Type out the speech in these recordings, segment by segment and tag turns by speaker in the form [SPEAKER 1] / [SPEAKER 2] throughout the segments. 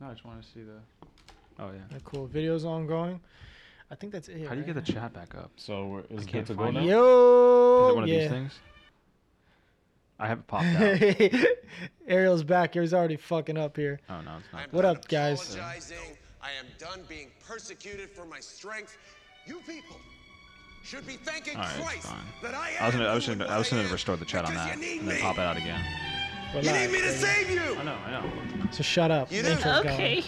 [SPEAKER 1] No, I just want to see the. Oh yeah.
[SPEAKER 2] Alright, cool. Video's ongoing. I think that's it.
[SPEAKER 1] How do you get the
[SPEAKER 2] right?
[SPEAKER 1] chat back up?
[SPEAKER 3] So we're- is it
[SPEAKER 1] can't
[SPEAKER 3] good to go
[SPEAKER 1] find
[SPEAKER 3] now?
[SPEAKER 1] it. Is it
[SPEAKER 2] Yo.
[SPEAKER 1] one of these
[SPEAKER 2] Yeah.
[SPEAKER 1] things? I haven't popped out.
[SPEAKER 2] Ariel's back. He's already fucking up here.
[SPEAKER 1] oh no, it's not.
[SPEAKER 2] What up, guys?
[SPEAKER 4] Apologizing. I am done being persecuted for my strength. You people should be thanking
[SPEAKER 1] All right, it's
[SPEAKER 4] Christ
[SPEAKER 1] fine.
[SPEAKER 4] that I am.
[SPEAKER 1] I was gonna, I was
[SPEAKER 4] who
[SPEAKER 1] gonna, I was gonna
[SPEAKER 4] am
[SPEAKER 1] restore the chat on
[SPEAKER 4] because
[SPEAKER 1] that
[SPEAKER 4] You need
[SPEAKER 1] and
[SPEAKER 4] me.
[SPEAKER 1] then pop it out again.
[SPEAKER 4] You
[SPEAKER 2] Relax,
[SPEAKER 4] need me to
[SPEAKER 2] baby.
[SPEAKER 4] save you.
[SPEAKER 1] I know, I know.
[SPEAKER 2] So shut up.
[SPEAKER 4] You
[SPEAKER 2] The
[SPEAKER 4] do?
[SPEAKER 2] intro's gone.
[SPEAKER 5] Okay.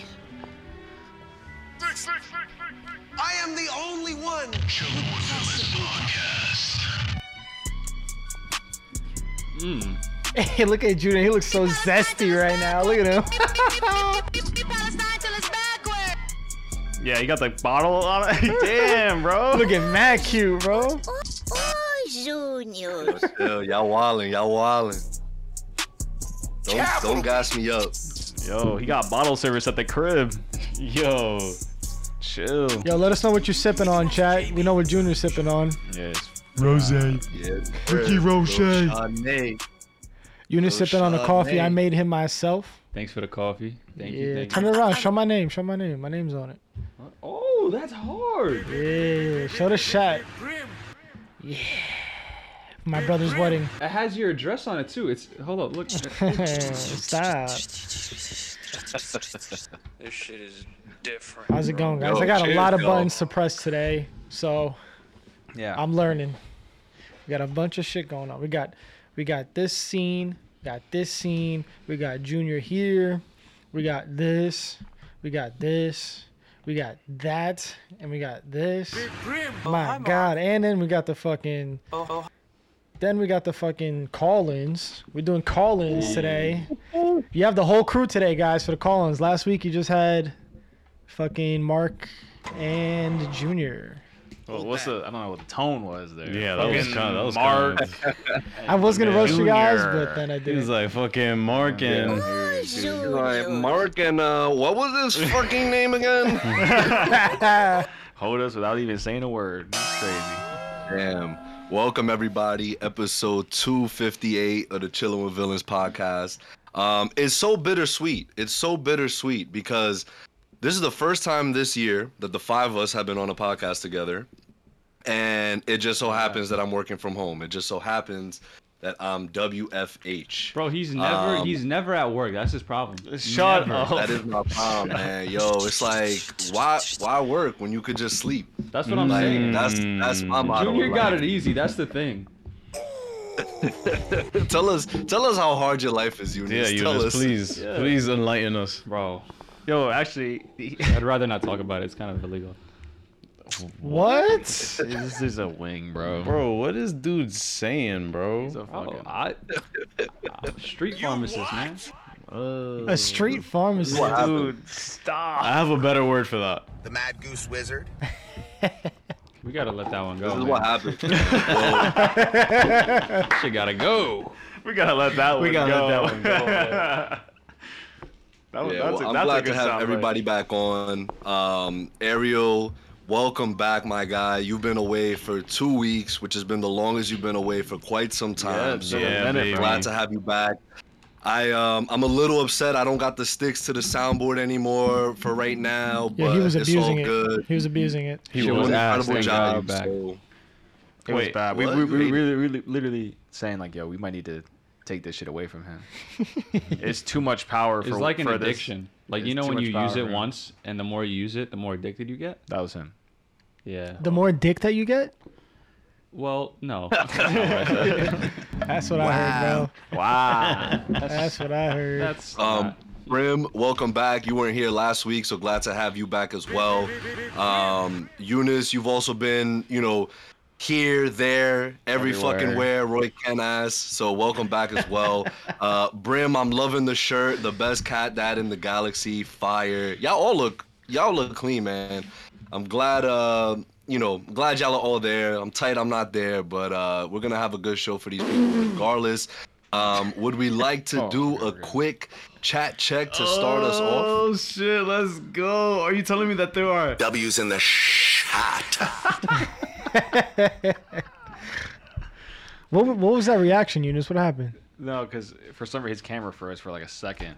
[SPEAKER 4] I am the only one.
[SPEAKER 2] Hey, look at Judah. He looks so zesty right now. Look at him.
[SPEAKER 1] Yeah, you got the bottle on it. Damn, bro.
[SPEAKER 2] Look at Matt cute, bro.
[SPEAKER 5] Junior.
[SPEAKER 6] Hell, y'all wildin', y'all wildin'. Don't, don't gas me up.
[SPEAKER 1] Yo, he got bottle service at the crib. Yo, chill.
[SPEAKER 2] Yo, let us know what you're sipping on, chat. We know what Junior's sipping on.
[SPEAKER 1] Yes.
[SPEAKER 6] Yeah, Ricky Roche. Chardonnay.
[SPEAKER 2] Junior's
[SPEAKER 6] Oh,
[SPEAKER 2] sipping on a coffee I
[SPEAKER 6] Chardonnay.
[SPEAKER 2] made him myself.
[SPEAKER 1] Thanks for the coffee. Thank you.
[SPEAKER 2] yeah,
[SPEAKER 1] Thank
[SPEAKER 2] turn
[SPEAKER 1] you.
[SPEAKER 2] it around. Show my name. Show my name. My name's on it.
[SPEAKER 1] Oh, that's hard.
[SPEAKER 2] Yeah, show the shot. Yeah. My brother's wedding.
[SPEAKER 1] It has your address on it too. It's hold up, look.
[SPEAKER 2] Stop.
[SPEAKER 7] This shit is different.
[SPEAKER 2] How's it going, guys?
[SPEAKER 6] Yo,
[SPEAKER 2] I got a
[SPEAKER 6] cheers,
[SPEAKER 2] lot of
[SPEAKER 6] yo.
[SPEAKER 2] buttons to press today, so
[SPEAKER 1] yeah.
[SPEAKER 2] I'm learning. We got a bunch of shit going on. We got we got this scene, got this scene, we got Junior here, we got this, we got this, we got that, and we got this. My god, and then we got the fucking then we got the fucking call-ins. We're doing call-ins today. You have the whole crew today, guys, for the call-ins. Last week you just had fucking Mark and Junior.
[SPEAKER 1] Well, what's the? I don't know what the tone was there.
[SPEAKER 3] Yeah, that was
[SPEAKER 1] Fucking
[SPEAKER 3] kind of that was
[SPEAKER 1] Mark.
[SPEAKER 3] Kind of,
[SPEAKER 2] I was gonna
[SPEAKER 3] Yeah.
[SPEAKER 2] roast you guys,
[SPEAKER 1] Junior.
[SPEAKER 2] but then I
[SPEAKER 3] he was
[SPEAKER 2] didn't.
[SPEAKER 3] like fucking Mark and
[SPEAKER 6] Like, Mark and, uh, what was his fucking name again?
[SPEAKER 1] Hold us without even saying a word. That's crazy.
[SPEAKER 6] Damn. Welcome, everybody. Episode 258 of the Chillin' with Villains podcast. Um, it's so bittersweet. It's so bittersweet because this is the first time this year that the five of us have been on a podcast together. And it just so happens that I'm working from home. It just so happens that I'm WFH.
[SPEAKER 1] Bro, he's never
[SPEAKER 6] Um,
[SPEAKER 1] he's never at work. That's his problem.
[SPEAKER 3] Shut
[SPEAKER 1] Never.
[SPEAKER 3] up.
[SPEAKER 6] That is my problem, man. Yo, it's like why why work when you could just sleep?
[SPEAKER 1] That's what I'm
[SPEAKER 6] Like
[SPEAKER 1] saying.
[SPEAKER 6] that's that's
[SPEAKER 8] Mm.
[SPEAKER 6] my motto.
[SPEAKER 1] Mm. Junior got
[SPEAKER 6] like,
[SPEAKER 1] it easy. That's the thing.
[SPEAKER 6] Tell us tell us how hard your life is,
[SPEAKER 3] Yeah,
[SPEAKER 6] Eunice.
[SPEAKER 3] you
[SPEAKER 6] tell us.
[SPEAKER 3] just please,
[SPEAKER 1] Yeah.
[SPEAKER 3] please enlighten us.
[SPEAKER 1] Bro. Yo, actually, I'd rather not talk about it. It's kind of illegal.
[SPEAKER 2] What?
[SPEAKER 1] This is a wing,
[SPEAKER 3] Bro, what is dude saying, bro?
[SPEAKER 1] He's a fucking I, I'm a street pharmacist, man.
[SPEAKER 3] Uh,
[SPEAKER 2] A street pharmacist.
[SPEAKER 6] What happened?
[SPEAKER 1] Dude, stop.
[SPEAKER 3] I have a better word for that.
[SPEAKER 4] The Mad Goose Wizard.
[SPEAKER 1] We gotta let that one go.
[SPEAKER 6] This is
[SPEAKER 1] man.
[SPEAKER 6] what happened.
[SPEAKER 1] Shit gotta go. We gotta let that one
[SPEAKER 3] We gotta
[SPEAKER 1] go.
[SPEAKER 3] let that one go,
[SPEAKER 1] That
[SPEAKER 6] Yo,
[SPEAKER 1] was-
[SPEAKER 6] yeah,
[SPEAKER 1] Oh, that's
[SPEAKER 6] well,
[SPEAKER 1] a-
[SPEAKER 6] I'm
[SPEAKER 1] that's a
[SPEAKER 6] glad to
[SPEAKER 1] good
[SPEAKER 6] have
[SPEAKER 1] soundbite.
[SPEAKER 6] everybody back on. Um, Ariel, welcome back, my guy. You've been away for two weeks, which has been the longest you've been away for quite some time.
[SPEAKER 1] it's
[SPEAKER 6] so
[SPEAKER 1] been a
[SPEAKER 3] Yeah,
[SPEAKER 1] minute,
[SPEAKER 3] baby.
[SPEAKER 1] bro.
[SPEAKER 6] glad to have you back. I um I'm a little upset. I don't got the sticks to the soundboard anymore for right now. But
[SPEAKER 2] Yeah, he was
[SPEAKER 6] it's
[SPEAKER 2] abusing
[SPEAKER 6] all
[SPEAKER 2] it.
[SPEAKER 6] good.
[SPEAKER 2] He was abusing it.
[SPEAKER 3] He
[SPEAKER 1] Shit
[SPEAKER 6] It was
[SPEAKER 1] was
[SPEAKER 6] an
[SPEAKER 1] ass,
[SPEAKER 6] incredible
[SPEAKER 1] thank
[SPEAKER 6] job.
[SPEAKER 1] God.
[SPEAKER 6] So,
[SPEAKER 1] It was
[SPEAKER 3] Wait,
[SPEAKER 1] bad. We,
[SPEAKER 6] what?
[SPEAKER 1] we, we really, really, literally saying like, yo, we might need to take this shit away from him. it's too much power for.
[SPEAKER 8] It's like an
[SPEAKER 1] for this.
[SPEAKER 8] addiction. Like you
[SPEAKER 1] It's
[SPEAKER 8] know
[SPEAKER 1] too
[SPEAKER 8] when
[SPEAKER 1] much
[SPEAKER 8] you
[SPEAKER 1] power,
[SPEAKER 8] use it
[SPEAKER 1] bro.
[SPEAKER 8] once, and the more you use it, the more addicted you get.
[SPEAKER 1] That was him.
[SPEAKER 8] Yeah.
[SPEAKER 2] The more dick that you get,
[SPEAKER 8] Well, no.
[SPEAKER 2] that's what I heard,
[SPEAKER 1] Wow.
[SPEAKER 2] bro. That's what I heard.
[SPEAKER 8] That's
[SPEAKER 6] um,
[SPEAKER 8] not-
[SPEAKER 6] Brim, welcome back. You weren't here last week, so glad to have you back as well. Um, Eunice, you've also been, you know, here, there, every
[SPEAKER 1] Everywhere.
[SPEAKER 6] fucking where. Roy Kenas, so welcome back as well. uh, Brim, I'm loving the shirt. The best cat dad in the galaxy. Fire. Y'all all look, y'all look clean, man. I'm glad. Uh, you know, glad y'all are all there. I'm tight. I'm not there, but uh, we're gonna have a good show for these people, regardless. Um, would we like to
[SPEAKER 2] Oh,
[SPEAKER 6] do a quick chat check to start us off?
[SPEAKER 3] Oh shit, let's go. Are you telling me that there are
[SPEAKER 4] W's in the shot.
[SPEAKER 2] What, wa- what was that reaction, Eunice? What happened?
[SPEAKER 1] no, because for some reason his camera froze for like a second.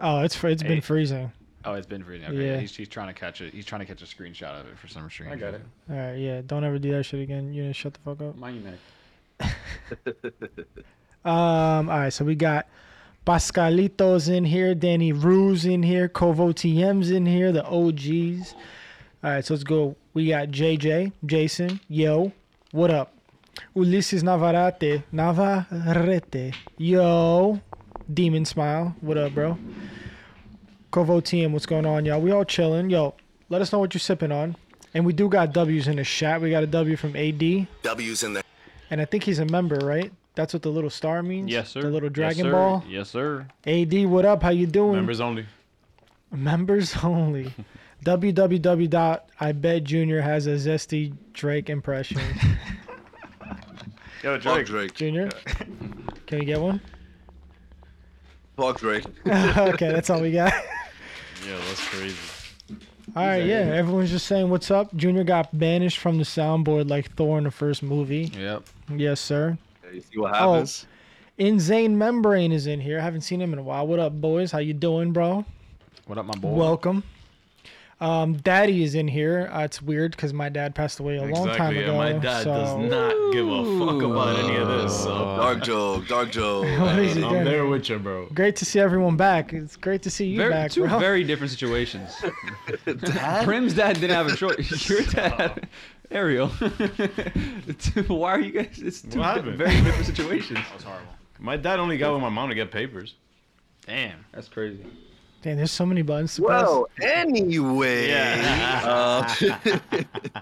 [SPEAKER 2] Oh, it's fr- it's been
[SPEAKER 1] Hey.
[SPEAKER 2] freezing.
[SPEAKER 1] Oh, it's been free. Okay, yeah.
[SPEAKER 2] Yeah.
[SPEAKER 1] He's, he's trying to catch it. He's trying to catch a screenshot of it for some reason.
[SPEAKER 2] All right, yeah. Don't ever do that shit again. You didn't shut the fuck up.
[SPEAKER 8] Monumental.
[SPEAKER 2] Um, all right, so we got Pascalitos in here, Danny Ruse in here, Kovo TM's in here, the OGs. All right, so let's go. We got JJ, Jason, yo, what up? Ulises Navarrete, Navarrete, yo, Demon Smile, what up, bro? Kovo TM, what's going on, y'all? We all chilling, yo. Let us know what you're sipping on. And we do got W's in the chat. We got a W from AD.
[SPEAKER 5] W's in the
[SPEAKER 2] And I think he's a member, right? That's what the little star means.
[SPEAKER 8] Yes, sir.
[SPEAKER 2] The little
[SPEAKER 8] Yes,
[SPEAKER 2] Dragon
[SPEAKER 8] sir.
[SPEAKER 2] Ball.
[SPEAKER 8] Yes, sir.
[SPEAKER 2] AD, what up? How you doing?
[SPEAKER 3] Members only.
[SPEAKER 2] Members only. www. I bet Junior has a zesty Drake impression.
[SPEAKER 1] Yo,
[SPEAKER 6] Fuck Drake.
[SPEAKER 2] Junior, can we get one?
[SPEAKER 6] Fuck Drake.
[SPEAKER 2] okay, that's all we got.
[SPEAKER 3] Yeah, that's crazy.
[SPEAKER 2] All right, yeah. Everyone's just saying what's up. Junior got banished from the soundboard like Thor in the first movie.
[SPEAKER 1] Yep.
[SPEAKER 2] Yes, sir.
[SPEAKER 6] Yeah, You see what
[SPEAKER 2] Oh,
[SPEAKER 6] happens?
[SPEAKER 2] Inzane Membrane is in here. I haven't seen him in a while. What up, boys? How you doing, bro?
[SPEAKER 1] What up, my boy?
[SPEAKER 2] Welcome. Um, daddy is in here. Uh, it's weird because my dad passed away a long time
[SPEAKER 3] exactly.
[SPEAKER 2] ago.
[SPEAKER 3] and my dad
[SPEAKER 2] so
[SPEAKER 3] does not give a fuck about any of this. So
[SPEAKER 6] Dark joke. Dark joke.
[SPEAKER 2] What is
[SPEAKER 6] Hey,
[SPEAKER 2] it
[SPEAKER 3] I'm
[SPEAKER 2] doing?
[SPEAKER 3] there with you, bro.
[SPEAKER 2] Great to see everyone back. It's great to see you
[SPEAKER 8] Very,
[SPEAKER 2] back,
[SPEAKER 8] two
[SPEAKER 2] bro.
[SPEAKER 8] very different situations. Prim's dad didn't have a choice. Your dad,
[SPEAKER 1] Oh.
[SPEAKER 8] Ariel. Two- Why are you guys? It's two
[SPEAKER 3] What
[SPEAKER 8] di-
[SPEAKER 3] happened?
[SPEAKER 8] very different situations.
[SPEAKER 1] That was horrible.
[SPEAKER 3] My dad only got with my mom to get papers.
[SPEAKER 1] Damn.
[SPEAKER 8] That's crazy.
[SPEAKER 2] Damn, there's so many buttons. to press.
[SPEAKER 6] Well, anyway. uh,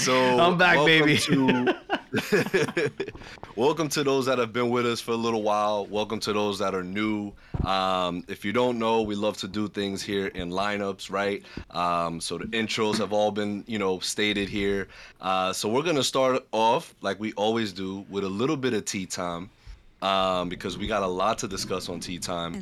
[SPEAKER 6] so
[SPEAKER 3] I'm back,
[SPEAKER 6] welcome
[SPEAKER 3] baby.
[SPEAKER 6] to- welcome to those that have been with us for a little while. Welcome to those that are new. Um, if you don't know, we love to do things here in lineups, right? Um, so the intros have all been, you know, stated here. Uh, so we're gonna start off like we always do with a little bit of tea time. Um, because we got a lot to discuss on tea time.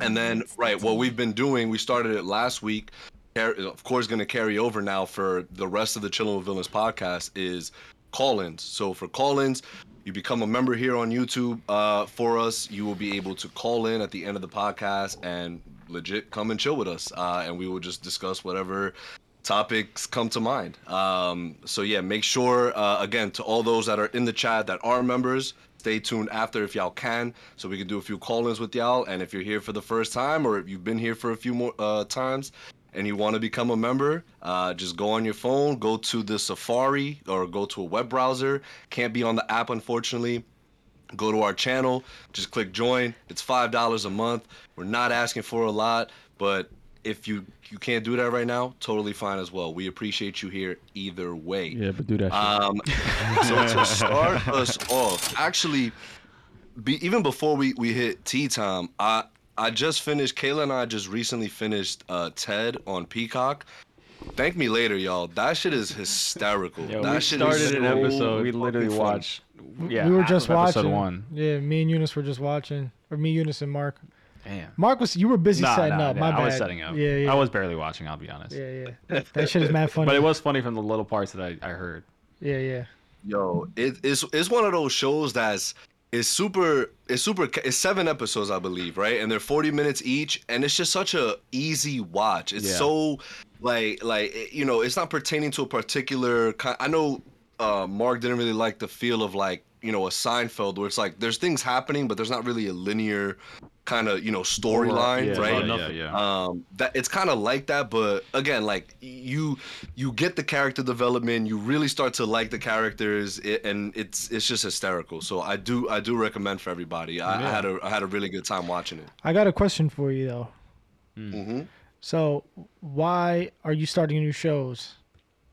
[SPEAKER 6] And then, right, what we've been doing, we started it last week. car- Of course, going to carry over now for the rest of the Chilling with Villains podcast is call-ins. So for call-ins, you become a member here on YouTube uh, for us. You will be able to call in at the end of the podcast and legit come and chill with us, uh, and we will just discuss whatever topics come to mind. Um, so yeah, make sure uh, again to all those that are in the chat that are members, stay tuned after if y'all can, so we can do a few call-ins with y'all. And if you're here for the first time, or if you've been here for a few more uh, times. And you want to become a member, uh, just go on your phone, go to the Safari or go to a web browser. Can't be on the app, unfortunately go to our channel just click join it's five dollars a month we're not asking for a lot but if you you can't do that right now totally fine as well we appreciate you here either way
[SPEAKER 8] but do that.
[SPEAKER 6] um, so to start us off, actually, be, even before we, we hit tea time, I I just finished. Kayla and I just recently finished uh, Ted on Peacock. Thank me later, y'all. That shit is hysterical. that
[SPEAKER 1] we
[SPEAKER 6] shit is
[SPEAKER 1] started an
[SPEAKER 6] so
[SPEAKER 1] episode. We literally
[SPEAKER 6] fucking funny.
[SPEAKER 1] watched. Yeah,
[SPEAKER 2] we were
[SPEAKER 1] half
[SPEAKER 2] just
[SPEAKER 1] of
[SPEAKER 2] watching.
[SPEAKER 1] episode one.
[SPEAKER 2] Yeah, me and Eunice were just watching, or me, Eunice, and Mark.
[SPEAKER 1] Damn.
[SPEAKER 2] Mark was you were busy
[SPEAKER 1] Nah,
[SPEAKER 2] setting
[SPEAKER 1] nah,
[SPEAKER 2] up.
[SPEAKER 1] nah,
[SPEAKER 2] My bad.
[SPEAKER 1] I was setting up.
[SPEAKER 2] Yeah, yeah.
[SPEAKER 1] I was barely watching. I'll be honest.
[SPEAKER 2] Yeah, yeah. That shit is mad funny.
[SPEAKER 1] But it was funny from the little parts that I, I heard.
[SPEAKER 2] Yeah, yeah.
[SPEAKER 6] Yo, it, it's it's one of those shows that's it's super it's super it's seven episodes I believe, right? And they're forty minutes each, and it's just such a easy watch. It's
[SPEAKER 1] Yeah.
[SPEAKER 6] so like like it- you know, it's not pertaining to a particular. Kind, I know uh, Mark didn't really like the feel of like you know a Seinfeld where it's like there's things happening, but there's not really a linear kind of you know storyline,
[SPEAKER 1] Oh, yeah,
[SPEAKER 6] right?
[SPEAKER 1] Yeah, yeah, yeah.
[SPEAKER 6] um that it's kind of like that but again like you you get the character development you really start to like the characters it, and it's it's just hysterical so i do i do recommend for everybody I, I had a i had a really good time watching it
[SPEAKER 2] I got a question for you though.
[SPEAKER 1] Hmm.
[SPEAKER 6] Mhm.
[SPEAKER 2] So, why are you starting new shows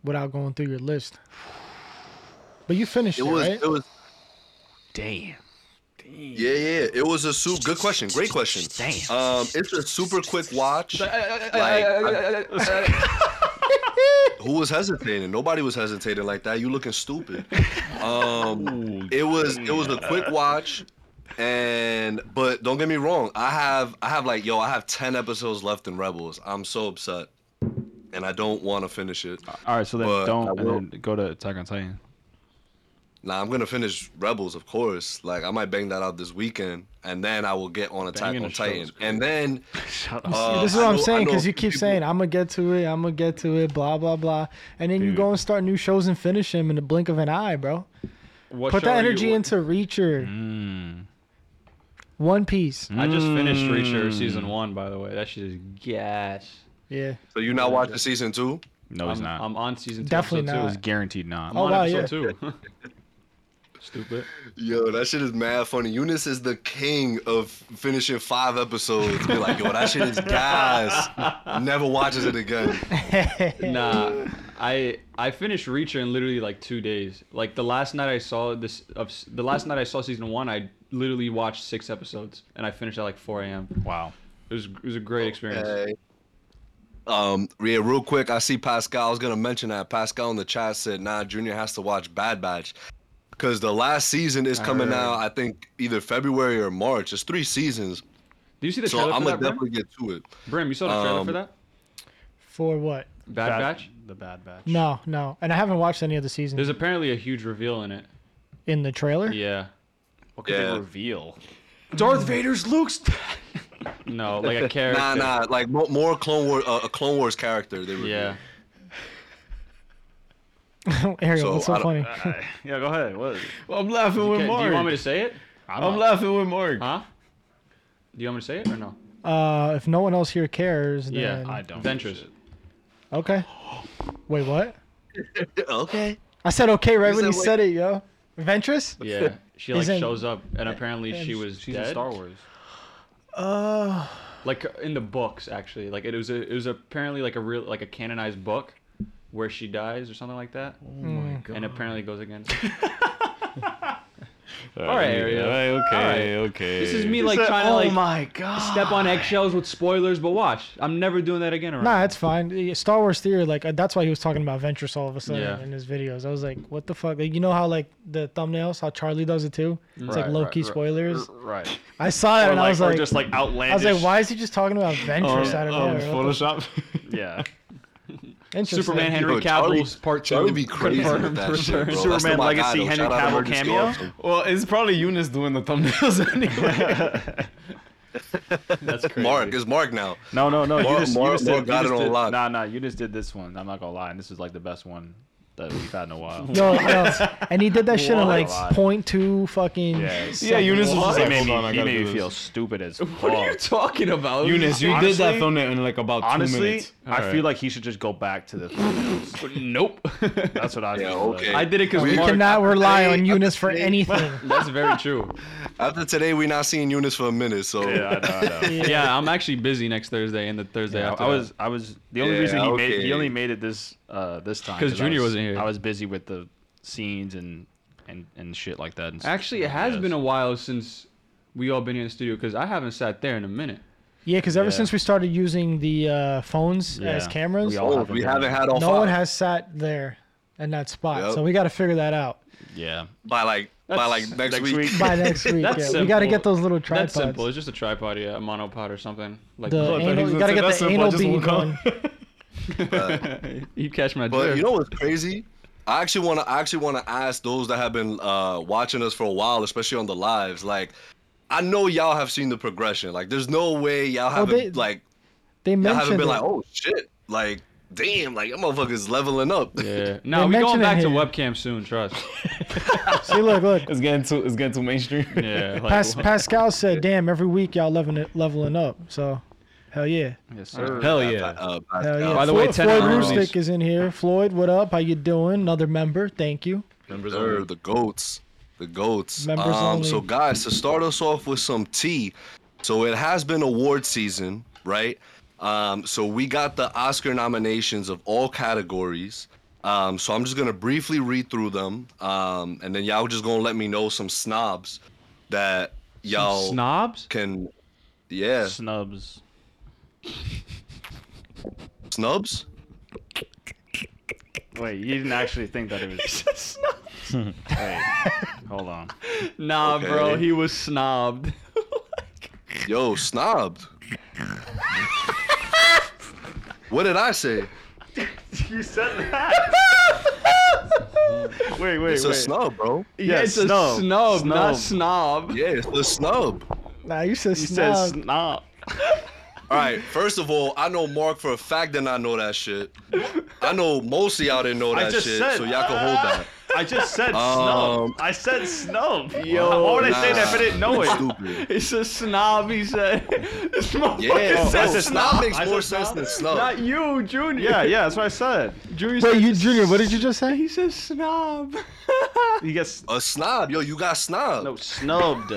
[SPEAKER 2] without going through your list? But you finished
[SPEAKER 6] it
[SPEAKER 2] it,
[SPEAKER 6] was
[SPEAKER 2] right?
[SPEAKER 6] it was
[SPEAKER 1] Damn.
[SPEAKER 6] yeah yeah it was a super good question great question
[SPEAKER 1] Damn. uh,
[SPEAKER 6] um it's a super quick watch who was hesitating nobody was hesitating like that you looking stupid um it was it was a quick watch and but don't get me wrong i have i have like yo i have 10 episodes left in rebels i'm so upset and i don't want to finish it
[SPEAKER 1] Uh, All right, so then
[SPEAKER 6] But I
[SPEAKER 1] don't
[SPEAKER 6] will-
[SPEAKER 1] and then go to Attack on Titan.
[SPEAKER 6] Nah, I'm gonna finish Rebels, of course. Like I might bang that out this weekend, and then I will get on Attack
[SPEAKER 3] Banging
[SPEAKER 6] on
[SPEAKER 3] a show is
[SPEAKER 6] Titan, and then
[SPEAKER 1] Shut up.
[SPEAKER 6] uh,
[SPEAKER 2] this is what
[SPEAKER 6] I
[SPEAKER 2] I'm
[SPEAKER 6] know- I
[SPEAKER 2] saying
[SPEAKER 6] know a
[SPEAKER 2] because you
[SPEAKER 6] few
[SPEAKER 2] keep
[SPEAKER 6] people-
[SPEAKER 2] saying I'm gonna get to it, I'm gonna get to it, blah blah blah, and then you go and start new shows and finish them in the blink of an eye, bro.
[SPEAKER 8] What
[SPEAKER 2] Put
[SPEAKER 8] show
[SPEAKER 2] that
[SPEAKER 8] are you
[SPEAKER 2] energy
[SPEAKER 8] wa-
[SPEAKER 2] into Reacher, One Piece.
[SPEAKER 8] I just finished Reacher season one, by the way. That shit is gas.
[SPEAKER 2] Mm. Yeah,
[SPEAKER 6] So you not watching season two?
[SPEAKER 1] no, he's
[SPEAKER 8] I'm,
[SPEAKER 1] not.
[SPEAKER 8] I'm on season two.
[SPEAKER 2] Definitely
[SPEAKER 8] episode
[SPEAKER 2] not.
[SPEAKER 8] Two.
[SPEAKER 1] It's guaranteed not.
[SPEAKER 2] Oh,
[SPEAKER 8] I'm on
[SPEAKER 2] wow,
[SPEAKER 8] episode two. Stupid.
[SPEAKER 6] Yo, that shit is mad funny. Eunice is the king of finishing five episodes. Be like, yo, that shit is gas. Never watches it again.
[SPEAKER 8] Nah, I I finished Reacher in literally like two days. Like the last night I saw this of s- the last night I saw season one, I literally watched six episodes and I finished at like 4 a.m.
[SPEAKER 1] Wow.
[SPEAKER 8] It was it was a great experience.
[SPEAKER 6] Okay. Um, yeah, real quick, I see Pascal. I was gonna mention that Pascal in the chat said, "Nah, Junior has to watch Bad Batch." Cause the last season is coming out, I think either February or March. It's three seasons,
[SPEAKER 8] Do you see the
[SPEAKER 6] so
[SPEAKER 8] trailer
[SPEAKER 6] I'm
[SPEAKER 8] for
[SPEAKER 6] gonna
[SPEAKER 8] that, Brim?
[SPEAKER 6] definitely get to it.
[SPEAKER 8] Brim, you saw the trailer
[SPEAKER 6] Um,
[SPEAKER 8] for that?
[SPEAKER 2] for what?
[SPEAKER 8] Bad
[SPEAKER 1] Bad-
[SPEAKER 8] Batch?
[SPEAKER 1] The Bad Batch.
[SPEAKER 2] No, no, and I haven't watched any of the seasons
[SPEAKER 8] There's apparently a huge reveal in it.
[SPEAKER 2] in the trailer.
[SPEAKER 8] Yeah.
[SPEAKER 1] What could they
[SPEAKER 6] Yeah.
[SPEAKER 1] reveal?
[SPEAKER 8] Darth Vader's Luke's. no, like a character.
[SPEAKER 6] Nah, nah, like mo- more Clone War, uh, a Clone Wars character. They were
[SPEAKER 8] Yeah.
[SPEAKER 2] Ariel,
[SPEAKER 6] So,
[SPEAKER 2] what's so
[SPEAKER 6] I don't-
[SPEAKER 2] funny?
[SPEAKER 1] Yeah, go ahead. What? is it?
[SPEAKER 3] Well, I'm laughing with
[SPEAKER 8] Okay, do you want me to
[SPEAKER 3] Mark.
[SPEAKER 8] say it?
[SPEAKER 3] I'm laughing with Mark.
[SPEAKER 8] Huh? Do you want me to say it or no?
[SPEAKER 2] Uh, if no one else here cares, then
[SPEAKER 8] Yeah,
[SPEAKER 1] I don't. give a
[SPEAKER 8] Ventures.
[SPEAKER 1] shit.
[SPEAKER 2] okay. Wait, what?
[SPEAKER 6] okay.
[SPEAKER 2] I said okay right
[SPEAKER 6] You said
[SPEAKER 2] when you
[SPEAKER 6] wait.
[SPEAKER 2] said it, yo. Ventress?
[SPEAKER 8] Yeah. She like
[SPEAKER 2] He's in-
[SPEAKER 8] shows up and apparently she
[SPEAKER 2] and
[SPEAKER 8] was
[SPEAKER 1] She's
[SPEAKER 8] dead.
[SPEAKER 1] in Star Wars.
[SPEAKER 2] Uh,
[SPEAKER 8] Like in the books actually. Like it was a, it was apparently like a real like a canonized book where she dies or something like that. Oh
[SPEAKER 2] Hmm.
[SPEAKER 8] my god. And apparently goes against All right, Ariel.
[SPEAKER 3] okay, okay.
[SPEAKER 8] This is me like trying to like
[SPEAKER 1] my god.
[SPEAKER 8] step on eggshells with spoilers, but watch. I'm never doing that again around.
[SPEAKER 2] nah, it's fine. Yeah, Star Wars theory, like uh, that's why he was talking about Ventress all of a sudden
[SPEAKER 8] Yeah.
[SPEAKER 2] in his videos. I was like, what the fuck? Like, you know how like the thumbnails, how Charlie does it too. It's like
[SPEAKER 1] Right,
[SPEAKER 2] low key
[SPEAKER 1] right, right.
[SPEAKER 2] spoilers.
[SPEAKER 1] Right.
[SPEAKER 2] I saw that
[SPEAKER 1] Or,
[SPEAKER 2] and
[SPEAKER 1] like,
[SPEAKER 2] I was
[SPEAKER 1] or
[SPEAKER 2] like,
[SPEAKER 1] just like
[SPEAKER 2] I was
[SPEAKER 1] outlandish. Oh,
[SPEAKER 2] like, why is he just talking about Ventress out of nowhere? What the-
[SPEAKER 3] Um, Photoshop.
[SPEAKER 1] Yeah.
[SPEAKER 2] Interesting.
[SPEAKER 8] Superman Henry
[SPEAKER 6] Yo, Charlie-
[SPEAKER 8] Cavill's part two.
[SPEAKER 6] Charlie be crazy with
[SPEAKER 8] confirmed
[SPEAKER 6] that shit, bro.
[SPEAKER 8] return.
[SPEAKER 6] That's
[SPEAKER 1] Superman
[SPEAKER 6] still my guy,
[SPEAKER 1] Legacy
[SPEAKER 6] though.
[SPEAKER 1] Henry
[SPEAKER 6] Shout out
[SPEAKER 1] Cavill
[SPEAKER 6] Emergency
[SPEAKER 1] cameo?
[SPEAKER 6] Officer.
[SPEAKER 3] well, it's probably Eunice doing the thumbnails anyway.
[SPEAKER 8] That's crazy.
[SPEAKER 6] Mark, it's Mark now.
[SPEAKER 1] No, Oh, no, no.
[SPEAKER 6] More-
[SPEAKER 1] you just,
[SPEAKER 6] more-
[SPEAKER 1] you just
[SPEAKER 6] more
[SPEAKER 1] did,
[SPEAKER 6] got
[SPEAKER 1] you
[SPEAKER 6] it
[SPEAKER 1] just
[SPEAKER 6] on
[SPEAKER 1] did,
[SPEAKER 6] lock.
[SPEAKER 1] Nah, nah. You just did this one. I'm not gonna lie. And this is like the best one that we've had in a while.
[SPEAKER 2] Yo, yo, and he did that shit in
[SPEAKER 1] What?
[SPEAKER 2] like point two fucking.
[SPEAKER 1] Yes.
[SPEAKER 3] yeah, Eunice was
[SPEAKER 1] He
[SPEAKER 3] just like,
[SPEAKER 1] made
[SPEAKER 3] hold
[SPEAKER 1] me,
[SPEAKER 3] on, I
[SPEAKER 1] he
[SPEAKER 3] gotta
[SPEAKER 1] made
[SPEAKER 3] do
[SPEAKER 1] me
[SPEAKER 3] this.
[SPEAKER 1] feel stupid as fuck.
[SPEAKER 8] What are you talking about?
[SPEAKER 3] Eunice, you did that
[SPEAKER 1] Honestly-
[SPEAKER 3] thumbnail in like about two
[SPEAKER 1] Honestly,
[SPEAKER 3] minutes.
[SPEAKER 1] I feel like he should just go back to the thumbnails.
[SPEAKER 8] Nope.
[SPEAKER 1] That's what I was
[SPEAKER 6] Yeah,
[SPEAKER 1] thinking,
[SPEAKER 6] okay.
[SPEAKER 1] like,
[SPEAKER 8] I did it because
[SPEAKER 2] We
[SPEAKER 8] Mark.
[SPEAKER 2] cannot rely on
[SPEAKER 6] Hey,
[SPEAKER 2] Eunice for
[SPEAKER 6] hey.
[SPEAKER 2] anything.
[SPEAKER 8] That's very true.
[SPEAKER 6] After today, we not seeing Eunice for a minute, so
[SPEAKER 1] Yeah, I know, I know.
[SPEAKER 8] Yeah, I'm actually busy next Thursday and the Thursday
[SPEAKER 1] Yeah,
[SPEAKER 8] after.
[SPEAKER 1] I was, I was. The only
[SPEAKER 6] Yeah,
[SPEAKER 1] reason he made,
[SPEAKER 6] okay.
[SPEAKER 1] he only made it this, uh, this time
[SPEAKER 8] 'Cause
[SPEAKER 1] I
[SPEAKER 8] Junior
[SPEAKER 1] was,
[SPEAKER 8] wasn't here.
[SPEAKER 1] I was busy with the scenes and and and shit like that. And s-
[SPEAKER 8] Actually, it has
[SPEAKER 1] Yes.
[SPEAKER 8] been a while since we all been in the studio because I haven't sat there in a minute.
[SPEAKER 2] Yeah, because ever
[SPEAKER 1] Yeah.
[SPEAKER 2] since we started using the uh, phones as
[SPEAKER 1] Yeah.
[SPEAKER 2] cameras,
[SPEAKER 1] We all-
[SPEAKER 6] Oh, we haven't had all
[SPEAKER 2] no
[SPEAKER 6] five
[SPEAKER 2] one has sat there in that spot.
[SPEAKER 6] Yep.
[SPEAKER 2] So we got to figure that out
[SPEAKER 1] yeah,
[SPEAKER 6] by like by
[SPEAKER 8] That's-
[SPEAKER 6] like next,
[SPEAKER 1] next
[SPEAKER 6] week.
[SPEAKER 1] week.
[SPEAKER 2] by next week.
[SPEAKER 8] That's
[SPEAKER 2] yeah. We got to
[SPEAKER 8] simple.
[SPEAKER 2] get those little tripods.
[SPEAKER 8] That's simple. It's just a tripod, yeah, a monopod or something. Like
[SPEAKER 2] The
[SPEAKER 3] I thought he
[SPEAKER 2] anal,
[SPEAKER 3] was
[SPEAKER 2] you
[SPEAKER 3] gonna
[SPEAKER 2] got to
[SPEAKER 3] say
[SPEAKER 2] get the
[SPEAKER 3] that's simple, I
[SPEAKER 2] anal
[SPEAKER 3] just
[SPEAKER 2] bead
[SPEAKER 3] won't come.
[SPEAKER 2] going.
[SPEAKER 8] you catch my
[SPEAKER 6] But
[SPEAKER 8] drift.
[SPEAKER 6] you know what's crazy? I actually want to I actually want to ask those that have been uh, watching us for a while, especially on the lives. Like, I know y'all have seen the progression. Like, there's no way y'all haven't
[SPEAKER 2] they
[SPEAKER 6] like
[SPEAKER 2] They
[SPEAKER 6] y'all haven't
[SPEAKER 2] mentioned
[SPEAKER 6] been
[SPEAKER 2] it.
[SPEAKER 6] like, oh shit, like damn, like that motherfucker's leveling up.
[SPEAKER 8] yeah. No, we
[SPEAKER 2] mention
[SPEAKER 8] going
[SPEAKER 2] it
[SPEAKER 8] back to
[SPEAKER 2] here.
[SPEAKER 8] webcam soon. Trust.
[SPEAKER 2] See, look, look.
[SPEAKER 3] It's getting too, it's getting too mainstream.
[SPEAKER 8] Yeah. Like,
[SPEAKER 2] Pas- Pascal said, "Damn, every week y'all leveling it, leveling up." So, hell yeah,
[SPEAKER 1] yes, sir.
[SPEAKER 8] Hell
[SPEAKER 6] Uh,
[SPEAKER 8] yeah.
[SPEAKER 6] uh,
[SPEAKER 2] hell yeah.
[SPEAKER 8] By the way,
[SPEAKER 2] Floyd,
[SPEAKER 8] 10
[SPEAKER 2] Floyd
[SPEAKER 8] rounds.
[SPEAKER 2] Roostick is in here. Floyd, what up? How you doing? Another member. Thank you.
[SPEAKER 3] Members
[SPEAKER 6] Sir, the goats, the goats.
[SPEAKER 2] Members
[SPEAKER 6] um,
[SPEAKER 2] only.
[SPEAKER 6] so guys, to start us off with some tea. So it has been award season, right? Um, so we got the Oscar nominations of all categories. Um, so I'm just gonna briefly read through them, um, and then y'all just gonna let me know some snobs that y'all
[SPEAKER 8] Snobs.
[SPEAKER 6] can. Yeah,
[SPEAKER 1] Snubs.
[SPEAKER 6] snubs.
[SPEAKER 1] Wait, you didn't actually think that it was. Wait, hold on.
[SPEAKER 8] Nah,
[SPEAKER 6] Okay.
[SPEAKER 1] Oh,
[SPEAKER 8] bro, he was snobbed.
[SPEAKER 6] Yo, snobbed. what did I say?
[SPEAKER 1] You said that. Wait, wait,
[SPEAKER 6] It's
[SPEAKER 1] wait.
[SPEAKER 6] a snub, bro.
[SPEAKER 1] Yeah,
[SPEAKER 8] it's a
[SPEAKER 1] snub,
[SPEAKER 8] snub, not snob.
[SPEAKER 6] Yeah, it's a snub.
[SPEAKER 2] Nah, you said
[SPEAKER 1] He
[SPEAKER 2] snub.
[SPEAKER 1] says snob.
[SPEAKER 6] All right. First of all, I know Mark for a fact that I know that shit. I know most of y'all didn't know
[SPEAKER 1] I
[SPEAKER 6] that
[SPEAKER 1] just
[SPEAKER 6] shit,
[SPEAKER 1] said-
[SPEAKER 6] so y'all can hold that.
[SPEAKER 1] I just said
[SPEAKER 6] Um,
[SPEAKER 1] snub. I said snub.
[SPEAKER 8] Yo,
[SPEAKER 1] Why would I say
[SPEAKER 6] nah.
[SPEAKER 1] that if I didn't know it?
[SPEAKER 6] Stupid.
[SPEAKER 8] It's a snob, he said. this motherfucker
[SPEAKER 6] Yeah,
[SPEAKER 1] I
[SPEAKER 8] said
[SPEAKER 1] said
[SPEAKER 6] snub,
[SPEAKER 1] snob.
[SPEAKER 6] makes
[SPEAKER 1] I
[SPEAKER 6] more
[SPEAKER 1] said
[SPEAKER 6] sense
[SPEAKER 1] snob.
[SPEAKER 6] than snub.
[SPEAKER 8] Not you, Junior.
[SPEAKER 1] Yeah, yeah, that's what I said.
[SPEAKER 8] Junior
[SPEAKER 2] Wait,
[SPEAKER 8] said
[SPEAKER 2] you Junior, what did you just say?
[SPEAKER 8] He says snob.
[SPEAKER 1] He gets
[SPEAKER 6] A snob, yo, you got snob.
[SPEAKER 1] no snubbed.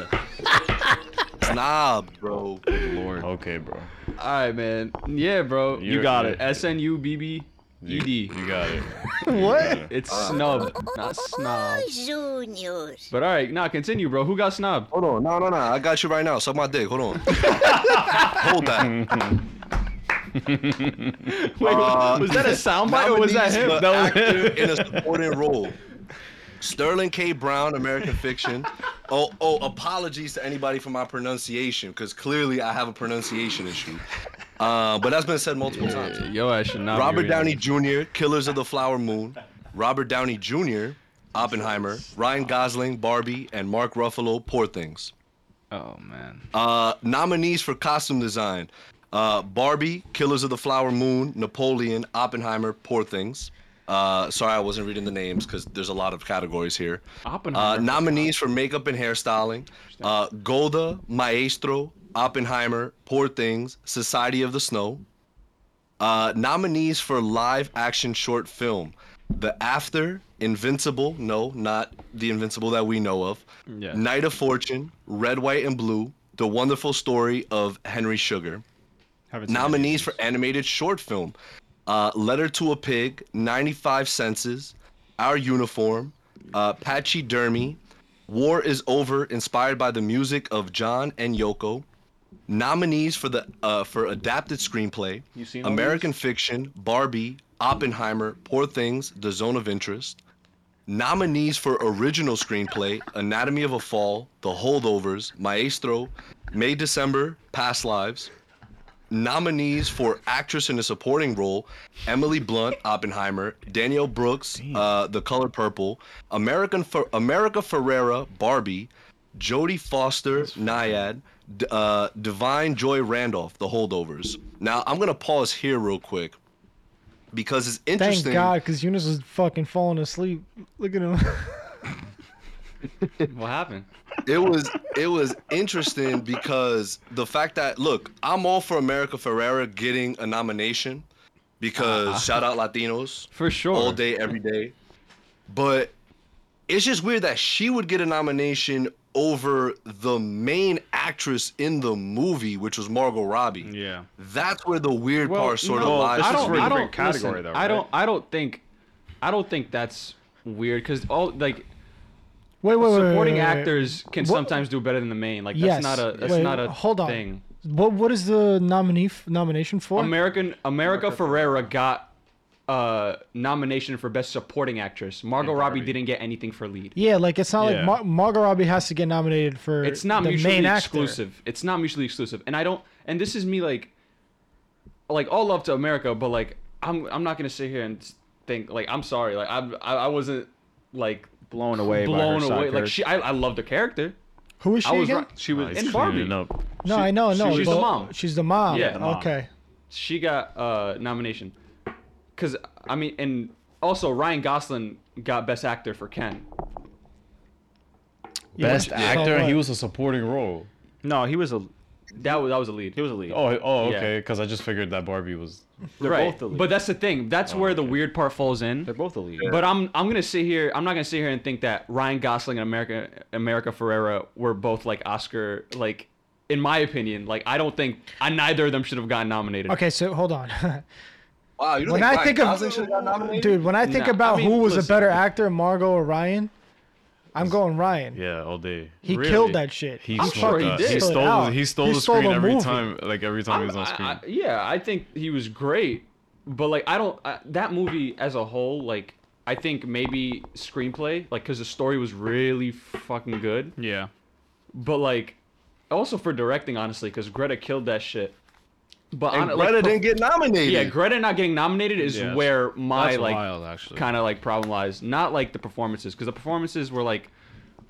[SPEAKER 6] Snob, bro.
[SPEAKER 1] Lord.
[SPEAKER 3] Okay, bro.
[SPEAKER 8] All right, man. Yeah, bro.
[SPEAKER 3] You got it.
[SPEAKER 8] S N U B B E D.
[SPEAKER 3] You got it.
[SPEAKER 2] What?
[SPEAKER 8] It's snub, not snob.
[SPEAKER 5] Junior.
[SPEAKER 8] But all right, nah, continue, bro. Who got snob?
[SPEAKER 6] Hold on, no, no, no. I got you right now. Suck my dick. Hold on. hold that.
[SPEAKER 8] Wait,
[SPEAKER 6] Uh,
[SPEAKER 8] was that a soundbite or was that
[SPEAKER 6] Nominees
[SPEAKER 8] him?
[SPEAKER 6] for
[SPEAKER 8] That was
[SPEAKER 6] actor in a supporting role. Sterling K. Brown, American Fiction. Oh, oh, apologies to anybody for my pronunciation, because clearly I have a pronunciation issue. Uh, but that's been said multiple times.
[SPEAKER 8] Yeah, Yo, I should not. be
[SPEAKER 6] Robert
[SPEAKER 8] reading
[SPEAKER 6] Downey
[SPEAKER 8] this.
[SPEAKER 6] Jr., Killers of the Flower Moon. Robert Downey Jr., Oppenheimer. Ryan Gosling, Barbie, and Mark Ruffalo, Poor Things.
[SPEAKER 1] Oh man.
[SPEAKER 6] Uh, nominees for costume design: uh, Barbie, Killers of the Flower Moon, Napoleon, Oppenheimer, Poor Things. Uh, sorry, I wasn't reading the names because there's a lot of categories here. Uh,
[SPEAKER 8] Oppenheimer.
[SPEAKER 6] nominees for makeup and hairstyling: uh, Golda, Maestro, Oppenheimer, Poor Things, Society of the Snow. Uh, nominees for live action short film: The After, Invincible. No, not the Invincible that we know of.
[SPEAKER 8] Yeah.
[SPEAKER 6] Night of Fortune, Red, White, and Blue, The Wonderful Story of Henry Sugar.
[SPEAKER 1] Haven't seen
[SPEAKER 6] Nominees
[SPEAKER 1] it.
[SPEAKER 6] for animated short film uh, Letter to a Pig, 95 Senses, Our Uniform, uh, Pachydermy, War is Over, inspired by the music of John and Yoko. Nominees for the uh, for adapted screenplay
[SPEAKER 1] You seen all
[SPEAKER 6] American Fiction, Barbie, Oppenheimer, Poor Things, The Zone of Interest. Nominees for original screenplay Anatomy of a Fall, The Holdovers, Maestro, May December, Past Lives. Nominees for actress in a supporting role Emily Blunt, Oppenheimer, Danielle Brooks, uh, The Color Purple, American Fer- America Ferrera, Barbie, Jodie Foster, Nyad, D- uh, Divine Joy Randolph, The Holdovers. Now, I'm going to pause here real quick because it's
[SPEAKER 2] Thank
[SPEAKER 6] interesting.
[SPEAKER 2] God, because Eunice was fucking falling asleep. Look at him.
[SPEAKER 8] What happened?
[SPEAKER 6] it was it was interesting because the fact that look, I'm all for America Ferrera getting a nomination because shout out Latinos
[SPEAKER 8] Uh-huh. For sure.
[SPEAKER 6] all day every day. But it's just weird that she would get a nomination over the main actress in the movie, which was Margot Robbie.
[SPEAKER 1] Yeah.
[SPEAKER 6] That's where the weird part sort of
[SPEAKER 1] no,
[SPEAKER 6] lies.
[SPEAKER 1] this
[SPEAKER 8] I
[SPEAKER 1] is
[SPEAKER 8] don't.
[SPEAKER 1] for a
[SPEAKER 8] I don't.
[SPEAKER 1] different category,
[SPEAKER 8] listen,
[SPEAKER 1] though,
[SPEAKER 8] I don't.
[SPEAKER 1] right?
[SPEAKER 8] I don't think. I don't think that's weird because all like
[SPEAKER 2] Wait, wait, wait. wait,
[SPEAKER 8] supporting
[SPEAKER 2] wait, wait.
[SPEAKER 8] actors can
[SPEAKER 2] What-
[SPEAKER 8] sometimes do better than the main. Like that's
[SPEAKER 2] Yes.
[SPEAKER 8] not a. That's
[SPEAKER 2] Wait,
[SPEAKER 8] not a
[SPEAKER 2] hold on.
[SPEAKER 8] thing.
[SPEAKER 2] What What is the nominee f- nomination for?
[SPEAKER 8] American America Ferrera got uh nomination for best supporting actress. Margot
[SPEAKER 1] And
[SPEAKER 8] Robbie
[SPEAKER 1] Barbie.
[SPEAKER 8] didn't get anything for lead.
[SPEAKER 2] yeah, like it's not
[SPEAKER 3] Yeah.
[SPEAKER 2] like Mar- Margot Robbie has to get nominated for.
[SPEAKER 8] It's not
[SPEAKER 2] the main
[SPEAKER 8] mutually
[SPEAKER 2] actor.
[SPEAKER 8] exclusive. It's not mutually exclusive. And I don't and this is me like like all love to America, but like I'm I'm not going to sit here and think like I'm sorry. Like I I, I wasn't like
[SPEAKER 1] Blown away.
[SPEAKER 8] blown
[SPEAKER 1] by her
[SPEAKER 8] away.
[SPEAKER 1] side
[SPEAKER 8] Like
[SPEAKER 1] character.
[SPEAKER 8] she I, I loved her character.
[SPEAKER 2] Who is she
[SPEAKER 8] I was
[SPEAKER 2] again?
[SPEAKER 8] right.
[SPEAKER 1] She was.
[SPEAKER 8] And
[SPEAKER 3] It's
[SPEAKER 8] Barbie.
[SPEAKER 3] cleaning up.
[SPEAKER 2] No, I know, no.
[SPEAKER 8] she's the
[SPEAKER 2] but-
[SPEAKER 8] mom.
[SPEAKER 2] She's the
[SPEAKER 6] Oh,
[SPEAKER 2] mom.
[SPEAKER 8] Yeah, the
[SPEAKER 3] mom.
[SPEAKER 2] Okay.
[SPEAKER 8] she got uh nomination because i mean and also ryan gosling got best actor for ken
[SPEAKER 2] Yeah,
[SPEAKER 3] Best
[SPEAKER 2] so
[SPEAKER 3] actor, and he
[SPEAKER 2] what?
[SPEAKER 3] was a supporting role.
[SPEAKER 1] no, he was a.
[SPEAKER 8] that was that was a lead
[SPEAKER 1] He was a lead.
[SPEAKER 3] Oh, oh,
[SPEAKER 8] Yeah.
[SPEAKER 3] okay. Because I just figured that Barbie was.
[SPEAKER 1] they're
[SPEAKER 8] right
[SPEAKER 1] both the lead.
[SPEAKER 8] but that's the thing that's where the weird part falls in
[SPEAKER 1] they're both the lead.
[SPEAKER 8] but i'm i'm gonna sit here i'm not gonna sit here and think that ryan gosling and america america ferrera were both like oscar like in my opinion like i don't think i neither of them should have gotten nominated
[SPEAKER 2] Okay, so hold on.
[SPEAKER 6] wow, you don't
[SPEAKER 2] when
[SPEAKER 6] think
[SPEAKER 2] I
[SPEAKER 6] Ryan
[SPEAKER 2] think of
[SPEAKER 6] Gosling should've got nominated?
[SPEAKER 2] dude, when I think
[SPEAKER 8] Nah, I
[SPEAKER 2] about who
[SPEAKER 8] mean,
[SPEAKER 2] was a
[SPEAKER 8] listen.
[SPEAKER 2] better actor, Margot or Ryan, I'm going Ryan.
[SPEAKER 3] Yeah, all day.
[SPEAKER 2] He
[SPEAKER 3] Really?
[SPEAKER 2] killed that shit.
[SPEAKER 3] He
[SPEAKER 8] I'm
[SPEAKER 3] smoked
[SPEAKER 8] sure he
[SPEAKER 3] that.
[SPEAKER 8] did.
[SPEAKER 3] He
[SPEAKER 2] Stole it
[SPEAKER 3] stole.
[SPEAKER 2] out.
[SPEAKER 3] He stole
[SPEAKER 2] He
[SPEAKER 3] the
[SPEAKER 2] stole
[SPEAKER 3] screen
[SPEAKER 2] the
[SPEAKER 3] every
[SPEAKER 2] movie.
[SPEAKER 3] time. Like every time he was on screen.
[SPEAKER 8] I- I- yeah, I think he was great, but like I don't I, that movie as a whole. Like I think maybe screenplay, like because the story was really fucking good.
[SPEAKER 1] yeah.
[SPEAKER 8] But like also for directing, honestly, because Greta killed that shit. But
[SPEAKER 6] And
[SPEAKER 8] on,
[SPEAKER 6] Greta
[SPEAKER 8] like,
[SPEAKER 6] didn't get nominated.
[SPEAKER 8] yeah, Greta not getting nominated is
[SPEAKER 1] Yeah,
[SPEAKER 8] where my
[SPEAKER 1] that's
[SPEAKER 8] like
[SPEAKER 1] wild, actually.
[SPEAKER 8] kind of like problem lies. Not like the performances, because the performances were like,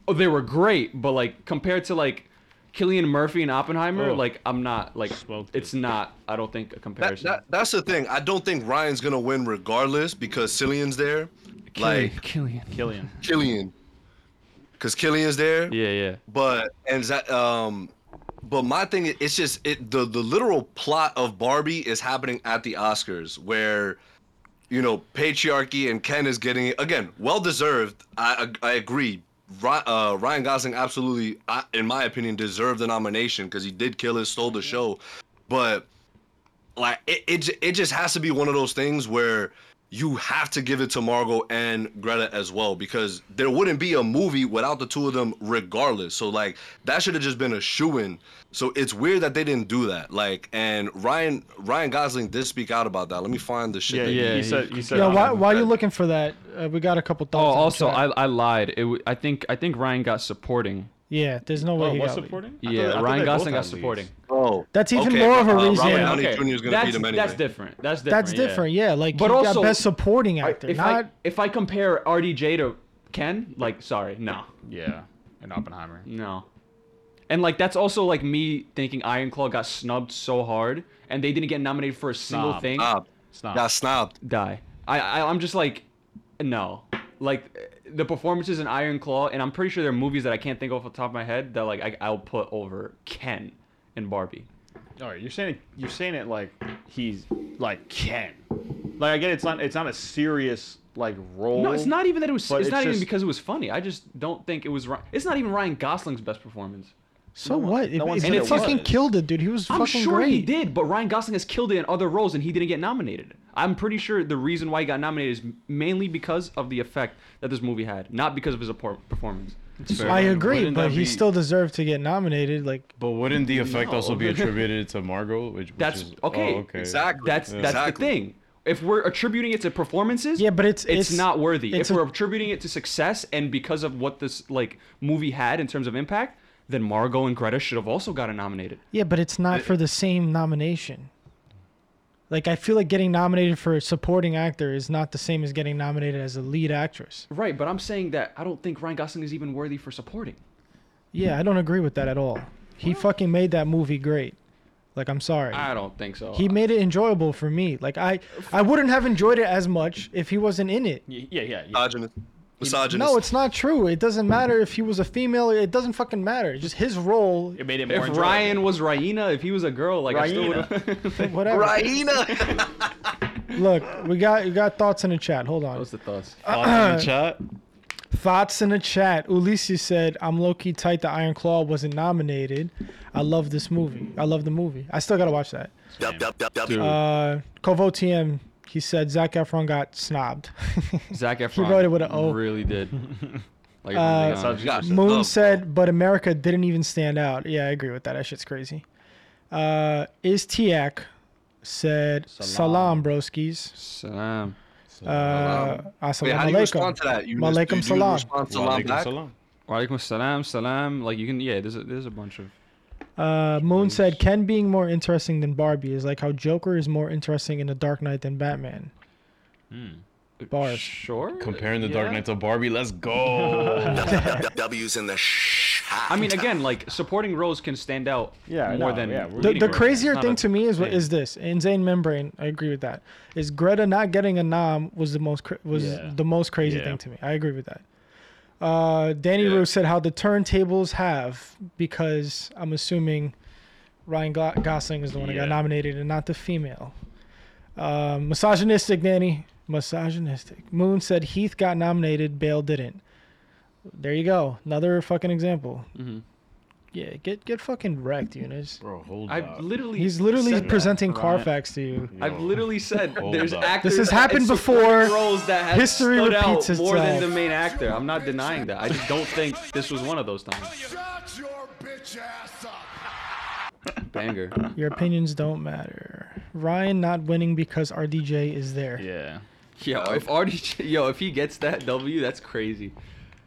[SPEAKER 8] oh, they were great, but like compared to like Killian Murphy and Oppenheimer,
[SPEAKER 1] Oh.
[SPEAKER 8] like I'm not like
[SPEAKER 1] Smoked
[SPEAKER 8] it's not. I don't think a
[SPEAKER 6] That,
[SPEAKER 8] comparison.
[SPEAKER 6] that, that's the thing. I don't think Ryan's gonna win regardless because Cillian's there. Like
[SPEAKER 8] Killian.
[SPEAKER 1] Killian.
[SPEAKER 6] Killian, because Killian's there.
[SPEAKER 8] Yeah, yeah.
[SPEAKER 6] But and that um, but my thing i- it's just it the the literal plot of Barbie is happening at the Oscars where, you know, patriarchy and Ken is getting again well deserved. I I, I agree. Ry- Uh, Ryan Gosling absolutely, I, in my opinion, deserved the nomination because he did kill it, stole the show, but like it, it ju- it just has to be one of those things where you have to give it to Margot and Greta as well because there wouldn't be a movie without the two of them regardless. So like that should have just been a shoo-in. So it's weird that they didn't do that. Like and Ryan Ryan Gosling did speak out about that. Let me find the shit.
[SPEAKER 1] Yeah,
[SPEAKER 6] that
[SPEAKER 1] yeah.
[SPEAKER 8] yeah,
[SPEAKER 1] He
[SPEAKER 8] he-
[SPEAKER 1] said. He said.
[SPEAKER 2] Yo,
[SPEAKER 1] um,
[SPEAKER 2] why, while you're looking for that, uh, we got a couple
[SPEAKER 8] Oh,
[SPEAKER 2] thoughts. on the
[SPEAKER 8] also,
[SPEAKER 2] chat.
[SPEAKER 8] I, I lied. It, w- I think I think Ryan got supporting.
[SPEAKER 2] yeah, there's no way
[SPEAKER 1] Oh,
[SPEAKER 2] he
[SPEAKER 1] what's
[SPEAKER 2] got
[SPEAKER 1] supporting? I thought- I
[SPEAKER 8] Yeah,
[SPEAKER 1] thought they
[SPEAKER 8] Ryan
[SPEAKER 1] both
[SPEAKER 8] Gosling
[SPEAKER 1] had
[SPEAKER 8] got
[SPEAKER 1] leads.
[SPEAKER 8] supporting.
[SPEAKER 6] Oh,
[SPEAKER 2] That's even more of a
[SPEAKER 8] uh,
[SPEAKER 2] reason.
[SPEAKER 6] Robert
[SPEAKER 2] Yeah,
[SPEAKER 6] Downey Jr. is gonna
[SPEAKER 8] that's,
[SPEAKER 6] beat him anyway.
[SPEAKER 8] That's different. That's different.
[SPEAKER 2] That's
[SPEAKER 8] yeah.
[SPEAKER 2] different. Yeah, like
[SPEAKER 8] But
[SPEAKER 2] you
[SPEAKER 8] also-
[SPEAKER 2] got best supporting
[SPEAKER 8] I-
[SPEAKER 2] actor,
[SPEAKER 8] if
[SPEAKER 2] not
[SPEAKER 8] I if I compare RDJ to Ken, like sorry, no,
[SPEAKER 1] Yeah, and Oppenheimer.
[SPEAKER 8] no, and like that's also like me thinking Iron Claw got snubbed so hard and they didn't get nominated for a single
[SPEAKER 1] Snob.
[SPEAKER 8] thing.
[SPEAKER 6] snob.
[SPEAKER 1] It's not.
[SPEAKER 6] Got snobbed.
[SPEAKER 8] Die. I, I I'm just like, no, like the performances in Iron Claw, and I'm pretty sure there are movies that I can't think of off the top of my head that like I, I'll put over Ken and Barbie.
[SPEAKER 1] All right, you're saying it, you're saying it like he's like Ken. Like I get it's not it's not a serious like role.
[SPEAKER 8] No, it's not even that it was.
[SPEAKER 1] But
[SPEAKER 8] it's,
[SPEAKER 1] it's
[SPEAKER 8] not even
[SPEAKER 1] just-
[SPEAKER 8] because it was funny. I just don't think it was. Ry- It's not even Ryan Gosling's best performance.
[SPEAKER 2] so what? If-
[SPEAKER 1] one
[SPEAKER 2] if
[SPEAKER 1] said
[SPEAKER 2] he
[SPEAKER 8] it
[SPEAKER 2] fucking
[SPEAKER 1] was.
[SPEAKER 2] killed it, dude. He was
[SPEAKER 8] I'm
[SPEAKER 2] fucking
[SPEAKER 8] sure
[SPEAKER 2] great.
[SPEAKER 8] he did, but Ryan Gosling has killed it in other roles, and he didn't get nominated. I'm pretty sure the reason why he got nominated is mainly because of the effect that this movie had, not because of his appor- performance.
[SPEAKER 2] I agree,
[SPEAKER 3] Wouldn't
[SPEAKER 2] but
[SPEAKER 3] that
[SPEAKER 2] he
[SPEAKER 3] be-
[SPEAKER 2] still deserved to get nominated. Like,
[SPEAKER 3] But wouldn't the effect
[SPEAKER 8] No.
[SPEAKER 3] also be attributed to Margot? Which, which
[SPEAKER 8] That's-
[SPEAKER 3] is,
[SPEAKER 8] okay.
[SPEAKER 3] Oh, okay.
[SPEAKER 6] Exactly.
[SPEAKER 8] That's that's
[SPEAKER 6] Exactly.
[SPEAKER 8] the thing. If we're attributing it to performances,
[SPEAKER 2] yeah, but it's
[SPEAKER 8] it's, not worthy.
[SPEAKER 2] it's
[SPEAKER 8] if
[SPEAKER 2] a-
[SPEAKER 8] we're attributing it to success and because of what this like movie had in terms of impact, then Margot and Greta should have also gotten nominated.
[SPEAKER 2] yeah, but it's not for the same nomination. Like, I feel like getting nominated for a supporting actor is not the same as getting nominated as a lead actress.
[SPEAKER 8] Right, but I'm saying that I don't think Ryan Gosling is even worthy for supporting.
[SPEAKER 2] Yeah, I don't agree with that at all. He fucking made that movie great. Like, I'm sorry.
[SPEAKER 3] Ah,
[SPEAKER 8] I don't think so.
[SPEAKER 2] he made it enjoyable for me. Like, I I wouldn't have enjoyed it as much if he wasn't in it.
[SPEAKER 1] Yeah, yeah, yeah. yeah.
[SPEAKER 6] Misogynist. Misogynist.
[SPEAKER 2] No, it's not true. It doesn't matter if he was a female. It doesn't fucking matter. Just his role,
[SPEAKER 1] it made it more.
[SPEAKER 8] if
[SPEAKER 1] enjoyable.
[SPEAKER 8] Ryan was Raina, if he was a girl, like I still
[SPEAKER 1] Raina.
[SPEAKER 8] would.
[SPEAKER 2] whatever.
[SPEAKER 6] Raina.
[SPEAKER 2] Look, we got we got thoughts in the chat. Hold on.
[SPEAKER 8] What's the thoughts?
[SPEAKER 3] Thoughts in the chat?
[SPEAKER 2] Thoughts in the chat. Ulysses said, "I'm low key tight. The Iron Claw wasn't nominated. I love this movie. I love the movie. I still gotta watch that."
[SPEAKER 6] Dub, dub, dub, dub.
[SPEAKER 2] Uh, Kovo TM. He said Zach Efron got snobbed.
[SPEAKER 8] Zach Efron
[SPEAKER 2] wrote it with a O. Uh,
[SPEAKER 8] Really did. Like, oh
[SPEAKER 1] That's how you-
[SPEAKER 6] Got
[SPEAKER 2] Moon
[SPEAKER 6] snubbed.
[SPEAKER 2] said, "But America didn't even stand out." Yeah, I agree with that. That shit's crazy. Uh, is Tiak said salam,
[SPEAKER 8] Salam.
[SPEAKER 2] broskies.
[SPEAKER 8] Salam.
[SPEAKER 2] Uh, assalamu
[SPEAKER 6] Wait, how do you respond to that? You just-
[SPEAKER 2] Malaikum
[SPEAKER 6] do you
[SPEAKER 2] salam.
[SPEAKER 6] respond to salam
[SPEAKER 3] Walaikum
[SPEAKER 6] back?
[SPEAKER 3] salam.
[SPEAKER 8] Walaikum salam, salam. Like you can, yeah. There's a, there's a bunch of.
[SPEAKER 2] Uh, Moon said, "Ken being more interesting than Barbie is like how Joker is more interesting in The Dark Knight than Batman." Bars.
[SPEAKER 8] Sure.
[SPEAKER 3] Comparing the
[SPEAKER 8] Yeah.
[SPEAKER 3] Dark Knight to Barbie, let's go.
[SPEAKER 6] W's in the shot.
[SPEAKER 8] I mean, again, like supporting roles can stand out
[SPEAKER 1] Yeah,
[SPEAKER 8] more
[SPEAKER 1] no,
[SPEAKER 8] than
[SPEAKER 1] yeah, we're-
[SPEAKER 2] The,
[SPEAKER 8] leading
[SPEAKER 2] the
[SPEAKER 8] roles.
[SPEAKER 2] crazier
[SPEAKER 8] It's not
[SPEAKER 2] thing
[SPEAKER 8] a
[SPEAKER 2] to me is what
[SPEAKER 8] thing.
[SPEAKER 2] is this insane membrane. I agree with that. Is Greta not getting a nom was the most cra- was
[SPEAKER 1] Yeah.
[SPEAKER 2] the most crazy
[SPEAKER 1] Yeah.
[SPEAKER 2] thing to me. I agree with that. Uh, Danny Roo said how the turntables have because I'm assuming Ryan Go- Gosling is the one that
[SPEAKER 1] Yeah.
[SPEAKER 2] got nominated and not the female. Um, misogynistic, Danny. Misogynistic. Moon said Heath got nominated, Bale didn't. There you go. Another fucking example.
[SPEAKER 1] Mm-hmm.
[SPEAKER 2] Yeah, get get fucking wrecked, Eunice.
[SPEAKER 3] Bro, hold
[SPEAKER 8] I've
[SPEAKER 3] up.
[SPEAKER 8] literally.
[SPEAKER 2] He's literally
[SPEAKER 8] said that,
[SPEAKER 2] presenting
[SPEAKER 8] Ryan.
[SPEAKER 2] Carfax to you.
[SPEAKER 8] I've literally said
[SPEAKER 3] Hold
[SPEAKER 8] there's
[SPEAKER 3] up.
[SPEAKER 8] actors.
[SPEAKER 2] This has
[SPEAKER 8] that-
[SPEAKER 2] happened
[SPEAKER 8] it's supporting
[SPEAKER 2] before.
[SPEAKER 8] Roles that have
[SPEAKER 2] History
[SPEAKER 8] stood
[SPEAKER 2] repeats
[SPEAKER 8] out more
[SPEAKER 2] itself.
[SPEAKER 8] than the main actor. I'm not denying that. I just don't think this was one of those times.
[SPEAKER 5] Shut your bitch ass up.
[SPEAKER 8] Banger.
[SPEAKER 2] Your opinions don't matter. Ryan not winning because RDJ is there.
[SPEAKER 1] Yeah.
[SPEAKER 8] Yo, if RDJ, yo, if he gets that W, that's crazy.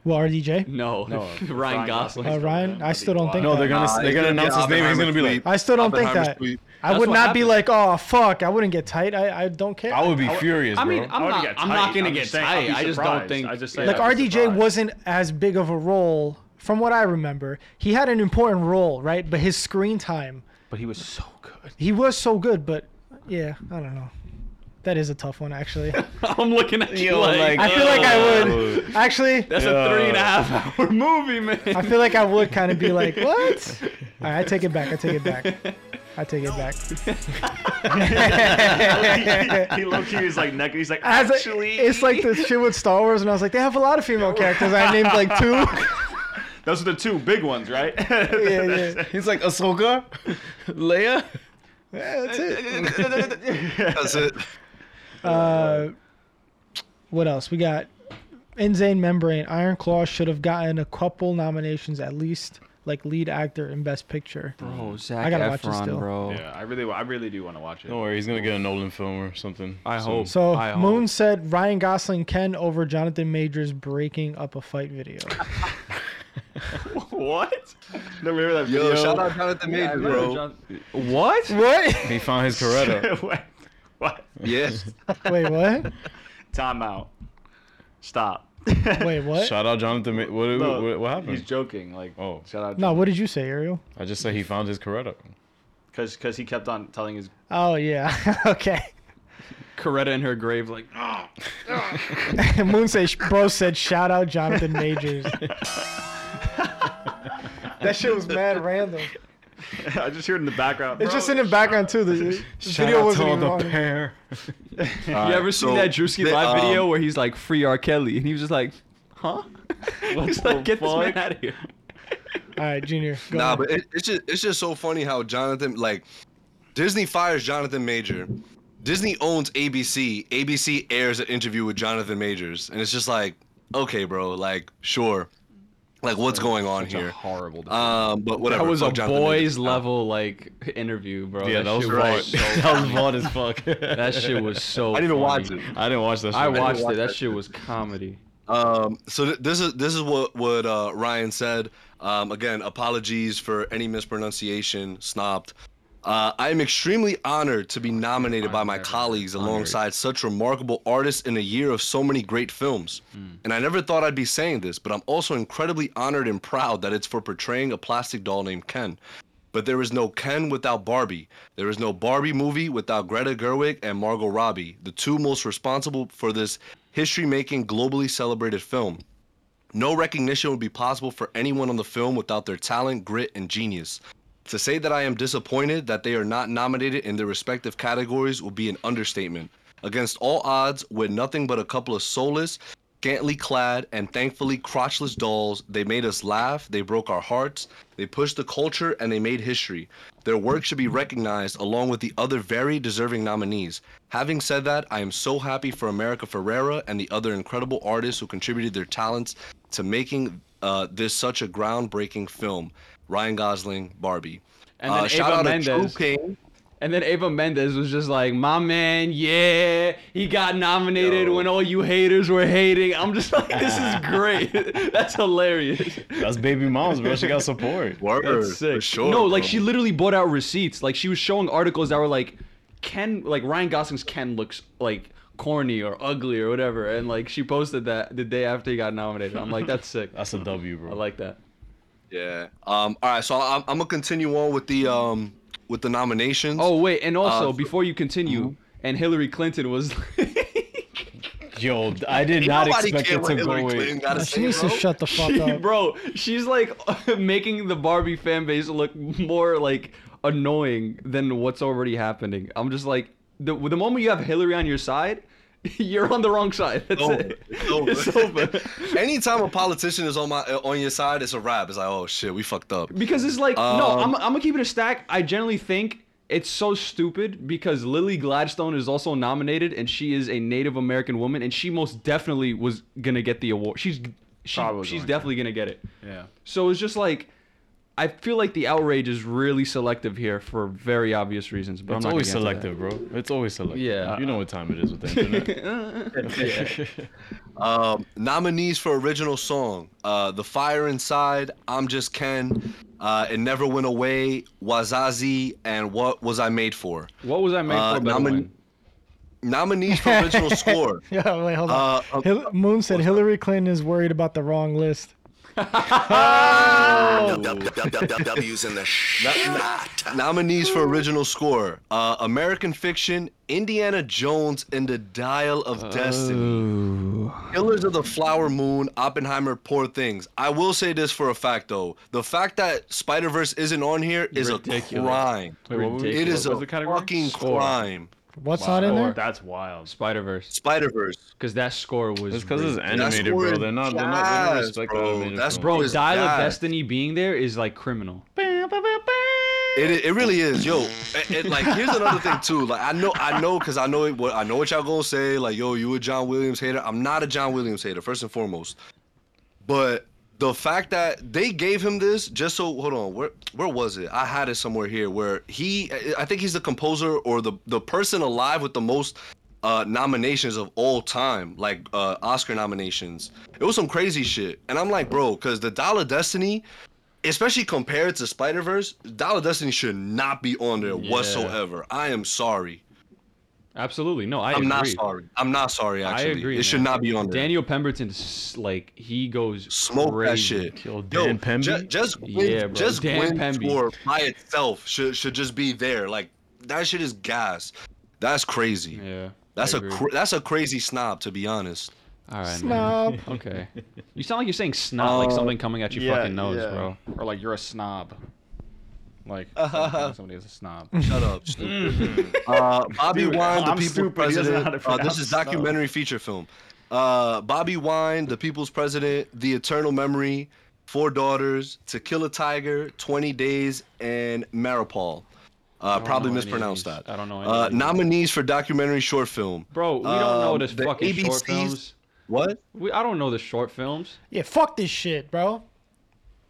[SPEAKER 2] Well, RDJ.
[SPEAKER 8] No,
[SPEAKER 1] No,
[SPEAKER 8] Ryan Gosling.
[SPEAKER 2] Uh, Ryan, I still don't think.
[SPEAKER 3] No,
[SPEAKER 2] that.
[SPEAKER 3] they're gonna
[SPEAKER 6] Nah,
[SPEAKER 3] they're
[SPEAKER 6] it's
[SPEAKER 3] gonna
[SPEAKER 6] gonna be
[SPEAKER 3] announce his name. He's gonna be
[SPEAKER 6] Oppenheimer's
[SPEAKER 3] like,
[SPEAKER 6] tweet.
[SPEAKER 2] I still don't think
[SPEAKER 6] Oppenheimer's
[SPEAKER 2] that.
[SPEAKER 6] tweet.
[SPEAKER 2] I
[SPEAKER 8] That's
[SPEAKER 2] would
[SPEAKER 8] what
[SPEAKER 2] not be
[SPEAKER 8] happened.
[SPEAKER 2] like, oh fuck, I wouldn't get tight. I, I don't care.
[SPEAKER 3] I would be furious.
[SPEAKER 8] I mean,
[SPEAKER 3] bro.
[SPEAKER 8] I'm
[SPEAKER 1] I wouldn't
[SPEAKER 8] not.
[SPEAKER 1] get
[SPEAKER 8] I'm
[SPEAKER 1] tight.
[SPEAKER 8] not gonna
[SPEAKER 1] I'm
[SPEAKER 8] get
[SPEAKER 1] just saying, I'd
[SPEAKER 8] tight.
[SPEAKER 1] be
[SPEAKER 8] I just don't
[SPEAKER 1] surprised.
[SPEAKER 8] think.
[SPEAKER 1] I just say
[SPEAKER 2] like
[SPEAKER 1] I'd be
[SPEAKER 2] RDJ
[SPEAKER 1] surprised.
[SPEAKER 2] wasn't as big of a role from what I remember. He had an important role, right? But his screen time,
[SPEAKER 1] But he was so good.
[SPEAKER 2] he was so good. But yeah, I don't know. That is a tough one, actually.
[SPEAKER 8] I'm looking at you
[SPEAKER 3] Yo,
[SPEAKER 8] like.
[SPEAKER 3] like,
[SPEAKER 2] I feel like I
[SPEAKER 1] oh.
[SPEAKER 2] would. Actually,
[SPEAKER 8] That's a three and a half hour movie, man.
[SPEAKER 2] I feel like I would kind of be like, what? All right, I take it back. I take it back. I take it back.
[SPEAKER 1] he low key was like neck. He's like
[SPEAKER 2] As a-
[SPEAKER 1] actually.
[SPEAKER 2] it's like the shit with Star Wars, and I was like, they have a lot of female characters. I named like two.
[SPEAKER 1] those are the two big ones, right?
[SPEAKER 2] Yeah, yeah.
[SPEAKER 3] he's like Ahsoka, Leia.
[SPEAKER 2] Yeah, that's it.
[SPEAKER 6] That's it.
[SPEAKER 2] Uh, what else? We got Insane Membrane. Iron Claw should have gotten a couple nominations at least, like lead actor and best picture.
[SPEAKER 8] Bro, Zach
[SPEAKER 2] I gotta watch it still.
[SPEAKER 8] bro.
[SPEAKER 1] Yeah, I really, I really do want to watch it.
[SPEAKER 3] Don't worry, he's gonna get a Nolan film or something.
[SPEAKER 8] I
[SPEAKER 3] soon.
[SPEAKER 8] hope.
[SPEAKER 2] So
[SPEAKER 8] I hope.
[SPEAKER 2] Moon said Ryan Gosling Ken over Jonathan Majors breaking up a fight video.
[SPEAKER 1] What? Never heard that
[SPEAKER 6] Yo,
[SPEAKER 1] video.
[SPEAKER 6] shout out Jonathan Majors, bro.
[SPEAKER 8] What?
[SPEAKER 2] what?
[SPEAKER 3] He found his Coretta.
[SPEAKER 1] Wait, what?
[SPEAKER 6] Yeah.
[SPEAKER 2] Wait, what?
[SPEAKER 1] Time out. Stop.
[SPEAKER 2] Wait, what?
[SPEAKER 3] Shout out Jonathan. Ma- What,
[SPEAKER 1] No,
[SPEAKER 3] what, what happened?
[SPEAKER 1] He's joking. Like,
[SPEAKER 3] Oh.
[SPEAKER 1] shout out.
[SPEAKER 2] no, what did you say, Ariel?
[SPEAKER 3] I just said he found his Coretta.
[SPEAKER 1] because because he kept on telling his.
[SPEAKER 2] Oh yeah, okay.
[SPEAKER 8] Coretta in her grave, like.
[SPEAKER 1] Ah!
[SPEAKER 2] Moon said, bro said, shout out Jonathan Majors. that shit was mad random.
[SPEAKER 1] I just hear it in the background.
[SPEAKER 2] It's
[SPEAKER 1] bro.
[SPEAKER 2] just in the background too. The, the video wasn't even on.
[SPEAKER 3] pair.
[SPEAKER 8] You ever seen
[SPEAKER 6] so
[SPEAKER 8] that Drewski
[SPEAKER 6] they-
[SPEAKER 8] live video
[SPEAKER 6] um,
[SPEAKER 8] where he's like, "Free R. Kelly," and he was just like, "Huh?" he's
[SPEAKER 1] the
[SPEAKER 8] like, "Get this man
[SPEAKER 1] fuck?"
[SPEAKER 8] out of here."
[SPEAKER 2] All right, Junior. Go
[SPEAKER 6] Nah,
[SPEAKER 2] on.
[SPEAKER 6] but it, it's just it's just so funny how Jonathan like Disney fires Jonathan Major. Disney owns ABC. ABC airs an interview with Jonathan Majors, and it's just like, okay, bro, like sure, like what's going on here?
[SPEAKER 8] horrible.
[SPEAKER 6] Um, but whatever.
[SPEAKER 8] that was a
[SPEAKER 6] fuck Jonathan
[SPEAKER 8] boys
[SPEAKER 6] Majors. Oh.
[SPEAKER 8] level like interview, bro.
[SPEAKER 3] Yeah, that, was
[SPEAKER 8] shit
[SPEAKER 3] vaught. that was vaught as fuck.
[SPEAKER 8] That shit was so.
[SPEAKER 6] I didn't even watch
[SPEAKER 8] funny.
[SPEAKER 6] it.
[SPEAKER 3] I didn't watch that. Shit.
[SPEAKER 8] I watched
[SPEAKER 6] watch
[SPEAKER 8] it. That
[SPEAKER 6] that
[SPEAKER 8] shit was comedy.
[SPEAKER 6] Um, so th- this is this is what what uh, Ryan said. Um, again, apologies for any mispronunciation, snobbed. Uh, I am extremely honored to be nominated by my colleagues alongside such remarkable artists in a year of so many great films. And I never thought I'd be saying this, but I'm also incredibly honored and proud that it's for portraying a plastic doll named Ken. But there is no Ken without Barbie. There is no Barbie movie without Greta Gerwig and Margot Robbie, the two most responsible for this history making, globally celebrated film. No recognition would be possible for anyone on the film without their talent, grit, and genius. To say that I am disappointed that they are not nominated in their respective categories will be an understatement. Against all odds, with nothing but a couple of soulless, scantily clad, and thankfully crotchless dolls, they made us laugh, they broke our hearts, they pushed the culture, and they made history. Their work should be recognized along with the other very deserving nominees. Having said that, I am so happy for America Ferrera and the other incredible artists who contributed their talents to making uh, this such a groundbreaking film. Ryan Gosling, Barbie.
[SPEAKER 8] And then
[SPEAKER 6] Uh, shout
[SPEAKER 8] Ava
[SPEAKER 6] out
[SPEAKER 8] Mendes.
[SPEAKER 6] to True King.
[SPEAKER 8] And then Ava Mendes was just like, "My man, yeah, he got nominated
[SPEAKER 6] Yo.
[SPEAKER 8] when all you haters were hating." I'm just like, "This is great. That's hilarious."
[SPEAKER 3] That's baby moms, bro. She got support.
[SPEAKER 6] Word,
[SPEAKER 8] That's sick.
[SPEAKER 6] for sure.
[SPEAKER 8] no, like
[SPEAKER 6] bro.
[SPEAKER 8] she literally bought out receipts. Like she was showing articles that were like Ken like Ryan Gosling's Ken looks like corny or ugly or whatever. And like she posted that the day after he got nominated. I'm like, that's sick.
[SPEAKER 3] That's a W, bro.
[SPEAKER 8] I like that.
[SPEAKER 6] Yeah. Um. All right. So I'm, I'm gonna continue on with the um with the nominations.
[SPEAKER 8] Oh wait, and also
[SPEAKER 6] Uh,
[SPEAKER 8] before you continue, and Hillary Clinton was
[SPEAKER 3] Yo, I did
[SPEAKER 6] Ain't
[SPEAKER 3] not
[SPEAKER 6] nobody
[SPEAKER 3] expect
[SPEAKER 6] care
[SPEAKER 3] it
[SPEAKER 6] what
[SPEAKER 3] to
[SPEAKER 6] Hillary
[SPEAKER 3] go
[SPEAKER 6] Clinton
[SPEAKER 3] away.
[SPEAKER 6] gotta
[SPEAKER 2] she
[SPEAKER 6] say,
[SPEAKER 2] needs to
[SPEAKER 6] bro.
[SPEAKER 2] shut the fuck
[SPEAKER 8] she,
[SPEAKER 2] up.
[SPEAKER 8] bro, she's like making the Barbie fan base look more like annoying than what's already happening. I'm just like the the moment you have Hillary on your side, you're on the wrong side. That's
[SPEAKER 6] It's over.
[SPEAKER 8] it.
[SPEAKER 6] It's over.
[SPEAKER 8] It's over.
[SPEAKER 6] Anytime a politician is on my uh, on your side, it's a wrap. It's like, oh shit, we fucked up.
[SPEAKER 8] Because it's like, no, I'm,
[SPEAKER 6] Um,
[SPEAKER 8] I'm gonna keep it a stack. I generally think it's so stupid because Lily Gladstone is also nominated, and she is a Native American woman, and she most definitely was gonna get the award. She's she,
[SPEAKER 1] Probably
[SPEAKER 8] she's
[SPEAKER 1] going to.
[SPEAKER 8] definitely gonna get it.
[SPEAKER 1] Yeah.
[SPEAKER 8] So it's just like, I feel like the outrage is really selective here for very obvious reasons. But
[SPEAKER 3] It's
[SPEAKER 8] I'm not
[SPEAKER 3] always
[SPEAKER 8] gonna get into
[SPEAKER 3] selective, bro. It's always selective.
[SPEAKER 8] Yeah. Uh,
[SPEAKER 3] You know what time it is with the internet.
[SPEAKER 8] that. Yeah.
[SPEAKER 6] Um, nominees for original song: uh, "The Fire Inside," "I'm Just Ken," uh, "It Never Went Away," "Wazazi," and "What Was I Made For."
[SPEAKER 8] What was I made
[SPEAKER 6] Uh,
[SPEAKER 8] for? Better
[SPEAKER 6] nomin-
[SPEAKER 8] win?
[SPEAKER 6] Nominees for original score.
[SPEAKER 2] Yeah, wait, hold on.
[SPEAKER 6] Uh,
[SPEAKER 2] Hil- Moon said Hillary Clinton is worried about the wrong list.
[SPEAKER 9] W's in the shot.
[SPEAKER 6] Nominees for original score: uh, American Fiction, Indiana Jones and the Dial of
[SPEAKER 8] Uh,
[SPEAKER 6] Destiny,
[SPEAKER 3] Oh.
[SPEAKER 6] Killers of the Flower Moon, Oppenheimer, Poor Things. I will say this for a fact though: the fact that Spider Verse isn't on here is
[SPEAKER 8] Ridiculous.
[SPEAKER 6] a crime.
[SPEAKER 8] Wait, what was-
[SPEAKER 6] It is
[SPEAKER 1] What
[SPEAKER 6] a
[SPEAKER 1] was the category?
[SPEAKER 6] fucking
[SPEAKER 8] Score.
[SPEAKER 6] crime.
[SPEAKER 2] What's not in there?
[SPEAKER 1] That's wild.
[SPEAKER 8] Spider Verse,
[SPEAKER 6] Spider Verse.
[SPEAKER 8] because that score was.
[SPEAKER 3] It's because it's
[SPEAKER 8] ridiculous.
[SPEAKER 3] animated, bro.
[SPEAKER 6] scoring
[SPEAKER 3] They're not. They're not. They don't
[SPEAKER 6] jazz,
[SPEAKER 3] respect
[SPEAKER 6] bro.
[SPEAKER 3] the animated.
[SPEAKER 6] That's
[SPEAKER 3] film.
[SPEAKER 8] Bro,
[SPEAKER 6] It's
[SPEAKER 8] Dial of
[SPEAKER 6] bad.
[SPEAKER 8] Destiny being there is like criminal.
[SPEAKER 6] It, it really is, yo. It, it- like here's another thing too. Like I know, I know, cause I know it, what I know what y'all gonna say. Like yo, you a John Williams hater. I'm not a John Williams hater, first and foremost. But the fact that they gave him this, just so hold on, where where was it? I had it somewhere here where he, I- I think he's the composer or the the person alive with the most uh, nominations of all time, like uh, Oscar nominations. It was some crazy shit, and I'm like, bro, cause the Dollar Destiny especially compared to Spider Verse, Dollar Destiny should not be on there
[SPEAKER 8] Yeah.
[SPEAKER 6] whatsoever. I am sorry.
[SPEAKER 8] Absolutely, no, I
[SPEAKER 6] I'm
[SPEAKER 8] agree.
[SPEAKER 6] not sorry. I'm not sorry. Actually,
[SPEAKER 8] I agree.
[SPEAKER 6] It should
[SPEAKER 8] man.
[SPEAKER 6] not be on there.
[SPEAKER 8] Daniel Pemberton, s- like he goes
[SPEAKER 6] Smoke
[SPEAKER 8] crazy.
[SPEAKER 6] that shit.
[SPEAKER 3] Yo,
[SPEAKER 6] Yo,
[SPEAKER 3] Dan Pemby.
[SPEAKER 6] ju- just Gwen,
[SPEAKER 8] Yeah, bro.
[SPEAKER 6] just
[SPEAKER 8] Dan
[SPEAKER 6] Gwen
[SPEAKER 8] Pemby.
[SPEAKER 6] score by itself should should just be there. Like that shit is gas. That's crazy.
[SPEAKER 8] Yeah,
[SPEAKER 6] That's
[SPEAKER 8] a
[SPEAKER 6] a cra- that's a crazy snob to be honest.
[SPEAKER 8] all right. Man.
[SPEAKER 2] Snob.
[SPEAKER 8] Okay, you sound like you're saying snot, like something coming at your
[SPEAKER 1] Oh, Yeah,
[SPEAKER 8] fucking nose,
[SPEAKER 1] yeah.
[SPEAKER 8] bro.
[SPEAKER 1] Or like you're a snob. Like somebody is a snob. Wait,
[SPEAKER 6] Shut up. stupid. uh, Bobby
[SPEAKER 1] Dude,
[SPEAKER 6] Wine, the
[SPEAKER 1] I'm
[SPEAKER 6] People's
[SPEAKER 1] stupid. He doesn't know how
[SPEAKER 6] President.
[SPEAKER 1] to
[SPEAKER 6] Uh, this is
[SPEAKER 1] pronounce snow.
[SPEAKER 6] documentary feature film. Uh, Bobby Wine, the People's President, The Eternal Memory, Four Daughters, To Kill a Tiger, Twenty Days, and Maripol. Uh, probably
[SPEAKER 8] know any of
[SPEAKER 6] mispronounced
[SPEAKER 8] these.
[SPEAKER 6] that.
[SPEAKER 8] I don't know any
[SPEAKER 6] Uh,
[SPEAKER 8] of these.
[SPEAKER 6] nominees for documentary short film.
[SPEAKER 8] Bro, we don't know
[SPEAKER 6] Um,
[SPEAKER 8] this
[SPEAKER 6] the
[SPEAKER 8] fucking short
[SPEAKER 6] ABCs
[SPEAKER 8] films.
[SPEAKER 6] What?
[SPEAKER 8] We, I don't know the short films.
[SPEAKER 2] Yeah, fuck this shit, bro.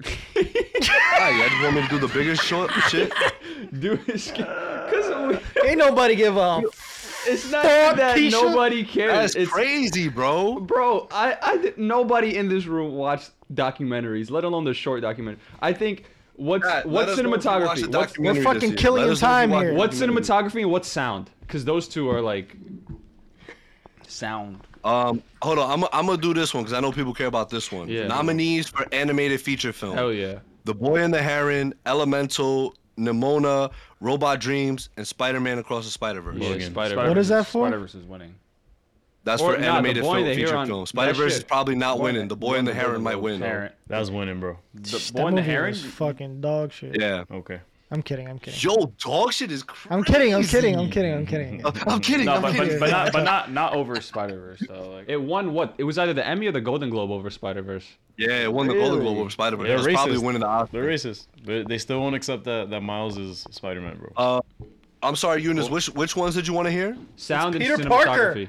[SPEAKER 6] Ah, you just want me to do the biggest short shit?
[SPEAKER 8] Dude, it's, cause
[SPEAKER 2] Ain't nobody give a
[SPEAKER 8] we- it's not
[SPEAKER 2] Fuck,
[SPEAKER 8] that
[SPEAKER 2] Keisha.
[SPEAKER 8] nobody cares.
[SPEAKER 6] That's
[SPEAKER 8] it's,
[SPEAKER 6] crazy, bro.
[SPEAKER 8] Bro, I, I did- nobody in this room watched documentaries, let alone the short documentary. I think what's
[SPEAKER 6] Pat,
[SPEAKER 8] what's
[SPEAKER 6] let us know if you watched
[SPEAKER 8] cinematography,
[SPEAKER 6] the
[SPEAKER 8] what's,
[SPEAKER 6] documentary
[SPEAKER 2] We're
[SPEAKER 6] this
[SPEAKER 2] fucking
[SPEAKER 6] year.
[SPEAKER 2] killing
[SPEAKER 6] Let us know if you
[SPEAKER 2] time
[SPEAKER 6] watched
[SPEAKER 2] here.
[SPEAKER 6] the
[SPEAKER 8] what's cinematography and what's sound? Because those two are like
[SPEAKER 1] Sound.
[SPEAKER 6] Um, hold on, I'm I'm gonna do this one because I know people care about this one.
[SPEAKER 8] Yeah.
[SPEAKER 6] Nominees for animated feature film:
[SPEAKER 8] hell yeah.
[SPEAKER 6] The Boy and the Heron, Elemental, Nimona, Robot Dreams, and Spider-Man Across the Spider-Verse.
[SPEAKER 8] Yeah, Spider.
[SPEAKER 2] What is that for?
[SPEAKER 1] Spider Verse is winning.
[SPEAKER 6] That's
[SPEAKER 8] Or-
[SPEAKER 6] for
[SPEAKER 8] nah, The
[SPEAKER 6] animated
[SPEAKER 8] Boy and
[SPEAKER 6] film,
[SPEAKER 8] the
[SPEAKER 6] feature
[SPEAKER 8] Heron,
[SPEAKER 6] film.
[SPEAKER 8] that
[SPEAKER 6] Spider-Verse is
[SPEAKER 8] shit.
[SPEAKER 6] probably not winning. The Boy and the Heron might win. though.
[SPEAKER 1] Parent.
[SPEAKER 3] That was winning, bro.
[SPEAKER 1] The
[SPEAKER 2] that
[SPEAKER 1] boy in the
[SPEAKER 2] movie
[SPEAKER 1] heron.
[SPEAKER 2] was fucking dog shit.
[SPEAKER 6] Yeah.
[SPEAKER 3] Okay.
[SPEAKER 2] I'm kidding. I'm kidding.
[SPEAKER 6] Yo, dog shit is crazy.
[SPEAKER 2] I'm kidding. I'm kidding. I'm kidding. I'm kidding.
[SPEAKER 6] I'm kidding.
[SPEAKER 1] No,
[SPEAKER 6] I'm
[SPEAKER 1] but, but,
[SPEAKER 6] kidding.
[SPEAKER 1] but not but not not over Spider Verse though. Like
[SPEAKER 8] It won what? It was either the Emmy or the Golden Globe over Spider Verse.
[SPEAKER 6] yeah, it won the Golden Globe over Spider-Verse.
[SPEAKER 3] They're
[SPEAKER 6] It's probably
[SPEAKER 3] racist.
[SPEAKER 6] winning the Oscar.
[SPEAKER 3] They're racist. They, they still won't accept that that Miles is Spider-Man, bro.
[SPEAKER 6] Uh, I'm sorry, Eunice. Which which ones did you want to hear?
[SPEAKER 8] Sound
[SPEAKER 2] Peter
[SPEAKER 8] and
[SPEAKER 2] Parker.
[SPEAKER 8] cinematography.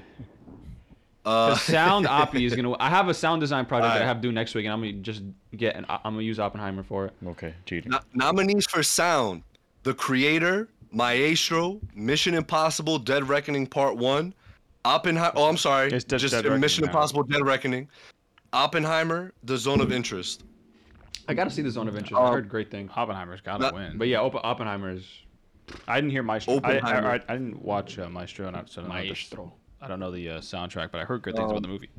[SPEAKER 8] The
[SPEAKER 6] Uh,
[SPEAKER 8] sound oppie is gonna. I have a sound design project that I
[SPEAKER 6] Alright.
[SPEAKER 8] have due next week, and I'm gonna just get. An, I'm gonna use Oppenheimer for it.
[SPEAKER 3] okay, cheating.
[SPEAKER 6] No- nominees for sound: The Creator, Maestro, Mission Impossible: Dead Reckoning Part One, Oppenheimer. Oh, I'm sorry,
[SPEAKER 1] It's just
[SPEAKER 6] just
[SPEAKER 1] Dead Reckoning
[SPEAKER 6] Mission
[SPEAKER 1] now.
[SPEAKER 6] Impossible: Dead Reckoning, Oppenheimer, The Zone of Interest.
[SPEAKER 8] I gotta see the Zone of Interest. I
[SPEAKER 6] Um,
[SPEAKER 8] heard great things.
[SPEAKER 1] Oppenheimer's gotta
[SPEAKER 6] Not-
[SPEAKER 1] win.
[SPEAKER 8] But yeah, Opp- Oppenheimer is
[SPEAKER 1] I didn't hear Maestro. I, I,
[SPEAKER 6] Oppenheimer.
[SPEAKER 1] I, I didn't watch uh, Maestro, Oh. and I, so I don't Know
[SPEAKER 8] Maestro.
[SPEAKER 1] the, I don't know the uh, soundtrack, but I heard good things about the movie.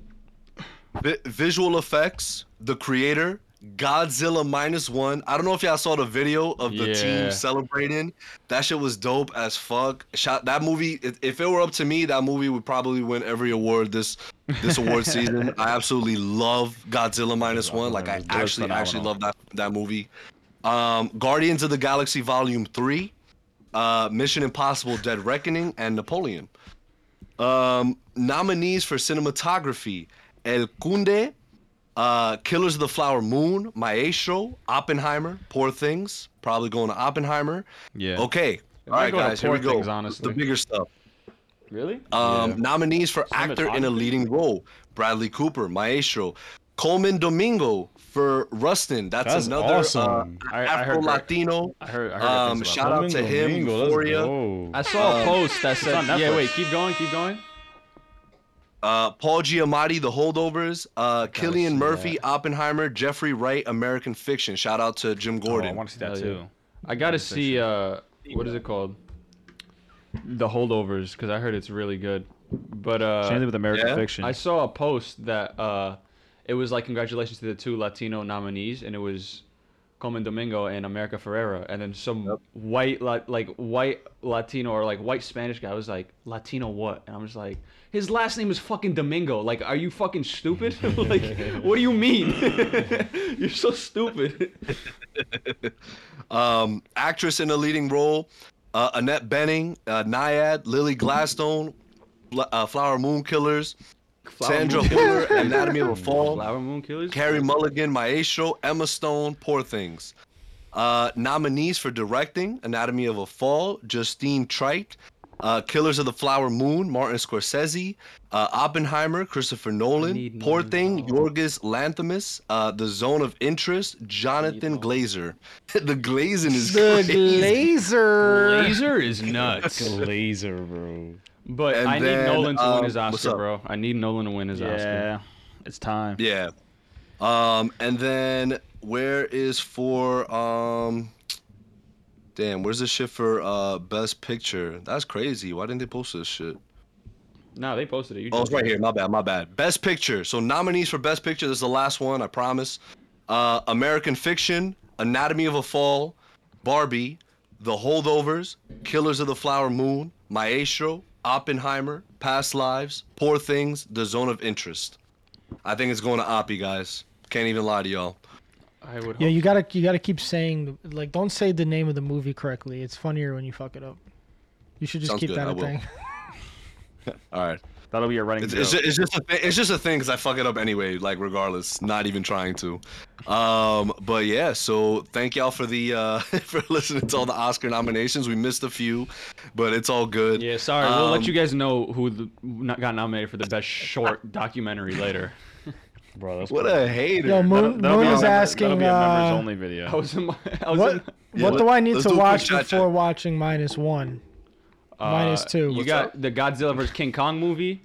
[SPEAKER 6] Vi- visual effects: The Creator, Godzilla minus one. I don't know if y'all saw the video of the
[SPEAKER 8] Yeah.
[SPEAKER 6] team celebrating. That shit was dope as fuck. Shot that movie. If, if it were up to me, that movie would probably win every award this this award season. I absolutely love Godzilla minus one. Like I
[SPEAKER 1] Godzilla was
[SPEAKER 6] actually actually
[SPEAKER 1] phenomenal.
[SPEAKER 6] love that that movie. Um, Guardians of the Galaxy Volume Three, uh, Mission Impossible: Dead Reckoning, and Napoleon. Um, nominees for cinematography: El Cunde, uh, Killers of the Flower Moon, Maestro, Oppenheimer, Poor Things, probably going to Oppenheimer.
[SPEAKER 8] yeah.
[SPEAKER 6] Okay. All
[SPEAKER 8] might
[SPEAKER 6] right,
[SPEAKER 8] go to
[SPEAKER 6] guys, here
[SPEAKER 8] Poor
[SPEAKER 6] we go.
[SPEAKER 8] Things, honestly.
[SPEAKER 6] The bigger stuff.
[SPEAKER 8] Really?
[SPEAKER 6] Um, Nominees for actor in a leading role: Bradley Cooper, Maestro, Coleman Domingo for Rustin. That's,
[SPEAKER 3] That's
[SPEAKER 6] another
[SPEAKER 3] awesome.
[SPEAKER 6] uh,
[SPEAKER 1] I- I heard
[SPEAKER 6] Afro Latino.
[SPEAKER 1] I heard. I heard good
[SPEAKER 6] Um,
[SPEAKER 1] things
[SPEAKER 6] shout
[SPEAKER 1] about
[SPEAKER 6] out to him,
[SPEAKER 3] Domingo, let's
[SPEAKER 6] Euphoria. Um,
[SPEAKER 3] go.
[SPEAKER 8] I saw a post that said,
[SPEAKER 1] on
[SPEAKER 8] "Yeah,
[SPEAKER 1] Netflix.
[SPEAKER 8] wait, keep going, keep going."
[SPEAKER 6] Uh, Paul Giamatti, The Holdovers. Uh, Killian
[SPEAKER 3] see
[SPEAKER 6] Murphy,
[SPEAKER 3] that.
[SPEAKER 6] Oppenheimer. Jeffrey Wright, American Fiction. Shout out to Jim
[SPEAKER 1] Oh, I
[SPEAKER 6] Gordon.
[SPEAKER 1] want to see that
[SPEAKER 8] Hell
[SPEAKER 1] too.
[SPEAKER 8] yeah. I gotta see uh, what is it called? The holdovers, because I heard it's really good. But
[SPEAKER 1] Same thing
[SPEAKER 8] uh,
[SPEAKER 1] with American
[SPEAKER 6] yeah?
[SPEAKER 1] Fiction.
[SPEAKER 8] I saw a post that uh, it was like congratulations to the two Latino nominees, and it was Comen Domingo and America Ferrera, and then some white La- like white Latino or like white Spanish guy was like Latino what? And I'm just like, his last name is fucking Domingo. Like, are you fucking stupid? like, what do you mean? You're so stupid.
[SPEAKER 6] Um, actress in a leading role. Uh, Annette Benning, uh, Nyad, Lily Gladstone, Fla- uh, Flower Moon Killers, Sandra Hüller, Anatomy of a Fall.
[SPEAKER 8] Flower Moon Killers.
[SPEAKER 6] Carrie Mulligan, Maestro, Emma Stone, Poor Things. Uh, nominees for directing Anatomy of a Fall, Justine Trite, uh, Killers of the Flower Moon, Martin Scorsese, uh, Oppenheimer, Christopher Nolan,
[SPEAKER 8] need
[SPEAKER 6] Poor
[SPEAKER 8] no
[SPEAKER 6] Thing, Yorgos Lanthimos, uh, The Zone of Interest, Jonathan Glazer. the glazing is
[SPEAKER 2] The
[SPEAKER 6] crazy.
[SPEAKER 2] Glazer.
[SPEAKER 8] Laser is nuts.
[SPEAKER 3] Laser, bro.
[SPEAKER 8] But
[SPEAKER 6] And
[SPEAKER 8] I
[SPEAKER 6] then,
[SPEAKER 8] need Nolan to
[SPEAKER 6] um,
[SPEAKER 8] win his
[SPEAKER 6] what's
[SPEAKER 8] Oscar,
[SPEAKER 6] up?
[SPEAKER 8] bro. I need Nolan to win his Oscar.
[SPEAKER 1] yeah, it's time.
[SPEAKER 6] Yeah. Um, and then where is for um Damn, where's this shit for uh best picture? That's crazy. Why didn't they post this shit?
[SPEAKER 8] No, they posted it. You
[SPEAKER 6] Oh,
[SPEAKER 8] just-
[SPEAKER 6] it's right here. My bad, my bad. Best picture. So nominees for best picture, this is the last one, I promise. Uh American Fiction, Anatomy of a Fall, Barbie, The Holdovers, Killers of the Flower Moon, Maestro, Oppenheimer, Past Lives, Poor Things, The Zone of Interest. I think it's going to Oppie, guys. Can't even lie to y'all.
[SPEAKER 8] I would.
[SPEAKER 2] Yeah,
[SPEAKER 8] hope.
[SPEAKER 2] you gotta you gotta keep saying the- like don't say the name of the movie correctly. It's funnier when you fuck it up. You should just
[SPEAKER 6] Sounds
[SPEAKER 2] keep
[SPEAKER 6] good,
[SPEAKER 2] that
[SPEAKER 6] I
[SPEAKER 2] a
[SPEAKER 6] will.
[SPEAKER 2] thing.
[SPEAKER 6] All right.
[SPEAKER 1] That'll be a running
[SPEAKER 6] It's,
[SPEAKER 1] joke.
[SPEAKER 6] it's, ju- it's just a thi- it's just a thing because I fuck it up anyway. Like regardless, not even trying to. Um, but yeah, so thank y'all for the uh, for listening to all the Oscar nominations. We missed a few, but it's all good.
[SPEAKER 8] Yeah, sorry. we'll let
[SPEAKER 6] Um,
[SPEAKER 8] you guys know who the, not got nominated for the best short documentary later.
[SPEAKER 3] Bro, that's
[SPEAKER 6] What a hater.
[SPEAKER 2] Yo,
[SPEAKER 1] That'll-
[SPEAKER 2] Moon,
[SPEAKER 1] that'll
[SPEAKER 2] Moon
[SPEAKER 1] be a
[SPEAKER 2] is
[SPEAKER 1] member-
[SPEAKER 2] asking
[SPEAKER 1] That'll be a members
[SPEAKER 2] uh,
[SPEAKER 1] only
[SPEAKER 8] I
[SPEAKER 1] video.
[SPEAKER 8] was in my. I was
[SPEAKER 2] what
[SPEAKER 8] in,
[SPEAKER 6] Yeah,
[SPEAKER 2] what do I need
[SPEAKER 6] let's
[SPEAKER 2] to
[SPEAKER 6] do a quick
[SPEAKER 2] watch
[SPEAKER 6] chat
[SPEAKER 2] before
[SPEAKER 6] chat.
[SPEAKER 2] watching minus one?
[SPEAKER 8] uh,
[SPEAKER 2] Minus two.
[SPEAKER 8] You
[SPEAKER 2] What's
[SPEAKER 8] got the Godzilla vs King Kong movie,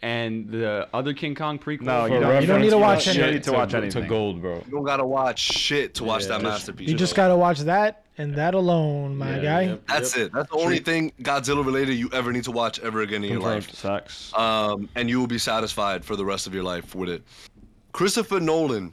[SPEAKER 8] and the other King Kong prequel.
[SPEAKER 1] No,
[SPEAKER 8] for
[SPEAKER 1] you don't,
[SPEAKER 2] you don't need to watch
[SPEAKER 1] You don't
[SPEAKER 2] any-
[SPEAKER 1] need to watch anything.
[SPEAKER 3] To gold, bro.
[SPEAKER 6] You don't gotta watch shit to watch that masterpiece.
[SPEAKER 2] You just
[SPEAKER 6] bro.
[SPEAKER 2] gotta watch that and that alone, my guy.
[SPEAKER 6] That's it. That's the only thing Godzilla related you ever need to watch ever again in your life.
[SPEAKER 1] Sucks.
[SPEAKER 6] um, and you will be satisfied for the rest of your life with it. Christopher Nolan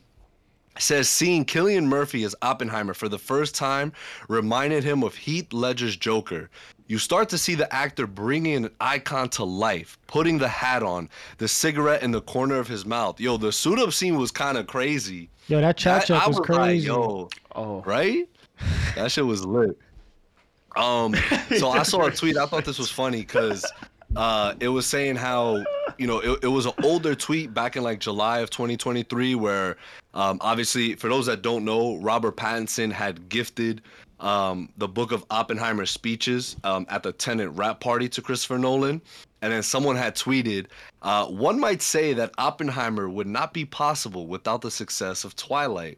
[SPEAKER 6] says seeing Killian Murphy as Oppenheimer for the first time reminded him of Heath Ledger's Joker. You start to see the actor bringing an icon to life, putting the hat on, the cigarette in the corner of his mouth. Yo, the suit up scene was kind of crazy.
[SPEAKER 2] Yo, that
[SPEAKER 6] I- I
[SPEAKER 2] chat chat was crazy.
[SPEAKER 6] Like, yo,
[SPEAKER 1] Oh.
[SPEAKER 6] right? That shit was lit. Um, so I saw a tweet. I thought this was funny because uh, it was saying how you know it, it was an older tweet back in like July of 2023, where um, obviously for those that don't know, Robert Pattinson had gifted um, the book of Oppenheimer speeches um, at the tenant rap party to Christopher Nolan. And then someone had tweeted, uh, one might say that Oppenheimer would not be possible without the success of Twilight.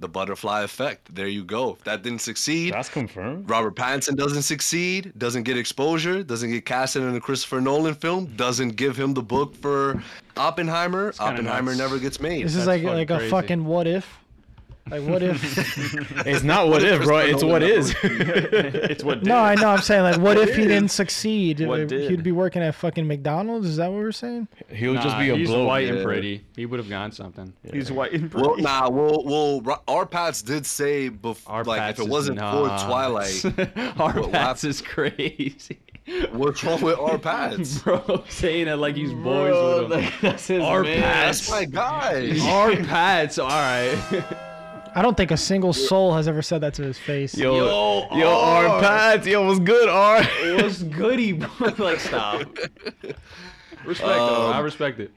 [SPEAKER 6] The butterfly effect. There you go. If that didn't succeed,
[SPEAKER 3] That's confirmed.
[SPEAKER 6] Robert Pattinson doesn't succeed, doesn't get exposure, doesn't get casted in a Christopher Nolan film, doesn't give him the book for Oppenheimer. Oppenheimer
[SPEAKER 8] nuts.
[SPEAKER 6] never gets made.
[SPEAKER 2] this is like
[SPEAKER 8] that's fucking
[SPEAKER 2] like a
[SPEAKER 8] crazy.
[SPEAKER 2] fucking what if. Like what if
[SPEAKER 3] It's not what if, bro. It's what is.
[SPEAKER 1] it's what.
[SPEAKER 2] No, I know I'm saying like what if he didn't succeed?
[SPEAKER 1] What did?
[SPEAKER 2] He'd be working at fucking McDonald's, is that what we're saying?
[SPEAKER 3] He'll
[SPEAKER 8] Nah,
[SPEAKER 3] just be a
[SPEAKER 8] he's
[SPEAKER 3] blow.
[SPEAKER 8] white and
[SPEAKER 6] yeah.
[SPEAKER 8] pretty. He would have gotten something.
[SPEAKER 1] He's white and pretty.
[SPEAKER 6] Well, nah, well, well, Ro- our Pats did say before,
[SPEAKER 8] Our
[SPEAKER 6] like,
[SPEAKER 8] Pats
[SPEAKER 6] if
[SPEAKER 8] is
[SPEAKER 6] it wasn't
[SPEAKER 8] nuts.
[SPEAKER 6] for Twilight,
[SPEAKER 8] Our
[SPEAKER 6] What-
[SPEAKER 8] Pats is crazy.
[SPEAKER 6] what's wrong with our Pats?
[SPEAKER 8] Bro, saying it like he's boys with him.
[SPEAKER 3] that's his
[SPEAKER 8] Our
[SPEAKER 6] That's
[SPEAKER 8] Pats.
[SPEAKER 6] my guy.
[SPEAKER 8] Our Pats. All right.
[SPEAKER 2] I don't think a single soul has ever said that to his face.
[SPEAKER 3] Yo, yo, oh.
[SPEAKER 8] Yo,
[SPEAKER 3] R.
[SPEAKER 8] R.
[SPEAKER 3] Pats. Yo, what's good, R?
[SPEAKER 8] What's goody, bro? like, stop. Respect, though. I respect it.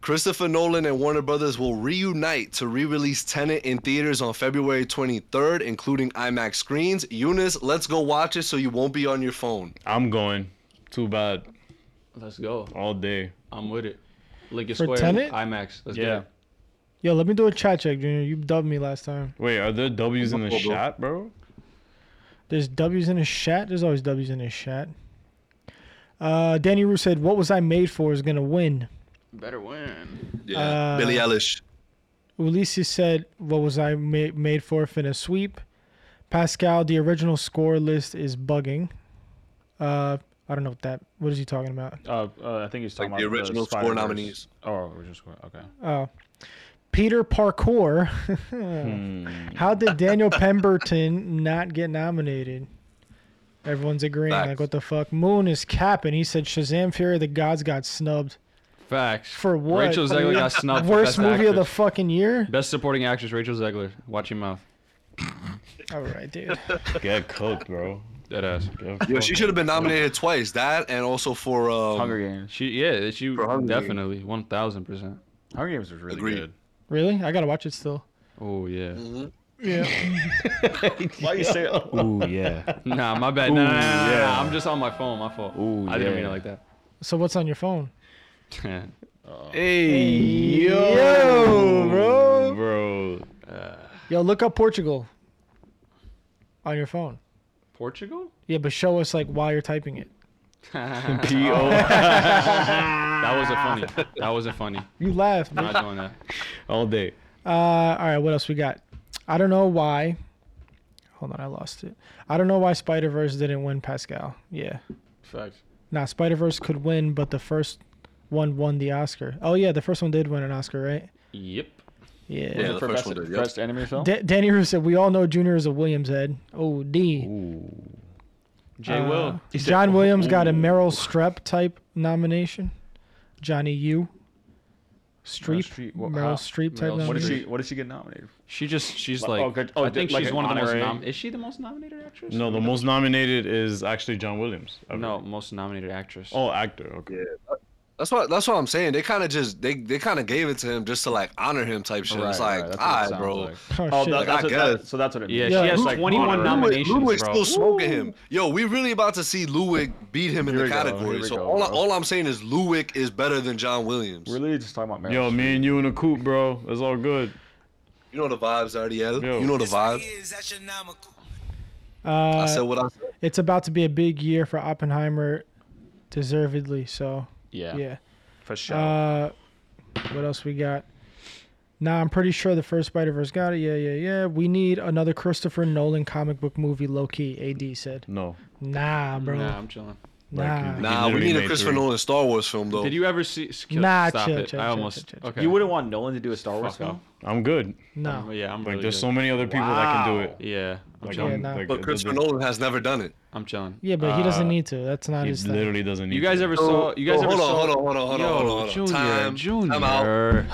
[SPEAKER 6] Christopher Nolan and Warner Brothers will reunite to re-release Tenet in theaters on February 23rd, including IMAX screens. Eunice, let's go watch it so you won't be on your phone.
[SPEAKER 3] I'm going. Too bad.
[SPEAKER 8] Let's go.
[SPEAKER 3] All day.
[SPEAKER 8] I'm with it. Lincoln
[SPEAKER 2] For
[SPEAKER 8] Square,
[SPEAKER 2] Tenet?
[SPEAKER 8] IMAX. Let's
[SPEAKER 1] yeah.
[SPEAKER 8] get it.
[SPEAKER 2] Yo, let me do a chat check, Junior. You dubbed me last time.
[SPEAKER 3] Wait, are there W's in the
[SPEAKER 6] Bro, bro.
[SPEAKER 3] shot, bro?
[SPEAKER 2] There's W's in his chat. There's always W's in his chat. Uh, Danny Rue said, "What was I made for?" Is gonna win.
[SPEAKER 8] Better win.
[SPEAKER 6] Yeah. Billie Eilish.
[SPEAKER 2] Ulysses said, "What was I ma- made for?" Finna sweep. Pascal, the original score list is bugging. Uh, I don't know what that. What is he talking about?
[SPEAKER 1] Uh, uh, I think he's talking
[SPEAKER 6] Like the
[SPEAKER 1] about
[SPEAKER 6] original score
[SPEAKER 1] Spider-Verse.
[SPEAKER 6] nominees.
[SPEAKER 1] Oh, original score. Okay.
[SPEAKER 2] Oh. Peter Parkour.
[SPEAKER 8] Hmm.
[SPEAKER 2] How did Daniel Pemberton not get nominated? Everyone's agreeing. Like,
[SPEAKER 6] Facts.
[SPEAKER 2] what the fuck? Moon is capping. He said Shazam Fury of the Gods got snubbed.
[SPEAKER 8] Facts.
[SPEAKER 2] For what?
[SPEAKER 8] Rachel
[SPEAKER 2] I mean,
[SPEAKER 8] Zegler got snubbed. for
[SPEAKER 2] Worst
[SPEAKER 8] best
[SPEAKER 2] movie of the
[SPEAKER 8] actress.
[SPEAKER 2] fucking year?
[SPEAKER 8] Best supporting actress, Rachel Zegler. Watch your mouth.
[SPEAKER 2] All right, dude.
[SPEAKER 10] Get cooked, bro.
[SPEAKER 8] Dead ass.
[SPEAKER 10] Get
[SPEAKER 6] Yo, she should have been nominated twice. That and also for um,
[SPEAKER 1] Hunger Games.
[SPEAKER 8] She yeah, she
[SPEAKER 6] For Hunger Games.
[SPEAKER 8] definitely one thousand percent.
[SPEAKER 1] Hunger Games was really
[SPEAKER 6] Agreed.
[SPEAKER 1] good.
[SPEAKER 2] Really? I gotta watch it still.
[SPEAKER 8] Oh yeah.
[SPEAKER 6] Mm-hmm.
[SPEAKER 1] Why you say?
[SPEAKER 10] cooked. Ooh yeah.
[SPEAKER 8] Nah, my bad. Nah, nah, nah, nah, nah, nah. I'm just on my phone. My fault.
[SPEAKER 10] Ooh,
[SPEAKER 8] I didn't mean it
[SPEAKER 10] yeah.
[SPEAKER 8] like that.
[SPEAKER 2] So what's on your phone?
[SPEAKER 10] Hey yo,
[SPEAKER 3] Oh.
[SPEAKER 6] Oh,
[SPEAKER 8] Oh,
[SPEAKER 10] bro. Bro.
[SPEAKER 8] Uh,
[SPEAKER 2] Yo, look up Portugal on your phone.
[SPEAKER 8] Portugal?
[SPEAKER 2] Yeah, but show us like while you're typing it.
[SPEAKER 10] P O
[SPEAKER 8] That wasn't funny. That wasn't funny.
[SPEAKER 2] You laughed. man.
[SPEAKER 8] I'm not doing that.
[SPEAKER 10] all day.
[SPEAKER 2] Uh, all right, what else we got? I don't know why. Hold on, I lost it. I don't know why Spider Verse didn't win Pascal. Yeah.
[SPEAKER 8] Facts.
[SPEAKER 2] Now Spider Verse could win, but the first one won the Oscar. Oh yeah, the first one did win an Oscar, right?
[SPEAKER 8] Yep.
[SPEAKER 2] Yeah.
[SPEAKER 6] yeah, the
[SPEAKER 1] for
[SPEAKER 6] first
[SPEAKER 1] best,
[SPEAKER 6] one did. Yep.
[SPEAKER 1] best anime film.
[SPEAKER 2] Da- Danny Roo said, "We all know Junior is a Williams head." Oh, D. Uh,
[SPEAKER 8] J Will.
[SPEAKER 2] John Williams got a Meryl Streep type nomination. Johnny U. Streep.
[SPEAKER 1] Streep,
[SPEAKER 2] Meryl
[SPEAKER 1] what- how-
[SPEAKER 2] Streep type
[SPEAKER 8] Meryl Streep.
[SPEAKER 1] What did she?
[SPEAKER 2] nomination.
[SPEAKER 1] What did she get nominated? for?
[SPEAKER 8] She just she's
[SPEAKER 1] Oh,
[SPEAKER 8] like
[SPEAKER 1] good. Oh,
[SPEAKER 8] I think
[SPEAKER 1] like
[SPEAKER 8] she's
[SPEAKER 1] an
[SPEAKER 8] one of the most
[SPEAKER 1] honorary-
[SPEAKER 8] nom- Is she the most nominated actress?
[SPEAKER 10] No, the most nominated is actually John Williams. I
[SPEAKER 8] No,
[SPEAKER 10] believe.
[SPEAKER 8] most nominated actress.
[SPEAKER 10] Oh, actor. Okay.
[SPEAKER 6] That's what that's what I'm saying. They kind of just they they kind of gave it to him just to like honor him type shit. it's
[SPEAKER 1] Right,
[SPEAKER 6] like,
[SPEAKER 1] right, that's what it
[SPEAKER 6] ah,
[SPEAKER 1] sounds
[SPEAKER 6] bro.
[SPEAKER 1] like.
[SPEAKER 2] Oh,
[SPEAKER 1] Oh,
[SPEAKER 6] I
[SPEAKER 2] shit.
[SPEAKER 1] that, that's what, that-
[SPEAKER 6] guess.
[SPEAKER 1] so that's what it
[SPEAKER 8] yeah,
[SPEAKER 1] means.
[SPEAKER 2] Yeah,
[SPEAKER 8] she has
[SPEAKER 2] who's
[SPEAKER 8] like 21
[SPEAKER 1] honorary?
[SPEAKER 8] nominations,
[SPEAKER 6] Ludwig's
[SPEAKER 8] bro.
[SPEAKER 6] still smoking him. Yo, we really about to see Ludwig beat him in the
[SPEAKER 1] Here we go,
[SPEAKER 6] category.
[SPEAKER 1] here we
[SPEAKER 6] so
[SPEAKER 1] go,
[SPEAKER 6] all, I,
[SPEAKER 1] bro.
[SPEAKER 6] all I'm saying is Ludwig is better than John Williams.
[SPEAKER 1] We're literally just talking about Meryl.
[SPEAKER 10] Yo, me and you in a coop, bro. It's all good.
[SPEAKER 6] You know the vibes, RDL.
[SPEAKER 10] Yo.
[SPEAKER 6] You know the vibe. I
[SPEAKER 2] Uh,
[SPEAKER 6] said what I said.
[SPEAKER 2] it's about to be a big year for Oppenheimer, deservedly. So
[SPEAKER 8] Yeah.
[SPEAKER 2] yeah.
[SPEAKER 1] for sure.
[SPEAKER 2] Uh, what else we got? Nah, I'm pretty sure the first Spider Verse got it. Yeah, yeah, yeah. We need another Christopher Nolan comic book movie. Low key, AD said.
[SPEAKER 10] No.
[SPEAKER 2] Nah, bro.
[SPEAKER 8] Nah,
[SPEAKER 2] Nah.
[SPEAKER 8] I'm chilling.
[SPEAKER 10] Like,
[SPEAKER 2] Nah,
[SPEAKER 6] Nah, we
[SPEAKER 10] literally
[SPEAKER 6] need a
[SPEAKER 10] made
[SPEAKER 6] Christopher
[SPEAKER 10] three.
[SPEAKER 6] Nolan Star Wars film though.
[SPEAKER 8] Did you ever see? s- kill-
[SPEAKER 2] Nah,
[SPEAKER 8] stop
[SPEAKER 2] chill,
[SPEAKER 8] it.
[SPEAKER 2] chill,
[SPEAKER 8] I
[SPEAKER 2] chill,
[SPEAKER 8] almost.
[SPEAKER 2] chill, chill.
[SPEAKER 8] Okay.
[SPEAKER 1] you wouldn't want Nolan to do a Star Wars
[SPEAKER 8] Fuck
[SPEAKER 1] film.
[SPEAKER 8] off.
[SPEAKER 10] I'm good.
[SPEAKER 8] Um, Yeah, I'm.
[SPEAKER 10] Like,
[SPEAKER 8] really
[SPEAKER 10] there's
[SPEAKER 8] good.
[SPEAKER 10] so many other people that can do it.
[SPEAKER 8] Yeah, I'm
[SPEAKER 10] Like,
[SPEAKER 8] chilling.
[SPEAKER 2] nah.
[SPEAKER 10] like,
[SPEAKER 6] but
[SPEAKER 10] it
[SPEAKER 6] Christopher
[SPEAKER 10] doesn't-
[SPEAKER 6] Nolan has never done it.
[SPEAKER 8] I'm chilling.
[SPEAKER 2] yeah, but he doesn't
[SPEAKER 10] Uh,
[SPEAKER 2] need to. That's not his
[SPEAKER 10] He
[SPEAKER 2] thing.
[SPEAKER 10] literally doesn't.
[SPEAKER 8] You
[SPEAKER 10] need
[SPEAKER 8] guys
[SPEAKER 10] to.
[SPEAKER 8] ever saw? You guys
[SPEAKER 6] Oh,
[SPEAKER 8] ever
[SPEAKER 6] hold on,
[SPEAKER 8] saw?
[SPEAKER 6] hold on, hold on, hold on, hold on, hold on.
[SPEAKER 8] Junior,
[SPEAKER 6] time,
[SPEAKER 8] Junior.
[SPEAKER 6] time out,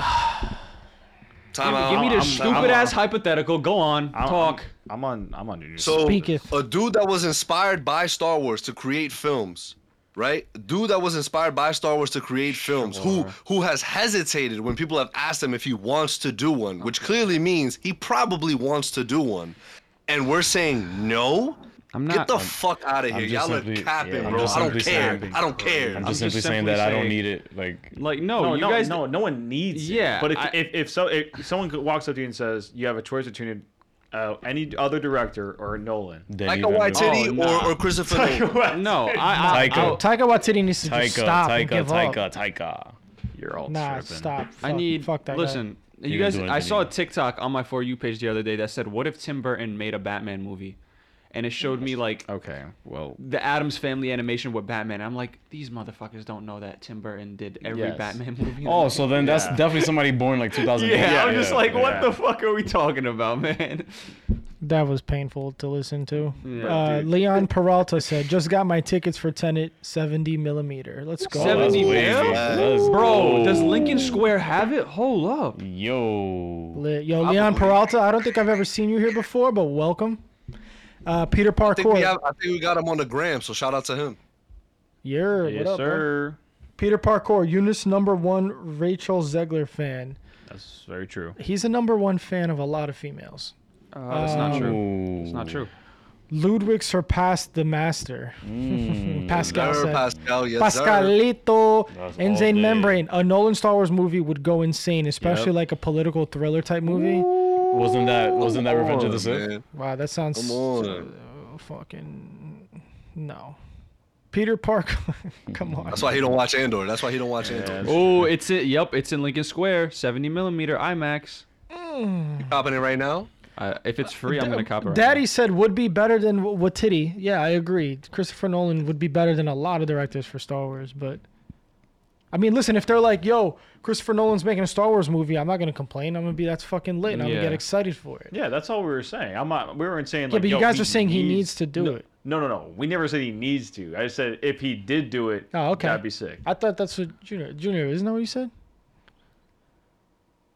[SPEAKER 6] time out.
[SPEAKER 8] Give me
[SPEAKER 1] I'm-
[SPEAKER 8] the
[SPEAKER 1] I'm-
[SPEAKER 8] stupid ass hypothetical. Go on,
[SPEAKER 1] I'm-
[SPEAKER 8] talk.
[SPEAKER 1] I'm on. I'm on your news.
[SPEAKER 6] So
[SPEAKER 2] Speaketh.
[SPEAKER 6] a dude that was inspired by Star Wars to create films, right? Dude that was inspired by Star Wars to create films, who who has hesitated when people have asked him if he wants to do one, which clearly means he probably wants to do one. And we're saying no?
[SPEAKER 8] I'm
[SPEAKER 6] Get
[SPEAKER 8] not.
[SPEAKER 6] the fuck out of
[SPEAKER 10] I'm
[SPEAKER 6] here.
[SPEAKER 10] just
[SPEAKER 6] Y'all
[SPEAKER 10] simply-
[SPEAKER 6] are capping,
[SPEAKER 10] yeah, I'm
[SPEAKER 6] bro.
[SPEAKER 10] just
[SPEAKER 6] I don't
[SPEAKER 10] simply
[SPEAKER 6] care.
[SPEAKER 10] saying-
[SPEAKER 6] I don't care.
[SPEAKER 10] I'm
[SPEAKER 8] I'm
[SPEAKER 10] just simply
[SPEAKER 8] just
[SPEAKER 10] saying
[SPEAKER 8] simply
[SPEAKER 10] that I don't
[SPEAKER 8] saying-
[SPEAKER 10] need it. Like,
[SPEAKER 8] like no,
[SPEAKER 1] no,
[SPEAKER 8] you
[SPEAKER 1] no,
[SPEAKER 8] guys.
[SPEAKER 1] no, no one needs. it.
[SPEAKER 8] Yeah,
[SPEAKER 1] but if,
[SPEAKER 8] I-
[SPEAKER 1] if if so, if someone walks up to you and says you have a choice between uh, any other director or Nolan,
[SPEAKER 10] then
[SPEAKER 6] Like a
[SPEAKER 10] you don't
[SPEAKER 6] white
[SPEAKER 10] do it.
[SPEAKER 6] titty
[SPEAKER 8] Oh, nah.
[SPEAKER 6] or, or Christopher Nolan.
[SPEAKER 8] No, I. I,
[SPEAKER 10] Taika.
[SPEAKER 8] I,
[SPEAKER 2] Taika Waititi needs to
[SPEAKER 10] Taika,
[SPEAKER 2] just stop and
[SPEAKER 10] Taika,
[SPEAKER 2] give up.
[SPEAKER 10] Taika, Taika.
[SPEAKER 1] you're all
[SPEAKER 2] Nah,
[SPEAKER 1] tripping.
[SPEAKER 2] stop. Fuck,
[SPEAKER 8] I need.
[SPEAKER 2] Fuck that. guy.
[SPEAKER 8] listen, you
[SPEAKER 10] gonna
[SPEAKER 8] guys.
[SPEAKER 10] do
[SPEAKER 8] I saw a
[SPEAKER 10] anything.
[SPEAKER 8] TikTok on my for you page the other day that said, "What if Tim Burton made a Batman movie?" And it showed me like
[SPEAKER 1] Okay, well,
[SPEAKER 8] the Adams Family animation with Batman. I'm like, these motherfuckers don't know that Tim Burton did every
[SPEAKER 1] Yes.
[SPEAKER 8] Batman movie.
[SPEAKER 10] Oh, so then that's definitely somebody born like 2008.
[SPEAKER 8] yeah, I'm just like, what
[SPEAKER 1] yeah.
[SPEAKER 6] Oh,
[SPEAKER 8] the fuck are we talking about, man?
[SPEAKER 2] That was painful to listen to. uh, Leon Peralta said, "Just got my tickets for Tenet, 70 millimeter. Let's go."
[SPEAKER 10] Oh, that's
[SPEAKER 8] 70
[SPEAKER 10] wavy.
[SPEAKER 8] mil?
[SPEAKER 10] Let's
[SPEAKER 8] Bro,
[SPEAKER 10] go.
[SPEAKER 8] does Lincoln Square have it? Hold up.
[SPEAKER 10] Yo.
[SPEAKER 2] Lit. Yo, Leon Peralta, I don't think I've ever seen you here before, but welcome. Uh, Peter
[SPEAKER 6] I think,
[SPEAKER 2] Parkour.
[SPEAKER 6] we have, I think we got him on the gram, so shout out to him.
[SPEAKER 2] yeah,
[SPEAKER 1] yes,
[SPEAKER 2] what up, bro?
[SPEAKER 1] sir.
[SPEAKER 2] Peter Parkour, Eunice number one Rachel Zegler fan.
[SPEAKER 1] That's very true.
[SPEAKER 2] He's a number one fan of a lot of females.
[SPEAKER 8] Uh, that's not true.
[SPEAKER 6] Oh.
[SPEAKER 8] It's
[SPEAKER 10] Ooh.
[SPEAKER 8] not true.
[SPEAKER 2] Ludwig surpassed the master.
[SPEAKER 8] Mm.
[SPEAKER 2] Pascal
[SPEAKER 6] Sir
[SPEAKER 2] said.
[SPEAKER 6] Pascal, yes, sir.
[SPEAKER 2] Pascalito,
[SPEAKER 10] That's all
[SPEAKER 2] Insane
[SPEAKER 10] day.
[SPEAKER 2] Membrane. A Nolan Star Wars movie would go insane, especially
[SPEAKER 10] Yep.
[SPEAKER 2] like a political thriller type movie.
[SPEAKER 10] Wasn't that wasn't that Revenge of the Sith?
[SPEAKER 6] Man,
[SPEAKER 2] Wow, that sounds
[SPEAKER 6] come on.
[SPEAKER 2] fucking no. Peter Parker. Come on.
[SPEAKER 6] That's why he don't watch Andor. That's why he don't watch Andor.
[SPEAKER 8] Oh, it's it. Yep, it's in Lincoln Square, 70 millimeter IMAX.
[SPEAKER 6] You copping it right now?
[SPEAKER 8] Uh, if it's free, I'm gonna cop it. right now.
[SPEAKER 2] Mm. Daddy said would be better than W- Watiti. Yeah, I agree. Christopher Nolan would be better than a lot of directors for Star Wars, but I mean, listen, if they're like, "Yo, Christopher Nolan's making a Star Wars movie," I'm not gonna complain. I'm gonna be that's fucking lit, and I'm gonna
[SPEAKER 8] Yeah.
[SPEAKER 2] get excited for it.
[SPEAKER 1] Yeah, that's all we were saying. I'm not. We weren't saying like.
[SPEAKER 2] Yeah, but you
[SPEAKER 1] yo,
[SPEAKER 2] guys
[SPEAKER 1] he
[SPEAKER 2] are saying he needs to do
[SPEAKER 1] no,
[SPEAKER 2] it.
[SPEAKER 1] No, no, no. We never said he needs to. I said if he did do it,
[SPEAKER 2] Oh, okay.
[SPEAKER 1] that'd be sick.
[SPEAKER 2] I thought that's what Junior Junior isn't that what you said?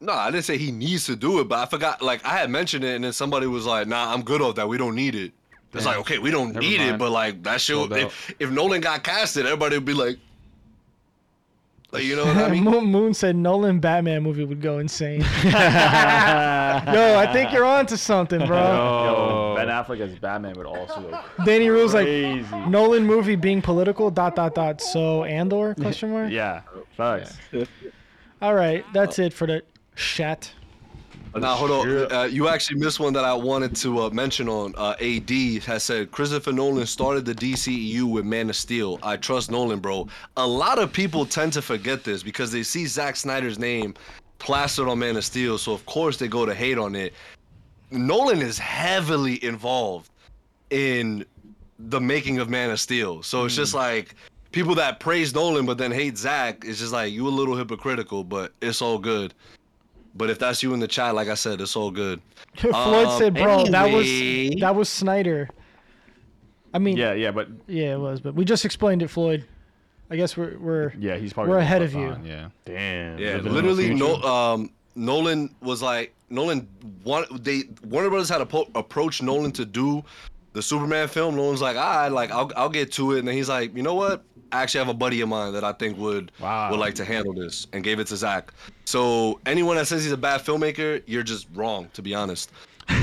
[SPEAKER 6] No, I didn't say he needs to do it, but I forgot. Like I had mentioned it, and then somebody was like, "Nah, I'm good off that. We don't need it." It's like, okay, we don't
[SPEAKER 8] Never
[SPEAKER 6] need it,
[SPEAKER 8] mind.
[SPEAKER 6] but like that shit.
[SPEAKER 8] Sold out.
[SPEAKER 6] If, if Nolan got casted, everybody would be like, like you know what I mean?
[SPEAKER 2] Moon, Moon said Nolan Batman movie would go insane. Yo, I think you're on to something, bro.
[SPEAKER 1] Yo, Ben Affleck as Batman would also go
[SPEAKER 2] Danny Rule's like
[SPEAKER 1] crazy.
[SPEAKER 2] Nolan movie being political dot dot dot. So Andor question mark.
[SPEAKER 1] yeah, facts.
[SPEAKER 2] All right, that's it for the chat.
[SPEAKER 6] Nah, hold on. Uh, you actually missed one that I wanted to uh, mention on. Uh, AD has said Christopher Nolan started the DCEU with Man of Steel. I trust Nolan, bro. A lot of people tend to forget this because they see Zack Snyder's name plastered on Man of Steel, so of course they go to hate on it. Nolan is heavily involved in the making of Man of Steel. So it's
[SPEAKER 1] Mm.
[SPEAKER 6] just like people that praise Nolan but then hate Zack. It's just like you a little hypocritical, but it's all good. But if that's you in the chat, like I said, it's all good.
[SPEAKER 2] Floyd
[SPEAKER 6] Um,
[SPEAKER 2] said, "Bro, that
[SPEAKER 6] anyway.
[SPEAKER 2] was that was Snyder." I mean, yeah.
[SPEAKER 1] Yeah, yeah, but
[SPEAKER 2] it was, but we just explained it, Floyd. I guess we're we're
[SPEAKER 1] yeah, he's probably
[SPEAKER 2] We're
[SPEAKER 1] gonna
[SPEAKER 2] ahead
[SPEAKER 1] flip
[SPEAKER 2] of you.
[SPEAKER 1] on,
[SPEAKER 10] Yeah.
[SPEAKER 3] Damn.
[SPEAKER 6] Yeah,
[SPEAKER 3] living in the
[SPEAKER 6] literally,
[SPEAKER 3] future.
[SPEAKER 6] no. Um, Nolan was like Nolan. One, they Warner Brothers had po- approached Nolan to do the Superman film. Nolan's like, all right, like I'll, I'll get to it, and then he's like, you know what? I actually have a buddy of mine that I think would
[SPEAKER 1] Wow.
[SPEAKER 6] would like to handle this, and gave it to Zach. So anyone that says he's a bad filmmaker, you're just wrong, to be honest.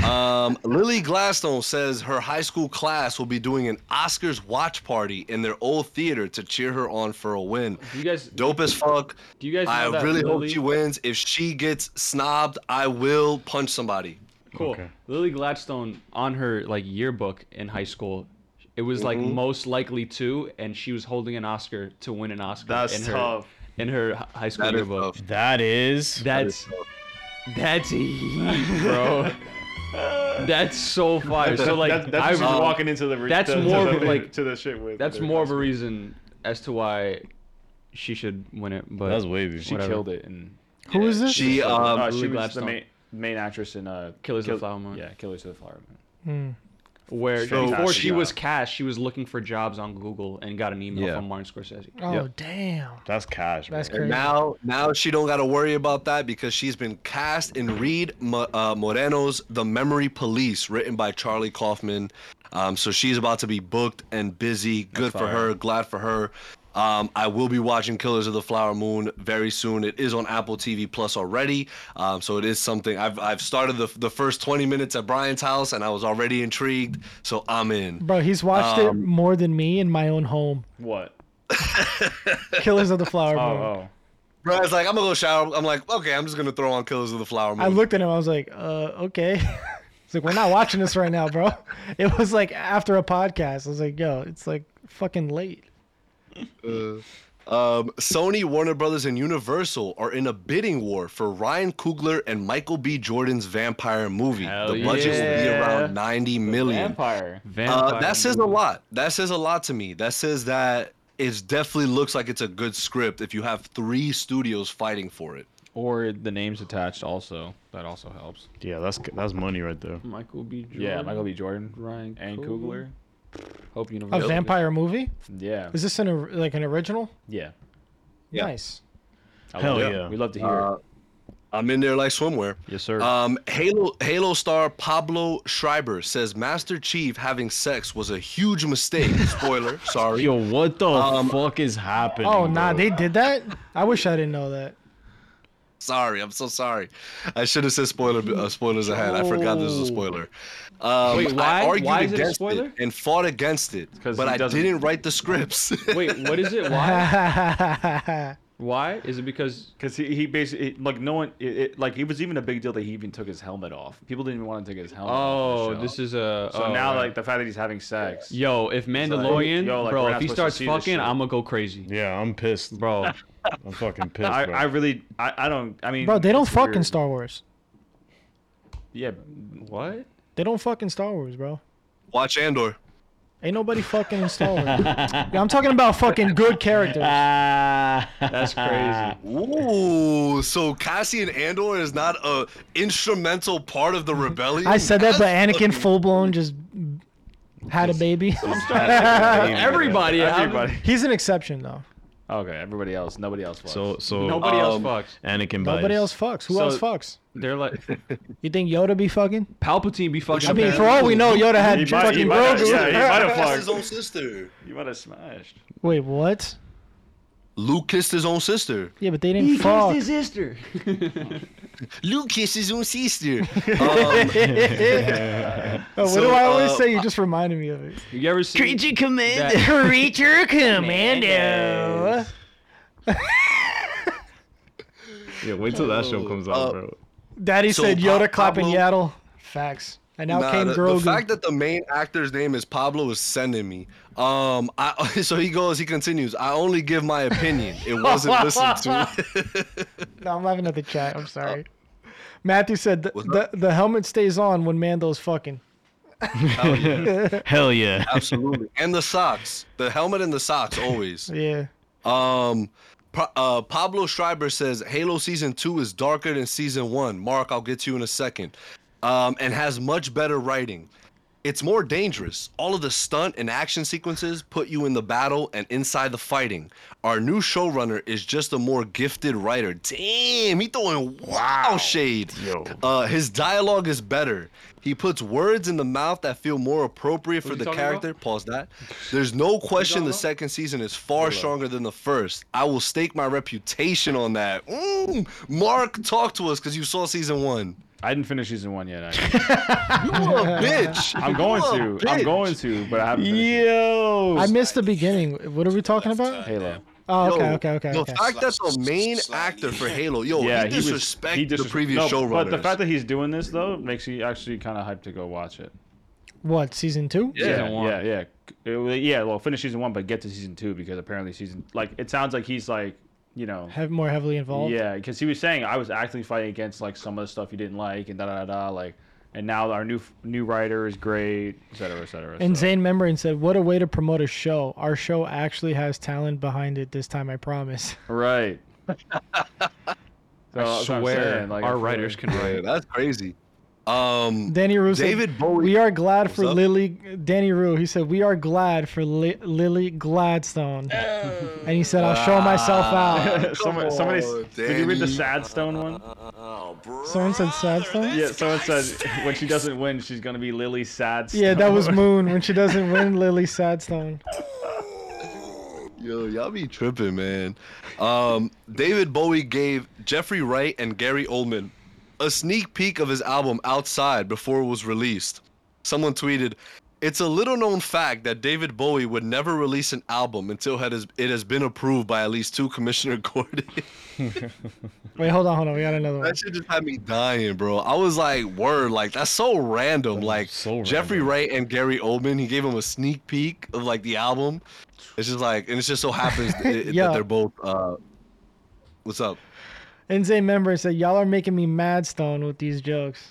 [SPEAKER 6] Um, Lily Gladstone says her high school class will be doing an Oscars watch party in their old theater to cheer her on for a win.
[SPEAKER 8] You guys,
[SPEAKER 6] Dope as fuck.
[SPEAKER 8] Do you guys
[SPEAKER 6] I
[SPEAKER 8] know that
[SPEAKER 6] really hope
[SPEAKER 8] Lily-
[SPEAKER 6] she wins. If she gets snobbed, I will punch somebody.
[SPEAKER 8] cool.
[SPEAKER 10] Okay.
[SPEAKER 8] Lily Gladstone on her like yearbook in high school, it was like
[SPEAKER 1] Mm-hmm.
[SPEAKER 8] most likely to, and she was holding an Oscar to win an Oscar.
[SPEAKER 1] That's
[SPEAKER 8] in her,
[SPEAKER 1] tough.
[SPEAKER 8] In her hi- high school
[SPEAKER 6] That is
[SPEAKER 8] yearbook.
[SPEAKER 6] tough.
[SPEAKER 10] That is.
[SPEAKER 8] That's that's heat, bro. that's so fire. So like
[SPEAKER 1] that's, that's
[SPEAKER 8] I-
[SPEAKER 1] what she's
[SPEAKER 8] um,
[SPEAKER 1] walking into the re-
[SPEAKER 8] that's
[SPEAKER 1] to,
[SPEAKER 8] more
[SPEAKER 1] to
[SPEAKER 8] of,
[SPEAKER 1] the,
[SPEAKER 8] like-
[SPEAKER 1] to the shit with.
[SPEAKER 8] that's more of a reason as to why she should win it. But
[SPEAKER 10] That's wavy.
[SPEAKER 8] She
[SPEAKER 10] Whatever.
[SPEAKER 8] killed it and
[SPEAKER 2] who is this?
[SPEAKER 6] She um
[SPEAKER 8] Lily
[SPEAKER 1] Uh, she was the
[SPEAKER 8] Gladstone.
[SPEAKER 1] main, main actress in uh,
[SPEAKER 8] Killers of the Flower Moon.
[SPEAKER 1] Yeah, Killers of the Flower Moon.
[SPEAKER 2] Hmm.
[SPEAKER 8] where
[SPEAKER 1] So-
[SPEAKER 8] before she
[SPEAKER 1] Fantastic.
[SPEAKER 8] was cast, she was looking for jobs on Google and got an email
[SPEAKER 6] Yeah.
[SPEAKER 8] from Martin Scorsese.
[SPEAKER 2] oh damn,
[SPEAKER 10] That's cash, bro.
[SPEAKER 2] that's crazy.
[SPEAKER 6] now now she don't got to worry about that because she's been cast in Reed Mo- uh, Moreno's The Memory Police, written by Charlie Kaufman. Um, so she's about to be booked and busy. Good for her. Glad for her. Um, I will be watching Killers of the Flower Moon very soon. It is on Apple TV Plus already, um, so it is something. I've I've started the the first 20 minutes at Brian's house and I was already intrigued, so I'm in.
[SPEAKER 2] Bro, he's watched it
[SPEAKER 6] Um,
[SPEAKER 2] more than me in my own home.
[SPEAKER 1] What?
[SPEAKER 2] Killers of the Flower
[SPEAKER 1] Oh,
[SPEAKER 2] Moon.
[SPEAKER 1] oh.
[SPEAKER 6] Brian's like, I'm gonna go shower. I'm like, okay, I'm just gonna throw on Killers of the Flower Moon.
[SPEAKER 2] I looked at him. I was like, uh, okay. It's like we're not watching this right now, bro. It was like after a podcast. I was like, yo, it's like fucking late.
[SPEAKER 6] Um, Sony, Warner Brothers, and Universal are in a bidding war for Ryan Coogler and Michael B. Jordan's vampire movie.
[SPEAKER 8] Hell
[SPEAKER 6] the budget will be
[SPEAKER 8] yeah.
[SPEAKER 6] around 90 million.
[SPEAKER 1] Vampire.
[SPEAKER 6] Uh, that says a lot. That says a lot to me. That says that it definitely looks like it's a good script if you have three studios fighting for it.
[SPEAKER 8] Or the names attached also. That also helps.
[SPEAKER 10] Yeah, that's that's money right there.
[SPEAKER 8] Michael B. Jordan.
[SPEAKER 1] Yeah, Michael B. Jordan.
[SPEAKER 8] Ryan
[SPEAKER 1] And
[SPEAKER 8] Coogler.
[SPEAKER 1] Coogler.
[SPEAKER 8] Hope you know.
[SPEAKER 2] A vampire movie?
[SPEAKER 1] Yeah.
[SPEAKER 2] Is this an or- like an original?
[SPEAKER 1] Yeah.
[SPEAKER 6] Yeah.
[SPEAKER 2] Nice.
[SPEAKER 1] I
[SPEAKER 10] Hell
[SPEAKER 1] love it.
[SPEAKER 10] yeah.
[SPEAKER 1] We love to hear it.
[SPEAKER 6] Uh, I'm in there like swimwear.
[SPEAKER 8] Yes, sir.
[SPEAKER 6] Um, Halo Halo star Pablo Schreiber says Master Chief having sex was a huge mistake. Spoiler, sorry. Um,
[SPEAKER 10] Yo, what the fuck is happening?
[SPEAKER 2] Oh nah,
[SPEAKER 10] bro?
[SPEAKER 2] they did that. I wish I didn't know that.
[SPEAKER 6] Sorry, I'm so sorry. I should have said spoiler uh, spoilers ahead. I forgot this was a spoiler. Um,
[SPEAKER 8] Wait,
[SPEAKER 6] I
[SPEAKER 8] why-
[SPEAKER 6] argued
[SPEAKER 8] why is it a
[SPEAKER 6] against
[SPEAKER 8] spoiler?
[SPEAKER 6] and fought against it,
[SPEAKER 1] 'cause
[SPEAKER 6] but
[SPEAKER 1] he
[SPEAKER 6] I
[SPEAKER 1] doesn't-
[SPEAKER 6] didn't write the scripts.
[SPEAKER 8] Wait, what is it? Why? Why? Is it because
[SPEAKER 1] Because he, he basically it- like no one it, it, like it was even a big deal that he even took his helmet off. People didn't even want to take his helmet. off
[SPEAKER 8] oh
[SPEAKER 1] in the
[SPEAKER 8] this
[SPEAKER 1] show.
[SPEAKER 8] is a
[SPEAKER 1] so
[SPEAKER 8] oh,
[SPEAKER 1] now
[SPEAKER 8] right.
[SPEAKER 1] like the fact that he's having sex.
[SPEAKER 8] yo if Mandalorian
[SPEAKER 1] yo, like, we're
[SPEAKER 8] bro if
[SPEAKER 1] not
[SPEAKER 8] he
[SPEAKER 1] supposed to
[SPEAKER 8] starts
[SPEAKER 1] see this
[SPEAKER 8] fucking
[SPEAKER 1] shit.
[SPEAKER 8] I'm gonna go crazy
[SPEAKER 10] Yeah, I'm pissed.
[SPEAKER 8] bro
[SPEAKER 10] I'm fucking pissed,
[SPEAKER 1] I,
[SPEAKER 10] bro.
[SPEAKER 1] I really I, I don't I mean
[SPEAKER 2] Bro, they don't
[SPEAKER 1] it's
[SPEAKER 2] fuck in
[SPEAKER 1] weird.
[SPEAKER 2] Star Wars.
[SPEAKER 1] Yeah,
[SPEAKER 8] what
[SPEAKER 2] They don't fuck in Star Wars, bro.
[SPEAKER 6] Watch Andor.
[SPEAKER 2] Ain't nobody fucking in Star Wars. Yeah, I'm talking about fucking good characters.
[SPEAKER 8] that's crazy
[SPEAKER 6] Ooh, so Cassian Andor is not a instrumental part of the rebellion.
[SPEAKER 2] Mm-hmm. I said that, but
[SPEAKER 6] That's
[SPEAKER 2] Anakin full blown just had a baby.
[SPEAKER 8] everybody
[SPEAKER 1] everybody.
[SPEAKER 2] He's an exception though.
[SPEAKER 1] Okay, everybody else. Nobody else was.
[SPEAKER 10] So so
[SPEAKER 8] nobody else
[SPEAKER 6] Um,
[SPEAKER 8] fucks
[SPEAKER 10] Anakin
[SPEAKER 2] Nobody else fucks. Who
[SPEAKER 8] So-
[SPEAKER 2] else fucks?
[SPEAKER 8] they're like
[SPEAKER 2] You think Yoda be fucking?
[SPEAKER 8] Palpatine be fucking
[SPEAKER 2] I mean,
[SPEAKER 8] bad.
[SPEAKER 2] for all we know, Yoda had
[SPEAKER 1] He might- he
[SPEAKER 2] fucking
[SPEAKER 1] might have-
[SPEAKER 2] Grogu.
[SPEAKER 1] yeah, he might have
[SPEAKER 6] Kissed
[SPEAKER 1] fucked.
[SPEAKER 6] his own sister.
[SPEAKER 1] You might have smashed.
[SPEAKER 2] Wait, what?
[SPEAKER 6] Luke kissed his own sister.
[SPEAKER 2] Yeah, but they didn't fuck.
[SPEAKER 8] sister
[SPEAKER 6] Luke kissed his own sister. Um,
[SPEAKER 2] Oh, what do
[SPEAKER 6] So,
[SPEAKER 2] I always
[SPEAKER 6] uh,
[SPEAKER 2] say? You just reminded me of it.
[SPEAKER 8] you ever seen
[SPEAKER 2] Commander,
[SPEAKER 8] that-
[SPEAKER 2] creature
[SPEAKER 8] Commandos.
[SPEAKER 10] Yeah, wait till that show comes out,
[SPEAKER 6] Uh,
[SPEAKER 10] bro.
[SPEAKER 2] Daddy
[SPEAKER 6] So,
[SPEAKER 2] said Yoda
[SPEAKER 6] Pa-
[SPEAKER 2] clapping
[SPEAKER 6] Pablo-
[SPEAKER 2] yaddle. Facts. And now
[SPEAKER 6] Nah,
[SPEAKER 2] came
[SPEAKER 6] the,
[SPEAKER 2] Grogu.
[SPEAKER 6] the fact that the main actor's name is Pablo is sending me. Um, I so he goes, he continues. I only give my opinion. It wasn't listened to.
[SPEAKER 2] No, I'm laughing at the chat. I'm sorry. Matthew said the,
[SPEAKER 6] What's
[SPEAKER 2] the, the helmet stays on when Mando's fucking.
[SPEAKER 10] Hell yeah.
[SPEAKER 6] Absolutely, and the socks, the helmet and the socks always.
[SPEAKER 2] Yeah.
[SPEAKER 6] Um, Pa- uh, Pablo Schreiber says Halo Season Two is darker than Season One. Mark, I'll get you in a second. Um, and has much better writing. It's more dangerous. All of the stunt and action sequences put you in the battle and inside the fighting. Our new showrunner is just a more gifted writer. Damn, he throwing wow shade.
[SPEAKER 10] Yo.
[SPEAKER 6] Uh, his dialogue is better. He puts words in the mouth that feel more appropriate for
[SPEAKER 8] you
[SPEAKER 6] the
[SPEAKER 8] talking
[SPEAKER 6] character. Pause that. There's no question the
[SPEAKER 8] about?
[SPEAKER 6] second season is far stronger than the first. I will stake my reputation on that. Mm, Mark, talk to us because you saw season one.
[SPEAKER 1] I didn't finish season one yet. Actually.
[SPEAKER 6] You a bitch.
[SPEAKER 1] I'm going
[SPEAKER 6] You a
[SPEAKER 1] to. I'm
[SPEAKER 6] bitch.
[SPEAKER 1] going to, but I haven't. Finished it.
[SPEAKER 10] Yo.
[SPEAKER 2] I missed the beginning. What are we talking about?
[SPEAKER 1] Halo.
[SPEAKER 2] Oh, okay,
[SPEAKER 6] Yo,
[SPEAKER 2] okay, okay.
[SPEAKER 6] The
[SPEAKER 2] okay.
[SPEAKER 6] fact that the main
[SPEAKER 9] Slightly.
[SPEAKER 6] actor for Halo,
[SPEAKER 8] Oh,
[SPEAKER 6] yo,
[SPEAKER 1] Yeah,
[SPEAKER 6] he
[SPEAKER 1] he, was-
[SPEAKER 6] disrespect
[SPEAKER 1] he
[SPEAKER 6] the
[SPEAKER 1] disres-
[SPEAKER 6] previous
[SPEAKER 1] no,
[SPEAKER 6] showrunner.
[SPEAKER 1] But the fact that he's doing this though makes you actually kind of hyped to go watch it.
[SPEAKER 2] What, season two?
[SPEAKER 6] Yeah.
[SPEAKER 1] yeah,
[SPEAKER 8] one.
[SPEAKER 1] Yeah, yeah, It will- yeah. Well, finish season one, but get to season two because apparently season like it sounds like he's like you know.
[SPEAKER 2] Have more heavily involved?
[SPEAKER 1] Yeah, because he was saying I was actively fighting against like some of the stuff you didn't like and da da da da like, and now our new new writer is great, et cetera, et cetera. et
[SPEAKER 2] And
[SPEAKER 1] cetera.
[SPEAKER 2] Zane Membrane said, What a way to promote a show. Our show actually has talent behind it this time, I promise.
[SPEAKER 1] right. So,
[SPEAKER 8] I
[SPEAKER 1] that's what I'm
[SPEAKER 8] swear
[SPEAKER 1] saying, like, I
[SPEAKER 8] our
[SPEAKER 1] feel
[SPEAKER 8] writers
[SPEAKER 1] like-
[SPEAKER 8] can
[SPEAKER 6] Yeah,
[SPEAKER 8] write
[SPEAKER 6] that's crazy. Um,
[SPEAKER 2] Danny Rue said,
[SPEAKER 6] David Bowie-
[SPEAKER 2] We are glad for
[SPEAKER 6] up?
[SPEAKER 2] Lily. Danny Rue, he said, We are glad for Li- Lily Gladstone. and he said, I'll show myself out.
[SPEAKER 1] Someone, somebody,
[SPEAKER 6] on,
[SPEAKER 1] did you read
[SPEAKER 6] Oh, Danny.
[SPEAKER 1] the
[SPEAKER 6] Oh,
[SPEAKER 1] sad stone one?
[SPEAKER 2] Someone said sad stuff?
[SPEAKER 1] Yeah, someone said when she doesn't win, she's gonna be Lily sad. Stone.
[SPEAKER 2] Yeah, that was Moon when she doesn't win Lily Sadstone.
[SPEAKER 6] Yo, y'all be tripping, man. Um, David Bowie gave Jeffrey Wright and Gary Oldman a sneak peek of his album Outside before it was released. Someone tweeted, "It's a little known fact that David Bowie would never release an album until had- it has been approved by at least two Commissioner Gordon."
[SPEAKER 2] Wait, hold on, hold on. We got another one.
[SPEAKER 6] that shit just had me dying, bro. I was like, "Word, like that's so random." Like
[SPEAKER 10] so
[SPEAKER 6] Jeffrey
[SPEAKER 10] random.
[SPEAKER 6] Wright and Gary Oldman, he gave him a sneak peek of like the album. It's just like, and it just so happens that,
[SPEAKER 2] Yeah.
[SPEAKER 6] that they're both. uh What's up?
[SPEAKER 2] Enze member said, Y'all are making me mad stone with these jokes.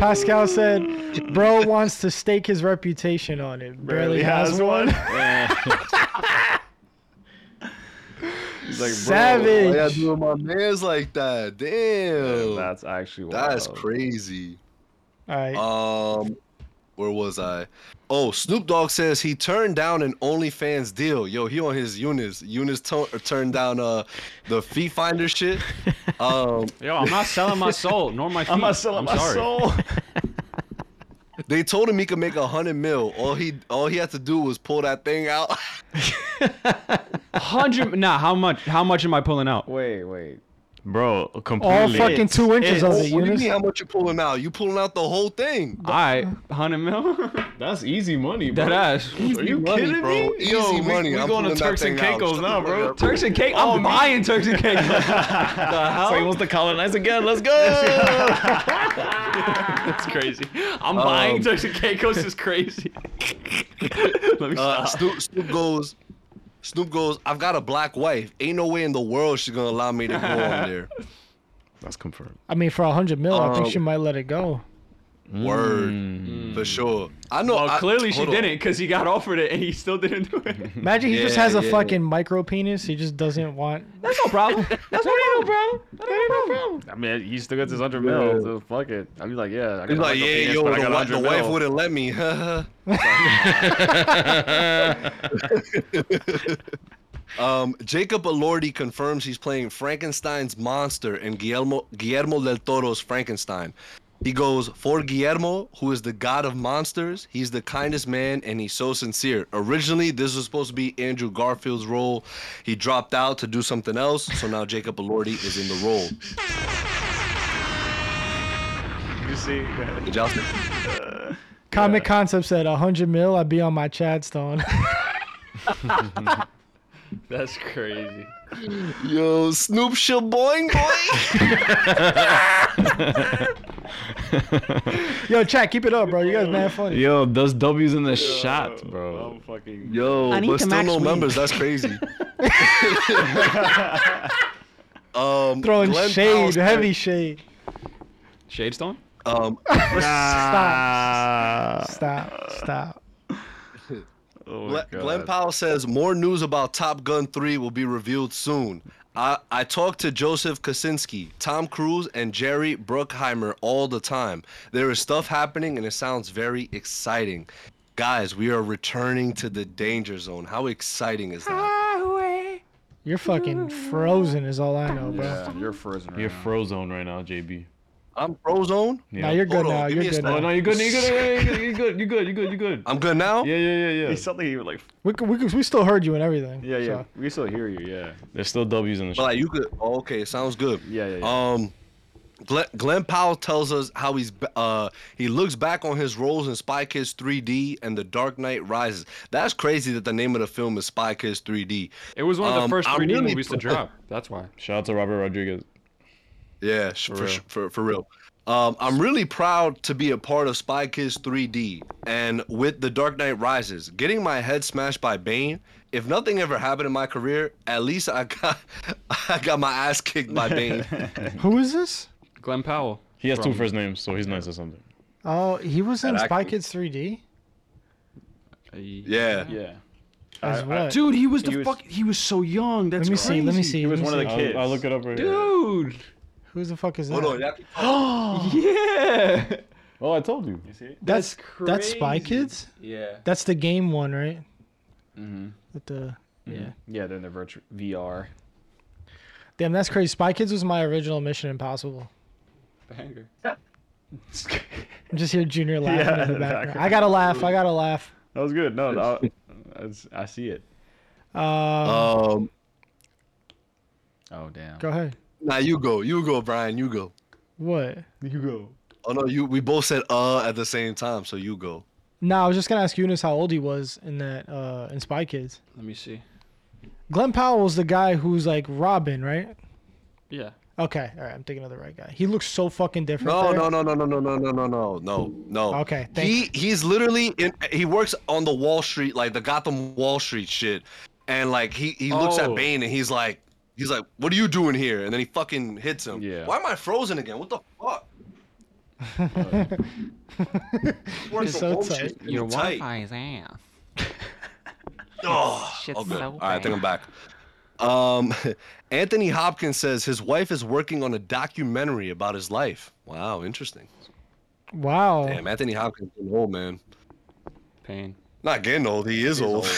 [SPEAKER 2] Pascal said, Bro wants to stake his reputation on it. Barely, has, one.
[SPEAKER 1] He's
[SPEAKER 6] Why y'all
[SPEAKER 1] like,
[SPEAKER 2] Savage.
[SPEAKER 6] doing my man's like that? Damn,
[SPEAKER 1] bro, that's actually wild.
[SPEAKER 6] that's crazy.
[SPEAKER 2] All right.
[SPEAKER 6] Um, where was I? Oh, Snoop Dogg says he turned down an OnlyFans deal. Yo, he on his Eunice. Eunice to- turned down uh the fee finder shit. Um,
[SPEAKER 8] yo I'm not selling my soul nor my feet
[SPEAKER 1] I'm not selling my
[SPEAKER 8] sorry.
[SPEAKER 1] soul.
[SPEAKER 6] They told him he could make a hundred mil. All he all he had to do was pull that thing out.
[SPEAKER 8] hundred nah how much how much am I pulling out
[SPEAKER 1] wait, wait.
[SPEAKER 10] Bro, completely.
[SPEAKER 2] All fucking two inches of
[SPEAKER 6] Oh,
[SPEAKER 2] it.
[SPEAKER 6] what do you
[SPEAKER 2] Eunice.
[SPEAKER 6] mean? How much you pulling out? You pulling out the whole thing?
[SPEAKER 8] All right, hundred mil.
[SPEAKER 10] That's easy money, bro.
[SPEAKER 8] That ass.
[SPEAKER 10] Are you
[SPEAKER 6] money,
[SPEAKER 10] kidding
[SPEAKER 6] bro.
[SPEAKER 10] me?
[SPEAKER 6] Easy
[SPEAKER 10] Yo, we-
[SPEAKER 6] money.
[SPEAKER 10] We,
[SPEAKER 6] I'm
[SPEAKER 10] going to
[SPEAKER 6] pulling that
[SPEAKER 10] Turks and
[SPEAKER 6] thing out.
[SPEAKER 10] Caicos now, bro. Oh,
[SPEAKER 8] Turks and Caicos. I'm buying Turks and Caicos. the
[SPEAKER 3] So he
[SPEAKER 8] hell?
[SPEAKER 3] wants to colonize again. Let's go.
[SPEAKER 8] That's crazy. I'm
[SPEAKER 3] Um,
[SPEAKER 6] Um,
[SPEAKER 8] buying Turks and Caicos is crazy. Let me
[SPEAKER 6] Uh,
[SPEAKER 8] stop.
[SPEAKER 6] Snoop, Snoop goes. Snoop goes. I've got a black wife. Ain't no way in the world she's gonna allow me to go on there.
[SPEAKER 10] That's confirmed.
[SPEAKER 2] I mean, for a hundred mil, I think
[SPEAKER 6] Um,
[SPEAKER 2] she might let it go.
[SPEAKER 6] Word,
[SPEAKER 1] Mm.
[SPEAKER 6] for sure. I know.
[SPEAKER 8] Well,
[SPEAKER 6] I-
[SPEAKER 8] clearly she
[SPEAKER 6] hold on.
[SPEAKER 8] didn't because he got offered it and he still didn't do it.
[SPEAKER 2] Imagine he just has
[SPEAKER 6] yeah,
[SPEAKER 2] a
[SPEAKER 6] yeah.
[SPEAKER 2] fucking micro penis. He just doesn't want.
[SPEAKER 8] That's no problem. That's no problem. That ain't no problem.
[SPEAKER 1] I mean, he still gets his hundred mil. So fuck it. I'd be like, yeah. I got
[SPEAKER 6] He's
[SPEAKER 1] a
[SPEAKER 6] like,
[SPEAKER 1] micro
[SPEAKER 6] yeah,
[SPEAKER 1] penis,
[SPEAKER 6] yo,
[SPEAKER 1] but I
[SPEAKER 6] the,
[SPEAKER 1] got
[SPEAKER 6] wi- the
[SPEAKER 1] 100
[SPEAKER 6] wife
[SPEAKER 1] mil."
[SPEAKER 6] wouldn't let me. um, Um, Jacob Elordi confirms he's playing Frankenstein's monster in Guillermo Guillermo del Toro's Frankenstein. He goes for Guillermo, who is the god of monsters. He's the kindest man, and he's so sincere. Originally, this was supposed to be Andrew Garfield's role. He dropped out to do something else, so now Jacob Elordi is in the role.
[SPEAKER 1] You see?
[SPEAKER 6] Did y'all see-
[SPEAKER 2] Comic Concept said a hundred mil. I'd be on my Chad Stone.
[SPEAKER 8] That's crazy.
[SPEAKER 6] Yo, Snoop Shaboing boy.
[SPEAKER 2] Yo, Chad, keep it up, bro. You guys mad funny.
[SPEAKER 10] Yo, those W's in the shot, bro.
[SPEAKER 1] I'm fucking.
[SPEAKER 6] Yo, but still no members. That's crazy. um,
[SPEAKER 2] Throwing
[SPEAKER 6] Glenn
[SPEAKER 2] shade,
[SPEAKER 6] Powell said-
[SPEAKER 2] heavy shade.
[SPEAKER 8] Shadestone?
[SPEAKER 6] Um,
[SPEAKER 2] Stop. Stop. Stop.
[SPEAKER 1] Oh my
[SPEAKER 6] Gle-
[SPEAKER 1] God.
[SPEAKER 6] Glenn Powell says more news about Top Gun 3 will be revealed soon. I, I talk to Joseph Kosinski, Tom Cruise, and Jerry Bruckheimer all the time. There is stuff happening, and it sounds very exciting. Guys, we are returning to the danger zone. How exciting is that?
[SPEAKER 2] You're fucking frozen, is all I know, bro.
[SPEAKER 1] Yeah, Oh, you're frozen. Right
[SPEAKER 10] You're
[SPEAKER 1] now.
[SPEAKER 10] frozen right now, JB.
[SPEAKER 6] I'm Frozone.
[SPEAKER 10] Yeah.
[SPEAKER 2] Nah, you're good
[SPEAKER 6] Hold on,
[SPEAKER 2] now.
[SPEAKER 6] give
[SPEAKER 2] You're
[SPEAKER 6] me a
[SPEAKER 2] good
[SPEAKER 6] snack.
[SPEAKER 10] Oh no,
[SPEAKER 2] now.
[SPEAKER 10] you're good. You're good. You're good. You're good. You're good. You're good.
[SPEAKER 6] I'm good now.
[SPEAKER 10] Yeah, yeah, yeah, yeah.
[SPEAKER 1] He's something you like.
[SPEAKER 2] We, c- we, c- we still heard you and everything.
[SPEAKER 1] Yeah, yeah.
[SPEAKER 2] so.
[SPEAKER 1] We can still hear you. Yeah.
[SPEAKER 10] There's still W's in the
[SPEAKER 6] But
[SPEAKER 10] shot.
[SPEAKER 6] like you could. Oh, okay, sounds good.
[SPEAKER 1] Yeah, yeah, yeah.
[SPEAKER 6] Um, Glenn, Glenn Powell tells us how he's b- uh he looks back on his roles in Spy Kids 3D and The Dark Knight Rises. That's crazy that the name of the film is Spy Kids 3D.
[SPEAKER 8] It was one of the
[SPEAKER 6] Um,
[SPEAKER 8] first
[SPEAKER 6] I'm
[SPEAKER 8] 3D
[SPEAKER 6] really
[SPEAKER 8] movies to
[SPEAKER 6] pro-
[SPEAKER 8] drop. That's why.
[SPEAKER 10] Shout out to Robert Rodriguez.
[SPEAKER 6] Yeah, sh- for sh- for, for real. Um, I'm really proud to be a part of Spy Kids 3D and with The Dark Knight Rises. Getting my head smashed by Bane. If nothing ever happened in my career, at least I got I got my ass kicked by Bane.
[SPEAKER 2] Who is this?
[SPEAKER 8] Glenn Powell.
[SPEAKER 10] He has two
[SPEAKER 8] From-
[SPEAKER 10] first names, so he's nice or something.
[SPEAKER 2] Oh, he was in
[SPEAKER 6] That
[SPEAKER 2] Spy
[SPEAKER 6] actor.
[SPEAKER 2] Kids 3D.
[SPEAKER 6] Yeah.
[SPEAKER 1] Yeah.
[SPEAKER 2] As
[SPEAKER 1] I-
[SPEAKER 2] what?
[SPEAKER 8] Dude, he was the
[SPEAKER 1] He was-
[SPEAKER 8] fuck. He was so young. That's
[SPEAKER 2] let me see. Let me
[SPEAKER 8] crazy.
[SPEAKER 2] see.
[SPEAKER 1] He
[SPEAKER 2] let
[SPEAKER 1] was
[SPEAKER 2] me
[SPEAKER 1] one of
[SPEAKER 2] see.
[SPEAKER 1] the
[SPEAKER 10] I'll,
[SPEAKER 1] kids.
[SPEAKER 10] I'll look it up right here.
[SPEAKER 8] Dude.
[SPEAKER 2] Who the fuck is that?
[SPEAKER 6] Hold on, y'all keep talking.
[SPEAKER 8] Yeah.
[SPEAKER 10] Oh, I told you.
[SPEAKER 2] that's that's Spy Kids.
[SPEAKER 8] Yeah.
[SPEAKER 2] That's the game one, right? Mm-hmm. With the yeah.
[SPEAKER 1] Mm-hmm. Yeah, they're in their virtual VR.
[SPEAKER 2] Damn, that's crazy. Spy Kids was my original Mission Impossible.
[SPEAKER 8] Banger.
[SPEAKER 2] I'm just here, Junior laughing
[SPEAKER 1] Yeah,
[SPEAKER 2] in
[SPEAKER 1] in
[SPEAKER 2] the
[SPEAKER 1] the
[SPEAKER 2] background.
[SPEAKER 1] background.
[SPEAKER 2] I gotta laugh. I gotta laugh.
[SPEAKER 1] That was good. No, no I, that's- I see it.
[SPEAKER 2] Uh,
[SPEAKER 6] Um,
[SPEAKER 1] Oh damn.
[SPEAKER 2] go ahead.
[SPEAKER 6] Nah, you go. You go, Brian. You go.
[SPEAKER 2] What?
[SPEAKER 1] You go.
[SPEAKER 6] Oh no, you. We both said uh at the same time, so you go.
[SPEAKER 2] No, I was just gonna ask Eunice how old he was in that uh in Spy Kids.
[SPEAKER 8] Let me see.
[SPEAKER 2] Glenn Powell was the guy who's like Robin, right?
[SPEAKER 8] Yeah.
[SPEAKER 2] Okay, all right. I'm thinking of the right guy. He looks so fucking different.
[SPEAKER 6] No,
[SPEAKER 2] there.
[SPEAKER 6] no, no, no, no, no, no, no, no, no, no, no.
[SPEAKER 2] Okay, thank-
[SPEAKER 6] He he's literally in. He works on the Wall Street, like the Gotham Wall Street shit, and like he he looks
[SPEAKER 8] Oh.
[SPEAKER 6] at Bane and he's like, he's like, what are you doing here? And then he fucking hits him.
[SPEAKER 1] Yeah.
[SPEAKER 6] Why am I frozen again? What the fuck? Works
[SPEAKER 2] You're
[SPEAKER 6] from
[SPEAKER 2] so
[SPEAKER 6] home
[SPEAKER 2] tight.
[SPEAKER 6] shit. You're tight.
[SPEAKER 7] is ass.
[SPEAKER 6] Oh,
[SPEAKER 7] Shit's
[SPEAKER 6] all good.
[SPEAKER 7] so
[SPEAKER 6] All right, I think I'm back. Um, Anthony Hopkins says his wife is working on a documentary about his life. Wow, interesting.
[SPEAKER 2] Wow.
[SPEAKER 6] Damn, Anthony Hopkins getting old, man.
[SPEAKER 8] Pain.
[SPEAKER 6] Not getting old, he is old.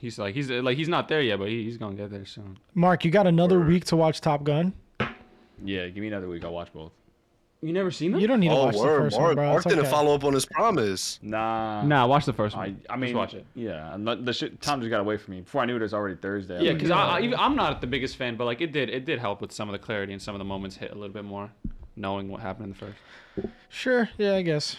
[SPEAKER 8] He's like he's like he's not there yet, but he, he's gonna get there soon.
[SPEAKER 2] Mark, you got another week to watch Top Gun.
[SPEAKER 1] Yeah, give me another week. I'll watch both.
[SPEAKER 8] You never seen them?
[SPEAKER 2] You don't need to
[SPEAKER 6] Oh,
[SPEAKER 2] watch the
[SPEAKER 6] word.
[SPEAKER 2] first
[SPEAKER 6] Mark,
[SPEAKER 2] one, bro.
[SPEAKER 6] Mark
[SPEAKER 2] It's
[SPEAKER 6] didn't
[SPEAKER 2] okay.
[SPEAKER 6] follow up on his promise.
[SPEAKER 1] Nah.
[SPEAKER 8] Nah, watch the first
[SPEAKER 1] I,
[SPEAKER 8] one.
[SPEAKER 1] I mean,
[SPEAKER 8] Just watch it.
[SPEAKER 1] Yeah, and the- the shit. Tom just got away from me. Before I knew it, it was already Thursday. I
[SPEAKER 8] Yeah,
[SPEAKER 1] was
[SPEAKER 8] because
[SPEAKER 1] like,
[SPEAKER 8] I, I, even- I'm not the biggest fan, but like it did, it did help with some of the clarity and some of the moments hit a little bit more, knowing what happened in the first.
[SPEAKER 2] Sure. Yeah, I guess.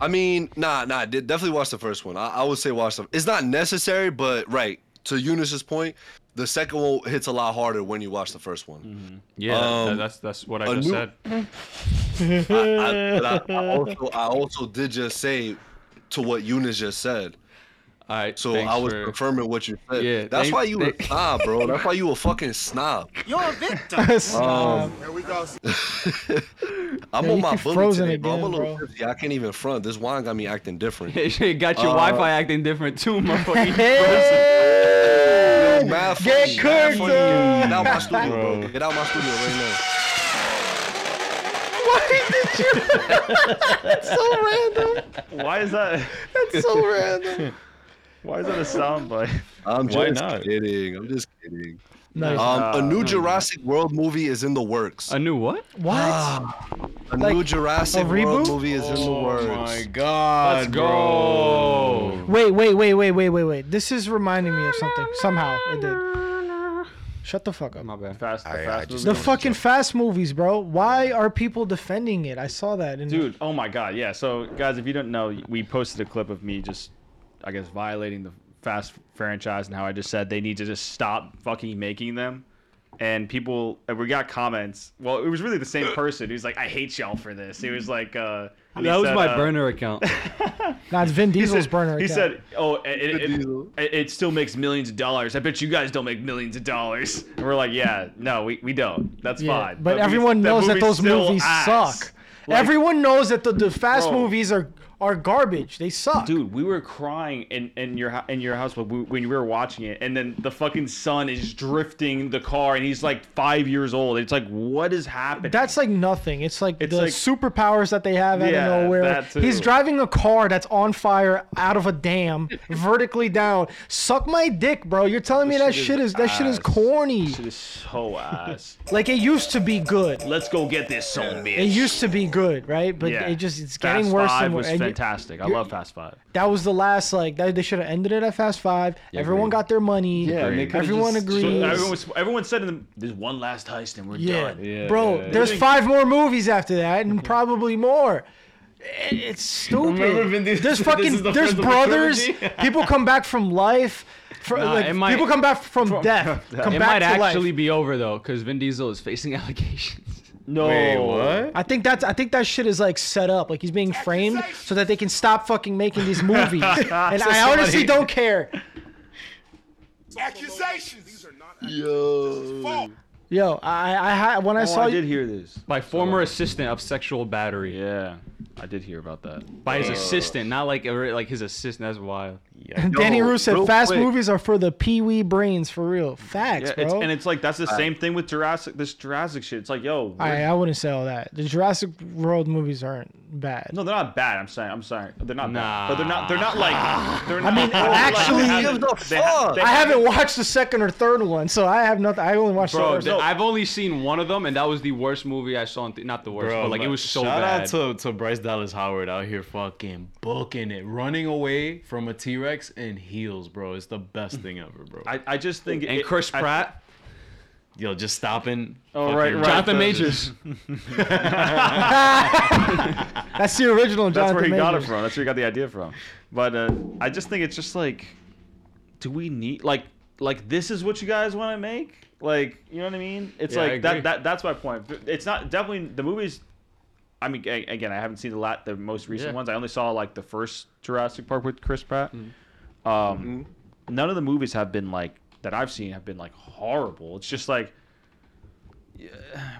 [SPEAKER 6] I mean, nah, nah. de- Definitely watch the first one. I, I would say watch them. It's not necessary, but right to Eunice's point, the second one hits a lot harder when you watch the first one.
[SPEAKER 8] Mm-hmm. Yeah, that-
[SPEAKER 6] Um,
[SPEAKER 8] that- that's that's what I
[SPEAKER 6] a
[SPEAKER 8] just
[SPEAKER 6] new-
[SPEAKER 8] said.
[SPEAKER 6] I, I, but I, I also, I also did just say to what Eunice just said.
[SPEAKER 8] All right,
[SPEAKER 6] So
[SPEAKER 8] thanks
[SPEAKER 6] I was
[SPEAKER 8] for-
[SPEAKER 6] confirming what you said.
[SPEAKER 8] Yeah,
[SPEAKER 6] that's
[SPEAKER 8] thank-
[SPEAKER 6] why you were a
[SPEAKER 8] thank-
[SPEAKER 6] snob, bro. That's why you a fucking snob. Um,
[SPEAKER 2] Stop.
[SPEAKER 6] I'm
[SPEAKER 2] Yeah,
[SPEAKER 6] on
[SPEAKER 2] you
[SPEAKER 6] my
[SPEAKER 2] keep
[SPEAKER 6] bully
[SPEAKER 2] frozen
[SPEAKER 6] today, bro. I'm a
[SPEAKER 2] again,
[SPEAKER 6] little
[SPEAKER 2] bro.
[SPEAKER 6] tipsy. I can't even front. This wine got me acting different. Uh,
[SPEAKER 8] It shit got your Wi-Fi acting different too, motherfucker.
[SPEAKER 2] Hey!
[SPEAKER 6] Yo, mad
[SPEAKER 2] Get
[SPEAKER 6] funny, mad
[SPEAKER 2] cooked,
[SPEAKER 6] funny. Get out my
[SPEAKER 2] uh.
[SPEAKER 6] studio, bro.
[SPEAKER 10] Bro.
[SPEAKER 6] Get out my studio right now.
[SPEAKER 2] Why did you? That's so random.
[SPEAKER 1] Why is that?
[SPEAKER 2] That's so random.
[SPEAKER 1] Why is that a soundbite?
[SPEAKER 6] I'm
[SPEAKER 10] Why
[SPEAKER 6] just
[SPEAKER 10] not?
[SPEAKER 6] kidding. I'm just kidding.
[SPEAKER 2] Nice.
[SPEAKER 6] Um, a new
[SPEAKER 1] no,
[SPEAKER 6] Jurassic World movie is in the works. Ah,
[SPEAKER 8] a new what?
[SPEAKER 2] what?
[SPEAKER 6] A
[SPEAKER 2] like,
[SPEAKER 6] new Jurassic
[SPEAKER 2] a
[SPEAKER 6] World
[SPEAKER 2] reboot?
[SPEAKER 6] movie is in the works.
[SPEAKER 3] god.
[SPEAKER 8] Let's go.
[SPEAKER 2] Wait, wait, wait, wait, wait, wait, wait. This is reminding me of something. Somehow it did. Shut the fuck up.
[SPEAKER 8] My bad.
[SPEAKER 1] Fast, the
[SPEAKER 5] I- I
[SPEAKER 1] fast
[SPEAKER 5] just
[SPEAKER 2] The
[SPEAKER 1] movie?
[SPEAKER 5] don't-
[SPEAKER 2] fucking fast movies, bro. Why are people defending it? I saw that. In
[SPEAKER 1] Dude, oh my god, yeah. So guys, if you don't know, we posted a clip of me just, I guess, violating the Fast franchise and how I just said they need to just stop fucking making them. And people, and we got comments. Well, it was really the same person who's like, "I hate y'all for this." He was like, uh, and he
[SPEAKER 8] That was
[SPEAKER 1] said,
[SPEAKER 8] my
[SPEAKER 1] uh,
[SPEAKER 8] burner account.
[SPEAKER 2] Nah, it's Vin
[SPEAKER 1] He
[SPEAKER 2] Diesel's
[SPEAKER 1] said,
[SPEAKER 2] burner.
[SPEAKER 1] he
[SPEAKER 2] account.
[SPEAKER 1] said, "Oh, it, it, it,
[SPEAKER 6] Diesel.
[SPEAKER 1] it- it still makes millions of dollars. I bet you guys don't make millions of dollars." And we're like, "Yeah, no, we, we don't. That's
[SPEAKER 2] Yeah,
[SPEAKER 1] fine."
[SPEAKER 2] But,
[SPEAKER 1] we-
[SPEAKER 2] everyone knows that
[SPEAKER 1] movie
[SPEAKER 2] those
[SPEAKER 1] still
[SPEAKER 2] movies
[SPEAKER 1] ass.
[SPEAKER 2] suck.
[SPEAKER 1] Like,
[SPEAKER 2] everyone knows that the, the fast
[SPEAKER 1] Bro.
[SPEAKER 2] movies are are garbage. They suck.
[SPEAKER 1] dude, we were crying in, in your hou- in your house when we, when we were watching it, and then the fucking son is drifting the car, and he's like five years old. It's like, what is happening?
[SPEAKER 2] That's like nothing. It's like
[SPEAKER 1] It's
[SPEAKER 2] the
[SPEAKER 1] like-
[SPEAKER 2] superpowers that they have out
[SPEAKER 1] Yeah,
[SPEAKER 2] of nowhere.
[SPEAKER 1] that too.
[SPEAKER 2] He's driving a car that's on fire out of a dam, vertically down. Suck my dick, bro. You're telling me that shit is, that shit is
[SPEAKER 1] ass.
[SPEAKER 2] corny.
[SPEAKER 1] Shit is so ass.
[SPEAKER 2] Like it used to be good.
[SPEAKER 1] Let's go get this son, bitch.
[SPEAKER 2] It used to be good, right? But
[SPEAKER 1] Yeah.
[SPEAKER 2] it just it's
[SPEAKER 1] Fast
[SPEAKER 2] getting worse
[SPEAKER 1] Five
[SPEAKER 2] and worse.
[SPEAKER 1] was
[SPEAKER 2] And you-
[SPEAKER 1] fantastic. I
[SPEAKER 2] you're-
[SPEAKER 1] love Fast Five.
[SPEAKER 2] that was the last like that, they should have ended it at Fast Five. everyone
[SPEAKER 1] agreed.
[SPEAKER 2] got their money.
[SPEAKER 10] Yeah, and they could've
[SPEAKER 2] Everyone
[SPEAKER 10] just-
[SPEAKER 2] agrees.
[SPEAKER 1] So everyone, was, everyone said to them, "There's one last heist and we're
[SPEAKER 2] Yeah.
[SPEAKER 1] done."
[SPEAKER 10] Yeah,
[SPEAKER 2] bro.
[SPEAKER 10] yeah, yeah.
[SPEAKER 2] There's
[SPEAKER 1] Really?
[SPEAKER 2] five more movies after that, and probably more. It- It's
[SPEAKER 3] Remember
[SPEAKER 2] stupid.
[SPEAKER 3] Vin Diesel
[SPEAKER 2] there's
[SPEAKER 3] said
[SPEAKER 2] fucking
[SPEAKER 3] this is the
[SPEAKER 2] there's
[SPEAKER 3] first of a
[SPEAKER 2] brothers.
[SPEAKER 3] trilogy?
[SPEAKER 2] people come back from life. fr- like,
[SPEAKER 8] it might-
[SPEAKER 2] people come back from, death. Come
[SPEAKER 8] it
[SPEAKER 2] back
[SPEAKER 8] might
[SPEAKER 2] to
[SPEAKER 8] actually
[SPEAKER 2] life.
[SPEAKER 8] be over though, because Vin Diesel is facing allegations.
[SPEAKER 1] No,
[SPEAKER 10] Wait, what?
[SPEAKER 2] I think that's I think that shit is like set up. Like he's being framed so that they can stop fucking making these movies. and I honestly don't care.
[SPEAKER 5] Accusations.
[SPEAKER 6] Yo.
[SPEAKER 2] Yo, I I ha- when I
[SPEAKER 1] Oh,
[SPEAKER 2] saw
[SPEAKER 1] I
[SPEAKER 2] you.
[SPEAKER 1] did hear this.
[SPEAKER 8] By former assistant of sexual battery.
[SPEAKER 1] Yeah, I did hear about that.
[SPEAKER 8] By his assistant, not like a re- like his assistant. That's wild.
[SPEAKER 2] Danny
[SPEAKER 6] Yo,
[SPEAKER 2] Roo said
[SPEAKER 6] real
[SPEAKER 2] fast
[SPEAKER 6] quick.
[SPEAKER 2] movies are for the pee wee brains for real. Facts, bro.
[SPEAKER 1] Yeah, it's, and it's like that's the same thing with Jurassic. This Jurassic shit. It's like, yo, we're-
[SPEAKER 2] I, I wouldn't say all that. The Jurassic World movies aren't bad.
[SPEAKER 1] no, they're not bad. I'm saying, I'm sorry, they're not
[SPEAKER 8] Nah.
[SPEAKER 1] bad. But they're not. They're not like. They're not, I
[SPEAKER 2] mean, actually-
[SPEAKER 1] they ha- they
[SPEAKER 2] I haven't watched the second or third one, so I have nothing. I only watched the
[SPEAKER 8] Bro,
[SPEAKER 2] first.
[SPEAKER 8] th- I've only seen one of them, and that was the worst movie I saw. In th- not the worst, but like it was so
[SPEAKER 3] shout
[SPEAKER 8] bad.
[SPEAKER 3] out to, to Bryce Dallas Howard out here fucking booking it, running away from a T Rex in heels, bro. It's the best thing ever, bro.
[SPEAKER 1] I, I just think.
[SPEAKER 8] and
[SPEAKER 1] it-
[SPEAKER 8] Chris
[SPEAKER 1] I-
[SPEAKER 8] Pratt,
[SPEAKER 3] Yo, just stopping.
[SPEAKER 1] Oh, right, right.
[SPEAKER 8] Jonathan
[SPEAKER 1] the-
[SPEAKER 8] Majors.
[SPEAKER 2] That's the original.
[SPEAKER 1] That's
[SPEAKER 2] Jonathan
[SPEAKER 1] where he got it
[SPEAKER 2] Majors.
[SPEAKER 1] from. That's where he got the idea from. But uh, I just think it's just like, do we need like like this is what you guys want to make? Like you know what I mean? It's
[SPEAKER 8] Yeah, I
[SPEAKER 1] like that,
[SPEAKER 8] agree.
[SPEAKER 1] that that's my point. It's not definitely the movies. I mean, a- again, I haven't seen the lot the most recent
[SPEAKER 8] Yeah.
[SPEAKER 1] ones. I only saw like the first Jurassic Park with Chris Pratt.
[SPEAKER 8] Mm-hmm.
[SPEAKER 1] Um, None of the movies have been like that I've seen have been like horrible. It's just like. yeah,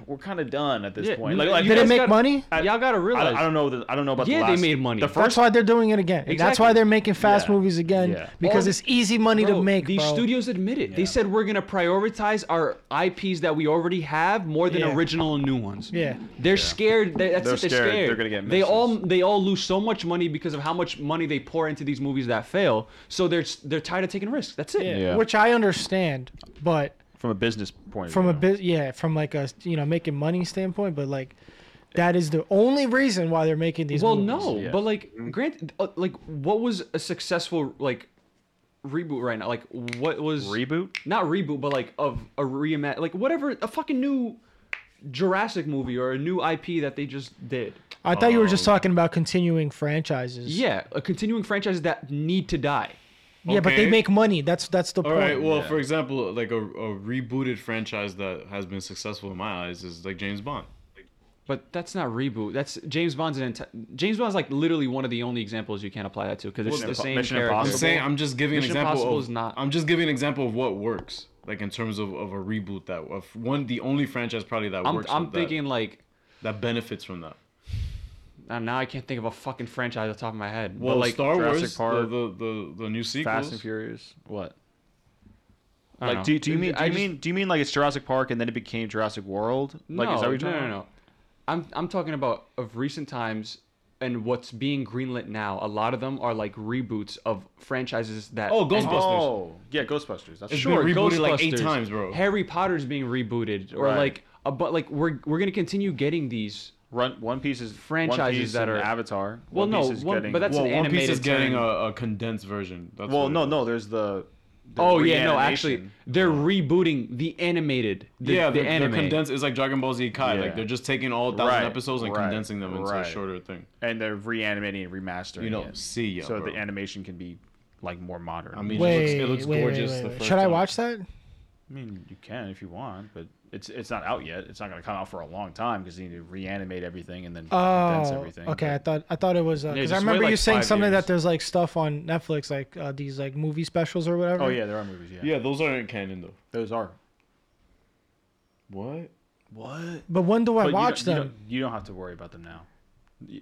[SPEAKER 1] We're kind of done at this
[SPEAKER 8] Yeah,
[SPEAKER 1] point.
[SPEAKER 8] you-
[SPEAKER 1] Like, like
[SPEAKER 8] you
[SPEAKER 2] Did it
[SPEAKER 8] guys
[SPEAKER 2] make
[SPEAKER 8] gotta-
[SPEAKER 2] money?
[SPEAKER 1] I-
[SPEAKER 8] Y'all gotta realize.
[SPEAKER 1] I, I don't know. The, I don't know about.
[SPEAKER 8] Yeah,
[SPEAKER 1] the
[SPEAKER 8] they
[SPEAKER 1] last,
[SPEAKER 8] made money.
[SPEAKER 1] The
[SPEAKER 8] That's
[SPEAKER 1] first
[SPEAKER 2] That's why they're doing it again. That's why
[SPEAKER 8] Exactly.
[SPEAKER 2] they're making fast
[SPEAKER 1] Yeah.
[SPEAKER 2] movies again
[SPEAKER 1] Yeah.
[SPEAKER 2] because
[SPEAKER 8] All
[SPEAKER 2] it's easy money to
[SPEAKER 8] Bro,
[SPEAKER 2] make.
[SPEAKER 8] These
[SPEAKER 2] bro.
[SPEAKER 8] studios admit it. They said we're gonna prioritize our IPs that we already have more than
[SPEAKER 2] Yeah.
[SPEAKER 8] original and new ones.
[SPEAKER 2] Yeah.
[SPEAKER 8] They're scared. They, that's
[SPEAKER 1] They're
[SPEAKER 8] it. They're
[SPEAKER 1] scared
[SPEAKER 8] scared.
[SPEAKER 1] they're gonna get
[SPEAKER 8] They all
[SPEAKER 1] misses.
[SPEAKER 8] they all lose so much money because of how much money they pour into these movies that fail. So they're they're tired of taking risks. That's it.
[SPEAKER 2] Yeah, which I understand, but
[SPEAKER 1] from a business point.
[SPEAKER 2] from a
[SPEAKER 1] of view.
[SPEAKER 2] bit yeah from like a you know making money standpoint but like that is the only reason why they're making these
[SPEAKER 8] well,
[SPEAKER 2] movies.
[SPEAKER 8] no,
[SPEAKER 1] Yeah. Mm-hmm.
[SPEAKER 8] but like, Grant, uh, like, what was a successful like reboot right now? Like, what was
[SPEAKER 1] reboot.
[SPEAKER 8] not reboot, but like of a reimagine, like whatever, a fucking new Jurassic movie or a new IP that they just did.
[SPEAKER 2] i thought you were
[SPEAKER 1] Oh. Um,
[SPEAKER 2] just talking about continuing franchises
[SPEAKER 8] Yeah, a continuing franchise that need to die.
[SPEAKER 2] yeah but they
[SPEAKER 3] Okay.
[SPEAKER 2] make money that's that's the
[SPEAKER 3] All
[SPEAKER 2] point
[SPEAKER 3] right. Well, for example, like a, a rebooted franchise that has been successful in my eyes is like James Bond.
[SPEAKER 8] But that's not reboot. That's James Bond's an enti- James Bond's like literally one of the only examples you can apply that to because it's
[SPEAKER 1] Mission
[SPEAKER 8] the
[SPEAKER 1] Impo-
[SPEAKER 8] same
[SPEAKER 1] Mission
[SPEAKER 8] character.
[SPEAKER 1] Impossible.
[SPEAKER 3] I'm saying I'm just giving
[SPEAKER 8] Mission
[SPEAKER 3] an example.
[SPEAKER 8] Impossible
[SPEAKER 3] Of,
[SPEAKER 8] is not-
[SPEAKER 3] I'm just giving an example of what works, like in terms of, of a reboot that of one the only franchise probably that
[SPEAKER 8] I'm,
[SPEAKER 3] works.
[SPEAKER 8] I'm
[SPEAKER 3] with that-
[SPEAKER 8] thinking like
[SPEAKER 3] that benefits from that.
[SPEAKER 8] uh, now I can't think of a fucking franchise off the top of my head.
[SPEAKER 3] Well,
[SPEAKER 8] but like
[SPEAKER 3] Star
[SPEAKER 1] Jurassic
[SPEAKER 3] Wars, uh, the,
[SPEAKER 1] Park,
[SPEAKER 3] the the the new sequels.
[SPEAKER 1] Fast and Furious. What?
[SPEAKER 8] I don't
[SPEAKER 1] Like,
[SPEAKER 8] know.
[SPEAKER 1] do, do you mean? Do
[SPEAKER 8] I
[SPEAKER 1] you
[SPEAKER 8] just-
[SPEAKER 1] mean? Do you mean like it's Jurassic Park and then it became Jurassic World? Like,
[SPEAKER 8] no,
[SPEAKER 1] is that what you're
[SPEAKER 8] no,
[SPEAKER 1] talking
[SPEAKER 8] no, no.
[SPEAKER 1] about?
[SPEAKER 8] I'm I'm talking about of recent times and what's being greenlit now. A lot of them are like reboots of franchises that.
[SPEAKER 3] Oh, Ghostbusters.
[SPEAKER 1] Oh, yeah, Ghostbusters. That's
[SPEAKER 3] It's
[SPEAKER 1] sure.
[SPEAKER 3] been rebooted like eight
[SPEAKER 8] Ghostbusters,
[SPEAKER 3] times, bro.
[SPEAKER 8] Harry Potter's being rebooted, or
[SPEAKER 1] Right.
[SPEAKER 8] like, a, but like we're we're gonna continue getting these.
[SPEAKER 1] Run One Piece is One
[SPEAKER 8] Franchises
[SPEAKER 1] Piece
[SPEAKER 8] that
[SPEAKER 1] and
[SPEAKER 8] are-
[SPEAKER 1] Avatar.
[SPEAKER 8] Well,
[SPEAKER 1] one
[SPEAKER 8] no,
[SPEAKER 1] Piece is
[SPEAKER 8] one-
[SPEAKER 1] getting,
[SPEAKER 8] but that's
[SPEAKER 3] well,
[SPEAKER 8] an
[SPEAKER 3] One Piece
[SPEAKER 8] animated
[SPEAKER 3] is getting a,
[SPEAKER 8] turn.
[SPEAKER 3] a condensed version. That's
[SPEAKER 1] well,
[SPEAKER 3] what it
[SPEAKER 1] no,
[SPEAKER 3] is.
[SPEAKER 1] no. There's the. the
[SPEAKER 8] Oh yeah, no,
[SPEAKER 1] reanimation.
[SPEAKER 8] actually, they're rebooting the animated. The,
[SPEAKER 3] yeah,
[SPEAKER 8] the
[SPEAKER 3] they're,
[SPEAKER 8] anime.
[SPEAKER 3] they're condensed. It's like Dragon Ball Z Kai.
[SPEAKER 1] Yeah.
[SPEAKER 3] Like they're just taking all thousand
[SPEAKER 1] Right,
[SPEAKER 3] episodes and
[SPEAKER 1] right,
[SPEAKER 3] condensing them into
[SPEAKER 1] right.
[SPEAKER 3] a shorter thing.
[SPEAKER 1] and they're reanimating and remastering.
[SPEAKER 3] You know,
[SPEAKER 1] it.
[SPEAKER 3] see ya,
[SPEAKER 1] so
[SPEAKER 3] bro.
[SPEAKER 1] the animation can be like more modern.
[SPEAKER 3] I mean,
[SPEAKER 2] wait,
[SPEAKER 3] it looks, it looks
[SPEAKER 2] wait, wait,
[SPEAKER 3] gorgeous.
[SPEAKER 2] wait,
[SPEAKER 3] the
[SPEAKER 2] wait.
[SPEAKER 3] first
[SPEAKER 2] should i
[SPEAKER 3] time.
[SPEAKER 2] watch that
[SPEAKER 1] I mean, you can if you want, but it's it's not out yet. It's not going to come out for a long time because you need to reanimate everything and then condense
[SPEAKER 2] oh
[SPEAKER 1] everything.
[SPEAKER 2] okay i
[SPEAKER 1] but-
[SPEAKER 2] thought i thought it was because
[SPEAKER 8] just
[SPEAKER 2] i
[SPEAKER 8] wait,
[SPEAKER 2] remember
[SPEAKER 8] like,
[SPEAKER 2] you saying
[SPEAKER 8] five
[SPEAKER 2] something
[SPEAKER 8] years.
[SPEAKER 2] that there's like stuff on netflix like uh, these like movie specials or whatever
[SPEAKER 1] Oh yeah, there are movies. Yeah,
[SPEAKER 3] Yeah, those aren't canon though.
[SPEAKER 1] those are.
[SPEAKER 3] What?
[SPEAKER 1] What?
[SPEAKER 2] but when do Oh, i
[SPEAKER 1] But you
[SPEAKER 2] watch
[SPEAKER 1] don't- you
[SPEAKER 2] them
[SPEAKER 1] don't- You don't, have to worry about them now.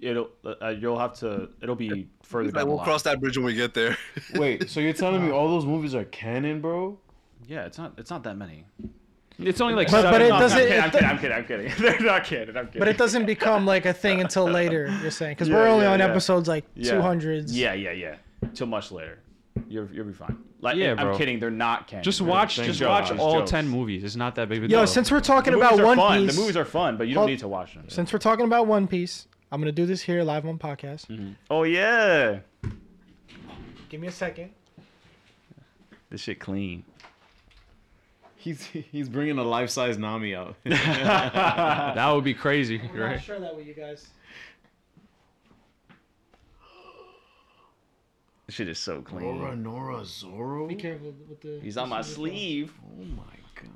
[SPEAKER 1] It'll uh, you'll have to. It'll be further
[SPEAKER 6] Like,
[SPEAKER 1] down.
[SPEAKER 6] we'll
[SPEAKER 1] the line.
[SPEAKER 6] cross that bridge when we get there.
[SPEAKER 3] Wait, so you're telling me all those movies are canon, bro?
[SPEAKER 1] Yeah, it's not. It's not that many.
[SPEAKER 8] It's only like.
[SPEAKER 2] But-
[SPEAKER 8] seven
[SPEAKER 2] but it
[SPEAKER 8] of
[SPEAKER 2] doesn't-
[SPEAKER 8] them.
[SPEAKER 1] I'm kidding. I'm kidding. I'm kidding. I'm kidding. They're not kidding. I'm kidding.
[SPEAKER 2] but it doesn't become like a thing until later you're saying because we're
[SPEAKER 1] Yeah,
[SPEAKER 2] only
[SPEAKER 1] yeah,
[SPEAKER 2] on
[SPEAKER 1] yeah.
[SPEAKER 2] episodes like
[SPEAKER 1] Yeah.
[SPEAKER 2] 200s
[SPEAKER 1] Yeah, yeah, yeah. Till much later. You'll you'll be fine. Like,
[SPEAKER 8] Yeah,
[SPEAKER 1] I'm
[SPEAKER 8] bro.
[SPEAKER 1] kidding. They're not canon.
[SPEAKER 8] Just
[SPEAKER 1] They're
[SPEAKER 8] watch,
[SPEAKER 1] things
[SPEAKER 8] just
[SPEAKER 1] jokes.
[SPEAKER 8] watch
[SPEAKER 1] It's
[SPEAKER 8] all
[SPEAKER 1] jokes.
[SPEAKER 8] ten movies. It's not that big of a deal.
[SPEAKER 2] Yo, since we're talking
[SPEAKER 1] The
[SPEAKER 2] about
[SPEAKER 1] movies are
[SPEAKER 2] One
[SPEAKER 1] fun.
[SPEAKER 2] Piece,
[SPEAKER 1] The movies are fun, but you don't
[SPEAKER 2] Hold-
[SPEAKER 1] need to watch them.
[SPEAKER 2] since we're talking about One Piece, I'm gonna do this here live on podcast.
[SPEAKER 1] Oh yeah.
[SPEAKER 2] Give me a second.
[SPEAKER 1] This shit clean.
[SPEAKER 3] He's he's bringing a life-size Nami out.
[SPEAKER 8] that would be crazy, right?
[SPEAKER 2] sure that way, you guys.
[SPEAKER 1] This shit is so clean.
[SPEAKER 3] Nora Zoro.
[SPEAKER 2] careful with the.
[SPEAKER 1] He's on my sleeve.
[SPEAKER 3] Oh my god.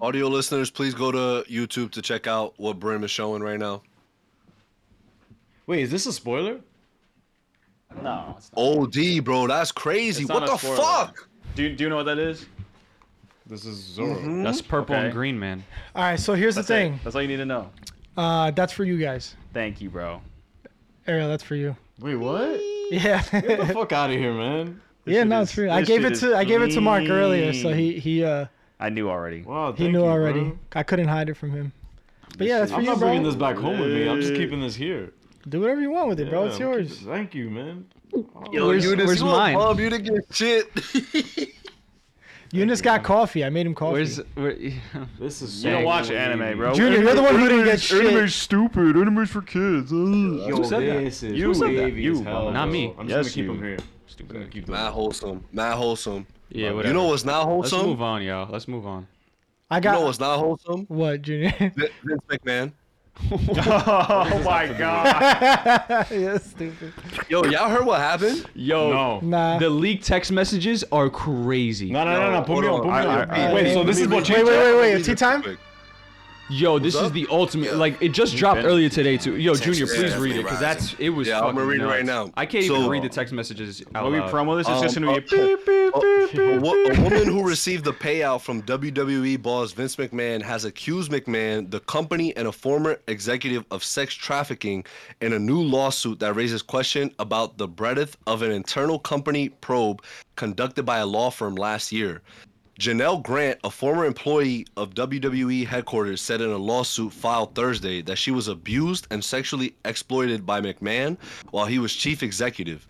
[SPEAKER 6] Audio listeners, please go to YouTube to check out what Brim is showing right now.
[SPEAKER 3] Wait, is this a spoiler?
[SPEAKER 1] No. It's not.
[SPEAKER 6] OD, bro, that's crazy.
[SPEAKER 1] It's not
[SPEAKER 6] what
[SPEAKER 1] a
[SPEAKER 6] the
[SPEAKER 1] spoiler.
[SPEAKER 6] fuck?
[SPEAKER 1] Do you, do you know what that is?
[SPEAKER 3] This is Zoro.
[SPEAKER 8] That's purple
[SPEAKER 1] Okay.
[SPEAKER 8] and green, man.
[SPEAKER 2] All right, so here's
[SPEAKER 1] That's
[SPEAKER 2] the
[SPEAKER 1] it.
[SPEAKER 2] thing.
[SPEAKER 1] That's all you need to know.
[SPEAKER 2] Uh, that's for you guys.
[SPEAKER 1] Thank you, bro.
[SPEAKER 2] Ariel, that's for you.
[SPEAKER 3] Wait, what?
[SPEAKER 2] Yeah.
[SPEAKER 3] Get the fuck out of here, man.
[SPEAKER 2] yeah,
[SPEAKER 1] shit
[SPEAKER 2] no,
[SPEAKER 1] is-
[SPEAKER 2] it's true. I
[SPEAKER 1] this
[SPEAKER 2] gave
[SPEAKER 1] shit
[SPEAKER 2] it
[SPEAKER 1] is
[SPEAKER 2] to I gave it to Mark earlier, so he he uh
[SPEAKER 1] I knew already.
[SPEAKER 3] Wow,
[SPEAKER 2] he
[SPEAKER 3] thank
[SPEAKER 2] knew
[SPEAKER 3] you,
[SPEAKER 2] already.
[SPEAKER 3] bro.
[SPEAKER 2] I couldn't hide it from him. But yeah, that's for
[SPEAKER 3] I'm
[SPEAKER 2] you,
[SPEAKER 3] not
[SPEAKER 2] bro.
[SPEAKER 3] bringing this back home with me. I'm just keeping this here.
[SPEAKER 2] Do whatever you want with it, bro.
[SPEAKER 3] Yeah,
[SPEAKER 2] it's
[SPEAKER 3] I'm keeping-
[SPEAKER 2] yours.
[SPEAKER 3] Thank you, man. Oh,
[SPEAKER 6] Yo,
[SPEAKER 8] Where's-
[SPEAKER 6] Eunice,
[SPEAKER 8] where's
[SPEAKER 6] you a
[SPEAKER 8] mine?
[SPEAKER 6] bum, you didn't get shit.
[SPEAKER 2] Eunice got coffee. I made him coffee.
[SPEAKER 8] Where's where,
[SPEAKER 3] This is so
[SPEAKER 1] You don't watch
[SPEAKER 3] crazy.
[SPEAKER 1] anime, bro.
[SPEAKER 2] Junior, you're the one who didn't get shit.
[SPEAKER 1] stupid. Anime's for kids.
[SPEAKER 3] Yo,
[SPEAKER 1] Who said that?
[SPEAKER 3] this is
[SPEAKER 1] You said that.
[SPEAKER 3] wavy
[SPEAKER 1] You,
[SPEAKER 3] as hell,
[SPEAKER 8] not
[SPEAKER 3] bro.
[SPEAKER 8] me.
[SPEAKER 3] I'm
[SPEAKER 1] Yes,
[SPEAKER 3] just gonna keep
[SPEAKER 1] you.
[SPEAKER 3] him here.
[SPEAKER 1] Stupid.
[SPEAKER 3] Gonna keep them.
[SPEAKER 6] not wholesome. Not wholesome.
[SPEAKER 8] yeah, whatever.
[SPEAKER 6] You know what's not
[SPEAKER 8] Let's
[SPEAKER 6] wholesome?
[SPEAKER 8] move on, yo. Let's move on.
[SPEAKER 2] I
[SPEAKER 6] You
[SPEAKER 2] got
[SPEAKER 6] know what's not wholesome?
[SPEAKER 2] what, Junior?
[SPEAKER 6] Vin- Vince McMahon.
[SPEAKER 1] Oh my god.
[SPEAKER 2] yeah, stupid.
[SPEAKER 6] Yo, y'all heard what happened?
[SPEAKER 8] Yo,
[SPEAKER 3] No.
[SPEAKER 2] Nah.
[SPEAKER 8] the leaked text messages are crazy.
[SPEAKER 3] No, no, no, no.
[SPEAKER 6] Hold
[SPEAKER 3] Put me on.
[SPEAKER 6] on.
[SPEAKER 3] Put me
[SPEAKER 1] I-
[SPEAKER 3] on.
[SPEAKER 1] I-
[SPEAKER 3] Wait,
[SPEAKER 2] I-
[SPEAKER 3] so this is what
[SPEAKER 2] Wait, wait,
[SPEAKER 3] Chicha?
[SPEAKER 2] wait, wait. Tea time?
[SPEAKER 8] Yo, this
[SPEAKER 6] What's
[SPEAKER 8] is
[SPEAKER 6] up?
[SPEAKER 8] the ultimate. Like, it just dropped
[SPEAKER 1] been-
[SPEAKER 8] earlier today too. Yo, Junior,
[SPEAKER 6] messages
[SPEAKER 8] please
[SPEAKER 6] are
[SPEAKER 8] read it because
[SPEAKER 6] rising.
[SPEAKER 8] that's it was.
[SPEAKER 6] Yeah, I'm
[SPEAKER 8] fucking
[SPEAKER 6] gonna read it right
[SPEAKER 8] nuts.
[SPEAKER 6] now.
[SPEAKER 8] I can't even
[SPEAKER 6] So-
[SPEAKER 8] read the text messages out
[SPEAKER 1] When we
[SPEAKER 8] loud.
[SPEAKER 1] promo this, it's just
[SPEAKER 6] Um,
[SPEAKER 1] gonna be a beep, beep, beep, beep.
[SPEAKER 6] A, wo- a woman who received the payout from WWE boss Vince McMahon has accused McMahon, the company, and a former executive of sex trafficking in a new lawsuit that raises question about the breadth of an internal company probe conducted by a law firm last year. Janelle Grant, a former employee of WWE headquarters, said in a lawsuit filed Thursday that she was abused and sexually exploited by McMahon while he was chief executive.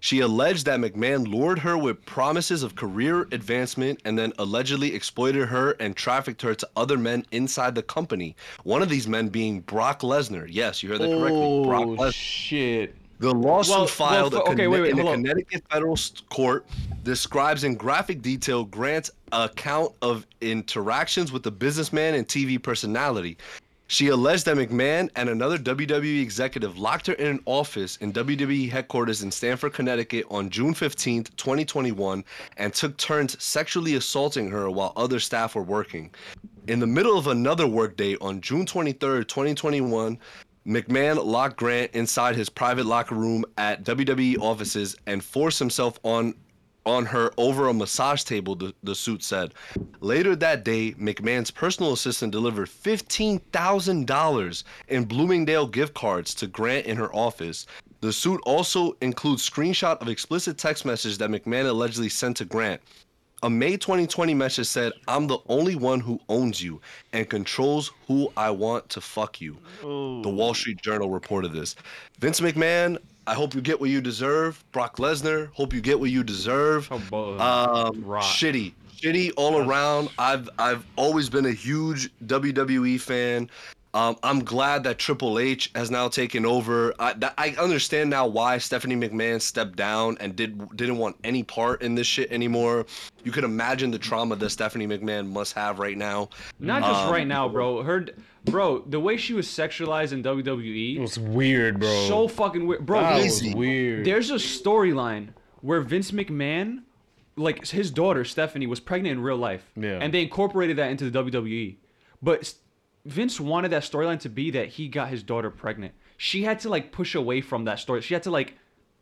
[SPEAKER 6] She alleged that McMahon lured her with promises of career advancement and then allegedly exploited her and trafficked her to other men inside the company. One of these men being Brock Lesnar. Yes, you heard that correctly. Brock
[SPEAKER 3] Oh
[SPEAKER 6] Lesnar.
[SPEAKER 3] shit!
[SPEAKER 6] The lawsuit
[SPEAKER 8] Well- well,
[SPEAKER 6] filed
[SPEAKER 8] f- okay,
[SPEAKER 6] a Conne-
[SPEAKER 8] wait, wait,
[SPEAKER 6] in the
[SPEAKER 8] hold on.
[SPEAKER 6] Connecticut federal s- court describes in graphic detail Grant's account of interactions with the businessman and TV personality. She alleged that McMahon and another WWE executive locked her in an office in WWE headquarters in Stamford, Connecticut on June 15, 2021, and took turns sexually assaulting her while other staff were working. In the middle of another workday on June 23, 2021, McMahon locked Grant inside his private locker room at WWE offices and forced himself on on her over a massage table, the, the suit said. Later that day, McMahon's personal assistant delivered $15,000 in Bloomingdale gift cards to Grant in her office. The suit also includes screenshot of explicit text message that McMahon allegedly sent to Grant. A May 2020 message said, I'm the only one who owns you and controls who I want to fuck you. The Wall Street Journal reported this. Vince McMahon, I hope you get what you deserve. Brock Lesnar, hope you get what you deserve.
[SPEAKER 8] Oh, both.
[SPEAKER 6] Um,
[SPEAKER 8] Rot.
[SPEAKER 6] shitty, shitty all around. I've I've always been a huge WWE fan. Um, I'm glad that Triple H has now taken over. I, that, I understand now why Stephanie McMahon stepped down and did didn't want any part in this shit anymore. You could imagine the trauma that Stephanie McMahon must have right now.
[SPEAKER 8] Not just
[SPEAKER 6] Um,
[SPEAKER 8] right now, bro. Her, d- bro, the way she was sexualized in E
[SPEAKER 10] It
[SPEAKER 3] E.
[SPEAKER 8] WWE,
[SPEAKER 10] was weird, bro.
[SPEAKER 8] so fucking weird, bro.
[SPEAKER 10] that
[SPEAKER 8] there's-
[SPEAKER 10] was weird.
[SPEAKER 8] There's a storyline where Vince McMahon, like his daughter Stephanie, was pregnant in real life,
[SPEAKER 10] Yeah.
[SPEAKER 8] and they incorporated that into the WWE. But S- Vince wanted that storyline to be that he got his daughter pregnant. She had to like push away from that story. She had to like,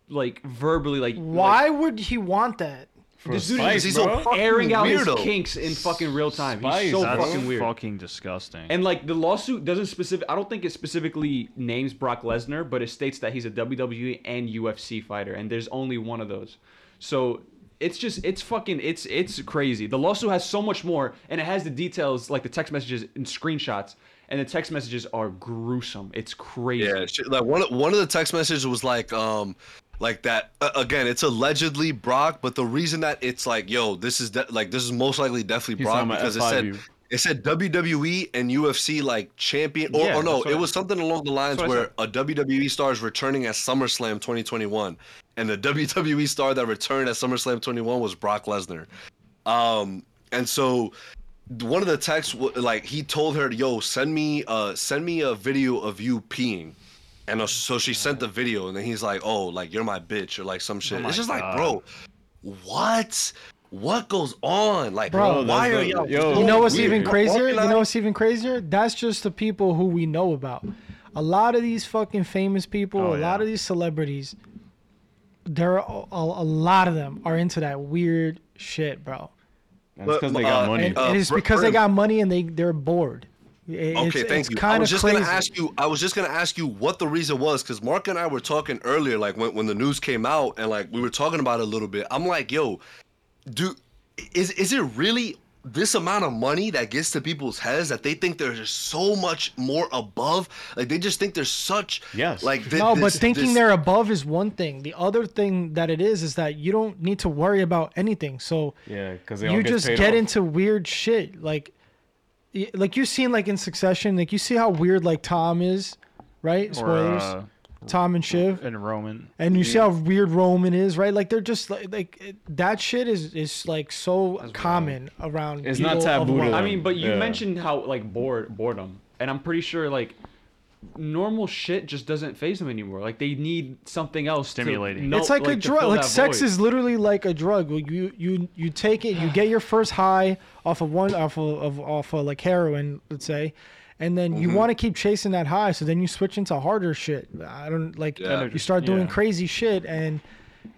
[SPEAKER 8] like verbally like like,
[SPEAKER 2] Why would he want that?
[SPEAKER 10] For
[SPEAKER 8] this dude
[SPEAKER 10] Spice,
[SPEAKER 8] is
[SPEAKER 6] a
[SPEAKER 10] bro.
[SPEAKER 6] fucking
[SPEAKER 8] airing out his
[SPEAKER 6] weirdo.
[SPEAKER 8] kinks in fucking real time.
[SPEAKER 10] Spice,
[SPEAKER 8] He's so
[SPEAKER 10] that's
[SPEAKER 8] fucking weird.
[SPEAKER 1] fucking disgusting.
[SPEAKER 8] And like the lawsuit doesn't specific. I don't think it specifically names Brock Lesnar, but it states that he's a WWE and UFC fighter, and there's only one of those. So it's just it's fucking it's it's crazy. The lawsuit has so much more, and it has the details like the text messages and screenshots, and the text messages are gruesome. It's crazy.
[SPEAKER 6] Yeah, she, like one of- one of the text messages was like um like that uh, again. It's allegedly Brock, but the reason that it's like yo, this is de- like this is most likely definitely
[SPEAKER 10] He's
[SPEAKER 6] Brock
[SPEAKER 10] talking about
[SPEAKER 6] because it
[SPEAKER 10] F5
[SPEAKER 6] said
[SPEAKER 10] you.
[SPEAKER 6] it said WWE and UFC like champion or,
[SPEAKER 8] Yeah,
[SPEAKER 6] or no,
[SPEAKER 8] that's what
[SPEAKER 6] it
[SPEAKER 8] I-
[SPEAKER 6] was something along the lines
[SPEAKER 8] that's what I
[SPEAKER 6] where a WWE star is returning at SummerSlam 2021, and the WWE star that returned at SummerSlam 21 was Brock Lesnar. Um, and so one of the texts wa- like he told her yo send me uh send me a video of you peeing and uh, so she sent the video and then he's like oh like you're my bitch or like some shit
[SPEAKER 2] Oh
[SPEAKER 6] it's just like bro what what goes on like
[SPEAKER 2] Bro,
[SPEAKER 6] why are
[SPEAKER 10] that's
[SPEAKER 6] y'all
[SPEAKER 10] the- yo.
[SPEAKER 6] so
[SPEAKER 2] You know what's
[SPEAKER 6] weird?
[SPEAKER 2] even
[SPEAKER 6] Y'all
[SPEAKER 2] crazier? You
[SPEAKER 6] organized?
[SPEAKER 2] know what's even crazier? That's just the people who we know about. A lot of these fucking famous people,
[SPEAKER 6] Oh,
[SPEAKER 2] a lot of these celebrities, there are a, a lot of them are into that weird shit, bro.
[SPEAKER 10] That's because they got
[SPEAKER 6] Uh,
[SPEAKER 10] money.
[SPEAKER 2] And,
[SPEAKER 6] Uh,
[SPEAKER 2] and it's
[SPEAKER 6] Br-
[SPEAKER 2] because they
[SPEAKER 6] Brim.
[SPEAKER 2] got money and they they're bored. It- It's,
[SPEAKER 6] Okay, thank
[SPEAKER 2] it's
[SPEAKER 6] you. I
[SPEAKER 2] kind
[SPEAKER 6] was
[SPEAKER 2] of
[SPEAKER 6] just
[SPEAKER 2] crazy.
[SPEAKER 6] gonna ask you. I was just gonna ask you what the reason was, because Mark and I were talking earlier, like when, when the news came out, and like we were talking about it a little bit. I'm like, yo, do is is it really this amount of money that gets to people's heads that they think there's just so much more above? Like they just think there's such
[SPEAKER 10] Yes.
[SPEAKER 6] Like thi-
[SPEAKER 2] no, but
[SPEAKER 6] this-
[SPEAKER 2] thinking
[SPEAKER 6] this-
[SPEAKER 2] they're above is one thing. The other thing that it is is that you don't need to worry about anything. So
[SPEAKER 10] yeah, because they all
[SPEAKER 2] you
[SPEAKER 10] get
[SPEAKER 2] just
[SPEAKER 10] paid
[SPEAKER 2] get
[SPEAKER 10] off.
[SPEAKER 2] into weird shit like y- like you seen like in succession like you see how weird like tom is right
[SPEAKER 1] or
[SPEAKER 2] spoilers
[SPEAKER 1] uh,
[SPEAKER 2] tom and shiv
[SPEAKER 1] in Roman.
[SPEAKER 2] and you see how weird roman is right like they're just like, like it- that shit is is like so common around
[SPEAKER 10] It's not
[SPEAKER 2] people of
[SPEAKER 10] taboo to
[SPEAKER 2] one-
[SPEAKER 10] them.
[SPEAKER 8] I mean, but you
[SPEAKER 10] Yeah.
[SPEAKER 8] mentioned how like bored boredom, and I'm pretty sure like normal shit just doesn't phase them anymore. Like they need something else to
[SPEAKER 1] Stimulating.
[SPEAKER 8] know-
[SPEAKER 2] it's like, a
[SPEAKER 8] to
[SPEAKER 2] drug
[SPEAKER 8] fill
[SPEAKER 2] like
[SPEAKER 8] that
[SPEAKER 2] sex
[SPEAKER 8] void.
[SPEAKER 2] is literally like a drug Like, you you you take it you get your first high off of one off of, of off of like heroin let's say and then
[SPEAKER 8] Mm-hmm.
[SPEAKER 2] you want to keep chasing that high so then you switch into harder shit i don't like uh,
[SPEAKER 6] Yeah.
[SPEAKER 2] you start doing
[SPEAKER 10] Yeah.
[SPEAKER 2] crazy shit and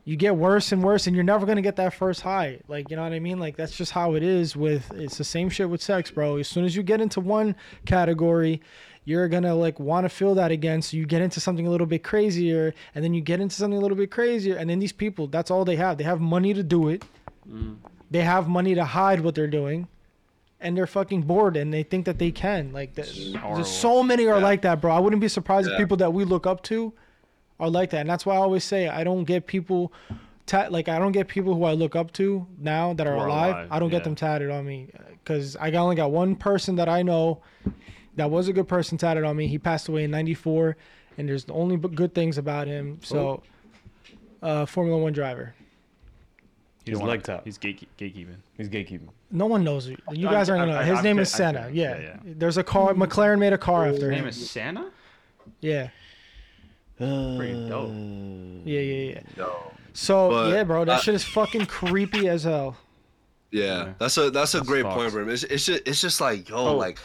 [SPEAKER 2] you get worse and worse and you're never going to get that first high like you know what i mean like that's just how it is with it's the same shit with sex bro as soon as you get into one category you're going to like want to feel that again so you get into something a little bit crazier and then you get into something a little bit crazier and then these people that's all they have they have money to do it they have money to hide what they're doing and they're fucking bored and they think that they can like th- there's so many are like that bro i wouldn't be surprised if people that we look up to are like that, and that's why I always say I don't get people. Ta- like I don't get people who I look up to now that are
[SPEAKER 1] Who are
[SPEAKER 2] alive.
[SPEAKER 1] alive,
[SPEAKER 2] I don't
[SPEAKER 1] yeah.
[SPEAKER 2] get them tatted on me because I got- only got one person that I know that was a good person tatted on me. He passed away in '94, and there's only b- good things about him. So, uh, Formula One driver.
[SPEAKER 1] You
[SPEAKER 3] He's
[SPEAKER 1] don't wanna-
[SPEAKER 3] leg top.
[SPEAKER 1] He's gatekeep- gatekeeping.
[SPEAKER 3] He's gatekeeping.
[SPEAKER 2] No one knows it. You
[SPEAKER 1] I-
[SPEAKER 2] guys aren't
[SPEAKER 1] I-
[SPEAKER 2] gonna know.
[SPEAKER 1] I-
[SPEAKER 2] His
[SPEAKER 1] I'm
[SPEAKER 2] name
[SPEAKER 1] kid-
[SPEAKER 2] is
[SPEAKER 1] I'm
[SPEAKER 2] Senna.
[SPEAKER 1] kidding.
[SPEAKER 2] Yeah.
[SPEAKER 1] Yeah,
[SPEAKER 2] There's a car. McLaren made a car after
[SPEAKER 1] His name
[SPEAKER 2] him.
[SPEAKER 1] is Santa.
[SPEAKER 2] Yeah.
[SPEAKER 1] Pretty dope.
[SPEAKER 2] Yeah. Yeah. Yeah. So
[SPEAKER 6] But
[SPEAKER 2] yeah, bro, that
[SPEAKER 6] I-
[SPEAKER 2] shit is fucking creepy as hell.
[SPEAKER 6] Yeah,
[SPEAKER 1] Yeah.
[SPEAKER 6] that's a that's a great
[SPEAKER 1] Fox.
[SPEAKER 6] point, Brim. It's it's just, it's just like yo,
[SPEAKER 1] Oh,
[SPEAKER 6] like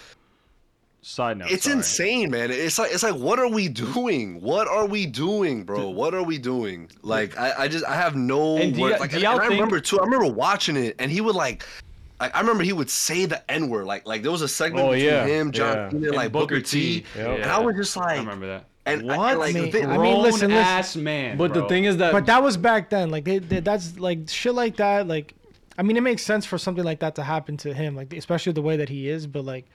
[SPEAKER 1] Side note.
[SPEAKER 6] it's
[SPEAKER 1] sorry.
[SPEAKER 6] insane, man. It's like it's like what are we doing? What are we doing, bro? What are we doing? Like I, I just I have no
[SPEAKER 8] And do
[SPEAKER 6] word-
[SPEAKER 8] ya-
[SPEAKER 6] like
[SPEAKER 8] do
[SPEAKER 6] and,
[SPEAKER 8] y'all
[SPEAKER 6] and I
[SPEAKER 8] think-
[SPEAKER 6] remember too. I remember watching it and he would like like I remember he would say the N word. Like like there was a segment
[SPEAKER 3] Oh,
[SPEAKER 6] between
[SPEAKER 3] yeah,
[SPEAKER 6] him, John
[SPEAKER 3] yeah.
[SPEAKER 6] Cena,
[SPEAKER 8] And
[SPEAKER 6] like Booker, T.
[SPEAKER 3] Yep.
[SPEAKER 6] And I was just
[SPEAKER 8] I
[SPEAKER 6] like
[SPEAKER 8] remember that.
[SPEAKER 6] and I- and, like
[SPEAKER 2] I mean,
[SPEAKER 6] thi-
[SPEAKER 2] I mean, listen, listen.
[SPEAKER 8] Grown ass man.
[SPEAKER 3] But the
[SPEAKER 8] bro.
[SPEAKER 3] thing is that,
[SPEAKER 2] But that was back then. Like they, they, that's like shit like that. Like, I mean, it makes sense for something like that to happen to him. Like especially the way that he is. But like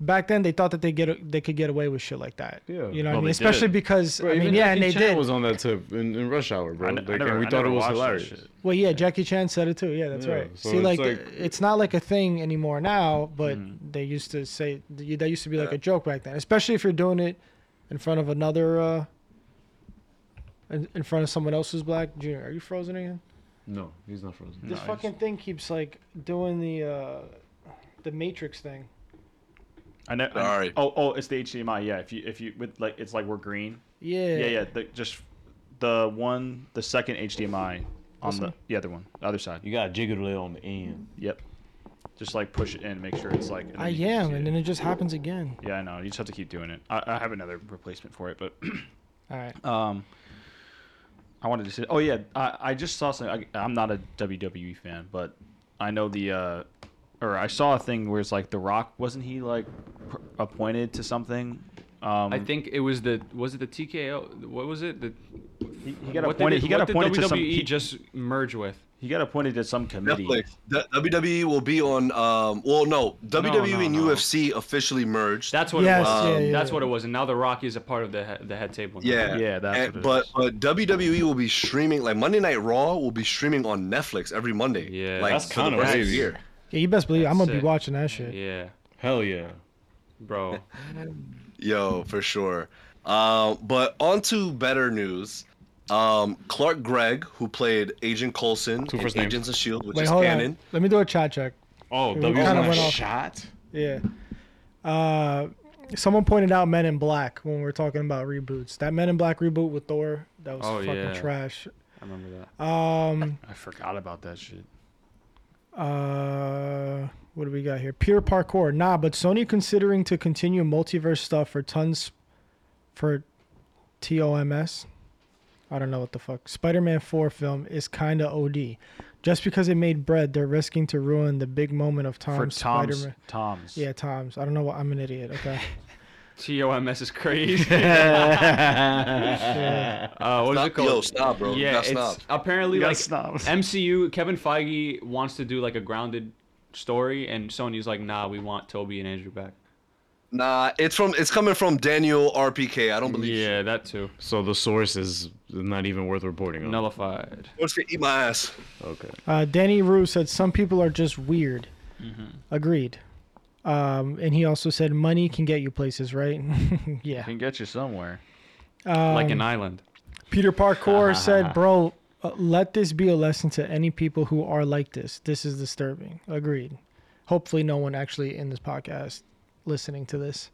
[SPEAKER 2] back then, they thought that they get they could get away with shit like that.
[SPEAKER 3] Yeah.
[SPEAKER 2] You know what
[SPEAKER 1] Well,
[SPEAKER 2] I mean?
[SPEAKER 1] they
[SPEAKER 2] Especially
[SPEAKER 1] did.
[SPEAKER 2] because
[SPEAKER 3] Bro,
[SPEAKER 2] I mean,
[SPEAKER 3] even
[SPEAKER 2] yeah,
[SPEAKER 3] Jackie
[SPEAKER 2] and they
[SPEAKER 3] Chan
[SPEAKER 2] did.
[SPEAKER 3] was on that tip in, in Rush Hour, bro.
[SPEAKER 1] I, n- I
[SPEAKER 3] Like,
[SPEAKER 1] never,
[SPEAKER 3] and we
[SPEAKER 1] I
[SPEAKER 3] thought
[SPEAKER 1] never
[SPEAKER 3] it was
[SPEAKER 1] watched that
[SPEAKER 3] hilarious.
[SPEAKER 1] shit.
[SPEAKER 2] Well, yeah, Jackie Chan said it too. Yeah, that's
[SPEAKER 3] Yeah,
[SPEAKER 2] right.
[SPEAKER 3] so
[SPEAKER 2] See,
[SPEAKER 3] it's
[SPEAKER 2] like,
[SPEAKER 3] like-
[SPEAKER 2] it's not like a thing anymore now, but they used to say that used to be like a joke back then, especially if you're doing it in front of another, uh, in, in front of someone else's black junior. Are you frozen again?
[SPEAKER 3] No, he's not frozen.
[SPEAKER 2] This fucking thing keeps like doing the uh, the Matrix thing.
[SPEAKER 1] I know.
[SPEAKER 6] Sorry.
[SPEAKER 1] Oh, oh, it's the HDMI. Yeah, if you if you with like it's like we're green.
[SPEAKER 2] Yeah.
[SPEAKER 1] Yeah, yeah. The, just the one, the second HDMI on
[SPEAKER 2] This
[SPEAKER 1] the
[SPEAKER 2] one?
[SPEAKER 1] the other one, the other side.
[SPEAKER 3] You got jiggle on the end.
[SPEAKER 1] Yep. Just like push it in, make sure it's like. and then
[SPEAKER 2] I
[SPEAKER 1] you can
[SPEAKER 2] am,
[SPEAKER 1] see
[SPEAKER 2] and
[SPEAKER 1] it.
[SPEAKER 2] then it just happens again.
[SPEAKER 1] Yeah, I know. You just have to keep doing it. I, I have another replacement for it, but
[SPEAKER 2] All right.
[SPEAKER 1] um, I wanted to say. Oh yeah, I, I just saw something. I, I'm not a WWE fan, but I know the uh, or I saw a thing where it's like The Rock wasn't he like pr- appointed to something? Um,
[SPEAKER 8] I think it was the was it the TKO? What was it? The
[SPEAKER 1] he, he got
[SPEAKER 8] what
[SPEAKER 1] appointed.
[SPEAKER 8] Did,
[SPEAKER 1] he got
[SPEAKER 8] what
[SPEAKER 1] appointed
[SPEAKER 8] did WWE
[SPEAKER 1] to some. He,
[SPEAKER 8] just merge with.
[SPEAKER 1] he got appointed to some committee.
[SPEAKER 6] Netflix. The- WWE will be on. Um, well, no, WWE and
[SPEAKER 8] no.
[SPEAKER 6] UFC officially merged.
[SPEAKER 8] That's what
[SPEAKER 2] Yes,
[SPEAKER 8] it was.
[SPEAKER 2] yeah, yeah,
[SPEAKER 8] That's
[SPEAKER 2] yeah.
[SPEAKER 8] what it was. And now the Rock is a part of the he- the head table. now.
[SPEAKER 6] Yeah,
[SPEAKER 1] Yeah, that's
[SPEAKER 6] And-
[SPEAKER 1] what it
[SPEAKER 6] but
[SPEAKER 1] is.
[SPEAKER 6] but WWE will be streaming like Monday Night Raw will be streaming on Netflix every Monday.
[SPEAKER 8] Yeah.
[SPEAKER 6] like,
[SPEAKER 8] That's
[SPEAKER 6] for the
[SPEAKER 3] kinda
[SPEAKER 6] rest of the
[SPEAKER 3] crazy.
[SPEAKER 6] year.
[SPEAKER 2] Yeah, you best believe it, I'm
[SPEAKER 8] That's
[SPEAKER 2] gonna
[SPEAKER 8] it.
[SPEAKER 2] be watching that shit.
[SPEAKER 8] Yeah,
[SPEAKER 3] Hell yeah.
[SPEAKER 8] bro.
[SPEAKER 6] Yo, for sure. Um, but on to better news. Um, Clark Gregg, who played Agent Coulson,
[SPEAKER 3] Two
[SPEAKER 6] in
[SPEAKER 3] first names.
[SPEAKER 6] Agents of Shield, E which
[SPEAKER 2] Wait,
[SPEAKER 6] is
[SPEAKER 2] hold
[SPEAKER 6] canon.
[SPEAKER 2] on. Let me do a chat check.
[SPEAKER 3] Oh,
[SPEAKER 2] We
[SPEAKER 3] W
[SPEAKER 2] kinda
[SPEAKER 3] kind
[SPEAKER 2] went off-
[SPEAKER 3] shot.
[SPEAKER 2] Yeah. Uh, someone pointed out Men in Black when we were talking about reboots. That Men in Black reboot with Thor, that was
[SPEAKER 8] Oh,
[SPEAKER 2] fucking
[SPEAKER 8] yeah.
[SPEAKER 2] trash.
[SPEAKER 8] I remember that.
[SPEAKER 2] Um,
[SPEAKER 1] I forgot about that shit.
[SPEAKER 2] uh, what do we got here? Pure parkour. Nah, but Sony considering to continue multiverse stuff for tons for TOMS. I don't know what the fuck. Spider-Man 4 film is kind of OD. Just because it made bread, they're risking to ruin the big moment of
[SPEAKER 1] For
[SPEAKER 2] Tom's
[SPEAKER 1] Tom's,
[SPEAKER 2] Spider-Man.
[SPEAKER 1] Tom's.
[SPEAKER 2] Yeah, Tom's. I don't know what. I'm an idiot. Okay.
[SPEAKER 8] TOMS is crazy. uh, what is it
[SPEAKER 6] Stop, yo,
[SPEAKER 8] called?
[SPEAKER 6] stop, bro.
[SPEAKER 8] yeah,
[SPEAKER 6] That's
[SPEAKER 8] it's
[SPEAKER 6] not.
[SPEAKER 8] apparently
[SPEAKER 1] got
[SPEAKER 8] like
[SPEAKER 1] snobs.
[SPEAKER 8] MCU. Kevin Feige wants to do like a grounded story, and Sony's like, nah, we want Toby and Andrew back.
[SPEAKER 6] Nah, it's from it's coming from Daniel RPK. I don't believe.
[SPEAKER 8] Yeah, that too.
[SPEAKER 3] So the source is not even worth reporting on.
[SPEAKER 8] Nullified.
[SPEAKER 6] What's gonna eat my ass?
[SPEAKER 3] Okay.
[SPEAKER 2] Uh, Danny Rue said some people are just weird.
[SPEAKER 3] Mm-hmm.
[SPEAKER 2] Agreed. Um, and he also said money can get you places, right? yeah. Um,
[SPEAKER 1] Can get you somewhere.
[SPEAKER 8] like an island.
[SPEAKER 2] Peter Parkour said, "Bro, uh, let this be a lesson to any people who are like this. This is disturbing." Agreed. Hopefully, no one actually in this podcast listening to this.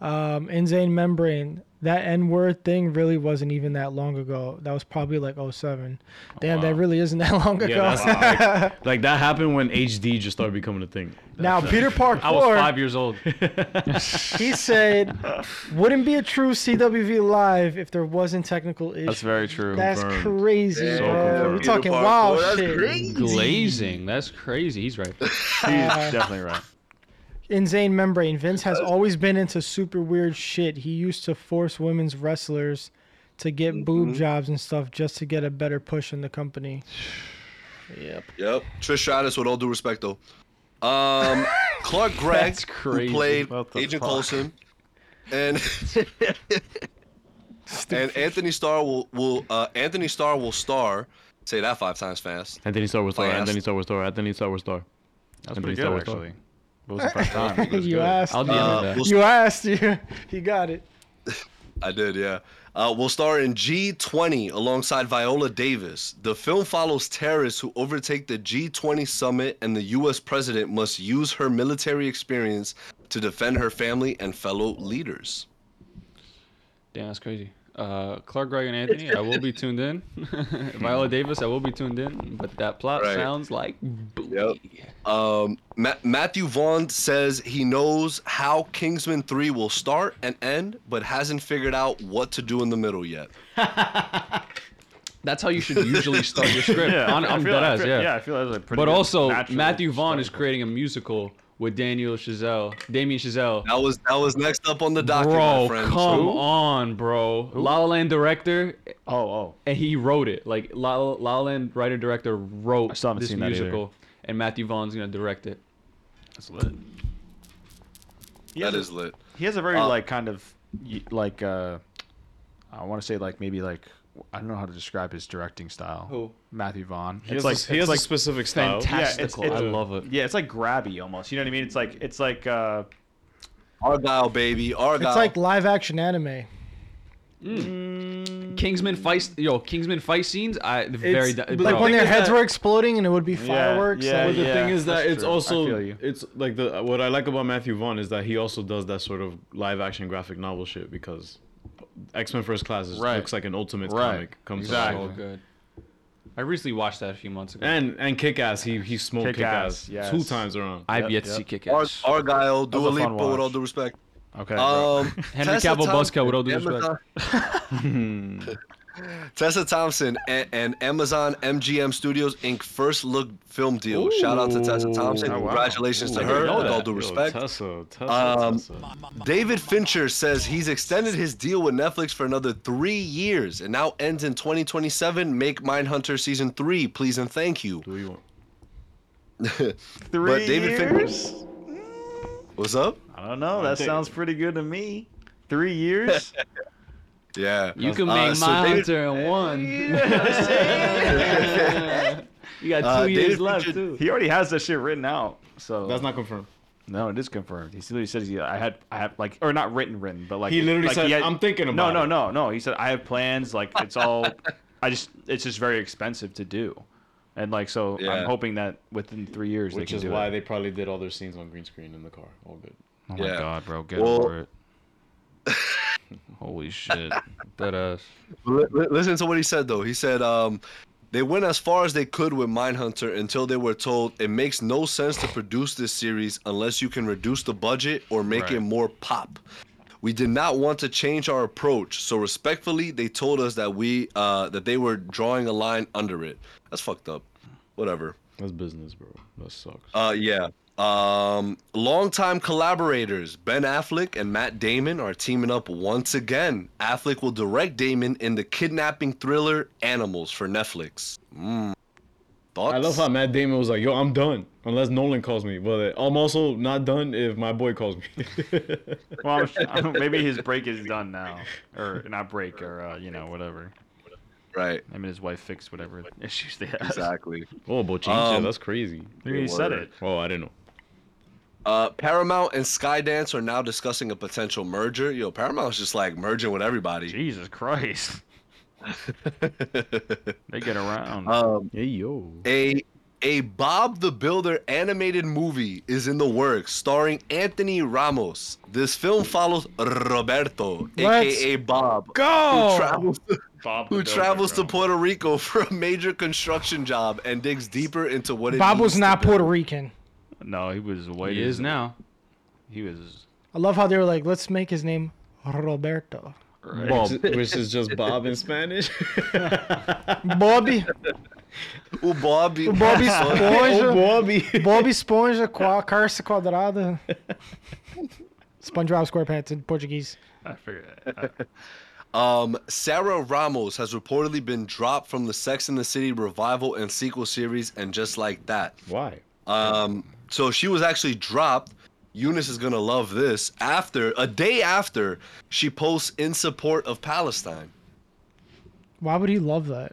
[SPEAKER 2] Um, Insane Membrane. That N word thing really wasn't even that long ago. That was probably like 07. Damn, that really isn't that long ago.
[SPEAKER 3] Oh, Yeah, that's like, like that happened when HD just started becoming a thing.
[SPEAKER 2] now, Peter Parkour.
[SPEAKER 8] I was five years old.
[SPEAKER 2] He said, "Wouldn't be a true CWV live if there wasn't technical issues."
[SPEAKER 1] That's very true.
[SPEAKER 2] That's
[SPEAKER 3] confirmed.
[SPEAKER 2] crazy,
[SPEAKER 6] So
[SPEAKER 2] bro. We're
[SPEAKER 6] confirmed.
[SPEAKER 2] talking
[SPEAKER 6] Peter
[SPEAKER 2] wild
[SPEAKER 6] Parkour, that's
[SPEAKER 2] shit.
[SPEAKER 6] crazy.
[SPEAKER 8] Glazing. That's crazy. He's right.
[SPEAKER 1] He's definitely right.
[SPEAKER 2] Insane membrane. Vince has always been into super weird shit. He used to force women's wrestlers to get boob
[SPEAKER 3] Mm-hmm.
[SPEAKER 2] jobs and stuff just to get a better push in the company.
[SPEAKER 6] Yep. Trish Stratus, with all due respect, though. Um, Clark Gregg,
[SPEAKER 8] That's
[SPEAKER 6] who
[SPEAKER 8] crazy.
[SPEAKER 6] played
[SPEAKER 1] What the
[SPEAKER 6] Agent
[SPEAKER 1] fuck?
[SPEAKER 6] Coulson, and and Anthony Starr will will uh, Anthony Starr will star. Say that five times fast.
[SPEAKER 3] Anthony Star Wars Star.
[SPEAKER 6] Fast.
[SPEAKER 3] Anthony Star Wars Star. Anthony Star Wars Star.
[SPEAKER 1] That's
[SPEAKER 3] Anthony
[SPEAKER 1] pretty
[SPEAKER 3] Star
[SPEAKER 1] good
[SPEAKER 3] Wars Star.
[SPEAKER 1] actually. What was the first time?
[SPEAKER 2] you asked.
[SPEAKER 8] I'll DM
[SPEAKER 6] Uh,
[SPEAKER 8] that.
[SPEAKER 6] we'll-
[SPEAKER 2] you asked. You. He got it.
[SPEAKER 6] I did, yeah. Uh, will star in G20 alongside Viola Davis. The film follows terrorists who overtake the G20 summit, and the U.S. president must use her military experience to defend her family and fellow leaders.
[SPEAKER 8] Damn, that's crazy. Uh, Clark Gregg and Anthony, I will be tuned in. Viola Davis, I will be tuned in. But that plot
[SPEAKER 6] Right.
[SPEAKER 8] sounds like booty.
[SPEAKER 6] Um, Ma- Matthew Vaughn says he knows how Kingsman 3 will start and end, but hasn't figured out what to do in the middle yet.
[SPEAKER 8] That's how you should usually start your script.
[SPEAKER 1] Yeah,
[SPEAKER 8] I'm,
[SPEAKER 1] I
[SPEAKER 8] I'm
[SPEAKER 1] feel-
[SPEAKER 8] dead
[SPEAKER 1] I
[SPEAKER 8] ass,
[SPEAKER 1] feel-
[SPEAKER 8] yeah.
[SPEAKER 1] Yeah, I feel that's a pretty.
[SPEAKER 8] But
[SPEAKER 1] good
[SPEAKER 8] also,
[SPEAKER 1] natural
[SPEAKER 8] Matthew Vaughn is
[SPEAKER 1] starting
[SPEAKER 8] creating a musical with Daniel Chazelle, Damien Chazelle.
[SPEAKER 6] That was that was next up on the document,
[SPEAKER 8] Bro,
[SPEAKER 6] friends.
[SPEAKER 8] come on, bro. La La Land director,
[SPEAKER 1] point. Oh, oh,
[SPEAKER 8] and he wrote it. Like La La La Land writer director wrote
[SPEAKER 1] I still haven't
[SPEAKER 8] this
[SPEAKER 1] seen that either.
[SPEAKER 8] musical, and Matthew Vaughn's gonna direct it.
[SPEAKER 1] that's lit. He
[SPEAKER 6] That
[SPEAKER 1] has a-
[SPEAKER 6] is lit.
[SPEAKER 1] He has a very
[SPEAKER 6] Uh,
[SPEAKER 1] like kind of y- like uh, I want to say like maybe like I don't know how to describe his directing style.
[SPEAKER 8] Who?
[SPEAKER 1] Matthew Vaughn.
[SPEAKER 10] He has,
[SPEAKER 1] like
[SPEAKER 10] a, he has
[SPEAKER 1] it's
[SPEAKER 10] a
[SPEAKER 1] like
[SPEAKER 10] specific style.
[SPEAKER 1] fantastic.
[SPEAKER 8] Fantastical. I love it.
[SPEAKER 1] Yeah, it's like grabby almost. You know what I mean? It's like it's like uh,
[SPEAKER 6] Argyle, baby.
[SPEAKER 3] Oh,
[SPEAKER 2] It's
[SPEAKER 6] Argyle.
[SPEAKER 2] like live action anime.
[SPEAKER 8] Kingsman fight, yo, Kingsman fight scenes. I very di-
[SPEAKER 3] but
[SPEAKER 8] bro.
[SPEAKER 2] Like when their
[SPEAKER 3] is
[SPEAKER 2] heads
[SPEAKER 3] that-
[SPEAKER 2] were exploding and it would be fireworks.
[SPEAKER 1] yeah,
[SPEAKER 2] like-
[SPEAKER 3] But the thing is that
[SPEAKER 1] that's
[SPEAKER 3] it's
[SPEAKER 1] true. I
[SPEAKER 3] also
[SPEAKER 1] feel you.
[SPEAKER 3] it's like the what I like about Matthew Vaughn is that he also does that sort of live action graphic novel shit because X Men First Class is,
[SPEAKER 1] Right.
[SPEAKER 3] looks like an ultimate
[SPEAKER 1] Right.
[SPEAKER 3] comic comes
[SPEAKER 1] Exactly.
[SPEAKER 3] out.
[SPEAKER 8] so good. I recently watched that a few months ago.
[SPEAKER 3] And and Kick Ass, he he smoked Kick,
[SPEAKER 1] Kick-Ass,
[SPEAKER 3] Ass
[SPEAKER 1] yes.
[SPEAKER 3] two times around.
[SPEAKER 8] I've
[SPEAKER 1] Yep,
[SPEAKER 8] yet to
[SPEAKER 1] yep.
[SPEAKER 8] see Kick
[SPEAKER 6] Ar-
[SPEAKER 8] Ass.
[SPEAKER 6] Argyle, Dua
[SPEAKER 1] was a fun
[SPEAKER 6] Lipa, with all
[SPEAKER 1] watch.
[SPEAKER 6] due respect.
[SPEAKER 1] okay. bro.
[SPEAKER 6] Um,
[SPEAKER 8] Henry
[SPEAKER 6] Tessa
[SPEAKER 8] Cavill
[SPEAKER 6] Thom-
[SPEAKER 8] Busca, with all due respect.
[SPEAKER 6] Amazon- Tessa Thompson and, and Amazon MGM Studios Inc. first look film deal. Shout out to Tessa Thompson.
[SPEAKER 1] Oh, wow.
[SPEAKER 6] Congratulations
[SPEAKER 1] Ooh,
[SPEAKER 6] to
[SPEAKER 1] I
[SPEAKER 6] her.
[SPEAKER 1] didn't
[SPEAKER 6] With
[SPEAKER 1] know
[SPEAKER 6] all
[SPEAKER 1] that.
[SPEAKER 6] due
[SPEAKER 3] Yo,
[SPEAKER 6] respect.
[SPEAKER 3] Tessa, Tessa,
[SPEAKER 6] Um,
[SPEAKER 3] Tessa.
[SPEAKER 6] David Fincher says he's extended his deal with Netflix for another three years and now ends in 2027. Make Mindhunter season three, please and thank you.
[SPEAKER 3] Who you want?
[SPEAKER 1] Three
[SPEAKER 6] David Fincher-
[SPEAKER 1] years?
[SPEAKER 6] What's up?
[SPEAKER 1] I don't know. oh, That
[SPEAKER 3] think-
[SPEAKER 1] sounds pretty good to me. Three years?
[SPEAKER 6] Yeah.
[SPEAKER 8] You can
[SPEAKER 6] Uh,
[SPEAKER 8] make
[SPEAKER 6] so
[SPEAKER 8] my
[SPEAKER 6] David-
[SPEAKER 8] hunter in one. you got two
[SPEAKER 6] Uh,
[SPEAKER 8] years
[SPEAKER 6] David
[SPEAKER 8] left
[SPEAKER 6] Fincher-
[SPEAKER 8] too.
[SPEAKER 1] he already has that shit written out. So
[SPEAKER 3] That's not confirmed.
[SPEAKER 1] No, it is confirmed. He literally says he, I had I have like or not written written, but like
[SPEAKER 3] He literally
[SPEAKER 1] like,
[SPEAKER 3] said, "I'm thinking
[SPEAKER 1] No,
[SPEAKER 3] about
[SPEAKER 1] no,
[SPEAKER 3] it."
[SPEAKER 1] no, no. He said I have plans. Like it's all, I just it's just very expensive to do, and like so
[SPEAKER 6] Yeah.
[SPEAKER 1] I'm hoping that within three years they
[SPEAKER 3] Which
[SPEAKER 1] can
[SPEAKER 3] is
[SPEAKER 1] do
[SPEAKER 3] why
[SPEAKER 1] it.
[SPEAKER 3] they probably did all their scenes on green screen in the car. All good.
[SPEAKER 1] Oh
[SPEAKER 6] my Yeah.
[SPEAKER 1] god, bro, get
[SPEAKER 6] Well- over
[SPEAKER 1] it. Holy shit.
[SPEAKER 8] That ass.
[SPEAKER 6] Li- li- Listen to what he said though. He said um, they went as far as they could with Mindhunter until they were told it makes no sense to produce this series unless you can reduce the budget or make it
[SPEAKER 1] Right.
[SPEAKER 6] more pop. We did not want to change our approach, so respectfully, they told us that we uh, that they were drawing a line under it. That's fucked up. Whatever.
[SPEAKER 3] That's business, bro. That sucks.
[SPEAKER 6] Uh, yeah. Um, longtime collaborators Ben Affleck and Matt Damon are teaming up once again. Affleck will direct Damon in the kidnapping thriller Animals for Netflix. Mm. Thoughts?
[SPEAKER 3] I love how Matt Damon was like, "Yo, I'm done unless Nolan calls me, but I'm also not done if my boy calls me."
[SPEAKER 1] Well, I'm, I'm- maybe his break is done now, or not break, or uh, you know whatever.
[SPEAKER 6] right.
[SPEAKER 1] I mean, his wife fixed whatever issues they had.
[SPEAKER 6] Exactly.
[SPEAKER 3] oh, Bochincha,
[SPEAKER 6] Um,
[SPEAKER 3] that's crazy.
[SPEAKER 1] He said it.
[SPEAKER 3] Oh, I didn't know.
[SPEAKER 6] Uh, Paramount and Skydance are now discussing a potential merger. Yo, Paramount's just like merging with everybody.
[SPEAKER 1] Jesus Christ, they get around.
[SPEAKER 6] um,
[SPEAKER 3] Hey yo,
[SPEAKER 6] A a Bob the Builder animated movie is in the works, starring Anthony Ramos. This film follows Roberto, aka Bob,
[SPEAKER 2] Go.
[SPEAKER 6] who travels
[SPEAKER 1] Bob
[SPEAKER 6] who
[SPEAKER 1] the Builder,
[SPEAKER 6] travels to
[SPEAKER 1] bro.
[SPEAKER 6] Puerto Rico for a major construction job and digs deeper into what it
[SPEAKER 2] Bob
[SPEAKER 6] means
[SPEAKER 2] was not
[SPEAKER 6] to build.
[SPEAKER 2] Puerto Rican.
[SPEAKER 1] No, he was white.
[SPEAKER 8] He
[SPEAKER 1] as-
[SPEAKER 8] is now.
[SPEAKER 1] He was.
[SPEAKER 2] I love how they were like, let's make his name Roberto.
[SPEAKER 3] Bob, which is just Bob in Spanish.
[SPEAKER 2] Bobby.
[SPEAKER 6] Ooh, Bobby.
[SPEAKER 2] Bobby Esponja.
[SPEAKER 3] Bobby.
[SPEAKER 2] Oh, Bobby Esponja, qua- Carça Quadrada. SpongeBob SquarePants in Portuguese.
[SPEAKER 1] I figured. I,
[SPEAKER 6] Um, Sarah Ramos has reportedly been dropped from the Sex and the City revival and sequel series, and just like that.
[SPEAKER 3] Why?
[SPEAKER 6] Um, so she was actually dropped. Eunice is gonna love this. After a day after, she posts in support of Palestine.
[SPEAKER 2] Why would he love that?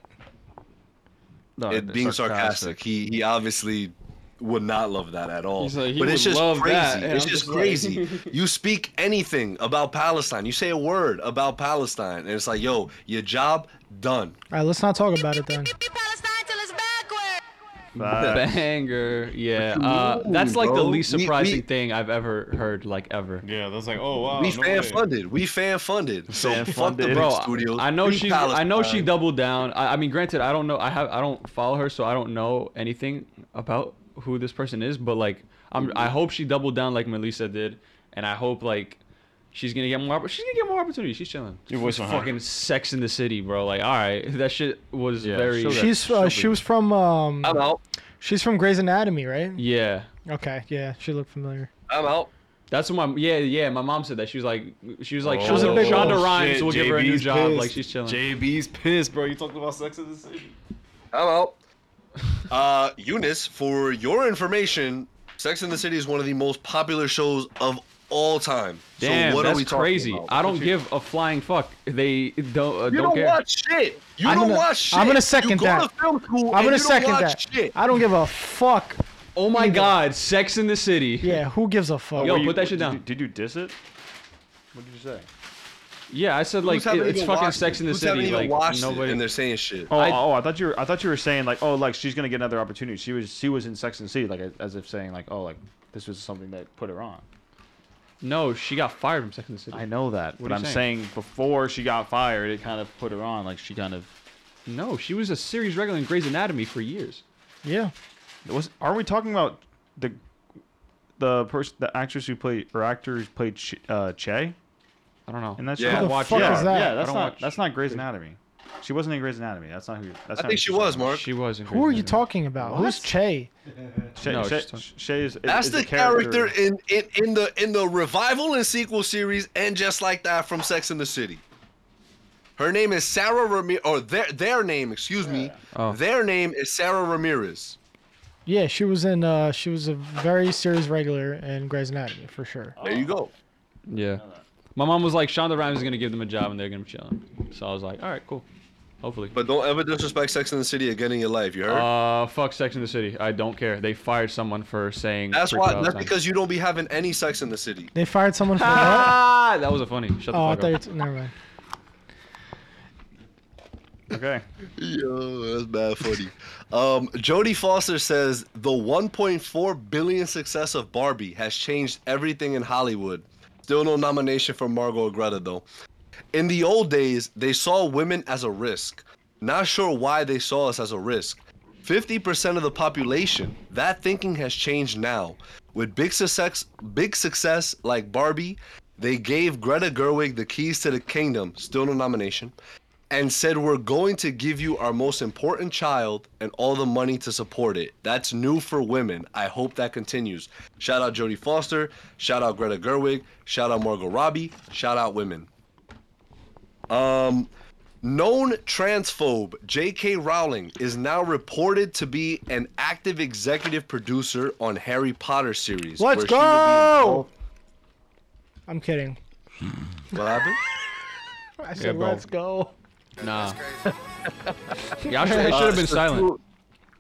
[SPEAKER 1] No,
[SPEAKER 6] it being sarcastic. He he obviously would not love that at all.
[SPEAKER 8] He's like, he
[SPEAKER 6] but it's
[SPEAKER 8] would
[SPEAKER 6] just
[SPEAKER 8] love
[SPEAKER 6] crazy.
[SPEAKER 8] that, and
[SPEAKER 6] It's
[SPEAKER 8] I'm
[SPEAKER 6] just,
[SPEAKER 8] just like-
[SPEAKER 6] crazy. you speak anything about Palestine, you say a word about Palestine, and it's like, yo, your job done.
[SPEAKER 2] All right, let's not talk about it then.
[SPEAKER 8] Banger. Yeah. Uh,
[SPEAKER 6] Ooh,
[SPEAKER 8] that's like the
[SPEAKER 6] bro.
[SPEAKER 8] least
[SPEAKER 6] We- we-
[SPEAKER 8] surprising thing I've ever heard, like ever.
[SPEAKER 3] Yeah, that's like, oh wow.
[SPEAKER 6] we
[SPEAKER 3] no
[SPEAKER 6] fan
[SPEAKER 3] way.
[SPEAKER 6] funded. We fan funded. So fuck the
[SPEAKER 1] Fan-funded.
[SPEAKER 6] big
[SPEAKER 8] Bro,
[SPEAKER 6] studios.
[SPEAKER 8] I know
[SPEAKER 6] Free
[SPEAKER 8] she. I know she
[SPEAKER 6] Palestine.
[SPEAKER 8] doubled down. I, I mean, granted, I don't know. I have. I don't follow her, so I don't know anything about who this person is. But like, I'm.
[SPEAKER 6] Mm-hmm.
[SPEAKER 8] I hope she doubled down like Melissa did, and I hope like she's gonna get more. oppor- She's gonna get more opportunities. She's chilling.
[SPEAKER 3] Your voice
[SPEAKER 8] She's
[SPEAKER 3] went higher.
[SPEAKER 8] fucking Sex in the City, bro. Like, all right, that shit was
[SPEAKER 3] Yeah,
[SPEAKER 8] very.
[SPEAKER 3] she'll get-
[SPEAKER 2] She's uh,
[SPEAKER 3] She'll
[SPEAKER 2] she
[SPEAKER 3] be-
[SPEAKER 2] was from um
[SPEAKER 6] I'm out.
[SPEAKER 2] she's from Grey's Anatomy, right?
[SPEAKER 8] yeah.
[SPEAKER 2] Okay, yeah, she looked familiar.
[SPEAKER 6] I'm out.
[SPEAKER 8] That's what my yeah yeah my mom said that she was like she was like
[SPEAKER 3] Oh,
[SPEAKER 8] she was like,
[SPEAKER 2] shit,
[SPEAKER 8] Shonda Rhimes will give her a new
[SPEAKER 3] JB's
[SPEAKER 8] job
[SPEAKER 3] pissed.
[SPEAKER 8] like she's chilling.
[SPEAKER 3] JB's pissed, bro. You talking about sex in the city?
[SPEAKER 6] I'm out. Uh, Eunice, for your information, Sex in the City is one of the most popular shows of all time.
[SPEAKER 8] Damn,
[SPEAKER 6] so what
[SPEAKER 8] that's
[SPEAKER 6] are we talking
[SPEAKER 8] crazy.
[SPEAKER 6] about?
[SPEAKER 8] I don't give a flying fuck. They don't uh,
[SPEAKER 6] You
[SPEAKER 8] don't
[SPEAKER 6] don't,
[SPEAKER 8] care.
[SPEAKER 6] watch shit. You
[SPEAKER 2] I'm
[SPEAKER 6] don't
[SPEAKER 2] gonna-
[SPEAKER 6] watch shit.
[SPEAKER 2] I'm gonna second
[SPEAKER 6] you go To
[SPEAKER 2] that.
[SPEAKER 6] film school
[SPEAKER 2] I'm
[SPEAKER 6] and
[SPEAKER 2] gonna
[SPEAKER 6] you don't
[SPEAKER 2] second
[SPEAKER 6] watch
[SPEAKER 2] that.
[SPEAKER 6] Shit.
[SPEAKER 2] I don't give a fuck.
[SPEAKER 8] Oh my
[SPEAKER 2] either.
[SPEAKER 8] god, Sex in the City.
[SPEAKER 2] Yeah, who gives a fuck?
[SPEAKER 8] Yo,
[SPEAKER 1] Oh, Were you-
[SPEAKER 8] put that shit
[SPEAKER 1] did you-
[SPEAKER 8] down.
[SPEAKER 1] Did you diss it? What did you say?
[SPEAKER 8] Yeah, I said like
[SPEAKER 6] Who's haven't
[SPEAKER 8] it- it's
[SPEAKER 6] even
[SPEAKER 8] fucking
[SPEAKER 6] watched
[SPEAKER 8] Sex
[SPEAKER 6] it?
[SPEAKER 8] in the
[SPEAKER 6] Who's haven't
[SPEAKER 8] City.
[SPEAKER 6] even
[SPEAKER 8] Like
[SPEAKER 6] watched
[SPEAKER 8] nobody.
[SPEAKER 6] it and they're saying shit.
[SPEAKER 1] Oh,
[SPEAKER 8] I-
[SPEAKER 1] oh, I thought you were. I thought you were saying like, oh, like she's gonna get another opportunity. She was, she was in Sex and the City, like as- as if saying like, oh, like this was something that put her on.
[SPEAKER 8] no, she got fired from Sex in the City.
[SPEAKER 1] I know that,
[SPEAKER 8] What
[SPEAKER 1] but
[SPEAKER 8] are
[SPEAKER 1] I'm
[SPEAKER 8] you saying?
[SPEAKER 1] saying? before she got fired, it kind of put her on. Like she kind of
[SPEAKER 8] No, she was a series regular in Grey's Anatomy for years.
[SPEAKER 2] Yeah.
[SPEAKER 1] was. Are we talking about the the person, the actress who played or actor who played Ch- uh, Che
[SPEAKER 8] I don't know.
[SPEAKER 1] in that
[SPEAKER 6] Yeah.
[SPEAKER 1] show?
[SPEAKER 6] Who
[SPEAKER 2] the fuck
[SPEAKER 1] yeah,
[SPEAKER 2] is that?
[SPEAKER 1] Yeah,
[SPEAKER 2] I
[SPEAKER 1] that's
[SPEAKER 8] don't
[SPEAKER 1] not
[SPEAKER 8] watch-
[SPEAKER 1] that's not Grey's Anatomy. She wasn't in Grey's Anatomy. That's not who. That's
[SPEAKER 6] I
[SPEAKER 1] not
[SPEAKER 6] think
[SPEAKER 1] who
[SPEAKER 6] she
[SPEAKER 1] was
[SPEAKER 6] was,
[SPEAKER 1] on.
[SPEAKER 6] Mark.
[SPEAKER 8] She was. In
[SPEAKER 2] Who are you talking about? Who's Che?
[SPEAKER 1] Che,
[SPEAKER 8] No,
[SPEAKER 1] Che,
[SPEAKER 8] she's talking-
[SPEAKER 1] Che is, is-
[SPEAKER 6] That's
[SPEAKER 1] is
[SPEAKER 6] the
[SPEAKER 1] a character.
[SPEAKER 6] character in, in in the in the revival and sequel series, and just like that from Sex in the City. Her name is Sarah Ramirez, or their their name, excuse me,
[SPEAKER 8] Oh.
[SPEAKER 6] their name is Sarah Ramirez.
[SPEAKER 2] Yeah, she was in uh she was a very series regular in Grey's Anatomy for sure.
[SPEAKER 6] There you go.
[SPEAKER 8] Yeah. My mom was like, Shonda Rhimes is gonna give them a job and they're gonna be chilling. So I was like, all right, cool. Hopefully.
[SPEAKER 6] But don't ever disrespect Sex in the City again in your life. You heard?
[SPEAKER 8] Uh, fuck Sex in the City. I don't care. They fired someone for saying.
[SPEAKER 6] that's
[SPEAKER 8] freak
[SPEAKER 6] why.
[SPEAKER 8] out
[SPEAKER 6] That's
[SPEAKER 8] time.
[SPEAKER 6] because you don't be having any Sex in the City.
[SPEAKER 2] They fired someone from what?
[SPEAKER 8] Ah, that was a funny. Shut the
[SPEAKER 2] Oh, I
[SPEAKER 8] fuck
[SPEAKER 2] thought you
[SPEAKER 8] up.
[SPEAKER 2] t- never mind.
[SPEAKER 1] Okay.
[SPEAKER 6] Yo, that's bad funny. um, Jodie Foster says the 1.4 billion success of Barbie has changed everything in Hollywood. Still no nomination for Margot or Greta though. In the old days, they saw women as a risk. Not sure why they saw us as a risk. 50% of the population. That thinking has changed now. With big success, big success like Barbie, they gave Greta Gerwig the keys to the kingdom. Still no nomination and said we're going to give you our most important child and all the money to support it. That's new for women. I hope that continues. Shout out Jodie Foster, shout out Greta Gerwig, shout out Margot Robbie, shout out women. Um known transphobe J.K. Rowling is now reported to be an active executive producer on Harry Potter series.
[SPEAKER 2] Let's
[SPEAKER 6] where she will be involved-
[SPEAKER 2] I'm kidding.
[SPEAKER 6] What happened?
[SPEAKER 2] I said
[SPEAKER 8] bro.
[SPEAKER 2] let's go.
[SPEAKER 8] Nah. Y'all should, it
[SPEAKER 6] Uh,
[SPEAKER 8] should have been silent.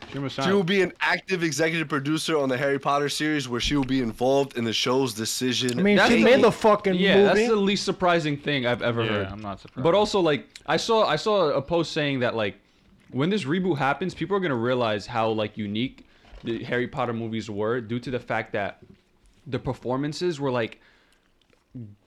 [SPEAKER 8] Should have been
[SPEAKER 6] She will
[SPEAKER 8] silent.
[SPEAKER 6] be an active executive producer on the Harry Potter series, where she will be involved in the show's decision.
[SPEAKER 2] I mean,
[SPEAKER 8] That's
[SPEAKER 2] she
[SPEAKER 8] the-
[SPEAKER 2] made the fucking
[SPEAKER 8] Yeah, that's
[SPEAKER 2] movie.
[SPEAKER 8] the least surprising thing I've ever heard.
[SPEAKER 1] Yeah, I'm not surprised.
[SPEAKER 8] But also, like, I saw I saw a post saying that like, when this reboot happens, people are gonna realize how like unique the Harry Potter movies were due to the fact that the performances were like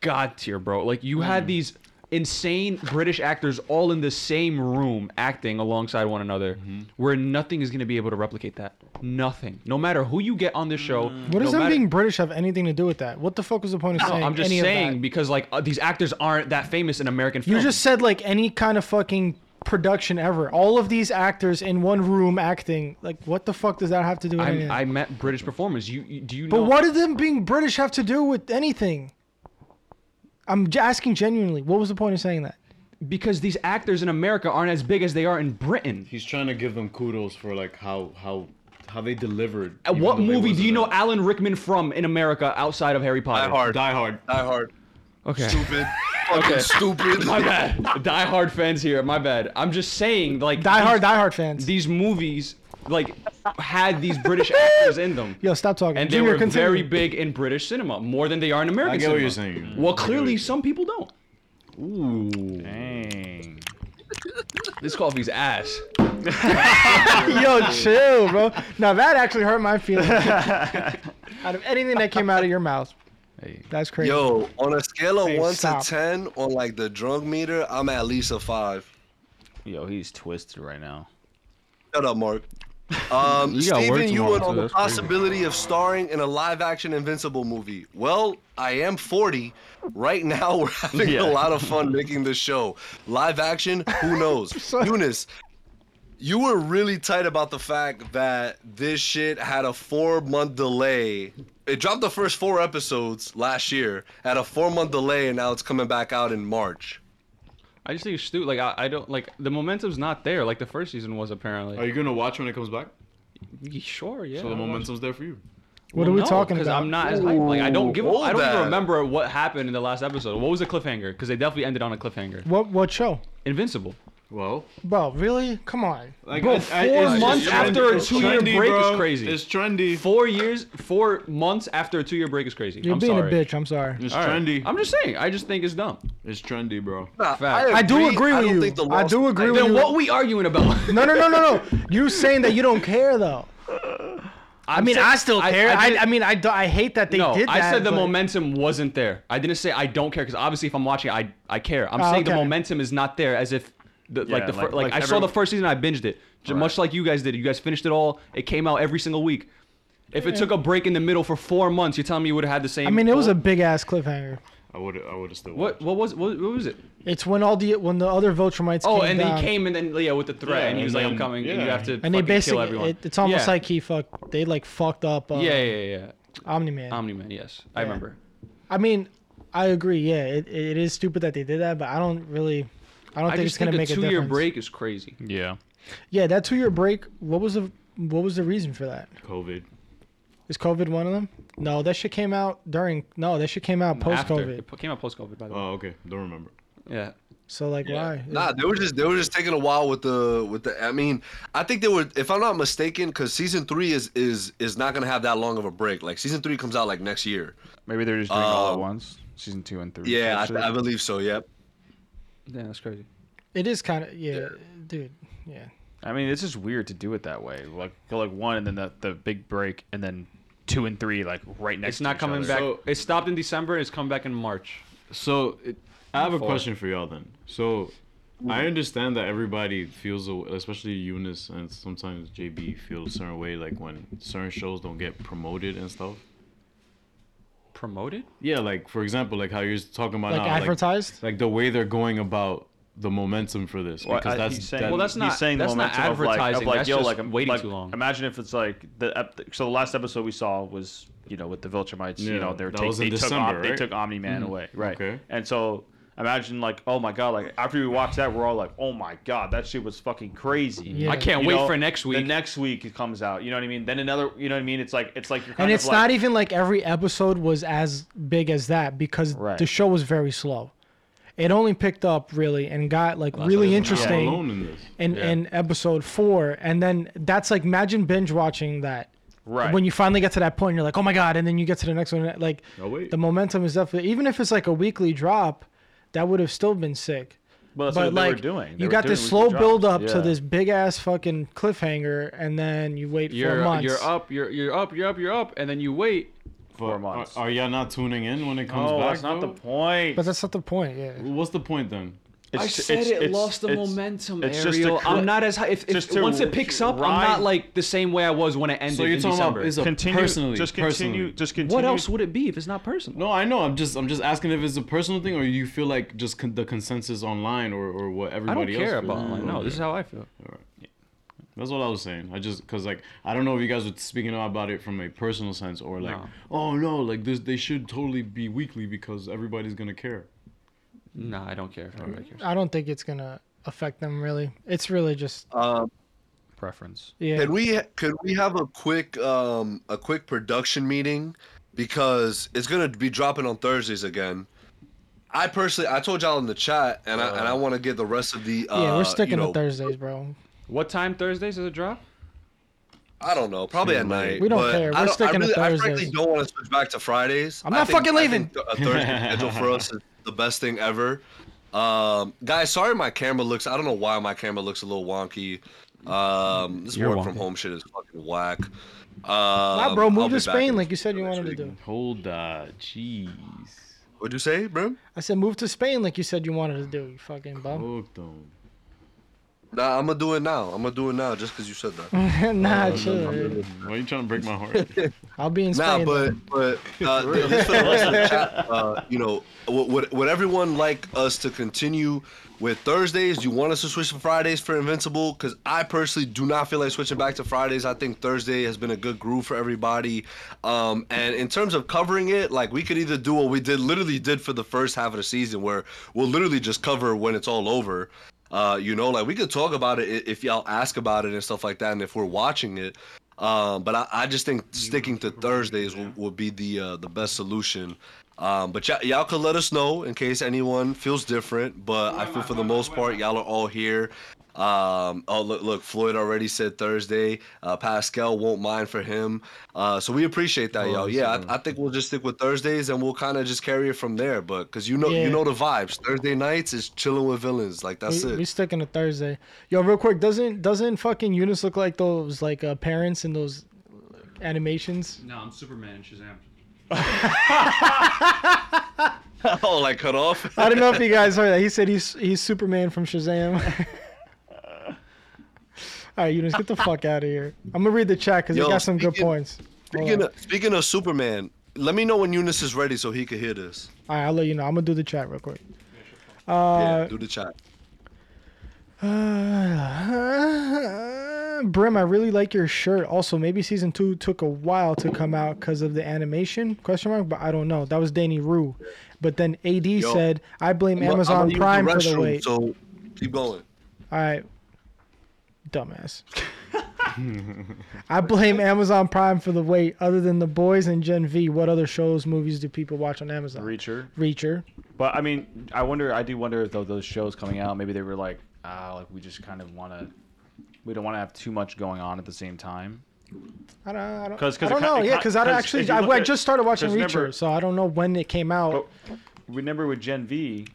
[SPEAKER 8] god tier, bro. Like you
[SPEAKER 1] Mm.
[SPEAKER 8] had these insane British actors all in the same room acting alongside one another,
[SPEAKER 1] Mm-hmm.
[SPEAKER 8] where nothing is gonna be able to replicate that. Nothing. No matter who you get on this show.
[SPEAKER 2] what does
[SPEAKER 8] Mm. no
[SPEAKER 2] them
[SPEAKER 8] matter-
[SPEAKER 2] being British have anything to do with that? What the fuck was the point of
[SPEAKER 8] No,
[SPEAKER 2] saying?
[SPEAKER 8] I'm just
[SPEAKER 2] any of that?
[SPEAKER 8] saying because like uh, these actors aren't that famous in American film.
[SPEAKER 2] You just said like any kind of fucking production ever. All of these actors in one room acting. Like, what the fuck does that have to do with
[SPEAKER 8] I'm,
[SPEAKER 2] anything?
[SPEAKER 8] I met British performers. You, you do you
[SPEAKER 2] but
[SPEAKER 8] know?
[SPEAKER 2] what did them being British have to do with anything? I'm j- asking genuinely. What was the point of saying that?
[SPEAKER 8] Because these actors in America aren't as big as they are in Britain.
[SPEAKER 3] He's trying to give them kudos for like how how how they delivered.
[SPEAKER 8] Uh,
[SPEAKER 3] even
[SPEAKER 8] What
[SPEAKER 3] though they
[SPEAKER 8] movie do
[SPEAKER 3] wasn't
[SPEAKER 8] you
[SPEAKER 3] in
[SPEAKER 8] know
[SPEAKER 3] it.
[SPEAKER 8] Alan Rickman from in America outside of Harry Potter?
[SPEAKER 6] Die Hard.
[SPEAKER 3] Die Hard.
[SPEAKER 6] Die Hard.
[SPEAKER 8] Okay.
[SPEAKER 6] Stupid. Fucking stupid.
[SPEAKER 8] My bad. Die Hard fans here. My bad. I'm just saying, like
[SPEAKER 2] Die
[SPEAKER 8] these-
[SPEAKER 2] Hard, Die Hard fans.
[SPEAKER 8] These movies, like, had these British actors in them.
[SPEAKER 2] Yo, stop talking.
[SPEAKER 8] And they
[SPEAKER 2] Junior,
[SPEAKER 8] were
[SPEAKER 2] continue.
[SPEAKER 8] very big in British cinema, more than they are in American.
[SPEAKER 3] I get
[SPEAKER 8] cinema.
[SPEAKER 3] what you're saying.
[SPEAKER 8] Well, clearly some people don't.
[SPEAKER 1] Dang.
[SPEAKER 8] This coffee's ass.
[SPEAKER 2] Yo, chill, bro. Now that actually hurt my feelings. out of anything that came out of your mouth, that's crazy.
[SPEAKER 6] Yo, on a scale of
[SPEAKER 2] Hey,
[SPEAKER 6] one
[SPEAKER 2] stop.
[SPEAKER 6] to ten, on like the drunk meter, I'm at least a five.
[SPEAKER 1] Yo, he's twisted right now.
[SPEAKER 6] Shut up, Mark. Um,
[SPEAKER 8] You got
[SPEAKER 6] Steven
[SPEAKER 8] words
[SPEAKER 6] Ewan
[SPEAKER 8] tomorrow,
[SPEAKER 6] on
[SPEAKER 8] too.
[SPEAKER 6] the
[SPEAKER 8] That's crazy.
[SPEAKER 6] possibility of starring in a live-action Invincible movie. Well, I am 40. Right now, we're having
[SPEAKER 1] Yeah.
[SPEAKER 6] a lot of fun making this show. Live action, who knows? Eunice, you were really tight about the fact that this shit had a four-month delay. It dropped the first four episodes last year, had a four-month delay, and now it's coming back out in March.
[SPEAKER 8] I just think it's stupid. Like I, I don't like the momentum's not there. Like the first season was apparently.
[SPEAKER 3] Are you gonna watch when it comes back?
[SPEAKER 8] you sure? Yeah.
[SPEAKER 3] So the momentum's there for you.
[SPEAKER 2] what are we talking
[SPEAKER 8] Because
[SPEAKER 2] about?
[SPEAKER 8] I'm not as hyped. Like I don't give. a-
[SPEAKER 6] hold
[SPEAKER 8] I don't
[SPEAKER 6] that.
[SPEAKER 8] even remember what happened in the last episode. What was the cliffhanger? Because they definitely ended on a cliffhanger.
[SPEAKER 2] What what show?
[SPEAKER 8] Invincible.
[SPEAKER 3] Well,
[SPEAKER 2] Bro, really? Come on.
[SPEAKER 3] like
[SPEAKER 8] Bro,
[SPEAKER 3] I- I-
[SPEAKER 8] four
[SPEAKER 3] it's-
[SPEAKER 8] months
[SPEAKER 3] it's
[SPEAKER 8] after a
[SPEAKER 3] trendy.
[SPEAKER 8] two-year
[SPEAKER 3] Trendy,
[SPEAKER 8] break is
[SPEAKER 3] bro.
[SPEAKER 8] crazy.
[SPEAKER 3] It's trendy.
[SPEAKER 8] Four years, four months after a two-year break is crazy.
[SPEAKER 2] You're
[SPEAKER 8] I'm
[SPEAKER 2] being
[SPEAKER 8] sorry.
[SPEAKER 2] a bitch. I'm sorry.
[SPEAKER 3] It's
[SPEAKER 8] All right.
[SPEAKER 3] trendy.
[SPEAKER 8] I'm just saying. I just think it's dumb.
[SPEAKER 3] It's trendy, bro.
[SPEAKER 6] Nah,
[SPEAKER 8] Fact.
[SPEAKER 2] I do agree
[SPEAKER 6] I
[SPEAKER 2] with
[SPEAKER 6] don't
[SPEAKER 2] you.
[SPEAKER 6] think the
[SPEAKER 2] I
[SPEAKER 6] loss-
[SPEAKER 2] do agree with
[SPEAKER 8] Then
[SPEAKER 2] you.
[SPEAKER 8] what we arguing about?
[SPEAKER 2] No, no, no, no, no. You saying that you don't care though. I mean, I still care. I, I,
[SPEAKER 8] didn't-
[SPEAKER 2] mean, I, do, I hate that they
[SPEAKER 8] no,
[SPEAKER 2] did that.
[SPEAKER 8] I said the
[SPEAKER 2] but-
[SPEAKER 8] momentum wasn't there. I didn't say I don't care because obviously, if I'm watching, I I care. I'm
[SPEAKER 2] Ah,
[SPEAKER 8] saying the
[SPEAKER 2] okay.
[SPEAKER 8] momentum is not there, as if the, like
[SPEAKER 1] Yeah,
[SPEAKER 8] the fir-
[SPEAKER 1] like-
[SPEAKER 8] like,
[SPEAKER 1] like
[SPEAKER 8] I saw
[SPEAKER 1] every-
[SPEAKER 8] the first season, I binged it, J- much like you guys did. You guys finished it all. It came out every single week. If it took a break in the middle for four months, you're telling me you would have had the same.
[SPEAKER 2] I mean, it was a big ass cliffhanger.
[SPEAKER 3] I would I would have still
[SPEAKER 8] what?
[SPEAKER 3] watched.
[SPEAKER 8] What was? What, what was it?
[SPEAKER 2] It's when all the when the other Viltrumites.
[SPEAKER 8] Oh,
[SPEAKER 2] came
[SPEAKER 8] and
[SPEAKER 2] down,
[SPEAKER 8] he came and then yeah, with the threat,
[SPEAKER 3] Yeah,
[SPEAKER 8] and he was
[SPEAKER 3] and
[SPEAKER 8] like, "I'm
[SPEAKER 3] then-
[SPEAKER 8] coming," and you
[SPEAKER 3] yeah.
[SPEAKER 8] have to
[SPEAKER 2] and they
[SPEAKER 8] fucking kill
[SPEAKER 2] basically
[SPEAKER 8] everyone.
[SPEAKER 2] it- it's almost
[SPEAKER 8] Yeah.
[SPEAKER 2] like he fucked. They like fucked up. Uh,
[SPEAKER 8] yeah, yeah, yeah, yeah.
[SPEAKER 2] Omni Man.
[SPEAKER 8] Omni Man. Yes, I
[SPEAKER 2] Yeah.
[SPEAKER 8] remember.
[SPEAKER 2] I mean, I agree. Yeah, it, it is stupid that they did that, but I don't really. I don't
[SPEAKER 8] I
[SPEAKER 2] think
[SPEAKER 8] just
[SPEAKER 2] it's gonna
[SPEAKER 8] think
[SPEAKER 2] make
[SPEAKER 8] the
[SPEAKER 2] a
[SPEAKER 8] two-year
[SPEAKER 2] difference.
[SPEAKER 8] break is crazy.
[SPEAKER 1] Yeah.
[SPEAKER 2] Yeah, that two-year break. What was the what was the reason for that?
[SPEAKER 3] COVID.
[SPEAKER 2] Is COVID one of them? No, that shit came out during. No, that shit came out post
[SPEAKER 8] After.
[SPEAKER 2] COVID.
[SPEAKER 8] It came out post COVID, by the way.
[SPEAKER 3] Oh, okay. Don't remember.
[SPEAKER 8] Yeah.
[SPEAKER 2] So like, why?
[SPEAKER 6] Nah, they were just they were just taking a while with the with the. I mean, I think they were, if I'm not mistaken, because season three is is is not gonna have that long of a break. Like season three comes out like next year.
[SPEAKER 1] Maybe they're just doing it all at
[SPEAKER 6] Um,
[SPEAKER 1] once. Season two and three.
[SPEAKER 6] Yeah,
[SPEAKER 1] Shit.
[SPEAKER 6] I, I believe so. Yep.
[SPEAKER 8] Yeah, that's crazy.
[SPEAKER 2] It is kind of yeah, dude. Yeah.
[SPEAKER 1] I mean, it's just weird to do it that way. Like, go like one, and then the, the big break, and then two and three, like right next.
[SPEAKER 8] It's not
[SPEAKER 1] to
[SPEAKER 8] coming
[SPEAKER 1] each
[SPEAKER 8] back.
[SPEAKER 1] other.
[SPEAKER 3] So-
[SPEAKER 8] it stopped in December. It's coming back in March.
[SPEAKER 3] So it, I have a
[SPEAKER 8] Four. Mm.
[SPEAKER 3] question for y'all then. So I understand that everybody feels, a- especially Eunice and sometimes JB, feel a certain way like when certain shows don't get promoted and stuff.
[SPEAKER 8] Promoted?
[SPEAKER 3] Yeah, like for example, like how you're talking about
[SPEAKER 2] Like
[SPEAKER 3] now,
[SPEAKER 2] advertised?
[SPEAKER 3] like, the way they're going about the momentum for this
[SPEAKER 1] Well,
[SPEAKER 3] because
[SPEAKER 1] I-
[SPEAKER 3] that's
[SPEAKER 1] he's saying,
[SPEAKER 3] that-
[SPEAKER 8] Well, that's not-
[SPEAKER 1] he's saying
[SPEAKER 8] that's
[SPEAKER 1] the
[SPEAKER 8] not
[SPEAKER 1] momentum of, like- Of
[SPEAKER 8] advertising,
[SPEAKER 1] like,
[SPEAKER 8] that's
[SPEAKER 1] yo,
[SPEAKER 8] just
[SPEAKER 1] like, I'm-
[SPEAKER 8] waiting
[SPEAKER 1] like,
[SPEAKER 8] too long.
[SPEAKER 1] Imagine if it's like the ep- so the last episode we saw was you know with the Viltrumites, you
[SPEAKER 3] Yeah,
[SPEAKER 1] know they were
[SPEAKER 3] that
[SPEAKER 1] take-
[SPEAKER 3] was in
[SPEAKER 1] they, took
[SPEAKER 3] December,
[SPEAKER 1] Om- they
[SPEAKER 3] right?
[SPEAKER 1] took Omni Man
[SPEAKER 8] Mm-hmm. Mm.
[SPEAKER 1] away, right?
[SPEAKER 3] Okay.
[SPEAKER 1] And so imagine like, oh my god, like after we watched that, we're all like, oh my god, that shit was fucking crazy.
[SPEAKER 2] Yeah.
[SPEAKER 8] I can't
[SPEAKER 1] You
[SPEAKER 8] wait
[SPEAKER 1] know,
[SPEAKER 8] for next
[SPEAKER 1] The
[SPEAKER 8] week.
[SPEAKER 1] next week it comes out. You know what I mean? Then another. You know what I mean? It's like it's like you're kind
[SPEAKER 2] And
[SPEAKER 1] of
[SPEAKER 2] it's
[SPEAKER 1] like,
[SPEAKER 2] not even like every episode was as big as that because
[SPEAKER 1] Right.
[SPEAKER 2] the show was very slow. It only picked up really and got like really
[SPEAKER 8] episode.
[SPEAKER 3] I'm
[SPEAKER 2] interesting
[SPEAKER 3] alone in this.
[SPEAKER 2] in,
[SPEAKER 8] Yeah.
[SPEAKER 2] in episode four. And then that's like imagine binge watching that.
[SPEAKER 1] right.
[SPEAKER 2] When you finally get to that point, you're like, oh my God. And then you get to the next one. Like,
[SPEAKER 3] Oh, wait.
[SPEAKER 2] the momentum is definitely, even if it's like a weekly drop, that would have still been sick.
[SPEAKER 1] Well, that's
[SPEAKER 2] but
[SPEAKER 1] what they
[SPEAKER 2] like,
[SPEAKER 1] were doing. They
[SPEAKER 2] you
[SPEAKER 1] were
[SPEAKER 2] got
[SPEAKER 1] doing
[SPEAKER 2] this slow
[SPEAKER 1] weekly drops.
[SPEAKER 2] build up to
[SPEAKER 1] Yeah.
[SPEAKER 2] this big ass fucking cliffhanger, and then you wait
[SPEAKER 8] You're uh,
[SPEAKER 2] four months.
[SPEAKER 8] you're up. You're you're up. You're up. You're up. And then you wait.
[SPEAKER 1] four
[SPEAKER 3] But
[SPEAKER 1] months.
[SPEAKER 3] Are, are y'all not tuning in when it comes
[SPEAKER 1] Oh,
[SPEAKER 3] back?
[SPEAKER 1] that's not the
[SPEAKER 3] though?
[SPEAKER 1] point.
[SPEAKER 2] But that's not the point. Yeah.
[SPEAKER 3] What's the point then?
[SPEAKER 1] It's,
[SPEAKER 8] I
[SPEAKER 1] ju-
[SPEAKER 8] said
[SPEAKER 1] it's-
[SPEAKER 8] it
[SPEAKER 1] it's-
[SPEAKER 8] lost the
[SPEAKER 1] it's-
[SPEAKER 8] momentum,
[SPEAKER 1] it's just to
[SPEAKER 8] Ariel.
[SPEAKER 1] cl-
[SPEAKER 8] I'm not as high. If, if-
[SPEAKER 1] just to
[SPEAKER 8] once it picks up, I'm
[SPEAKER 1] ride-
[SPEAKER 8] not like the same way I was when it ended
[SPEAKER 3] So you're
[SPEAKER 8] in
[SPEAKER 3] talking
[SPEAKER 8] December.
[SPEAKER 3] about is a
[SPEAKER 1] Continue.
[SPEAKER 3] personally
[SPEAKER 1] just continue.
[SPEAKER 3] personally.
[SPEAKER 1] Just continue.
[SPEAKER 8] what else would it be if it's not personal?
[SPEAKER 3] No, I know. I'm just I'm just asking if it's a personal thing or you feel like just con- the consensus online or, or what
[SPEAKER 8] I don't
[SPEAKER 3] everybody else.
[SPEAKER 8] care
[SPEAKER 3] feels.
[SPEAKER 8] about. Like, no,
[SPEAKER 3] Okay.
[SPEAKER 8] this is how I feel.
[SPEAKER 3] That's what I was saying. I just because like I don't know if you guys were speaking about it from a personal sense or like
[SPEAKER 8] No.
[SPEAKER 3] oh no like this they should totally be weekly because everybody's gonna care.
[SPEAKER 8] No, I don't care if everybody cares.
[SPEAKER 2] I don't think it's gonna affect them really. It's really just
[SPEAKER 6] Um,
[SPEAKER 1] preference.
[SPEAKER 2] Yeah.
[SPEAKER 6] Could we could we have a quick um a quick production meeting because it's gonna be dropping on Thursdays again. I personally, I told y'all in the chat, and I and
[SPEAKER 1] Uh.
[SPEAKER 6] I want to get the rest of the. Uh,
[SPEAKER 2] yeah, we're sticking
[SPEAKER 6] you know,
[SPEAKER 2] to Thursdays, bro.
[SPEAKER 8] What time Thursdays does it drop?
[SPEAKER 6] I don't know, probably at
[SPEAKER 3] We
[SPEAKER 6] night.
[SPEAKER 2] don't
[SPEAKER 6] but
[SPEAKER 2] care,
[SPEAKER 6] I
[SPEAKER 2] we're
[SPEAKER 6] don't,
[SPEAKER 2] sticking
[SPEAKER 6] I really,
[SPEAKER 2] to
[SPEAKER 6] I frankly
[SPEAKER 2] Thursdays.
[SPEAKER 6] don't want to switch back to Fridays.
[SPEAKER 2] I'm
[SPEAKER 6] I
[SPEAKER 2] not
[SPEAKER 6] think-
[SPEAKER 2] fucking
[SPEAKER 6] I
[SPEAKER 2] leaving.
[SPEAKER 6] think A Thursday schedule for us is the best thing ever. Um, guys, sorry my camera looks. I don't know why my camera looks a little wonky. Um, this
[SPEAKER 1] You're
[SPEAKER 6] work from
[SPEAKER 1] wonky.
[SPEAKER 6] home shit is fucking whack. Um,
[SPEAKER 2] nah, bro,
[SPEAKER 6] I'll
[SPEAKER 2] move
[SPEAKER 6] be
[SPEAKER 2] to
[SPEAKER 6] back
[SPEAKER 2] Spain
[SPEAKER 6] in-
[SPEAKER 2] like you said you wanted to do.
[SPEAKER 3] Hold that, jeez.
[SPEAKER 6] What'd you say, bro?
[SPEAKER 2] I said move to Spain like you said you wanted to do. You fucking bum.
[SPEAKER 3] Cooked them.
[SPEAKER 6] Nah, I'm gonna do it now. I'm gonna do it now just because you said that.
[SPEAKER 2] nah, chill.
[SPEAKER 3] Oh, Why you trying to break my heart?
[SPEAKER 2] I'll be in
[SPEAKER 6] Nah,
[SPEAKER 2] Spain.
[SPEAKER 6] but but uh, th- this for the rest of the chat, uh, you know, would, would, would everyone like us to continue with Thursdays? Do you want us to switch to Fridays for Invincible? Because I personally do not feel like switching back to Fridays. I think Thursday has been a good groove for everybody. Um, and in terms of covering it, like we could either do what we did, literally did for the first half of the season, where we'll literally just cover when it's all over. Uh, you know, like we could talk about it i- if y'all ask about it and stuff like that, and if we're watching it. Um, but I, I just think sticking to Thursdays will, will be the uh, the best solution. Um, but y'all y'all could let us know in case anyone feels different. But I feel for the most part, y'all are all here. Um, oh look, look, Floyd already said Thursday. Uh, Pascal won't mind for him. Uh, so we appreciate that, y'all. Yeah, I, I think we'll just stick with Thursdays and we'll kind of just carry it from there. But cause you know,
[SPEAKER 2] Yeah.
[SPEAKER 6] you know the vibes. Thursday nights is chilling with villains. Like that's
[SPEAKER 2] we,
[SPEAKER 6] it.
[SPEAKER 2] we sticking to Thursday. Yo, real quick, doesn't doesn't fucking Eunice look like those like uh, parents in those animations?
[SPEAKER 8] No, I'm Superman and Shazam.
[SPEAKER 6] oh, like cut off.
[SPEAKER 2] I don't know if you guys heard that. He said he's he's Superman from Shazam. All right, Eunice, get the fuck out of here. I'm gonna read the chat because they
[SPEAKER 6] Yo,
[SPEAKER 2] got some good
[SPEAKER 6] speaking-
[SPEAKER 2] points. Hold
[SPEAKER 6] Speaking
[SPEAKER 2] on.
[SPEAKER 6] of, speaking of Superman, let me know when Eunice is ready so he could hear this.
[SPEAKER 2] All right, I'll let you know. I'm gonna do the chat real quick.
[SPEAKER 6] yeah, do the chat.
[SPEAKER 2] Uh, Brim, I really like your shirt. Also, maybe season two took a while to come out because of the animation question mark, but I don't know. That was Danny Rue. But then AD
[SPEAKER 6] Yo,
[SPEAKER 2] said, "I blame
[SPEAKER 6] I'ma- I'ma
[SPEAKER 2] Amazon
[SPEAKER 6] use
[SPEAKER 2] Prime for
[SPEAKER 6] restroom,
[SPEAKER 2] the wait."
[SPEAKER 6] So keep going.
[SPEAKER 2] All right, dumbass. I blame Amazon Prime for the wait. Other than The Boys and Gen V, what other shows, movies do people watch on Amazon?
[SPEAKER 1] Reacher.
[SPEAKER 2] Reacher.
[SPEAKER 1] But I mean, I wonder. I do wonder if tho- those shows coming out, maybe they were like, ah, like we just kind of want to, we don't want to have too much going on at the same time.
[SPEAKER 2] I don't, I don't,
[SPEAKER 1] 'Cause- 'cause
[SPEAKER 2] I don't
[SPEAKER 1] it ki-
[SPEAKER 2] know.
[SPEAKER 1] it
[SPEAKER 2] Yeah,
[SPEAKER 1] ki-
[SPEAKER 2] because I don't
[SPEAKER 1] 'cause
[SPEAKER 2] actually.
[SPEAKER 1] if you
[SPEAKER 2] I,
[SPEAKER 1] look
[SPEAKER 2] I
[SPEAKER 1] at-
[SPEAKER 2] just started watching
[SPEAKER 1] 'cause
[SPEAKER 2] Reacher,
[SPEAKER 1] remember-
[SPEAKER 2] so I don't know when it came out.
[SPEAKER 1] But remember with Gen V,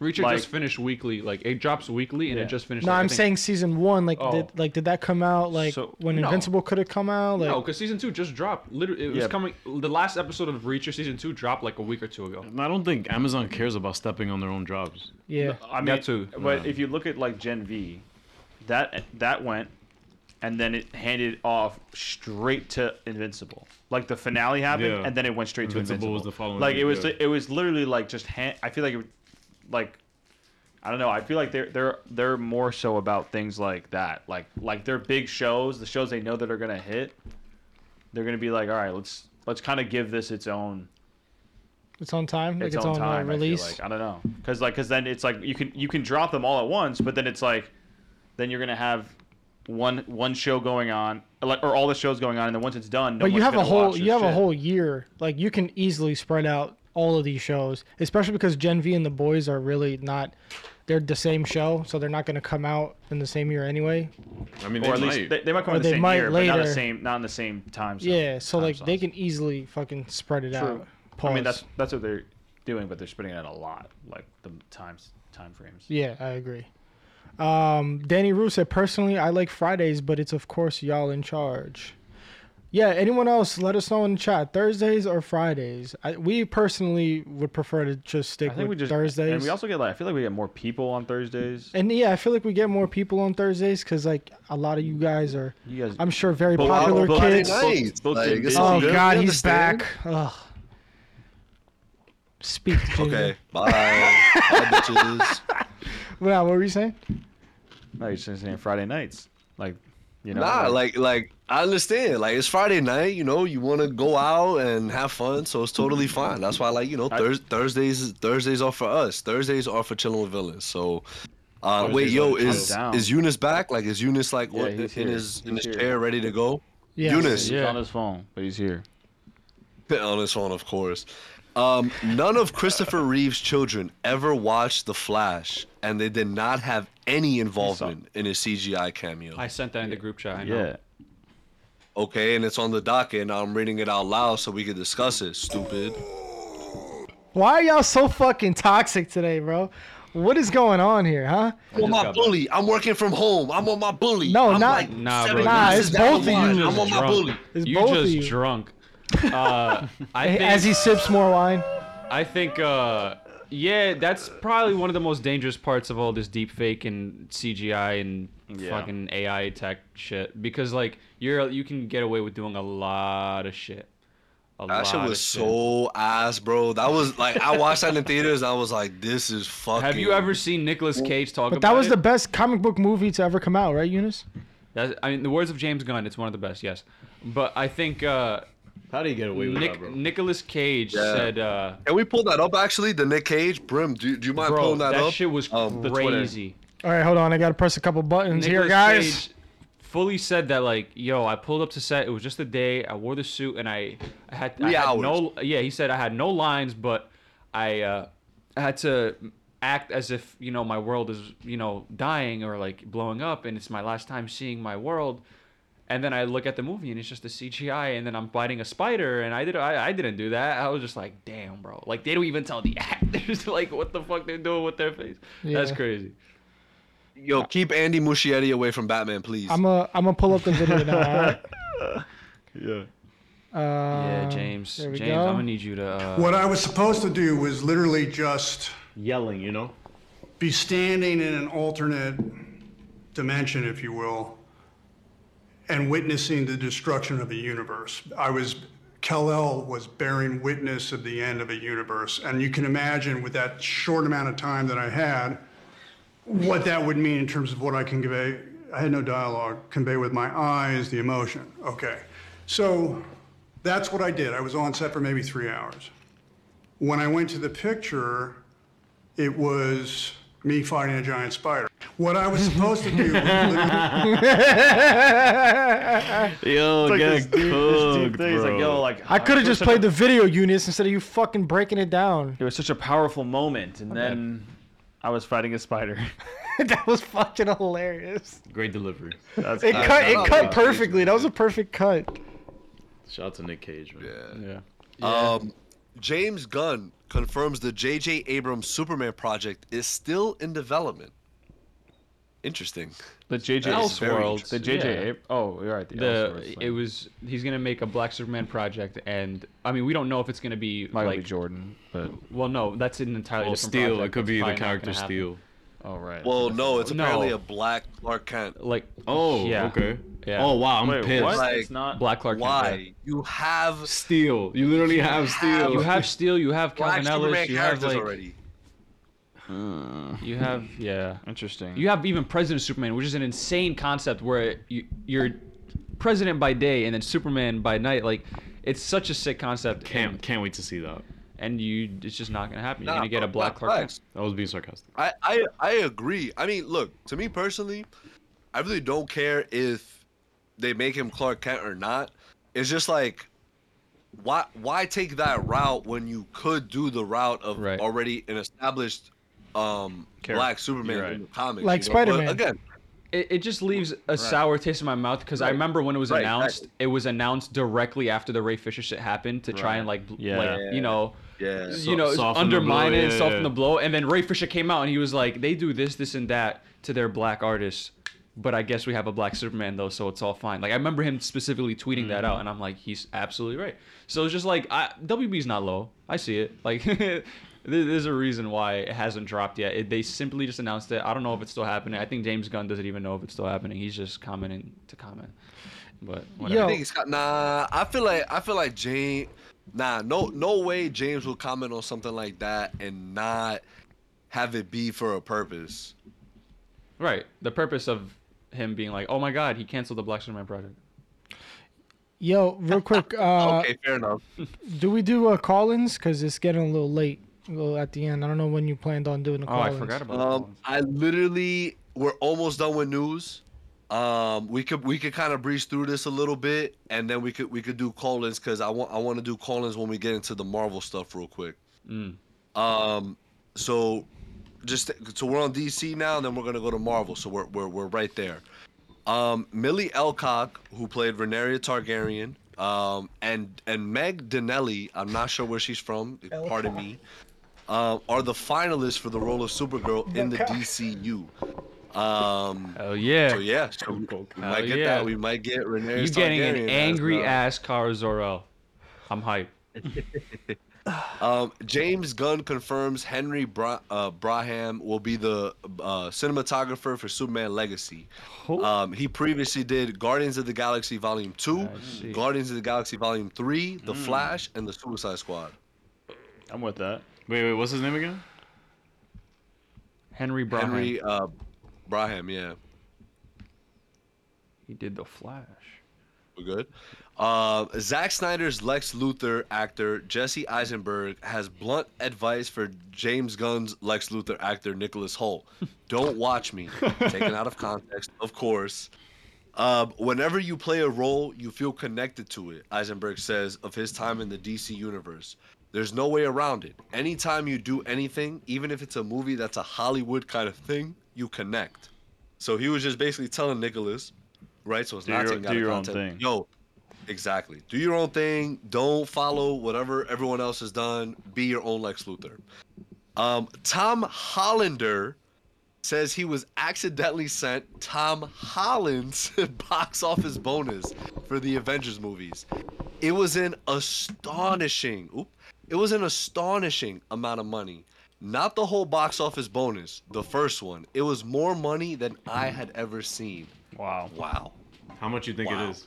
[SPEAKER 8] Reacher
[SPEAKER 1] Like-
[SPEAKER 8] just finished weekly. Like it drops weekly and
[SPEAKER 1] Yeah.
[SPEAKER 8] it just finished.
[SPEAKER 2] No,
[SPEAKER 8] like, I
[SPEAKER 2] I'm
[SPEAKER 8] think-
[SPEAKER 2] saying season one. Like,
[SPEAKER 8] Oh.
[SPEAKER 2] did like did that come out like
[SPEAKER 1] So-
[SPEAKER 2] when
[SPEAKER 8] No.
[SPEAKER 2] Invincible could have come out? Like,
[SPEAKER 8] No, because season two just dropped. Literally, it was
[SPEAKER 1] Yeah.
[SPEAKER 8] coming. The last episode of Reacher season two dropped like a week or two ago.
[SPEAKER 3] And I don't think Amazon cares about stepping on their own jobs.
[SPEAKER 2] yeah,
[SPEAKER 1] I mean,
[SPEAKER 8] That too.
[SPEAKER 1] But if you look at like Gen V, that that went, and then it handed off straight to Invincible. Like the finale happened,
[SPEAKER 3] Yeah.
[SPEAKER 1] and then it went straight
[SPEAKER 3] Invincible
[SPEAKER 1] to Invincible.
[SPEAKER 3] was the following
[SPEAKER 1] Like it
[SPEAKER 3] week,
[SPEAKER 1] was,
[SPEAKER 3] yeah.
[SPEAKER 1] it was literally like just hand. I feel like, it, like, I don't know. I feel like they're they're they're more so about things like that. Like like their big shows, the shows they know that are gonna hit. They're gonna be like, all right, let's let's kind of give this its own
[SPEAKER 2] it's on time. Like
[SPEAKER 1] its, own,
[SPEAKER 2] uh,
[SPEAKER 1] time.
[SPEAKER 2] release.
[SPEAKER 1] I feel like I don't know, because like, because then it's like you can you can drop them all at once, but then it's like, then you're gonna have one one show going on, like, or all the shows going on, and then once it's done, no
[SPEAKER 2] but you
[SPEAKER 1] one's
[SPEAKER 2] have a
[SPEAKER 1] gonna
[SPEAKER 2] whole
[SPEAKER 1] watch
[SPEAKER 2] you
[SPEAKER 1] this
[SPEAKER 2] have a
[SPEAKER 1] shit.
[SPEAKER 2] whole year. Like, you can easily spread out all of these shows, especially because Gen V and the boys are really not. They're the same show, so they're not going to come out in the same year anyway.
[SPEAKER 3] I mean,
[SPEAKER 1] or at
[SPEAKER 3] they
[SPEAKER 1] least
[SPEAKER 3] might.
[SPEAKER 1] they, they might come
[SPEAKER 2] Or
[SPEAKER 1] in the
[SPEAKER 2] they
[SPEAKER 1] same
[SPEAKER 2] might
[SPEAKER 1] year, but not the
[SPEAKER 2] later.
[SPEAKER 1] same not in the same time. Zone,
[SPEAKER 2] yeah, so
[SPEAKER 1] time
[SPEAKER 2] like they
[SPEAKER 1] zones.
[SPEAKER 2] can easily fucking spread it
[SPEAKER 1] True.
[SPEAKER 2] out. Pause.
[SPEAKER 1] I mean that's that's what they're doing, but they're spreading it out a lot, like the times time frames.
[SPEAKER 2] Yeah, I agree. Um, Danny Rue said, personally, I like Fridays, but it's of course y'all in charge. Yeah, anyone else, let us know in the chat. Thursdays or Fridays? I, we personally would prefer to just stick
[SPEAKER 1] I think
[SPEAKER 2] with
[SPEAKER 1] we just
[SPEAKER 2] Thursdays.
[SPEAKER 1] and we also get like I feel like we get more people on Thursdays.
[SPEAKER 2] And yeah, I feel like we get more people on Thursdays because like a lot of you guys are,
[SPEAKER 1] You guys,
[SPEAKER 2] I'm sure, very
[SPEAKER 1] But-
[SPEAKER 2] popular
[SPEAKER 1] but-
[SPEAKER 2] kids.
[SPEAKER 1] but-
[SPEAKER 6] Nice.
[SPEAKER 1] both
[SPEAKER 6] Like,
[SPEAKER 1] did
[SPEAKER 6] it's
[SPEAKER 1] Disney.
[SPEAKER 6] all
[SPEAKER 2] Oh
[SPEAKER 6] good.
[SPEAKER 2] God,
[SPEAKER 6] We
[SPEAKER 2] he's
[SPEAKER 6] understand.
[SPEAKER 2] back. Ugh. Speak.
[SPEAKER 6] Okay,
[SPEAKER 2] Okay.
[SPEAKER 6] bye. bye, bitches.
[SPEAKER 2] Wow, what were you saying?
[SPEAKER 1] no, you're just saying Friday nights, like you know,
[SPEAKER 6] Nah, like like I understand. Like it's Friday night, you know, you want to go out and have fun, so it's totally fine. That's why, like you know,
[SPEAKER 1] I-
[SPEAKER 6] Thurs Thursdays Thursdays are for us. Thursdays are for chilling with villains. So Uh,
[SPEAKER 1] Oh,
[SPEAKER 6] wait,
[SPEAKER 1] he's
[SPEAKER 6] yo,
[SPEAKER 1] like,
[SPEAKER 6] is
[SPEAKER 1] down.
[SPEAKER 6] is Eunice back? Like, is Eunice like
[SPEAKER 1] Yeah,
[SPEAKER 6] what- in
[SPEAKER 1] he's here.
[SPEAKER 6] his in
[SPEAKER 1] He's
[SPEAKER 6] his
[SPEAKER 1] here.
[SPEAKER 6] chair ready to go?
[SPEAKER 2] Yes.
[SPEAKER 6] Eunice,
[SPEAKER 1] He's on his phone, but he's here.
[SPEAKER 6] on his phone, of course. Um, none of Christopher Reeve's children ever watched The Flash, and they did not have any involvement in his CGI cameo.
[SPEAKER 8] I sent that in the group chat. I know.
[SPEAKER 1] Yeah.
[SPEAKER 6] Okay, and it's on the docket, and I'm reading it out loud so we can discuss it. Stupid.
[SPEAKER 2] Why are y'all so fucking toxic today, bro? What is going on here, huh?
[SPEAKER 6] I'm on my bully. I'm working from home. I'm on my bully.
[SPEAKER 2] No,
[SPEAKER 6] I'm
[SPEAKER 2] not-
[SPEAKER 6] like
[SPEAKER 8] Nah,
[SPEAKER 6] seven
[SPEAKER 8] bro. Nah,
[SPEAKER 6] pieces
[SPEAKER 2] it's
[SPEAKER 6] down
[SPEAKER 2] both
[SPEAKER 6] the
[SPEAKER 2] of
[SPEAKER 6] line.
[SPEAKER 2] you.
[SPEAKER 6] I'm on my
[SPEAKER 8] Drunk.
[SPEAKER 6] bully.
[SPEAKER 2] It's
[SPEAKER 8] you
[SPEAKER 2] both of
[SPEAKER 8] just
[SPEAKER 2] you.
[SPEAKER 8] drunk. Uh, I think,
[SPEAKER 2] As he sips more wine.
[SPEAKER 8] I think, uh, yeah, that's probably one of the most dangerous parts of all this deep fake and CGI and
[SPEAKER 1] Yeah.
[SPEAKER 8] fucking AI tech shit. Because like you're, you can get away with doing a lot of shit. A
[SPEAKER 6] That shit
[SPEAKER 8] lot
[SPEAKER 6] was
[SPEAKER 8] of
[SPEAKER 6] so ass, bro. That was like I watched that in theaters. And I was like, this is fucking.
[SPEAKER 8] Have you ever seen Nicolas Cage talk
[SPEAKER 2] But
[SPEAKER 8] about
[SPEAKER 2] that was
[SPEAKER 8] it?
[SPEAKER 2] the best comic book movie to ever come out, right, Eunice?
[SPEAKER 8] That's, I mean, the words of James Gunn, it's one of the best, yes. But I think uh,
[SPEAKER 3] How do you get away with that,
[SPEAKER 8] Nick,
[SPEAKER 3] bro?
[SPEAKER 8] Nicolas Cage
[SPEAKER 6] Yeah.
[SPEAKER 8] said, uh,
[SPEAKER 6] Can we pull that up actually? The Nick Cage brim. Do, do you mind
[SPEAKER 8] bro,
[SPEAKER 6] pulling that,
[SPEAKER 8] that,
[SPEAKER 6] up?
[SPEAKER 8] shit was
[SPEAKER 6] Um,
[SPEAKER 1] the Twitter.
[SPEAKER 8] crazy.
[SPEAKER 2] All right, hold on. I gotta press a couple buttons here,
[SPEAKER 8] Nicolas
[SPEAKER 2] guys.
[SPEAKER 8] Cage fully said that, like, yo, I pulled up to set. It was just a day. I wore the suit and I, I had, I
[SPEAKER 6] Three
[SPEAKER 8] had
[SPEAKER 6] hours.
[SPEAKER 8] no. Yeah, he said I had no lines, but I uh, had to act as if you know my world is you know dying or like blowing up, and it's my last time seeing my world. And then I look at the movie and it's just the CGI, and then I'm biting a spider, and I did I, I didn't do that. I was just like, damn, bro. Like they don't even tell the actors like what the fuck they're doing with their face. That's
[SPEAKER 2] Yeah.
[SPEAKER 8] crazy.
[SPEAKER 6] Yo, keep Andy Muschietti away from Batman, please.
[SPEAKER 2] I'm a, I'm gonna pull up the video now. All right?
[SPEAKER 1] Yeah.
[SPEAKER 8] Yeah,
[SPEAKER 2] Um,
[SPEAKER 8] James.
[SPEAKER 2] there we
[SPEAKER 8] James,
[SPEAKER 2] go.
[SPEAKER 8] I'm gonna need you to. Uh,
[SPEAKER 5] What I was supposed to do was literally just
[SPEAKER 3] Yelling, you know?
[SPEAKER 5] be standing in an alternate dimension, if you will, and witnessing the destruction of a universe. I was, Kal-El was bearing witness of the end of a universe. And you can imagine with that short amount of time that I had, what that would mean in terms of what I can convey. I had no dialogue, convey with my eyes the emotion. Okay. So that's what I did. I was on set for maybe three hours. When I went to the picture, it was me fighting a giant spider. What I was supposed to do was literally-
[SPEAKER 3] Yo,
[SPEAKER 1] Like
[SPEAKER 3] get
[SPEAKER 1] this deep, this
[SPEAKER 3] cooked,
[SPEAKER 1] deep thing. He's like,
[SPEAKER 3] bro.
[SPEAKER 1] yo, like
[SPEAKER 2] I could have
[SPEAKER 1] it was
[SPEAKER 2] just
[SPEAKER 1] such
[SPEAKER 2] played
[SPEAKER 1] a-
[SPEAKER 2] the video, Eunice, instead of you fucking breaking it down.
[SPEAKER 1] It was such a powerful moment, and then I was fighting a spider.
[SPEAKER 2] that was fucking hilarious.
[SPEAKER 3] Great delivery.
[SPEAKER 1] That's
[SPEAKER 2] It
[SPEAKER 1] good.
[SPEAKER 2] cut, it
[SPEAKER 6] no,
[SPEAKER 2] cut
[SPEAKER 6] no,
[SPEAKER 2] perfectly. That was a perfect cut.
[SPEAKER 3] Shout out to Nick Cage, man.
[SPEAKER 8] yeah.
[SPEAKER 6] Um, James Gunn confirms the J.J. Abrams Superman project is still in development. Interesting.
[SPEAKER 1] The JJ
[SPEAKER 6] That is very
[SPEAKER 1] Elseworld. The JJ.
[SPEAKER 8] Yeah.
[SPEAKER 1] Ab- oh, you're right. The,
[SPEAKER 8] The
[SPEAKER 1] Elseworlds
[SPEAKER 8] it
[SPEAKER 1] thing.
[SPEAKER 8] was he's gonna make a Black Superman project, and I mean we don't know if it's gonna be
[SPEAKER 1] Michael B.
[SPEAKER 8] like
[SPEAKER 1] Jordan, but
[SPEAKER 8] well no that's an entirely
[SPEAKER 3] Oh,
[SPEAKER 8] different
[SPEAKER 3] Steel.
[SPEAKER 8] project.
[SPEAKER 3] It could
[SPEAKER 8] It's
[SPEAKER 3] be the
[SPEAKER 8] probably not
[SPEAKER 3] character
[SPEAKER 8] gonna happen.
[SPEAKER 3] Steel.
[SPEAKER 1] oh right.
[SPEAKER 6] Well, no, it's
[SPEAKER 8] No.
[SPEAKER 6] apparently a black Clark Kent.
[SPEAKER 8] Like
[SPEAKER 3] Oh,
[SPEAKER 8] yeah.
[SPEAKER 3] okay.
[SPEAKER 8] Yeah.
[SPEAKER 3] Oh, wow, I'm
[SPEAKER 1] Wait,
[SPEAKER 3] pissed.
[SPEAKER 1] what?
[SPEAKER 6] Like-
[SPEAKER 1] it's not.
[SPEAKER 8] Black Clark. Kent,
[SPEAKER 6] Why?
[SPEAKER 8] yeah.
[SPEAKER 6] You have
[SPEAKER 3] Steel. You literally have Steel.
[SPEAKER 8] You have Steel. You have
[SPEAKER 6] black
[SPEAKER 8] Calvin
[SPEAKER 6] Superman
[SPEAKER 8] Ellis. You have
[SPEAKER 6] characters
[SPEAKER 8] like
[SPEAKER 6] already.
[SPEAKER 8] you have yeah.
[SPEAKER 1] Interesting.
[SPEAKER 8] You have even President Superman, which is an insane concept where you, you're president by day and then Superman by night. Like it's such a sick concept.
[SPEAKER 3] Can't,
[SPEAKER 8] and-
[SPEAKER 3] can't wait to see that.
[SPEAKER 8] and you it's just not gonna happen. You're
[SPEAKER 6] Nah,
[SPEAKER 8] gonna get a
[SPEAKER 6] bro,
[SPEAKER 8] Black
[SPEAKER 6] nah,
[SPEAKER 8] Clark. Kent.
[SPEAKER 6] facts.
[SPEAKER 3] I was being sarcastic.
[SPEAKER 6] I, I I agree. I mean, look, to me personally, I really don't care if they make him Clark Kent or not. It's just like why why take that route when you could do the route of
[SPEAKER 8] Right.
[SPEAKER 6] already an established um
[SPEAKER 1] Character.
[SPEAKER 6] black Superman
[SPEAKER 1] You're right.
[SPEAKER 6] in the comics.
[SPEAKER 2] Like
[SPEAKER 6] But
[SPEAKER 2] Spider-Man.
[SPEAKER 6] Again,
[SPEAKER 8] It, it just leaves a sour taste in my mouth because I remember when it was
[SPEAKER 6] Right,
[SPEAKER 8] announced,
[SPEAKER 6] exactly.
[SPEAKER 8] it was announced directly after the Ray Fisher shit happened to try and like, bl-
[SPEAKER 1] Yeah.
[SPEAKER 8] like, you know,
[SPEAKER 6] yeah.
[SPEAKER 8] you know,
[SPEAKER 3] soften the
[SPEAKER 8] undermine
[SPEAKER 3] blow,
[SPEAKER 8] it and
[SPEAKER 3] yeah,
[SPEAKER 8] soften
[SPEAKER 3] yeah.
[SPEAKER 8] the blow. And then Ray Fisher came out and he was like, they do this, this, and that to their black artists, but I guess we have a black Superman though, so it's all fine. Like I remember him specifically tweeting that
[SPEAKER 3] Mm-hmm.
[SPEAKER 8] out, and I'm like, he's absolutely right. So it's just like I, WB's not low. I see it. Like there- there's a reason why it hasn't dropped yet. It, they simply just announced it. I don't know if it's still happening. I think James Gunn doesn't even know if it's still happening. He's just commenting to comment. But whatever.
[SPEAKER 2] Yo.
[SPEAKER 6] I think it's got- nah. I feel like I feel like James. Nah, no, no way James will comment on something like that and not have it be for a purpose.
[SPEAKER 8] right, the purpose of him being like, oh my god, he canceled the Black Superman project.
[SPEAKER 2] Yo, real quick, uh,
[SPEAKER 6] okay, fair enough.
[SPEAKER 2] uh, do we do uh, call-ins? Cause it's getting a little late. Well, at the end, I don't know when you planned on
[SPEAKER 8] Oh,
[SPEAKER 2] doing the call.
[SPEAKER 6] Um, I literally we're almost done with news. Um, we could we could kind of breeze through this a little bit, and then we could we could do call-ins because I want I want to do call-ins when we get into the Marvel stuff real quick.
[SPEAKER 8] Mm.
[SPEAKER 6] Um, so just so we're on DC now, then we're gonna go to Marvel. So we're we're, we're right there. Um, Millie Elcock, who played Rhaenyra Targaryen, um, and and Meg Donnelly, I'm not sure where she's from. Pardon me. Um, are the finalists for the role of Supergirl in the DCU? Um,
[SPEAKER 8] Hell yeah.
[SPEAKER 6] So yeah, so we, we might
[SPEAKER 8] Hell
[SPEAKER 6] get
[SPEAKER 8] yeah.
[SPEAKER 6] that. We might get Rhaenyra.
[SPEAKER 8] You getting
[SPEAKER 6] Targaryen
[SPEAKER 8] an
[SPEAKER 6] as
[SPEAKER 8] angry
[SPEAKER 6] the-
[SPEAKER 8] ass Kara Zor-El. I'm hype.
[SPEAKER 6] Um, James Gunn confirms Henry Bra- uh, Braham will be the uh, cinematographer for Superman Legacy. Um, he previously did Guardians of the Galaxy Volume 2, Guardians of the Galaxy Volume 3, The
[SPEAKER 8] Hmm.
[SPEAKER 3] Mm.
[SPEAKER 6] Flash, and The Suicide Squad.
[SPEAKER 1] I'm with that.
[SPEAKER 3] Wait, wait, what's his name again?
[SPEAKER 8] Henry Braham.
[SPEAKER 6] Henry uh, Braham, yeah.
[SPEAKER 8] He did the Flash.
[SPEAKER 6] We're good. Uh, Zack Snyder's Lex Luthor actor Jesse Eisenberg has blunt advice for James Gunn's Lex Luthor actor Nicholas Holt. Don't watch me. Taken out of context, of course. Uh, whenever you play a role, you feel connected to it, Eisenberg says of his time in the DC universe. There's no way around it. Anytime you do anything, even if it's a movie that's a Hollywood kind of thing, you connect. So he was just basically telling Nicholas, right? So it's
[SPEAKER 1] Do
[SPEAKER 6] not
[SPEAKER 1] your-
[SPEAKER 6] taken out
[SPEAKER 1] do
[SPEAKER 6] of
[SPEAKER 1] your own
[SPEAKER 6] context.
[SPEAKER 1] thing.
[SPEAKER 6] Yo, exactly. Do your own thing. Don't follow whatever everyone else has done. Be your own Lex Luthor. Um, Tom Hollander says he was accidentally sent Tom Holland's box office bonus for the Avengers movies. It was an astonishing, oop, it was an astonishing amount of money. Not the whole box office bonus, the first one. It was more money than I had ever seen.
[SPEAKER 1] Wow.
[SPEAKER 6] Wow.
[SPEAKER 3] How much you think
[SPEAKER 6] Wow.
[SPEAKER 3] it is?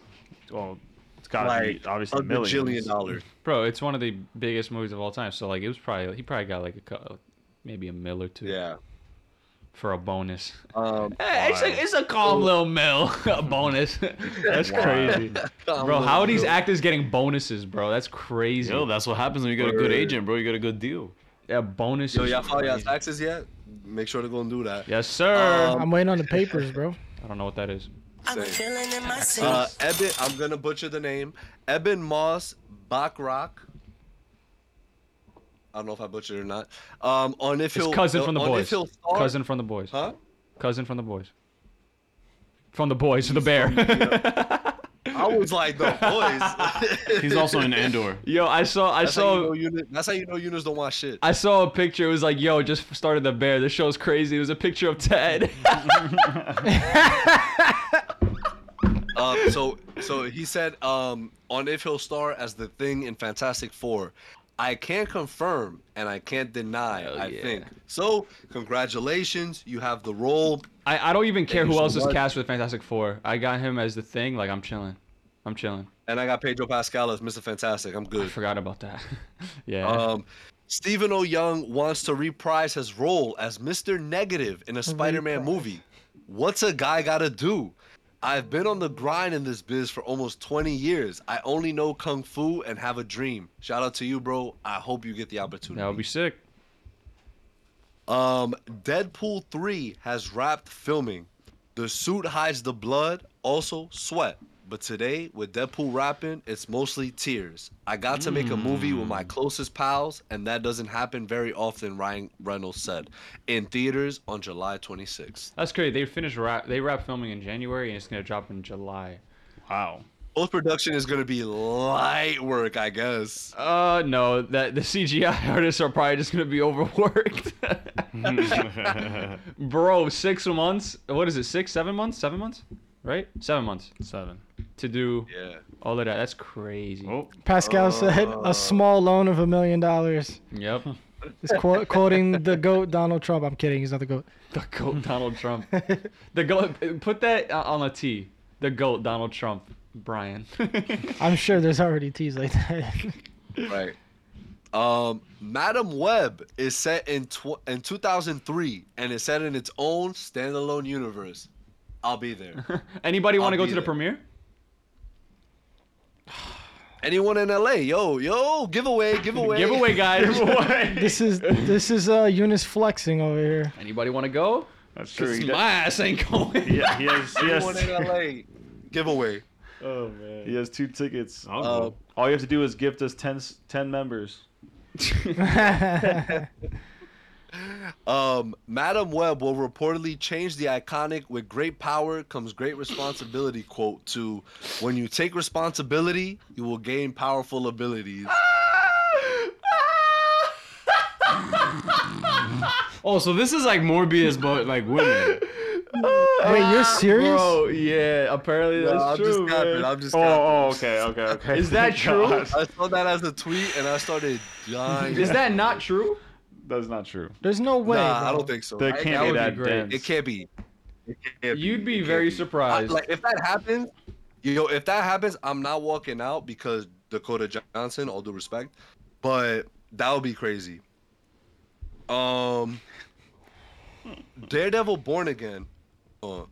[SPEAKER 1] Well, it's gotta be obviously
[SPEAKER 6] a bajillion
[SPEAKER 1] millions.
[SPEAKER 6] dollars.
[SPEAKER 8] Bro, it's one of the biggest movies of all time. So like it was probably he probably got like a cou- maybe a mill or two
[SPEAKER 6] Yeah.
[SPEAKER 8] for a bonus.
[SPEAKER 6] Um,
[SPEAKER 8] Hey, it's, a, it's a calm little mill, a bonus. That's crazy, bro. How are these actors getting bonuses, bro? That's crazy.
[SPEAKER 3] Yo, that's what happens when you got a good
[SPEAKER 6] Word.
[SPEAKER 3] agent, bro. You got a good deal.
[SPEAKER 8] Yeah, bonus.
[SPEAKER 6] Yo,
[SPEAKER 8] is
[SPEAKER 6] y'all file y'all
[SPEAKER 8] crazy.
[SPEAKER 6] taxes yet? Make sure to go and do that.
[SPEAKER 8] Yes, sir.
[SPEAKER 6] Um,
[SPEAKER 2] I'm waiting on the papers, bro.
[SPEAKER 8] I don't know what that is.
[SPEAKER 6] Same. Uh, Eben, I'm gonna butcher the name. Eben Moss Bachrock. I don't know if I butchered it or not. Um, on if
[SPEAKER 8] It's
[SPEAKER 6] he'll
[SPEAKER 8] cousin from the
[SPEAKER 6] on
[SPEAKER 8] boys.
[SPEAKER 6] If he'll start,
[SPEAKER 8] Cousin from the boys.
[SPEAKER 6] huh?
[SPEAKER 8] Cousin from the boys. From the boys to the bear.
[SPEAKER 6] I was like the boys.
[SPEAKER 3] He's also in Andor.
[SPEAKER 8] Yo, I saw. I
[SPEAKER 6] that's, how you know
[SPEAKER 8] saw.
[SPEAKER 6] unit, that's how you know units don't watch shit.
[SPEAKER 8] I saw a picture. It was like, yo, just started the bear. This show's crazy. It was a picture of Ted.
[SPEAKER 6] Uh, so so he said um, on if he'll star as the thing in Fantastic Four. I can't confirm and I can't deny.
[SPEAKER 8] Hell
[SPEAKER 6] I
[SPEAKER 8] yeah.
[SPEAKER 6] think so. Congratulations, you have the role.
[SPEAKER 8] I, I don't even care
[SPEAKER 6] Thank
[SPEAKER 8] who
[SPEAKER 6] you so
[SPEAKER 8] else is
[SPEAKER 6] much.
[SPEAKER 8] cast with Fantastic Four. I got him as the thing. Like I'm chilling. I'm chilling.
[SPEAKER 6] And I got Pedro Pascal as Mr. Fantastic. I'm
[SPEAKER 8] I
[SPEAKER 6] good.
[SPEAKER 8] forgot about that. yeah.
[SPEAKER 6] Um, Stephen O. Young wants to reprise his role as Mr. Negative in a Spider-Man movie. What's a guy gotta do? I've been on the grind in this biz for almost 20 years. I only know kung fu and have a dream. Shout out to you, bro. I hope you get the
[SPEAKER 8] that would
[SPEAKER 6] opportunity.
[SPEAKER 8] be sick.
[SPEAKER 6] Um, Deadpool 3 has wrapped filming. The suit hides the blood, also sweat. But today, with Deadpool rapping, it's mostly tears. I got to make a movie with my closest pals, and that doesn't happen very often, Ryan Reynolds said. In theaters on July 26th.
[SPEAKER 8] That's great. They finished wrap. They wrap filming in January and it's gonna drop in July.
[SPEAKER 1] Wow.
[SPEAKER 6] Post production is going to be light work, I guess.
[SPEAKER 8] Uh no, that the CGI artists are probably just gonna be overworked. Bro, six months. What is it? Six, seven months? Seven months? Right? Seven months
[SPEAKER 1] Seven.
[SPEAKER 8] to do
[SPEAKER 6] Yeah. Uh,
[SPEAKER 8] all of that. That's crazy.
[SPEAKER 3] Oh,
[SPEAKER 2] Pascal said
[SPEAKER 8] Uh.
[SPEAKER 2] a small loan of a million dollars.
[SPEAKER 8] Yep.
[SPEAKER 2] He's qu- quoting the goat Donald Trump. I'm kidding. He's not the goat.
[SPEAKER 8] The goat Donald Trump. The goat. Put that uh, on a T. The goat Donald Trump. Brian.
[SPEAKER 2] I'm sure there's already teas like that.
[SPEAKER 6] Right. Um, Madam Web is set in tw- in 2003 and is set in its own standalone universe. I'll be there.
[SPEAKER 8] Anybody want to
[SPEAKER 6] I'll
[SPEAKER 8] go
[SPEAKER 6] be
[SPEAKER 8] to the
[SPEAKER 6] there.
[SPEAKER 8] premiere?
[SPEAKER 6] Anyone in LA? Yo, yo, giveaway, giveaway,
[SPEAKER 8] Giveaway, guys. Giveaway.
[SPEAKER 2] This is this is uh Eunice flexing over here.
[SPEAKER 8] Anybody want to go?
[SPEAKER 1] That's true.
[SPEAKER 8] 'Cause
[SPEAKER 1] He
[SPEAKER 8] my
[SPEAKER 1] does-
[SPEAKER 8] ass ain't going.
[SPEAKER 1] Yeah, he has. He
[SPEAKER 6] Anyone
[SPEAKER 1] has,
[SPEAKER 6] in LA? Giveaway.
[SPEAKER 8] Oh man.
[SPEAKER 1] he has two tickets.
[SPEAKER 3] I'll
[SPEAKER 6] Uh,
[SPEAKER 3] go.
[SPEAKER 1] All you have to do is gift us 10, s- 10 members.
[SPEAKER 6] Um, Madam Webb will reportedly change the iconic "With great power comes great responsibility" quote to "When you take responsibility, you will gain powerful abilities."
[SPEAKER 3] Oh, so this is like Morbius, but like women.
[SPEAKER 2] Wait, you're serious?
[SPEAKER 8] Bro, yeah. Apparently that's
[SPEAKER 6] No, I'm
[SPEAKER 8] true.
[SPEAKER 6] just capping.
[SPEAKER 8] man.
[SPEAKER 6] I'm just
[SPEAKER 1] Oh,
[SPEAKER 6] capping.
[SPEAKER 1] oh, okay, okay, okay.
[SPEAKER 8] Is that true?
[SPEAKER 1] God,
[SPEAKER 6] I saw that as a tweet and I started dying.
[SPEAKER 8] Is that not true?
[SPEAKER 1] That's not true.
[SPEAKER 2] There's no way.
[SPEAKER 6] Nah, I
[SPEAKER 2] bro.
[SPEAKER 6] don't think so.
[SPEAKER 1] That
[SPEAKER 6] I-
[SPEAKER 1] can't be
[SPEAKER 8] would be
[SPEAKER 1] that
[SPEAKER 8] great.
[SPEAKER 1] dense.
[SPEAKER 6] It can't be. It can't
[SPEAKER 8] You'd be
[SPEAKER 6] It can't
[SPEAKER 8] very
[SPEAKER 6] I-
[SPEAKER 8] surprised.
[SPEAKER 6] like if that happens, yo, if that happens, I'm not walking out because Dakota Johnson. All due respect, but that would be crazy. Um, Daredevil Born Again. Uh,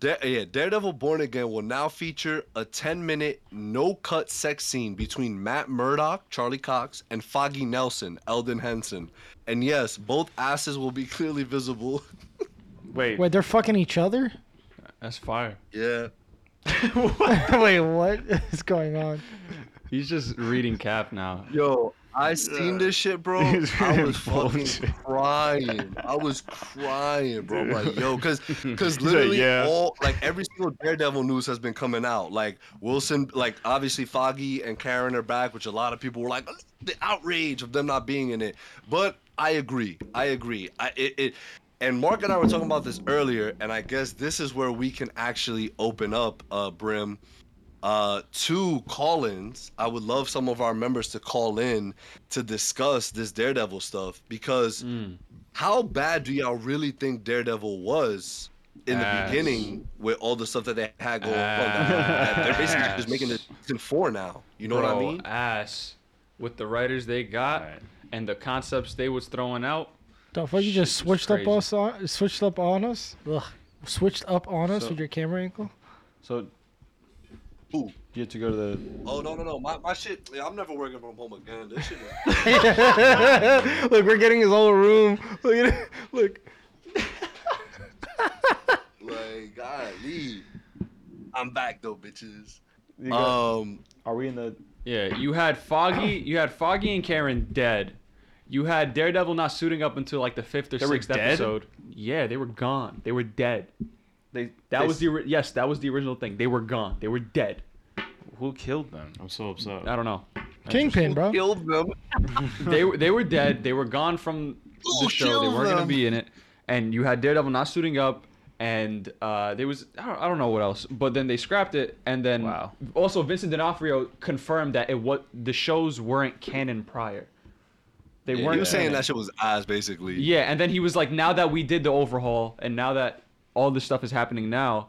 [SPEAKER 6] Da- yeah, Daredevil Born Again will now feature a 10 minute no cut sex scene between Matt Murdock, Charlie Cox, and Foggy Nelson, Eldon Henson. And yes, both asses will be clearly visible.
[SPEAKER 1] Wait,
[SPEAKER 2] Wait, they're fucking each other?
[SPEAKER 8] That's fire.
[SPEAKER 6] yeah.
[SPEAKER 2] Wait, what is going on?
[SPEAKER 8] He's just reading cap now.
[SPEAKER 6] Yo, I seen this shit, bro.
[SPEAKER 1] He's
[SPEAKER 6] I
[SPEAKER 1] really
[SPEAKER 6] was fucking
[SPEAKER 1] bullshit.
[SPEAKER 6] crying. I was crying, bro. I'm like, yo, cause, cause literally
[SPEAKER 1] yeah.
[SPEAKER 6] all like every single Daredevil news has been coming out. Like Wilson, like obviously Foggy and Karen are back, which a lot of people were like the outrage of them not being in it. But I agree. I agree. I it. it and Mark and I were talking about this earlier, and I guess this is where we can actually open up, uh, Brim uh, two call-ins. I would love some of our members to call in to discuss this Daredevil stuff because how bad do y'all really think Daredevil was in the
[SPEAKER 8] Ass.
[SPEAKER 6] beginning with all the stuff that they had going on? That- that They're basically just making it season four now. You know what I
[SPEAKER 8] Bro,
[SPEAKER 6] mean?
[SPEAKER 8] Ass. With the writers they got
[SPEAKER 1] Alright.
[SPEAKER 8] and the concepts they was throwing out.
[SPEAKER 2] The fuck you
[SPEAKER 8] Shit
[SPEAKER 2] just
[SPEAKER 8] was
[SPEAKER 2] switched up us on switched up on us? Ugh. Switched up on us
[SPEAKER 1] So-
[SPEAKER 2] with your camera ankle?
[SPEAKER 1] so
[SPEAKER 6] Ooh.
[SPEAKER 1] you have to go to the.
[SPEAKER 6] Oh no no no! My, my shit. yeah, I'm never working from home again. This shit. is-
[SPEAKER 2] Look, we're getting his whole room. Look at it. Look.
[SPEAKER 6] Like, golly. I'm back though, bitches.
[SPEAKER 1] you go-
[SPEAKER 6] Um,
[SPEAKER 1] are we in the?
[SPEAKER 8] Yeah, you had Foggy, you had Foggy and Karen dead. You had Daredevil not suiting up until like the fifth or
[SPEAKER 1] They were
[SPEAKER 8] sixth
[SPEAKER 1] dead?
[SPEAKER 8] episode. Yeah, they were gone. They were dead.
[SPEAKER 1] They
[SPEAKER 8] That
[SPEAKER 1] they-
[SPEAKER 8] was the ori- yes, that was the original thing. They were gone. They were dead.
[SPEAKER 1] who killed them.
[SPEAKER 3] I'm so upset.
[SPEAKER 8] I don't know.
[SPEAKER 2] Kingpin, bro.
[SPEAKER 6] killed them.
[SPEAKER 8] they were they were dead. They were gone from
[SPEAKER 6] Who
[SPEAKER 8] the show. They
[SPEAKER 6] killed
[SPEAKER 8] weren't gonna
[SPEAKER 6] them?
[SPEAKER 8] be in it. And you had Daredevil not suiting up, and uh, there was I don't, I don't know what else. But then they scrapped it, and then
[SPEAKER 1] Wow.
[SPEAKER 8] also Vincent D'Onofrio confirmed that it what the shows weren't canon prior. They
[SPEAKER 6] Yeah,
[SPEAKER 8] weren't.
[SPEAKER 6] you were saying
[SPEAKER 8] canon.
[SPEAKER 6] that shit was ass, basically.
[SPEAKER 8] Yeah, and then he was like, now that we did the overhaul, and now that all this stuff is happening now,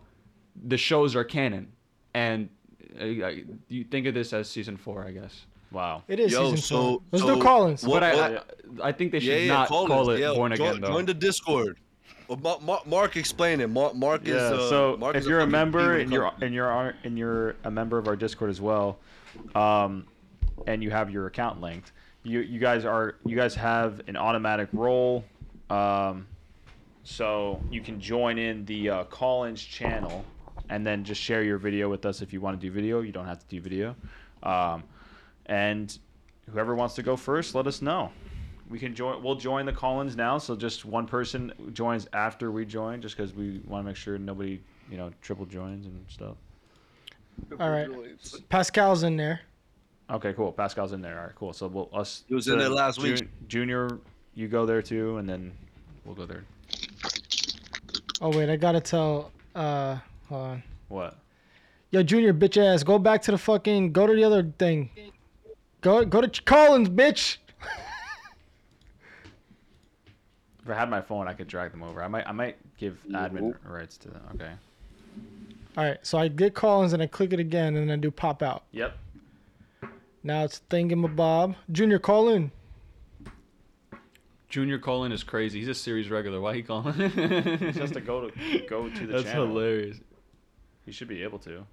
[SPEAKER 8] the shows are canon, and uh, uh, you think of this as season four, I guess.
[SPEAKER 1] Wow.
[SPEAKER 2] It is
[SPEAKER 6] Yo,
[SPEAKER 2] season
[SPEAKER 6] so
[SPEAKER 2] four. Let's
[SPEAKER 6] so
[SPEAKER 2] do call-ins.
[SPEAKER 6] what-
[SPEAKER 8] But I,
[SPEAKER 6] what-
[SPEAKER 8] I, I think they should
[SPEAKER 6] yeah, yeah,
[SPEAKER 8] not
[SPEAKER 6] call,
[SPEAKER 8] call,
[SPEAKER 6] us.
[SPEAKER 8] it
[SPEAKER 6] yeah,
[SPEAKER 8] born
[SPEAKER 6] join,
[SPEAKER 8] again though.
[SPEAKER 6] Join the Discord. Uh, Ma- Ma- Mark, explain it. Mark, Mark is.
[SPEAKER 1] Yeah.
[SPEAKER 6] uh,
[SPEAKER 1] so
[SPEAKER 6] Mark
[SPEAKER 1] if
[SPEAKER 6] is
[SPEAKER 1] you're a
[SPEAKER 6] fucking
[SPEAKER 1] member
[SPEAKER 6] demon
[SPEAKER 1] and you're
[SPEAKER 6] company.
[SPEAKER 1] and you're our- and you're a member of our Discord as well, um, and you have your account linked, you you guys are you guys have an automatic role, um, so you can join in the uh, Collins channel, and then just share your video with us if you want to do video. You don't have to do video, um, and whoever wants to go first, let us know. We can join. We'll join the Collins now. So just one person joins after we join, just because we want to make sure nobody, you know, triple joins and stuff.
[SPEAKER 2] All right. Pascal's in there.
[SPEAKER 1] Okay, cool. Pascal's in there. All right, cool. So we'll us.
[SPEAKER 6] He was in
[SPEAKER 1] the
[SPEAKER 6] there last week.
[SPEAKER 1] Ju- Junior, you go there too, and then we'll go there.
[SPEAKER 2] Oh wait, I gotta tell uh hold on.
[SPEAKER 1] What?
[SPEAKER 2] Yo, Junior, bitch ass, go back to the fucking. Go to the other thing. Go go to Ch- Collins, bitch.
[SPEAKER 1] If I had my phone, I could drag them over. I might. I might give admin rights to them. Okay.
[SPEAKER 2] All right, so I get Collins and I click it again and then I do pop out.
[SPEAKER 1] Yep.
[SPEAKER 2] Now it's Thingamabob. Junior, call in.
[SPEAKER 8] Junior Colin is crazy. He's a series regular. Why he calling?
[SPEAKER 1] Just to go to go to the
[SPEAKER 8] That's
[SPEAKER 1] channel.
[SPEAKER 8] hilarious.
[SPEAKER 1] You should be able to.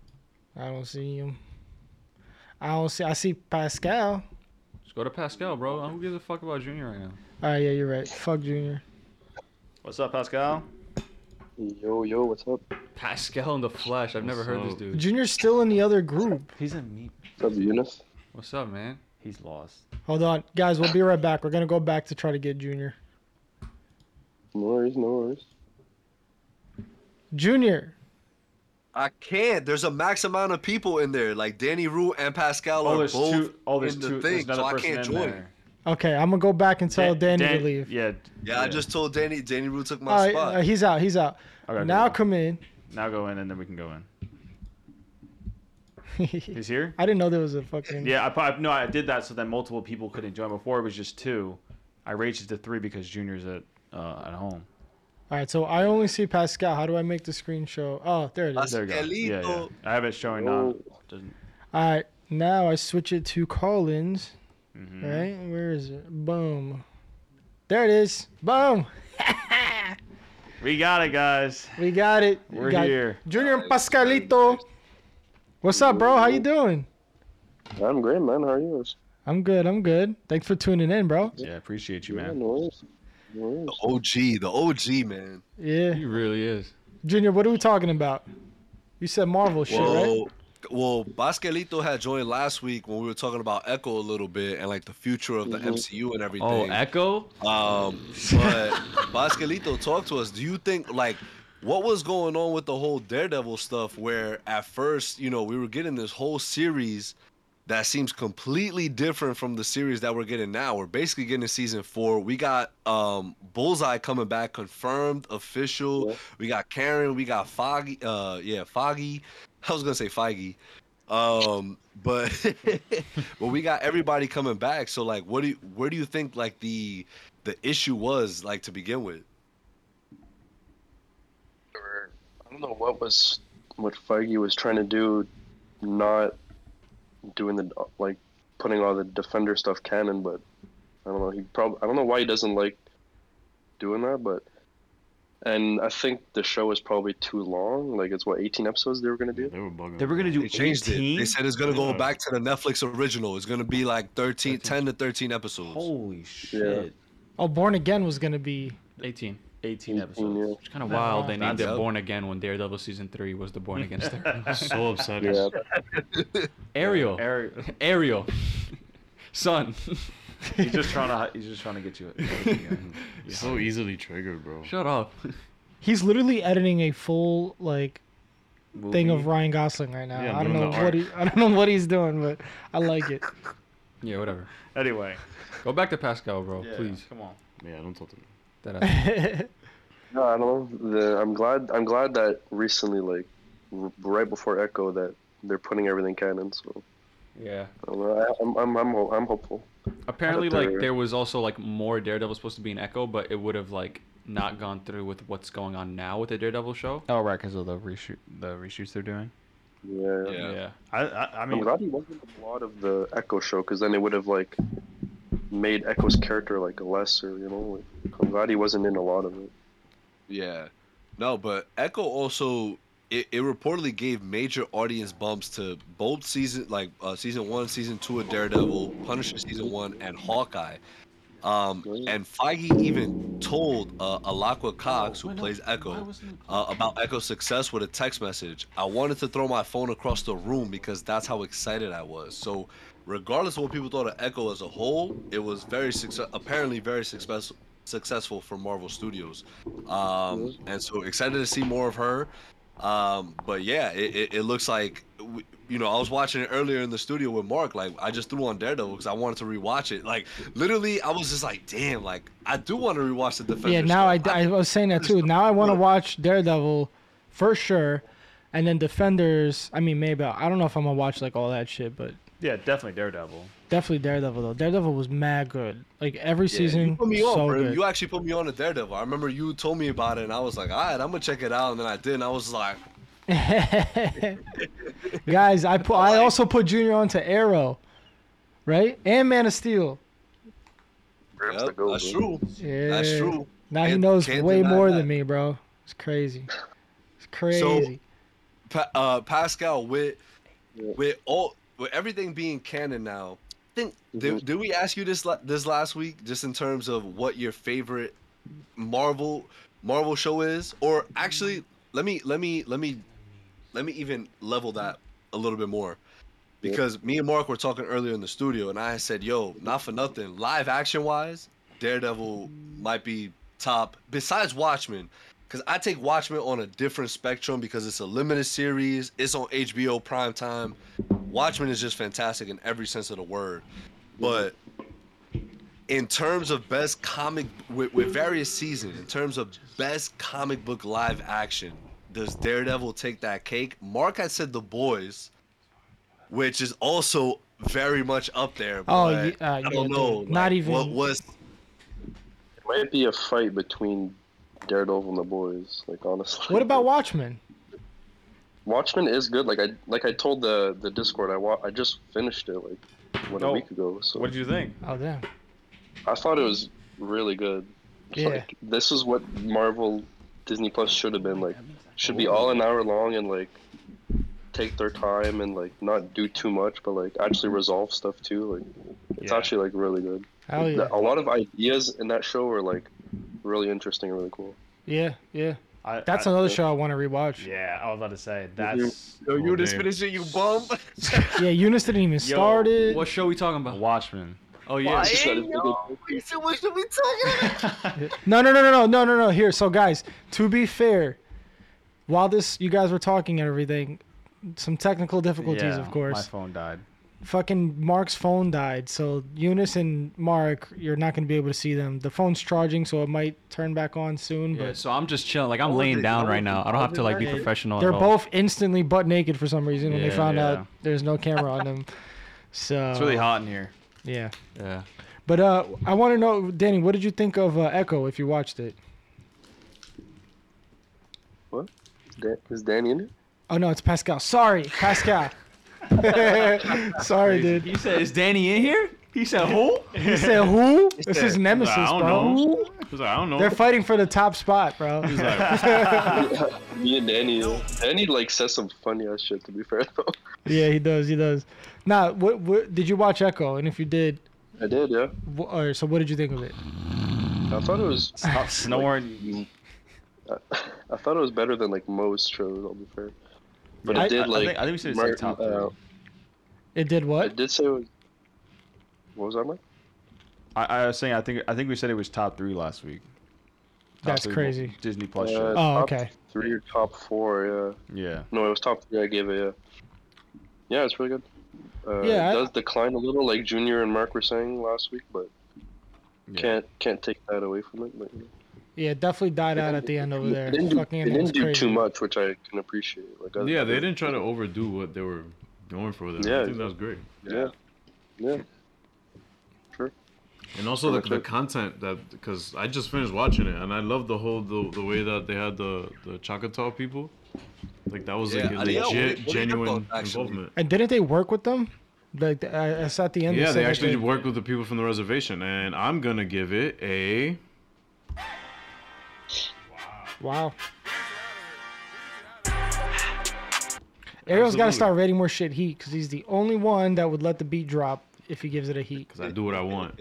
[SPEAKER 2] I don't see him. I don't see. I see Pascal.
[SPEAKER 8] Just go to Pascal, bro. Who gives a fuck about Junior right now?
[SPEAKER 2] All right, yeah, you're right. Fuck Junior.
[SPEAKER 1] What's up, Pascal?
[SPEAKER 11] Yo, yo, what's up?
[SPEAKER 8] Pascal in the flesh. I've never heard this
[SPEAKER 1] up?
[SPEAKER 8] dude.
[SPEAKER 2] Junior's still in the other group.
[SPEAKER 1] He's a meat.
[SPEAKER 11] What's up, Eunice?
[SPEAKER 8] What's up, man?
[SPEAKER 1] He's lost.
[SPEAKER 2] Hold on, guys. We'll be right back. We're gonna go back to try to get Junior.
[SPEAKER 11] No worries, no worries.
[SPEAKER 2] Junior.
[SPEAKER 6] I can't. There's a max amount of people in there. Like Danny Rue and Pascal
[SPEAKER 1] Oh,
[SPEAKER 6] are
[SPEAKER 1] there's
[SPEAKER 6] both
[SPEAKER 1] two- oh, there's
[SPEAKER 6] in the
[SPEAKER 1] two- there's
[SPEAKER 6] thing, so
[SPEAKER 1] another
[SPEAKER 6] I
[SPEAKER 1] person
[SPEAKER 6] can't
[SPEAKER 1] in
[SPEAKER 6] join.
[SPEAKER 1] there.
[SPEAKER 2] Okay, I'm gonna go back and tell Danny to leave.
[SPEAKER 1] Yeah.
[SPEAKER 6] Yeah, I just told Danny. Danny Rue took my
[SPEAKER 2] All right,
[SPEAKER 6] spot.
[SPEAKER 2] uh, he's out. He's out.
[SPEAKER 1] Okay,
[SPEAKER 2] now
[SPEAKER 1] cool.
[SPEAKER 2] come in.
[SPEAKER 1] Now go in, and then we can go in. He's here.
[SPEAKER 2] I didn't know there was a fucking.
[SPEAKER 1] Yeah, I probably no, I did that so that multiple people couldn't join. Before it was just two. I raised it to three because Junior's at uh, at home.
[SPEAKER 2] All right, so I only see Pascal. How do I make the screen show? Oh, there it is.
[SPEAKER 1] There you go. Yeah, yeah. I have it showing now. Doesn't-
[SPEAKER 2] All right, now I switch it to Collins.
[SPEAKER 1] Mhm.
[SPEAKER 2] Right, where is it? Boom. There it is. Boom.
[SPEAKER 1] We got it, guys.
[SPEAKER 2] We got it. We
[SPEAKER 1] We're
[SPEAKER 2] got
[SPEAKER 1] here.
[SPEAKER 2] Junior and Pascalito. What's up, bro? How you doing?
[SPEAKER 11] I'm great, man. How are yours?
[SPEAKER 2] I'm good. I'm good. Thanks for tuning in, bro.
[SPEAKER 1] Yeah, I appreciate you,
[SPEAKER 11] Yeah,
[SPEAKER 1] man.
[SPEAKER 11] no worries. No worries.
[SPEAKER 6] OG, the OG man.
[SPEAKER 2] Yeah.
[SPEAKER 8] He really is.
[SPEAKER 2] Junior, what are we talking about? You said Marvel shit, right?
[SPEAKER 6] Well, well, Basquelito had joined last week when we were talking about Echo a little bit and like the future of the
[SPEAKER 11] Mm-hmm.
[SPEAKER 6] MCU and everything.
[SPEAKER 8] Oh, Echo?
[SPEAKER 6] Um, but Basquelito, talk to us. Do you think like what was going on with the whole Daredevil stuff? Where at first, you know, we were getting this whole series that seems completely different from the series that we're getting now. We're basically getting season four. We got um, Bullseye coming back, confirmed, official. We got Karen. We got Foggy. Uh, yeah, Foggy. I was gonna say Feige. Um, but but we got everybody coming back. So like, what do you, where do you think like the the issue was like to begin with?
[SPEAKER 11] Or, I don't know what was what Feige was trying to do, not doing the like putting all the Defender stuff canon, but I don't know. He probably I don't know why he doesn't like doing that, but and I think the show is probably too long. Like it's what 18 episodes they were gonna do.
[SPEAKER 3] They were bugging.
[SPEAKER 1] They were gonna do
[SPEAKER 6] They changed it.
[SPEAKER 1] 18?
[SPEAKER 6] They said it's gonna go
[SPEAKER 3] Yeah.
[SPEAKER 6] back to the Netflix original. It's gonna be like 13, 10 to thirteen episodes.
[SPEAKER 1] Holy shit!
[SPEAKER 2] Oh, Born Again was gonna be
[SPEAKER 8] 18.
[SPEAKER 1] 18
[SPEAKER 11] Yeah.
[SPEAKER 1] episodes.
[SPEAKER 8] It's kind of wild. They named
[SPEAKER 6] That's
[SPEAKER 8] it
[SPEAKER 6] dope.
[SPEAKER 8] Born Again when Daredevil season three was the Born Against Daredevil.
[SPEAKER 3] so upsetting.
[SPEAKER 11] Yeah,
[SPEAKER 8] Ariel.
[SPEAKER 1] Eric,
[SPEAKER 8] Ariel. Son.
[SPEAKER 1] he's just trying to he's just trying to get you.
[SPEAKER 3] So easily triggered, bro.
[SPEAKER 8] Shut up.
[SPEAKER 2] He's literally editing a full like thing of
[SPEAKER 1] Movie.
[SPEAKER 2] Ryan Gosling right now.
[SPEAKER 3] Yeah,
[SPEAKER 2] I don't
[SPEAKER 3] doing
[SPEAKER 2] know
[SPEAKER 3] the
[SPEAKER 2] what
[SPEAKER 3] art.
[SPEAKER 2] he, I don't know what he's doing, but I like it.
[SPEAKER 8] Yeah, whatever.
[SPEAKER 1] Anyway,
[SPEAKER 8] Go back to Pascal, bro.
[SPEAKER 1] yeah,
[SPEAKER 8] Please.
[SPEAKER 1] come on.
[SPEAKER 3] Yeah, don't talk to me.
[SPEAKER 8] That ass.
[SPEAKER 11] No, I don't know. The, I'm glad. I'm glad that recently, like r- right before Echo, that they're putting everything canon. So
[SPEAKER 8] Yeah.
[SPEAKER 11] I don't know. I, I'm, I'm, I'm, ho- I'm hopeful.
[SPEAKER 8] Apparently,
[SPEAKER 11] But, uh,
[SPEAKER 8] like there was also like more Daredevil supposed to be an Echo, but it would have like not gone through with what's going on now with the Daredevil show.
[SPEAKER 1] Oh right, because of the reshoot the reshoots they're doing.
[SPEAKER 11] Yeah.
[SPEAKER 6] Yeah.
[SPEAKER 1] I I, I
[SPEAKER 11] I'm
[SPEAKER 1] mean,
[SPEAKER 11] glad he wasn't the plot of the Echo show, because then it would have like made Echo's character like lesser. You know. Like, I'm glad he wasn't in a lot of it.
[SPEAKER 6] Yeah. No, but Echo also it, it reportedly gave major audience bumps to both season like uh, season one, season two of Daredevil, Punisher season one, and Hawkeye. Um, and Feige even told uh, Alakwa Cox, who plays Echo, uh, about Echo's success with a text message. I wanted to throw my phone across the room because that's how excited I was. So, regardless of what people thought of Echo as a whole, it was very success. Apparently, very successful successful for Marvel Studios. Um, and so excited to see more of her. Um, but yeah, it, it, it looks like, w- you know, I was watching it earlier in the studio with Mark. Like, I just threw on Daredevil because I wanted to rewatch it. Like, literally, I was just like, damn, like, I do want to rewatch the Defenders.
[SPEAKER 2] yeah, now I,
[SPEAKER 6] stuff.
[SPEAKER 2] I was saying that too. Now I want to
[SPEAKER 6] Look.
[SPEAKER 2] watch Daredevil for sure, and then Defenders. I mean, maybe I don't know if I'm gonna watch like all that shit, but
[SPEAKER 1] yeah, definitely Daredevil.
[SPEAKER 2] definitely Daredevil though. Daredevil was mad good. Like every
[SPEAKER 6] Yeah,
[SPEAKER 2] season,
[SPEAKER 6] you put me on,
[SPEAKER 2] so
[SPEAKER 6] bro.
[SPEAKER 2] good.
[SPEAKER 6] You actually put me on to Daredevil. I remember you told me about it, and I was like, all right, I'm going to check it out. And then I did, and I was like,
[SPEAKER 2] Guys, I put I also put Junior onto Arrow, right? And Man of Steel.
[SPEAKER 11] Bram's
[SPEAKER 6] yep,
[SPEAKER 11] the goat,
[SPEAKER 6] that's
[SPEAKER 11] bro.
[SPEAKER 6] true.
[SPEAKER 2] Yeah.
[SPEAKER 6] That's true.
[SPEAKER 2] Now he
[SPEAKER 6] Can't-
[SPEAKER 2] knows
[SPEAKER 6] can't
[SPEAKER 2] way
[SPEAKER 6] deny
[SPEAKER 2] more
[SPEAKER 6] that.
[SPEAKER 2] than me, bro. It's crazy. It's crazy.
[SPEAKER 6] Pa- uh, Pascal with with all with everything being canon now, I think did, did we ask you this la- this last week just in terms of what your favorite Marvel Marvel show is? Or actually, let me let me let me let me even level that a little bit more. Because me and Mark were talking earlier in the studio, and I had said, "Yo, not for nothing, live action wise, Daredevil might be top besides Watchmen." Because I take Watchmen on a different spectrum because it's a limited series, it's on HBO prime time. Watchmen is just fantastic in every sense of the word. But in terms of best comic with, with various seasons, in terms of best comic book live action, does Daredevil take that cake? Mark had said The Boys, which is also very much up there.
[SPEAKER 2] Oh,
[SPEAKER 6] but
[SPEAKER 2] ye- uh,
[SPEAKER 6] I
[SPEAKER 2] yeah,
[SPEAKER 6] don't know.
[SPEAKER 2] dude. Not
[SPEAKER 6] like,
[SPEAKER 2] even-
[SPEAKER 6] what was
[SPEAKER 11] It might be a fight between Daredevil and the boys. Like honestly.
[SPEAKER 2] What about Watchmen?
[SPEAKER 11] Watchmen is good. Like I like I told the the Discord. I wa- I just finished it like what a
[SPEAKER 1] Oh,
[SPEAKER 11] week ago. So
[SPEAKER 1] What did you think?
[SPEAKER 2] Oh damn.
[SPEAKER 11] I thought it was really good.
[SPEAKER 2] Yeah.
[SPEAKER 11] Like, this is what Marvel Disney Plus should have been like. Should be all an hour long and like take their time and like not do too much, but like actually resolve stuff too. Like it's actually like really good.
[SPEAKER 2] Hell
[SPEAKER 11] Like,
[SPEAKER 2] yeah.
[SPEAKER 11] A lot of ideas in that show are like really interesting and really cool.
[SPEAKER 2] Yeah, yeah.
[SPEAKER 1] I,
[SPEAKER 2] That's
[SPEAKER 1] I-
[SPEAKER 2] another show I want to rewatch.
[SPEAKER 1] Yeah, I was about to say that's.
[SPEAKER 6] Yo,
[SPEAKER 3] Oh,
[SPEAKER 6] you just
[SPEAKER 1] dude.
[SPEAKER 6] finished it, you bum.
[SPEAKER 2] Yeah, Eunice didn't even start it.
[SPEAKER 8] What show we talking about?
[SPEAKER 1] Watchmen.
[SPEAKER 8] Oh yeah.
[SPEAKER 6] what should we talking about?
[SPEAKER 2] No, no, no, no, no, no, no, no. Here, so guys, to be fair, while this you guys were talking and everything, some technical difficulties,
[SPEAKER 1] Yeah,
[SPEAKER 2] of course.
[SPEAKER 1] My phone died.
[SPEAKER 2] Fucking Mark's phone died, so Eunice and Mark, you're not gonna be able to see them. The phone's charging, so it might turn back on soon.
[SPEAKER 8] Yeah,
[SPEAKER 2] But
[SPEAKER 8] so I'm just chilling. Like I'm
[SPEAKER 6] How
[SPEAKER 8] laying
[SPEAKER 6] old
[SPEAKER 8] down
[SPEAKER 6] is-
[SPEAKER 8] right now. I don't have to like be
[SPEAKER 2] Yeah.
[SPEAKER 8] professional.
[SPEAKER 2] they're
[SPEAKER 8] at all.
[SPEAKER 2] both instantly butt naked for some reason when they
[SPEAKER 8] Yeah,
[SPEAKER 2] found
[SPEAKER 8] yeah.
[SPEAKER 2] out there's no camera on them. So
[SPEAKER 1] It's really hot in here.
[SPEAKER 2] Yeah.
[SPEAKER 8] Yeah.
[SPEAKER 2] But uh, I want to know, Danny, what did you think of uh, Echo if you watched it?
[SPEAKER 11] What? Is Dan- Is Danny in it?
[SPEAKER 2] Oh no, it's Pascal. Sorry, Pascal. Sorry, dude.
[SPEAKER 8] He said, "Is Danny in here?" He said, "Who?"
[SPEAKER 2] You said who? It's his nemesis,
[SPEAKER 3] I don't
[SPEAKER 2] bro.
[SPEAKER 3] know. He was like, I don't know.
[SPEAKER 2] They're fighting for the top spot, bro.
[SPEAKER 11] Me and Danny. Danny like says some funny ass shit. To be fair though.
[SPEAKER 2] yeah, he does. He does. Now, what, what did you watch Echo? And if you did,
[SPEAKER 11] I did, yeah.
[SPEAKER 2] wh- or, so what did you think of it?
[SPEAKER 11] I thought it was.
[SPEAKER 1] Stop snoring.
[SPEAKER 11] I thought it was better than like most shows. I'll be fair. But
[SPEAKER 1] Yeah, I-
[SPEAKER 11] it did
[SPEAKER 1] I- I
[SPEAKER 11] like.
[SPEAKER 1] think- I think we should say
[SPEAKER 11] Martin,
[SPEAKER 1] top
[SPEAKER 11] uh,
[SPEAKER 2] It did
[SPEAKER 11] I
[SPEAKER 2] what?
[SPEAKER 11] did say. It was, what was that like?
[SPEAKER 1] I, I was saying I think I think we said it was top three last week. Top
[SPEAKER 2] That's
[SPEAKER 1] three
[SPEAKER 2] crazy.
[SPEAKER 1] Disney Plus
[SPEAKER 11] Uh,
[SPEAKER 1] shows.
[SPEAKER 2] Oh,
[SPEAKER 11] top
[SPEAKER 2] okay.
[SPEAKER 11] Three or top four? Yeah.
[SPEAKER 1] Yeah.
[SPEAKER 11] No, it was top three. I gave it. Yeah. Yeah, it's really good. Uh,
[SPEAKER 2] Yeah,
[SPEAKER 11] It
[SPEAKER 2] I-
[SPEAKER 11] does decline a little, like Junior and Mark were saying last week, but
[SPEAKER 1] Yeah.
[SPEAKER 11] can't can't take that away from it. But, you know.
[SPEAKER 2] Yeah, it definitely died out at the end over there.
[SPEAKER 11] They didn't do,
[SPEAKER 2] Fucking,
[SPEAKER 11] they
[SPEAKER 2] it was
[SPEAKER 11] didn't do
[SPEAKER 2] crazy.
[SPEAKER 11] too much, which I can appreciate. Like, I,
[SPEAKER 3] Yeah, they didn't try to overdo what they were going for. There,
[SPEAKER 11] Yeah.
[SPEAKER 3] I think that was great.
[SPEAKER 11] Yeah. Yeah.
[SPEAKER 3] And also the,
[SPEAKER 11] Correct.
[SPEAKER 3] the content that because I just finished watching it and I love the whole the, the way that they had the the Choctaw people, like that was like
[SPEAKER 6] Yeah,
[SPEAKER 3] a
[SPEAKER 6] I think-
[SPEAKER 3] legit
[SPEAKER 6] yeah, what- what are your
[SPEAKER 3] genuine
[SPEAKER 6] thoughts, actually?
[SPEAKER 3] involvement.
[SPEAKER 2] And didn't they work with them? Like I, I saw at the end.
[SPEAKER 3] Yeah,
[SPEAKER 2] said
[SPEAKER 3] they
[SPEAKER 2] that
[SPEAKER 3] actually worked with the people from the reservation, and I'm gonna give it a
[SPEAKER 2] Wow. Ariel's got to
[SPEAKER 3] Absolutely.
[SPEAKER 2] start rating more shit heat because he's the only one that would let the beat drop if he gives it a heat.
[SPEAKER 3] because I do what I want.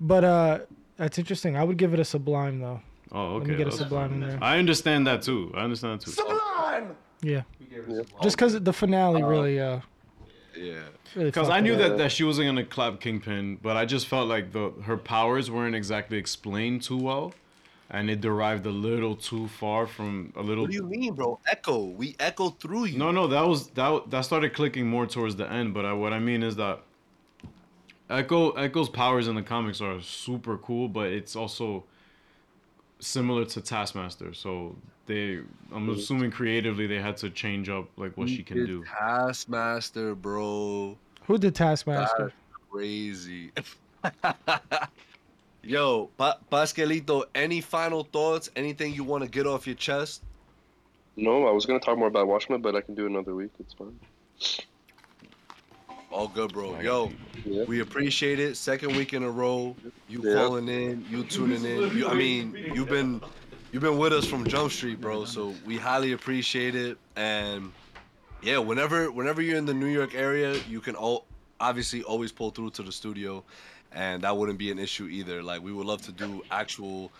[SPEAKER 2] But uh, that's interesting. I would give it a sublime though.
[SPEAKER 3] Oh,
[SPEAKER 2] Let
[SPEAKER 3] okay.
[SPEAKER 2] me get a
[SPEAKER 3] that's
[SPEAKER 2] sublime in there.
[SPEAKER 3] fine. I understand that too. I understand that too.
[SPEAKER 2] Yeah.
[SPEAKER 6] Oh.
[SPEAKER 2] Just because the finale really, uh,
[SPEAKER 6] yeah.
[SPEAKER 2] really.
[SPEAKER 3] Because
[SPEAKER 2] fucked
[SPEAKER 3] I knew
[SPEAKER 2] it up.
[SPEAKER 3] that, that she wasn't gonna clap Kingpin, but I just felt like the her powers weren't exactly explained too well, and it derived a little too far from a little.
[SPEAKER 6] What do you mean, bro? Echo. We echo through you.
[SPEAKER 3] No, no, that was that that started clicking more towards the end. But I, what I mean is that Echo Echo's powers in the comics are super cool, but it's also similar to Taskmaster. So they, I'm assuming creatively they had to change up like what she can
[SPEAKER 6] Did
[SPEAKER 3] do.
[SPEAKER 6] Taskmaster, bro.
[SPEAKER 2] Who did Taskmaster?
[SPEAKER 6] That's crazy. Yo, pa- Pascalito, any final thoughts? Anything you want to get off your chest?
[SPEAKER 11] No, I was gonna talk more about Watchmen, but I can do another week. It's fine.
[SPEAKER 6] All good, bro. Yo,
[SPEAKER 11] Yeah.
[SPEAKER 6] we appreciate it. Second week in a row, you
[SPEAKER 11] Yeah.
[SPEAKER 6] calling in, you tuning in. You, I mean, you've been you've been with us from Jump Street, bro. So we highly appreciate it, and yeah, whenever whenever you're in the New York area, you can all obviously always pull through to the studio, and that wouldn't be an issue either. Like we would love to do actual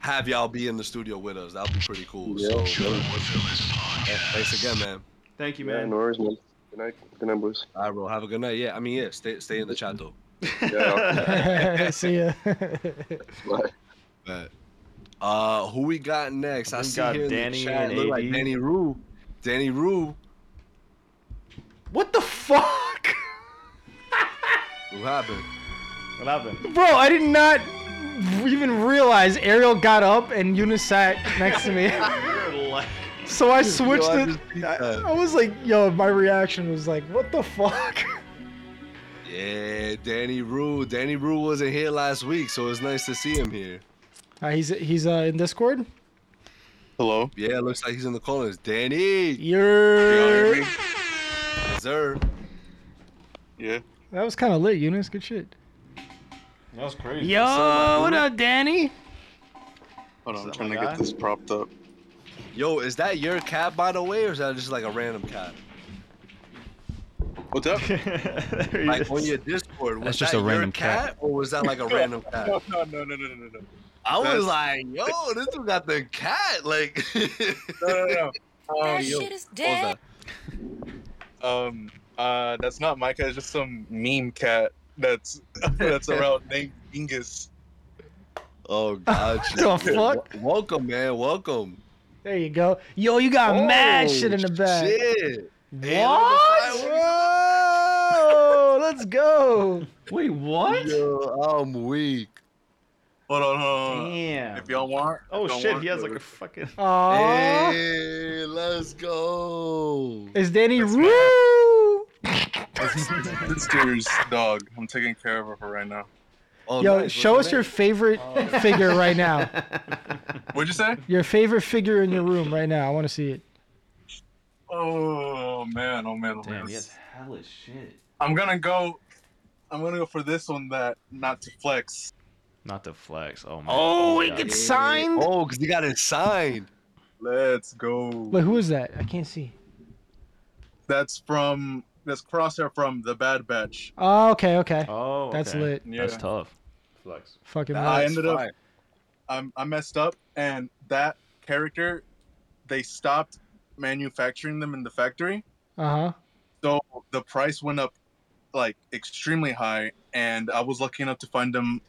[SPEAKER 6] have y'all be in the studio with us. That'd be pretty cool.
[SPEAKER 11] Yeah,
[SPEAKER 6] so
[SPEAKER 11] sure.
[SPEAKER 6] yeah, thanks again, man.
[SPEAKER 1] Thank you,
[SPEAKER 11] Yeah, no worries, man. Good night, good night, boys.
[SPEAKER 6] All right, bro. Have a good night. Yeah, I mean, yeah, stay stay in the chat though.
[SPEAKER 2] See ya.
[SPEAKER 6] Bet. Uh, who we got next? I
[SPEAKER 1] We
[SPEAKER 6] see
[SPEAKER 1] got
[SPEAKER 6] here
[SPEAKER 1] Danny
[SPEAKER 6] in the chat.
[SPEAKER 1] and
[SPEAKER 6] Look like
[SPEAKER 1] AD.
[SPEAKER 6] Danny Rue. Danny Rue.
[SPEAKER 2] what the fuck,
[SPEAKER 6] What happened?
[SPEAKER 1] What happened?
[SPEAKER 2] bro? I did not even realize Ariel got up and Unisat next to me.
[SPEAKER 1] You're like,
[SPEAKER 2] So I switched
[SPEAKER 6] Yo, I
[SPEAKER 2] it.
[SPEAKER 6] just peeped that.
[SPEAKER 2] I was like, yo, my reaction was like, what the fuck?
[SPEAKER 6] Yeah, Danny Rue. Danny Rue wasn't here last week, so it's nice to see him here.
[SPEAKER 2] Uh, he's he's uh, in Discord.
[SPEAKER 12] Hello.
[SPEAKER 6] Yeah, it looks like he's in the corners. Danny.
[SPEAKER 2] You're...
[SPEAKER 6] Yes, sir.
[SPEAKER 12] Yeah.
[SPEAKER 2] That was kind of lit, Eunice. Good shit.
[SPEAKER 3] That was crazy.
[SPEAKER 2] Yo, what up, Danny?
[SPEAKER 12] Hold on, I'm
[SPEAKER 6] Is that
[SPEAKER 12] trying
[SPEAKER 6] my
[SPEAKER 12] to
[SPEAKER 6] guy?
[SPEAKER 12] get this propped up.
[SPEAKER 6] Yo, is that your cat by the way, or is that just like a random cat?
[SPEAKER 12] What's up?
[SPEAKER 1] there he
[SPEAKER 6] Like
[SPEAKER 1] is.
[SPEAKER 6] on your Discord, was
[SPEAKER 10] That's just
[SPEAKER 6] that
[SPEAKER 10] a
[SPEAKER 6] your
[SPEAKER 10] random
[SPEAKER 6] cat,
[SPEAKER 10] cat.
[SPEAKER 6] or was that like a random cat?
[SPEAKER 12] No, no, no, no, no, no, no.
[SPEAKER 6] I was
[SPEAKER 12] That's-
[SPEAKER 6] like, yo, this dude got the cat. Like,
[SPEAKER 12] No, no, no. Um,
[SPEAKER 6] is dead.
[SPEAKER 12] um, uh, that's not my cat. It's just some meme cat that's that's around named Dingus.
[SPEAKER 6] Oh god.
[SPEAKER 2] The fuck?
[SPEAKER 6] Welcome, man. Welcome.
[SPEAKER 2] There you go. Yo, you got mad
[SPEAKER 6] Oh,
[SPEAKER 2] shit in the bag.
[SPEAKER 6] Shit. Hey,
[SPEAKER 2] What?
[SPEAKER 6] look at
[SPEAKER 2] Whoa, let's go.
[SPEAKER 8] Wait, what?
[SPEAKER 6] that. Yo, I'm weak.
[SPEAKER 12] Hold on, hold on. hold on.
[SPEAKER 1] Damn.
[SPEAKER 12] If y'all want.
[SPEAKER 1] Oh
[SPEAKER 12] if y'all
[SPEAKER 1] shit,
[SPEAKER 12] want,
[SPEAKER 1] he has like
[SPEAKER 12] uh,
[SPEAKER 1] a fucking.
[SPEAKER 2] Oh. Aww.
[SPEAKER 6] Hey, let's go.
[SPEAKER 2] Is Danny Roo?
[SPEAKER 12] This deer's dog. I'm taking care of her right now.
[SPEAKER 6] Oh,
[SPEAKER 2] Yo,
[SPEAKER 6] nice. Oh.
[SPEAKER 2] show
[SPEAKER 6] What's
[SPEAKER 2] us your favorite figure right now.
[SPEAKER 12] What'd you say?
[SPEAKER 2] Your favorite figure in your room right now. I want to see it.
[SPEAKER 12] Oh man, oh man, oh man.
[SPEAKER 8] Damn, he has hella shit.
[SPEAKER 12] I'm gonna go. I'm gonna go for this one that not to flex.
[SPEAKER 1] Not to flex. Oh my.
[SPEAKER 2] Oh, he
[SPEAKER 1] God.
[SPEAKER 2] gets
[SPEAKER 6] Hey.
[SPEAKER 2] signed.
[SPEAKER 6] Oh, because he got it signed.
[SPEAKER 12] Let's go.
[SPEAKER 2] Wait, who is that? I can't see.
[SPEAKER 12] That's from that's crosshair from the Bad Batch.
[SPEAKER 2] Oh, okay, okay.
[SPEAKER 1] Oh,
[SPEAKER 2] That's
[SPEAKER 1] okay.
[SPEAKER 2] lit.
[SPEAKER 12] Yeah.
[SPEAKER 1] That's tough.
[SPEAKER 8] Flex.
[SPEAKER 2] Fucking
[SPEAKER 6] Nah,
[SPEAKER 2] lit.
[SPEAKER 12] I
[SPEAKER 6] it's
[SPEAKER 12] ended up-
[SPEAKER 6] fine.
[SPEAKER 12] I'm, I messed up, and that character, they stopped manufacturing them in the factory,
[SPEAKER 2] Uh huh.
[SPEAKER 12] so the price went up like extremely high, and I was lucky enough to find them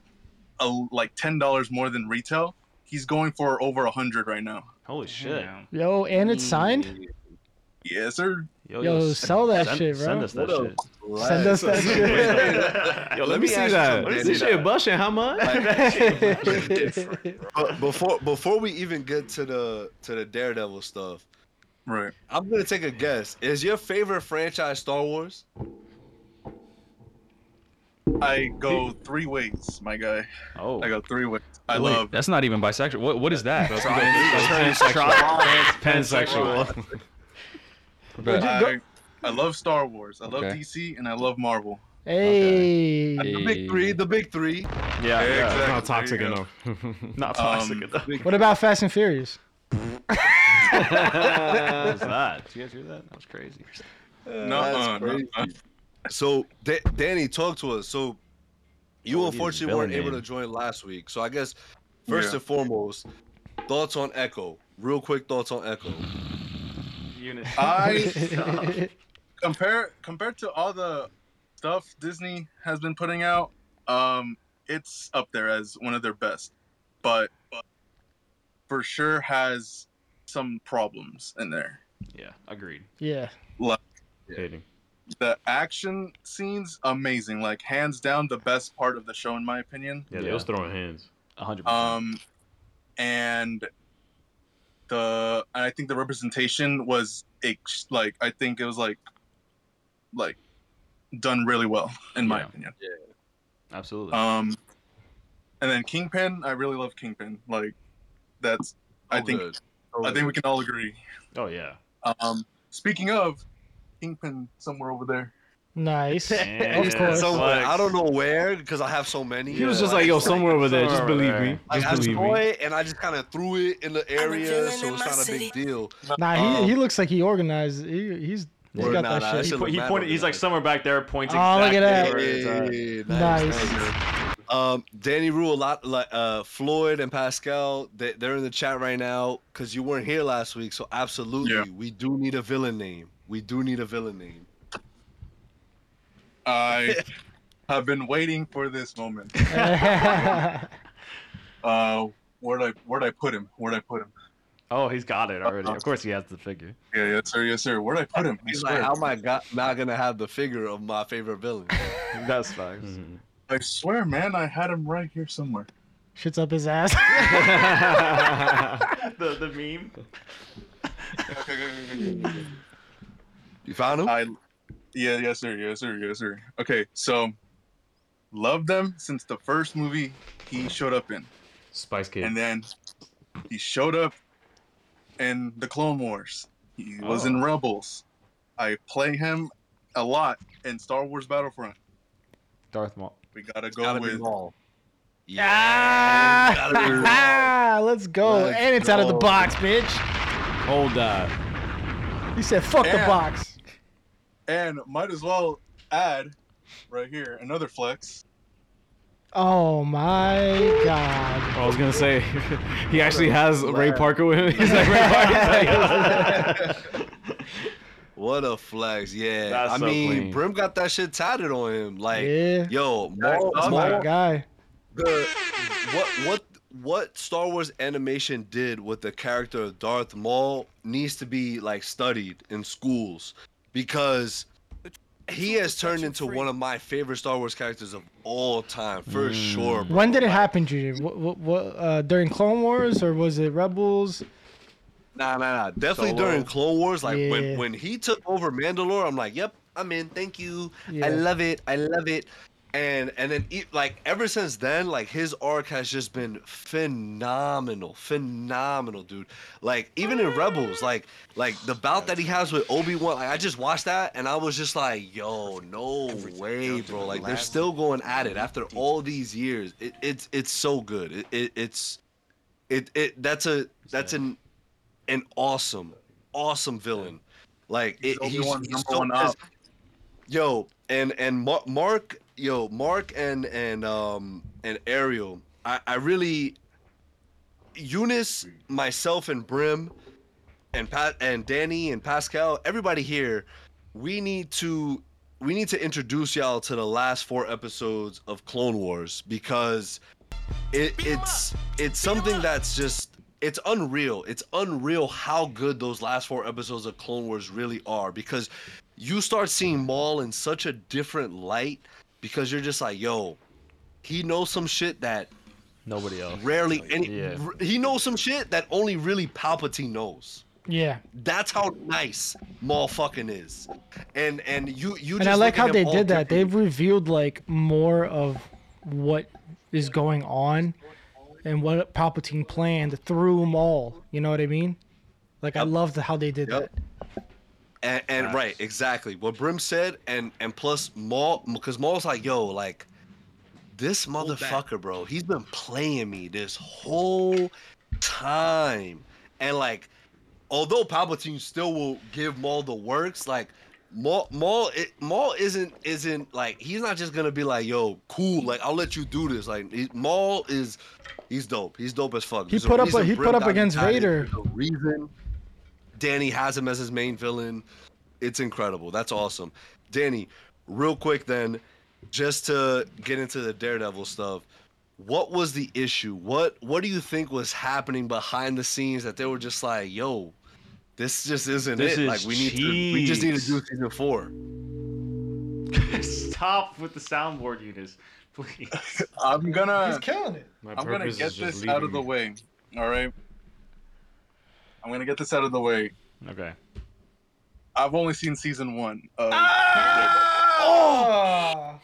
[SPEAKER 12] a, like ten dollars more than retail. He's going for over a hundred right now.
[SPEAKER 1] Holy shit.
[SPEAKER 2] Yo, and it's signed.
[SPEAKER 12] Yes, sir.
[SPEAKER 2] Yo,
[SPEAKER 1] send-
[SPEAKER 2] sell that
[SPEAKER 1] send-
[SPEAKER 2] shit, bro.
[SPEAKER 1] Send us that
[SPEAKER 6] What
[SPEAKER 1] shit.
[SPEAKER 2] Send us that shit.
[SPEAKER 1] Yo,
[SPEAKER 6] Let
[SPEAKER 1] let
[SPEAKER 6] me
[SPEAKER 1] me
[SPEAKER 6] ask you
[SPEAKER 1] see that.
[SPEAKER 6] something,
[SPEAKER 1] Let me see
[SPEAKER 6] Danny.
[SPEAKER 1] shit bushing. How much?
[SPEAKER 6] But before before we even get to the to the Daredevil stuff,
[SPEAKER 12] Right.
[SPEAKER 6] I'm gonna take a guess. Is your favorite franchise Star Wars?
[SPEAKER 12] I go three ways, my guy.
[SPEAKER 1] Oh.
[SPEAKER 12] I go three ways. I
[SPEAKER 10] Wait,
[SPEAKER 12] love.
[SPEAKER 10] That's not even bisexual. What what is that? Pansexual. Bet.
[SPEAKER 12] I, I love Star Wars. I love
[SPEAKER 10] Okay.
[SPEAKER 12] DC and I love Marvel.
[SPEAKER 2] hey.
[SPEAKER 6] The big three. The big three.
[SPEAKER 1] Yeah, yeah.
[SPEAKER 12] Exactly.
[SPEAKER 3] Not toxic
[SPEAKER 12] There you go.
[SPEAKER 3] enough.
[SPEAKER 1] Not toxic
[SPEAKER 12] Um,
[SPEAKER 1] enough.
[SPEAKER 2] What about Fast and Furious?
[SPEAKER 1] What's that? Did you guys hear that? That was crazy.
[SPEAKER 12] No, uh, no, uh.
[SPEAKER 6] So, Da- Danny, talk to us. So, you
[SPEAKER 1] Oh, he's
[SPEAKER 6] unfortunately weren't
[SPEAKER 1] villain
[SPEAKER 6] able to
[SPEAKER 1] name.
[SPEAKER 6] join last week. So, I guess first
[SPEAKER 12] Yeah.
[SPEAKER 6] and foremost, thoughts on Echo. Real quick thoughts on Echo.
[SPEAKER 1] Unit.
[SPEAKER 12] I compare compared to all the stuff Disney has been putting out, um, it's up there as one of their best, but, but for sure has some problems in there.
[SPEAKER 1] yeah, agreed.
[SPEAKER 2] yeah.
[SPEAKER 10] Hating.
[SPEAKER 12] The action scenes amazing, like hands down the best part of the show in my opinion.
[SPEAKER 10] Yeah,
[SPEAKER 1] Yeah.
[SPEAKER 10] they was throwing hands.
[SPEAKER 1] 100%.
[SPEAKER 12] um and the and i think the representation was ex- like i think it was like like done really well in my
[SPEAKER 1] Yeah.
[SPEAKER 12] opinion
[SPEAKER 1] Absolutely.
[SPEAKER 12] um and then kingpin i really love kingpin like that's i
[SPEAKER 6] Oh,
[SPEAKER 12] think
[SPEAKER 6] good. Oh,
[SPEAKER 12] i think we can all agree
[SPEAKER 1] oh, yeah.
[SPEAKER 12] um speaking of kingpin somewhere over there
[SPEAKER 2] Nice.
[SPEAKER 6] And
[SPEAKER 2] of
[SPEAKER 6] it's
[SPEAKER 2] course.
[SPEAKER 6] somewhere. I don't know where because I have so many.
[SPEAKER 3] He was just like, yo, somewhere over there. Just believe me.
[SPEAKER 6] Like,
[SPEAKER 3] Just
[SPEAKER 6] I
[SPEAKER 3] believe
[SPEAKER 6] saw
[SPEAKER 3] me.
[SPEAKER 6] it and I just kind of threw it in the area, so it's not a big deal.
[SPEAKER 2] Nah, he,
[SPEAKER 6] Um,
[SPEAKER 2] he looks like he organized. He, he's he's
[SPEAKER 6] Word,
[SPEAKER 2] got
[SPEAKER 6] nah,
[SPEAKER 2] that
[SPEAKER 6] nah,
[SPEAKER 2] shit.
[SPEAKER 6] that
[SPEAKER 1] He,
[SPEAKER 6] shit
[SPEAKER 1] po-
[SPEAKER 6] look
[SPEAKER 1] he
[SPEAKER 6] mad
[SPEAKER 1] pointed.
[SPEAKER 6] over
[SPEAKER 1] He's
[SPEAKER 6] there.
[SPEAKER 1] like somewhere back there, points
[SPEAKER 2] Oh, look
[SPEAKER 1] exactly
[SPEAKER 2] at that.
[SPEAKER 1] where it's uh, at.
[SPEAKER 2] Nice.
[SPEAKER 6] Um, Danny Rue, a lot like uh, Floyd and Pascal, they, they're in the chat right now because you weren't here last week. So absolutely, we do need a villain name. We do need a villain name.
[SPEAKER 12] I have been waiting for this moment. Uh,
[SPEAKER 2] uh,
[SPEAKER 12] where'd I where'd I put him? Where'd I put him?
[SPEAKER 1] Oh, he's got it already. Of course, he has the figure.
[SPEAKER 12] Yeah, yes sir, yes sir. Where'd I put him? I
[SPEAKER 6] He's
[SPEAKER 12] swear.
[SPEAKER 6] like, how am I got, not gonna have the figure of my favorite villain?
[SPEAKER 1] That's facts.
[SPEAKER 6] Mm-hmm.
[SPEAKER 12] I swear, man, I had him right here somewhere.
[SPEAKER 2] Shit's up his ass.
[SPEAKER 1] the the meme.
[SPEAKER 6] You found him?
[SPEAKER 12] I, yeah, yes sir, yes sir, yes sir. Okay, so loved them since the first movie he showed up in.
[SPEAKER 10] Spice Kid.
[SPEAKER 12] And then he showed up in the Clone Wars. He was in
[SPEAKER 10] Oh.
[SPEAKER 12] Rebels. I play him a lot in Star Wars Battlefront.
[SPEAKER 1] Darth Maul.
[SPEAKER 12] We gotta go with
[SPEAKER 2] ah, let's go.
[SPEAKER 12] Let's
[SPEAKER 2] and it's out of the
[SPEAKER 12] go.
[SPEAKER 2] box, bitch.
[SPEAKER 10] Hold that.
[SPEAKER 2] He said, fuck the
[SPEAKER 12] Yeah.
[SPEAKER 2] box.
[SPEAKER 12] and might as well add right here another flex.
[SPEAKER 2] Oh my god.
[SPEAKER 3] Oh, I was gonna say, he actually has Ray Parker with him. He's like Ray Parker.
[SPEAKER 6] What a flex, yeah.
[SPEAKER 3] That's
[SPEAKER 6] I
[SPEAKER 3] so
[SPEAKER 6] mean,
[SPEAKER 3] clean.
[SPEAKER 6] Brim got that shit tatted on him. Like,
[SPEAKER 2] Yeah.
[SPEAKER 6] yo, Maul,
[SPEAKER 2] That's Oh my
[SPEAKER 6] Maul-
[SPEAKER 2] guy.
[SPEAKER 6] the- what what what Star Wars animation did with the character of Darth Maul needs to be like studied in schools because he has turned into one of my favorite Star Wars characters of all time for
[SPEAKER 3] Mm.
[SPEAKER 6] sure. Bro.
[SPEAKER 2] When did it happen, Juju? What, what, what, uh, during Clone Wars or was it Rebels?
[SPEAKER 6] Nah, nah, nah. Definitely
[SPEAKER 2] Solo.
[SPEAKER 6] during Clone Wars, like
[SPEAKER 2] uh, Yeah.
[SPEAKER 6] when when he took over Mandalore, I'm like, yep, I'm in. Thank you.
[SPEAKER 2] Yeah.
[SPEAKER 6] I love it. I love it. And and then e- like ever since then, like his arc has just been phenomenal, phenomenal, dude. Like even in Rebels, like like the bout that he has with Obi Wan, like I just watched that and I was just like, yo, no way, bro. Like they're still going at it after all these years. It, it's it's so good. It, it it's it it that's a that's an an awesome awesome villain like it, he's,
[SPEAKER 12] Obi-Wan's
[SPEAKER 6] he's
[SPEAKER 12] number
[SPEAKER 6] so
[SPEAKER 12] one up.
[SPEAKER 6] yo and and Mar- mark yo mark and and um and ariel i i really eunice myself and brim and pat and danny and pascal everybody here we need to we need to introduce y'all to the last four episodes of clone wars because it, it's it's something that's just it's unreal. It's unreal how good those last four episodes of Clone Wars really are because you start seeing Maul in such a different light because you're just like, yo, he knows some shit that
[SPEAKER 10] nobody else
[SPEAKER 6] rarely any r- he knows some shit that only really Palpatine knows.
[SPEAKER 2] Yeah.
[SPEAKER 6] That's how nice Maul fucking is. And and you you
[SPEAKER 2] and
[SPEAKER 6] just
[SPEAKER 2] I
[SPEAKER 6] look
[SPEAKER 2] like
[SPEAKER 6] at
[SPEAKER 2] how
[SPEAKER 6] him
[SPEAKER 2] they
[SPEAKER 6] all
[SPEAKER 2] did that.
[SPEAKER 6] different.
[SPEAKER 2] They've revealed like more of what is going on and what Palpatine planned through Maul. You know what I mean? Like I loved how they did that.
[SPEAKER 6] And, and right, exactly what Brim said, and and plus Maul, because Maul's like, yo, like this motherfucker, bro, he's been playing me this whole time, and like, although Palpatine still will give Maul the works, like. Maul, Maul, it, Maul isn't isn't like he's not just gonna be like yo cool like I'll let you do this like he, Maul is he's dope he's dope as fuck
[SPEAKER 2] He
[SPEAKER 6] There's a
[SPEAKER 2] put up
[SPEAKER 6] reason
[SPEAKER 2] a, he
[SPEAKER 6] Brim
[SPEAKER 2] put up
[SPEAKER 6] got him
[SPEAKER 2] against
[SPEAKER 6] tied in.
[SPEAKER 2] Vader.
[SPEAKER 6] reason Danny has him as his main villain. It's incredible. That's awesome. Danny, real quick then, just to get into the Daredevil stuff, what was the issue? What what do you think was happening behind the scenes that they were just like, yo, this just isn't
[SPEAKER 1] This
[SPEAKER 6] it.
[SPEAKER 1] is
[SPEAKER 6] like we need to we just need to do
[SPEAKER 1] cheese."
[SPEAKER 6] season four.
[SPEAKER 1] Stop with the soundboard, Eunice. Please.
[SPEAKER 12] I'm gonna.
[SPEAKER 2] He's killing it.
[SPEAKER 10] My
[SPEAKER 12] I'm gonna
[SPEAKER 10] purpose is
[SPEAKER 12] get
[SPEAKER 10] just
[SPEAKER 12] this out
[SPEAKER 10] leaving
[SPEAKER 12] of the
[SPEAKER 10] you.
[SPEAKER 12] way. All right. I'm gonna get this out of the way.
[SPEAKER 1] Okay.
[SPEAKER 12] I've only seen season one. Of
[SPEAKER 2] Oh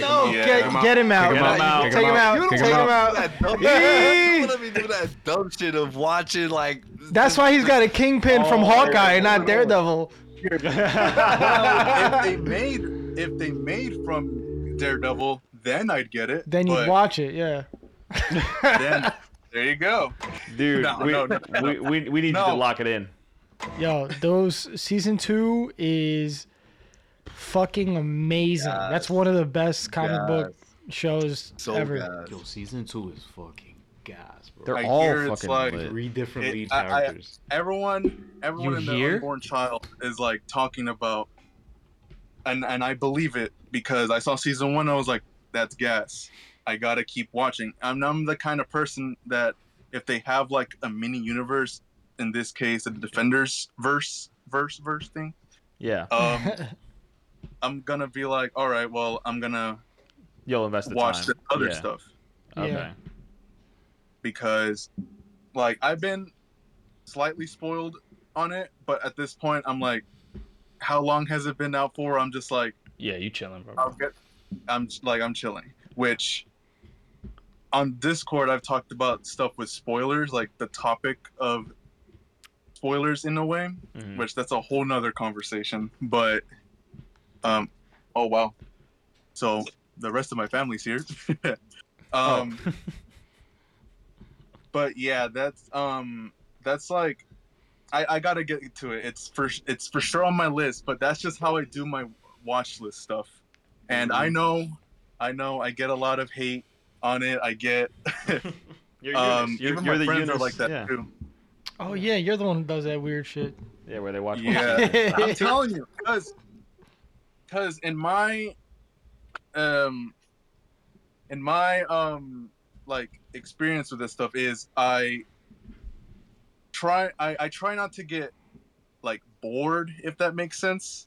[SPEAKER 2] no!
[SPEAKER 12] Yeah.
[SPEAKER 2] get,
[SPEAKER 12] Kick him
[SPEAKER 2] get him out.
[SPEAKER 12] Kick him out.
[SPEAKER 2] Take him out. Take him out.
[SPEAKER 6] That dumb-
[SPEAKER 2] Eee!
[SPEAKER 6] Let me do that dumb shit of watching like
[SPEAKER 2] That's why he's got a kingpin from
[SPEAKER 6] Oh,
[SPEAKER 2] Hawkeye and not Daredevil.
[SPEAKER 12] Well, if they made if they made from Daredevil, then I'd get it.
[SPEAKER 2] Then you
[SPEAKER 12] but
[SPEAKER 2] watch it, yeah.
[SPEAKER 12] then there you go.
[SPEAKER 1] Dude,
[SPEAKER 12] No,
[SPEAKER 1] we,
[SPEAKER 12] no, no, no.
[SPEAKER 1] We, we, we need you
[SPEAKER 12] No.
[SPEAKER 1] to lock it in.
[SPEAKER 2] Yo, those season two is fucking amazing. That's one of the best comic book shows ever.
[SPEAKER 10] Yo, season two is fucking gas, bro.
[SPEAKER 12] I hear it's like
[SPEAKER 10] three different
[SPEAKER 12] it-
[SPEAKER 10] lead
[SPEAKER 12] I- I-
[SPEAKER 10] characters.
[SPEAKER 12] everyone, everyone
[SPEAKER 10] You
[SPEAKER 12] in
[SPEAKER 10] hear?
[SPEAKER 12] the unborn child is like talking about, and and I believe it because I saw season one. I was like, that's gas. I gotta keep watching. I'm I'm the kind of person that if they have like a mini universe, in this case, a Defenders verse verse verse thing,
[SPEAKER 1] Yeah.
[SPEAKER 12] um, I'm gonna be like, all right, well, I'm gonna
[SPEAKER 1] You'll invest the
[SPEAKER 12] watch
[SPEAKER 1] time.
[SPEAKER 12] the other
[SPEAKER 1] Yeah.
[SPEAKER 12] stuff
[SPEAKER 1] Okay.
[SPEAKER 2] Yeah.
[SPEAKER 12] because like I've been slightly spoiled on it, but at this point I'm like, how long has it been out for? I'm just like,
[SPEAKER 10] Yeah, you chilling, bro.
[SPEAKER 12] I'll get, I'm like I'm chilling. Which on Discord I've talked about stuff with spoilers, like the topic of spoilers in a way,
[SPEAKER 1] Mhm.
[SPEAKER 12] which that's a whole nother conversation. But um, oh wow, so the rest of my family's here.
[SPEAKER 1] Oh.
[SPEAKER 12] um, but yeah, that's um, that's like. I, I gotta get to it. It's for it's for sure on my list, but that's just how I do my watch list stuff. And
[SPEAKER 1] Mm-hmm.
[SPEAKER 12] I know, I know, I get a lot of hate on it. I get,
[SPEAKER 1] You're,
[SPEAKER 12] um,
[SPEAKER 1] Eunice. You're-
[SPEAKER 12] even
[SPEAKER 1] you're
[SPEAKER 12] my
[SPEAKER 1] the
[SPEAKER 12] friends are
[SPEAKER 1] Eunice,
[SPEAKER 12] like that
[SPEAKER 1] yeah.
[SPEAKER 12] too.
[SPEAKER 2] Oh yeah, you're the one who does that weird shit.
[SPEAKER 1] Yeah, where they watch. one
[SPEAKER 12] Yeah,
[SPEAKER 1] season.
[SPEAKER 12] I'm telling you, because, because in my, um, in my um, like experience with this stuff is I try I, I try not to get like bored if that makes sense.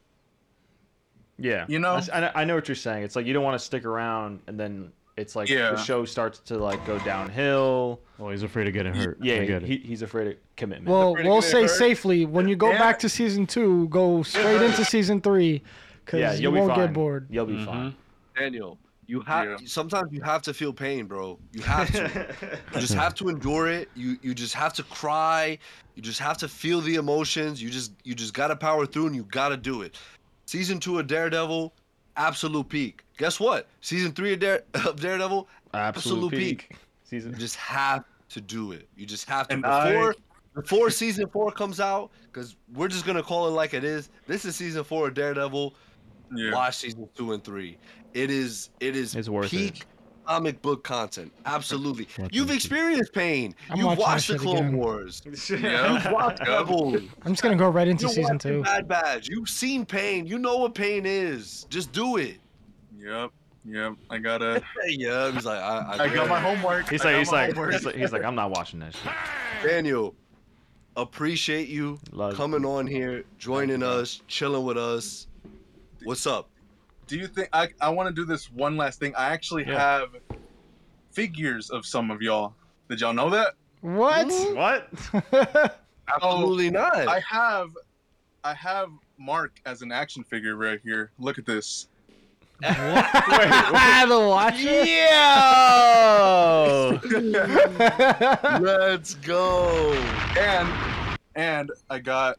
[SPEAKER 1] Yeah.
[SPEAKER 12] You know?
[SPEAKER 1] That's- I, know- I know what you're saying. It's like you don't want to stick around, and then it's like
[SPEAKER 12] Yeah.
[SPEAKER 1] the show starts to like go downhill.
[SPEAKER 10] Oh, he's afraid of getting hurt. I
[SPEAKER 1] Yeah,
[SPEAKER 10] get it.
[SPEAKER 1] he, he's afraid of commitment.
[SPEAKER 2] Well,
[SPEAKER 12] pretty
[SPEAKER 2] we'll
[SPEAKER 12] good
[SPEAKER 2] say
[SPEAKER 12] hurt.
[SPEAKER 2] safely when you go
[SPEAKER 12] Yeah.
[SPEAKER 2] back to season two, go straight into season three, because
[SPEAKER 1] yeah,
[SPEAKER 2] you
[SPEAKER 1] you'll
[SPEAKER 2] won't
[SPEAKER 1] be fine.
[SPEAKER 2] get bored.
[SPEAKER 1] You'll
[SPEAKER 12] Mm-hmm.
[SPEAKER 1] be fine.
[SPEAKER 6] Daniel, you have
[SPEAKER 12] Yeah.
[SPEAKER 6] sometimes you have to feel pain, bro. You have to. you just have to endure it. You you just have to cry. You just have to feel the emotions. You just you just gotta power through and you gotta do it. Season two of Daredevil, absolute peak. Guess what? Season three of, Dare, of Daredevil,
[SPEAKER 1] Absolute, peak.
[SPEAKER 6] You
[SPEAKER 1] season.
[SPEAKER 6] just have to do it. You just have to
[SPEAKER 12] And I-
[SPEAKER 6] before before season four comes out, because we're just gonna call it like it is. This is season four of Daredevil
[SPEAKER 12] Yeah.
[SPEAKER 6] watch season two and three. It is it is
[SPEAKER 1] It's worth
[SPEAKER 6] peak
[SPEAKER 1] it.
[SPEAKER 6] comic book content. Absolutely.
[SPEAKER 10] Watch
[SPEAKER 6] You've experienced pain.
[SPEAKER 2] I'm
[SPEAKER 6] You've
[SPEAKER 2] watching
[SPEAKER 6] watched the
[SPEAKER 2] that shit
[SPEAKER 6] Clone
[SPEAKER 2] again.
[SPEAKER 6] Wars.
[SPEAKER 12] Yeah.
[SPEAKER 6] You've watched Rebels.
[SPEAKER 2] I'm just gonna go right into
[SPEAKER 6] You've
[SPEAKER 2] season
[SPEAKER 6] watched
[SPEAKER 2] two.
[SPEAKER 6] Bad Badge. You've seen pain. You know what pain is. Just do it.
[SPEAKER 12] Yep. Yep. I gotta.
[SPEAKER 6] yeah, he's like, I, I,
[SPEAKER 12] I got my homework.
[SPEAKER 1] He's
[SPEAKER 12] I
[SPEAKER 1] like,
[SPEAKER 12] got
[SPEAKER 1] he's
[SPEAKER 12] my
[SPEAKER 1] like,
[SPEAKER 12] homework.
[SPEAKER 1] he's like, he's like, I'm not watching that shit.
[SPEAKER 6] Daniel. Appreciate you
[SPEAKER 1] Love-
[SPEAKER 6] coming on here, joining us, chilling with us. What's up?
[SPEAKER 12] do you think I, I want to do this one last thing? I actually
[SPEAKER 1] Yeah.
[SPEAKER 12] have figures of some of y'all. Did y'all know that?
[SPEAKER 2] What?
[SPEAKER 1] What?
[SPEAKER 6] Absolutely not.
[SPEAKER 12] Oh, I have, I have Mark as an action figure right here. Look at this.
[SPEAKER 2] the Watcher.
[SPEAKER 1] Yo!
[SPEAKER 6] Let's go.
[SPEAKER 12] And, and I got,